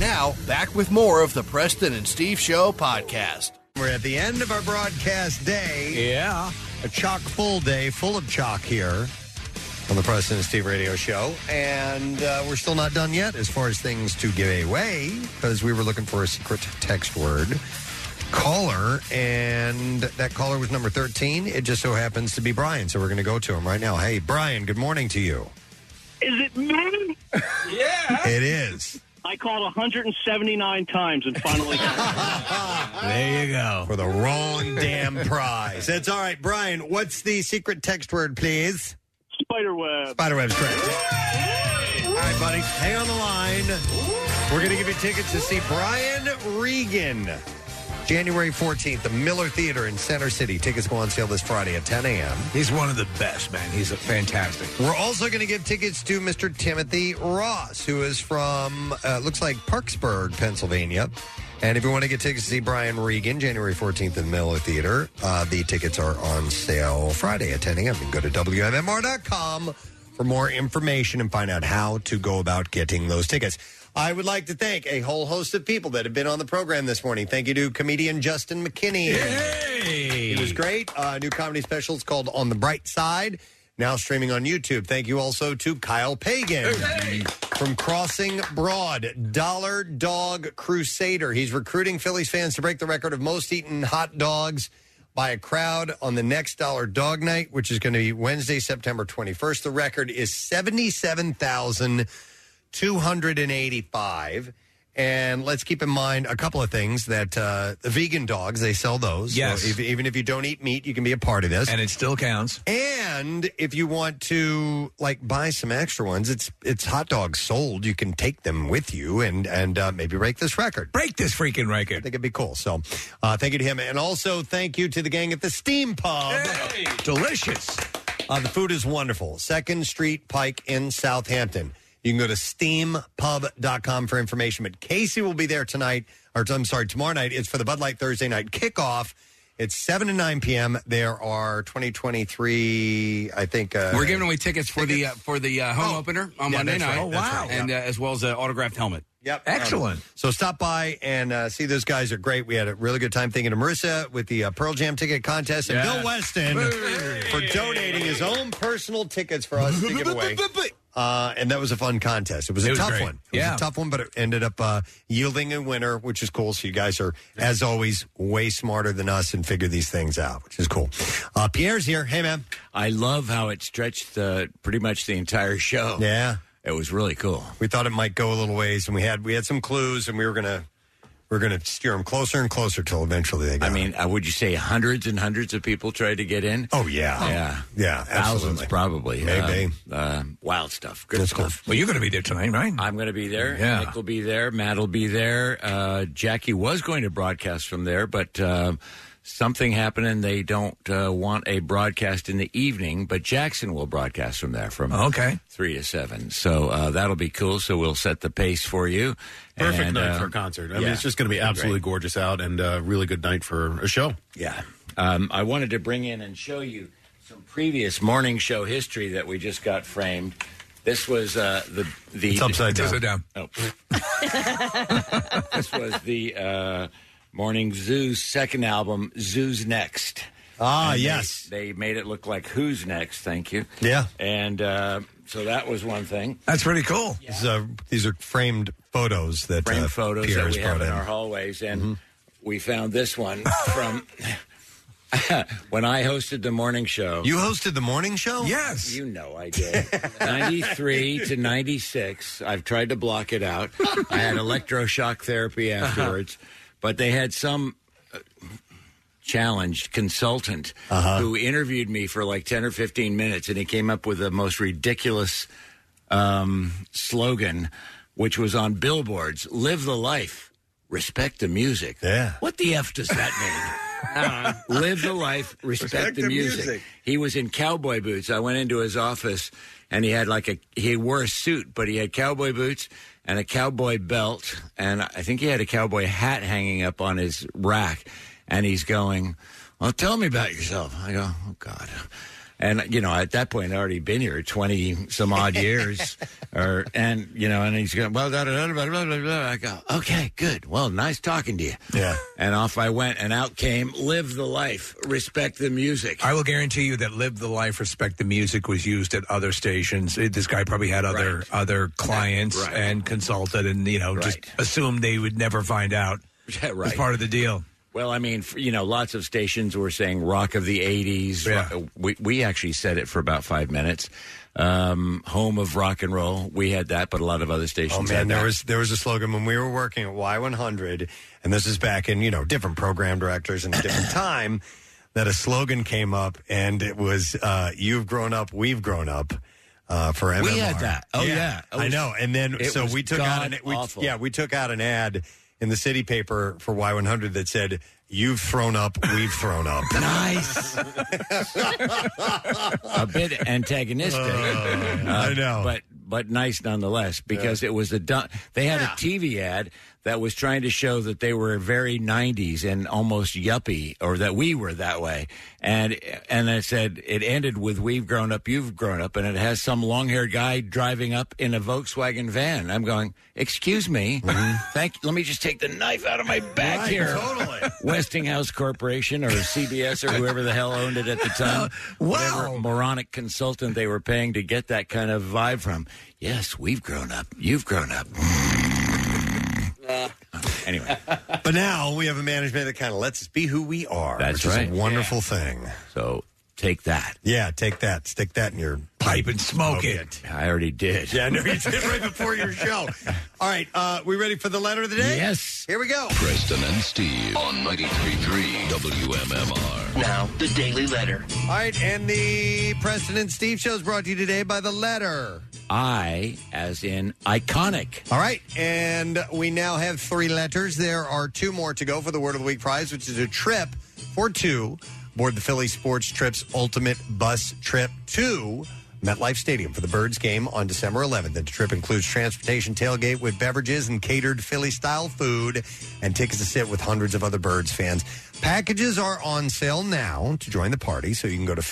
[SPEAKER 6] Now, back with more of the Preston and Steve Show podcast.
[SPEAKER 1] We're at the end of our broadcast day.
[SPEAKER 3] Yeah.
[SPEAKER 1] A chock full day, full of chalk here on the President and Steve Radio Show. And uh, we're still not done yet as far as things to give away because we were looking for a secret text word. Caller, and that caller was number 13. It just so happens to be Brian, so we're going to go to him right now. Hey, Brian, good morning to you.
[SPEAKER 19] Is it me? Yeah.
[SPEAKER 1] It is.
[SPEAKER 19] I called 179 times and finally.
[SPEAKER 1] There you go. For the wrong damn prize. That's all right. Brian, what's the secret text word, please?
[SPEAKER 19] Spiderweb.
[SPEAKER 1] Spiderweb's correct. All right, buddy. Hang on the line. We're going to give you tickets to see Brian Regan. January 14th, the Miller Theater in Center City. Tickets go on sale this Friday at 10 a.m.
[SPEAKER 3] He's one of the best, man. He's a fantastic.
[SPEAKER 1] We're also going to give tickets to Mr. Timothy Ross, who is from, uh, looks like Parksburg, Pennsylvania. And if you want to get tickets to see Brian Regan, January 14th at the Miller Theater, uh, the tickets are on sale Friday at 10 a.m. You can go to WMMR.com for more information and find out how to go about getting those tickets. I would like to thank a whole host of people that have been on the program this morning. Thank you to comedian Justin McKinney. He was great. Uh, new comedy specials called On the Bright Side, now streaming on YouTube. Thank you also to Kyle Pagan from Crossing Broad, Dollar Dog Crusader. He's recruiting Phillies fans to break the record of most eaten hot dogs by a crowd on the next Dollar Dog Night, which is going to be Wednesday, September 21st. The record is 77,285. And let's keep in mind a couple of things that uh, the vegan dogs, they sell those.
[SPEAKER 8] Yes.
[SPEAKER 1] So if, even if you don't eat meat, you can be a part of this.
[SPEAKER 8] And it still counts.
[SPEAKER 1] And if you want to like buy some extra ones, it's it's hot dogs sold. You can take them with you and and uh, maybe break this record.
[SPEAKER 8] Break this freaking record. I
[SPEAKER 1] think it'd be cool. So, uh, thank you to him, and also thank you to the gang at the Steam Pub. Delicious. Uh, the food is wonderful. Second Street Pike in Southampton. You can go to steampub.com for information. But Casey will be there tonight, or I'm sorry, tomorrow night. It's for the Bud Light Thursday night kickoff. It's 7 to 9 p.m. There are 2023, I think. Uh,
[SPEAKER 4] We're giving away tickets for the uh, for the uh, home opener on
[SPEAKER 1] Yeah,
[SPEAKER 4] Monday
[SPEAKER 1] that's
[SPEAKER 4] night.
[SPEAKER 1] right. Oh, That's wow. right.
[SPEAKER 4] And uh, as well as an autographed helmet.
[SPEAKER 1] Yep. um, So stop by and uh, see those guys are great. We had a really good time thinking of Marissa with the uh, Pearl Jam ticket contest and
[SPEAKER 15] Yes.
[SPEAKER 1] Bill Weston for donating his own personal tickets for us to give away. Uh, and that was a fun contest. It was a
[SPEAKER 8] It was
[SPEAKER 1] tough
[SPEAKER 8] great.
[SPEAKER 1] one. It
[SPEAKER 8] Yeah.
[SPEAKER 1] was a tough one, but it ended up uh, yielding a winner, which is cool. So you guys are, as always, way smarter than us and figure these things out, which is cool. Uh, Pierre's here. Hey, man.
[SPEAKER 22] I love how it stretched uh, pretty much the entire show.
[SPEAKER 1] Yeah.
[SPEAKER 22] It was really cool.
[SPEAKER 1] We thought it might go a little ways, and we had we had some clues, and we were gonna we are gonna steer them closer and closer till eventually they.
[SPEAKER 22] I
[SPEAKER 1] Got
[SPEAKER 22] mean, uh, would you say hundreds and hundreds of people tried to get in?
[SPEAKER 1] Oh yeah,
[SPEAKER 22] yeah,
[SPEAKER 1] yeah,
[SPEAKER 22] thousands
[SPEAKER 1] absolutely.
[SPEAKER 22] probably.
[SPEAKER 1] Maybe.
[SPEAKER 22] Um, um, wild stuff. Good stuff.
[SPEAKER 8] Well, you're going to be there tonight, right?
[SPEAKER 22] I'm going to be there.
[SPEAKER 8] Yeah.
[SPEAKER 22] Nick will be there. Matt will be there. Uh, Jackie was going to broadcast from there, but um something happened and they don't uh, want a broadcast in the evening. But Jackson will broadcast from there from
[SPEAKER 8] Okay.
[SPEAKER 22] three to seven. So uh, that'll be cool. So we'll set the pace for you.
[SPEAKER 7] Perfect
[SPEAKER 22] And,
[SPEAKER 7] night
[SPEAKER 22] uh,
[SPEAKER 7] for a concert. I mean,
[SPEAKER 22] yeah.
[SPEAKER 7] it's just going to be
[SPEAKER 22] Great.
[SPEAKER 7] absolutely gorgeous out and a really good night for a show.
[SPEAKER 22] Yeah. Um, I wanted to bring in and show you some previous morning show history that we just got framed. This was uh, the the
[SPEAKER 8] It's upside down. Upside down.
[SPEAKER 22] Oh. this was the uh, Morning Zoo's second album, Zoo's Next.
[SPEAKER 1] Ah,
[SPEAKER 22] And they-
[SPEAKER 1] yes.
[SPEAKER 22] They, made it look like Who's Next. Thank you.
[SPEAKER 1] Yeah.
[SPEAKER 22] And uh, so that was one thing.
[SPEAKER 8] That's pretty cool.
[SPEAKER 1] These, are, these are framed photos that
[SPEAKER 22] Framed
[SPEAKER 1] uh,
[SPEAKER 22] photos
[SPEAKER 1] Pierre
[SPEAKER 22] that
[SPEAKER 1] has
[SPEAKER 22] we have
[SPEAKER 1] brought
[SPEAKER 22] in,
[SPEAKER 1] in. Mm-hmm.
[SPEAKER 22] our hallways, and we found this one from when I hosted the morning show.
[SPEAKER 1] You hosted the morning show? Yes.
[SPEAKER 22] You know I did. 93 to 96. I've tried to block it out. I had electroshock therapy afterwards, but they had some uh, challenged consultant who interviewed me for like 10 or 15 minutes and he came up with the most ridiculous um, slogan which was on billboards live the life respect the music yeah what the f does that mean Live the life, Uh-huh. respect,
[SPEAKER 15] Respect
[SPEAKER 22] the,
[SPEAKER 15] the
[SPEAKER 22] music.
[SPEAKER 15] music.
[SPEAKER 22] He was in cowboy boots. I went into his office and he had like a he wore a suit, but he had cowboy boots and a cowboy belt and I think he had a cowboy hat hanging up on his rack and he's going, "Well, tell me about yourself." I go, "Oh god." And you know, at that point, I'd already been here twenty some odd years, or and you know, and he's going, well, da, da, da, da, blah, blah, blah. I go, okay, good, well, nice talking to you.
[SPEAKER 1] Yeah.
[SPEAKER 22] And off I went, and out came "Live the life, respect the music."
[SPEAKER 8] I will guarantee you that "Live the Life, Respect the Music" was used at other stations. It- this guy probably had other other clients
[SPEAKER 22] Right.
[SPEAKER 8] and consulted, and you know, just assumed they would never find out.
[SPEAKER 22] Yeah, right.
[SPEAKER 8] It's part of the deal.
[SPEAKER 22] Well, I mean, f- you know, lots of stations were saying rock of the 80s. Ro- uh, We, we actually said it for about five minutes. Um, home of rock and roll. We had that, but a lot of other stations
[SPEAKER 1] Oh
[SPEAKER 22] had
[SPEAKER 1] man, there
[SPEAKER 22] that.
[SPEAKER 1] was there was a slogan when we were working at Y100, and this is back in you know different program directors and a different time that a slogan came up, and it was uh, "You've grown up, we've grown up." Uh, for MMR.
[SPEAKER 22] We had that. Oh, yeah. It
[SPEAKER 1] I
[SPEAKER 22] was-
[SPEAKER 1] know. And then
[SPEAKER 22] it
[SPEAKER 1] so
[SPEAKER 22] was
[SPEAKER 1] we took out an we,
[SPEAKER 22] god-awful.
[SPEAKER 1] yeah we took out an ad in the city paper for Y100 that said "You've thrown up, we've thrown up."
[SPEAKER 22] nice. a bit antagonistic.
[SPEAKER 1] Oh,
[SPEAKER 22] Uh,
[SPEAKER 1] I know.
[SPEAKER 8] Uh,
[SPEAKER 22] But but nice nonetheless because it was a dun- they had a TV ad that was trying to show that they were very 90s and almost yuppie, or that we were that way. And and I said it ended with "We've grown up, you've grown up," and it has some long-haired guy driving up in a Volkswagen van. I'm going, excuse me,
[SPEAKER 1] Mm-hmm.
[SPEAKER 22] thank. Let me just take the knife out of my back
[SPEAKER 15] Right,
[SPEAKER 22] here. Totally. Westinghouse Corporation or CBS or whoever the hell owned it at the time. Whatever moronic consultant they were paying to get that kind of vibe from. Yes, we've grown up. You've grown up. Uh, anyway.
[SPEAKER 1] But now we have a management that kind of lets us be who we are.
[SPEAKER 22] That's
[SPEAKER 1] which
[SPEAKER 22] right.
[SPEAKER 1] Is a wonderful thing.
[SPEAKER 22] So take that.
[SPEAKER 1] Yeah, take that. Stick that in your pipe and smoke, it.
[SPEAKER 22] I already did.
[SPEAKER 1] Yeah, I know you did right before your show. All right, uh, we ready for the letter of the day? Yes. Here we go.
[SPEAKER 5] Preston and Steve on 93.3 WMMR.
[SPEAKER 1] Now,
[SPEAKER 5] the Daily Letter.
[SPEAKER 1] All right, and the President Steve show is brought to you today by the letter.
[SPEAKER 22] I, as in iconic.
[SPEAKER 1] All right, and we now have three letters. There are two more to go for the Word of the Week prize, which is a trip for two aboard the Philly Sports Trips Ultimate Bus Trip to MetLife Stadium for the Birds game on December 11th. The trip includes transportation, tailgate with beverages, and catered Philly style food, and tickets to sit with hundreds of other Birds fans. Packages are on sale now to join the party, so you can go to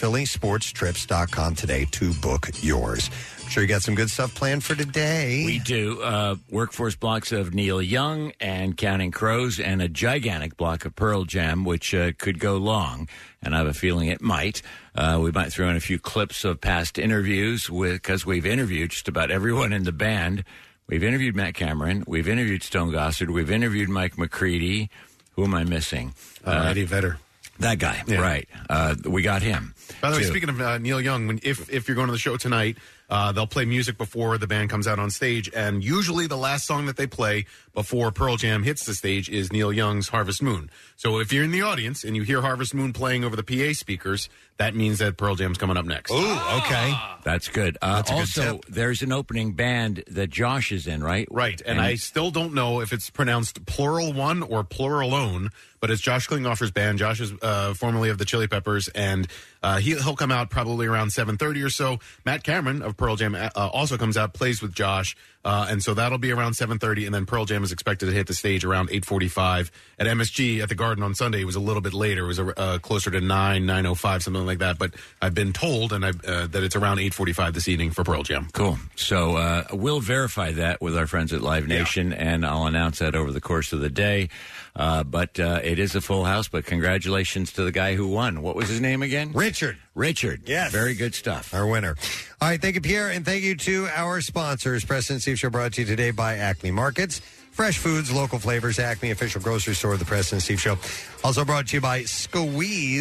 [SPEAKER 1] phillysportstrips.com today to book yours. I'm sure you got some good stuff planned for today.
[SPEAKER 22] We do uh, workforce blocks of Neil Young and Counting Crows, and a gigantic block of Pearl Jam, which uh, could go long, and I have a feeling it might. Uh, we might throw in a few clips of past interviews with because we've interviewed just about everyone in the band. We've interviewed Matt Cameron, we've interviewed Stone Gossard, we've interviewed Mike McCready. Who am I missing? Uh,
[SPEAKER 7] Eddie Vedder.
[SPEAKER 22] That guy, right? Uh, we got him.
[SPEAKER 7] By the way,
[SPEAKER 22] too.
[SPEAKER 7] speaking of uh, Neil Young, when, if if you're going to the show tonight, uh, they'll play music before the band comes out on stage, and usually the last song that they play before Pearl Jam hits the stage is Neil Young's "Harvest Moon." So if you're in the audience and you hear "Harvest Moon" playing over the PA speakers, that means that Pearl Jam's coming up next.
[SPEAKER 1] Oh, okay,
[SPEAKER 22] that's good. Uh,
[SPEAKER 7] That's a good
[SPEAKER 22] also, there's an opening band that Josh is in, right?
[SPEAKER 7] Right, and,
[SPEAKER 22] And-
[SPEAKER 7] I still don't know if it's pronounced plural one or plural own, but it's Josh Klinghoffer's band. Josh is uh, formerly of the Chili Peppers, and uh, he, he'll come out probably around seven thirty or so. Matt Cameron of Pearl Jam uh, also comes out, plays with Josh, uh, and so that'll be around seven thirty. And then Pearl Jam is expected to hit the stage around eight forty-five at MSG at the Garden on Sunday. It was a little bit later; it was uh, closer to nine nine oh five, something like that. But I've been told, and I, uh, that it's around eight forty-five this evening for Pearl Jam.
[SPEAKER 22] Cool. So uh, we'll verify that with our friends at Live Nation, and I'll announce that over the course of the day. Uh, but uh, it is a full house. But congratulations to the guy who won. What was his name again?
[SPEAKER 1] Richard.
[SPEAKER 22] Richard. Yes. Very good stuff.
[SPEAKER 1] Our winner. All right, thank you, Pierre, and thank you to our sponsors. President Steve Show brought to you today by Acme Markets. Fresh foods, local flavors, Acme, official grocery store of the President Steve Show. Also brought to you by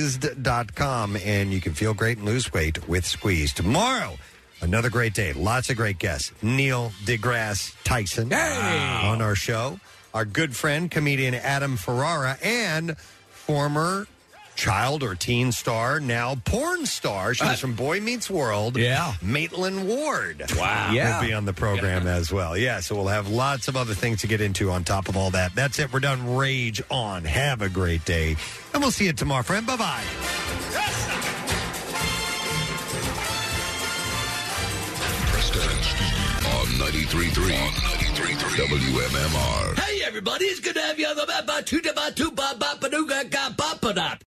[SPEAKER 1] Squeezed.com, and you can feel great and lose weight with Squeeze. Tomorrow, another great day. Lots of great guests. Neil deGrasse Tyson on our show. Our good friend, comedian Adam Ferrara, and former child or teen star, now porn star. She was from Boy Meets World. Yeah. Maitland Ward. Wow.
[SPEAKER 15] Yeah.
[SPEAKER 1] Will be on the program as well. Yeah. So we'll have lots of other things to get into on top of all that. That's it. We're done. Rage on. Have a great day. And we'll see you tomorrow, friend. Bye bye.
[SPEAKER 5] Preston and Steve on 93.3 on 93.3 WMMR.
[SPEAKER 22] Hey, everybody. It's good to have you on the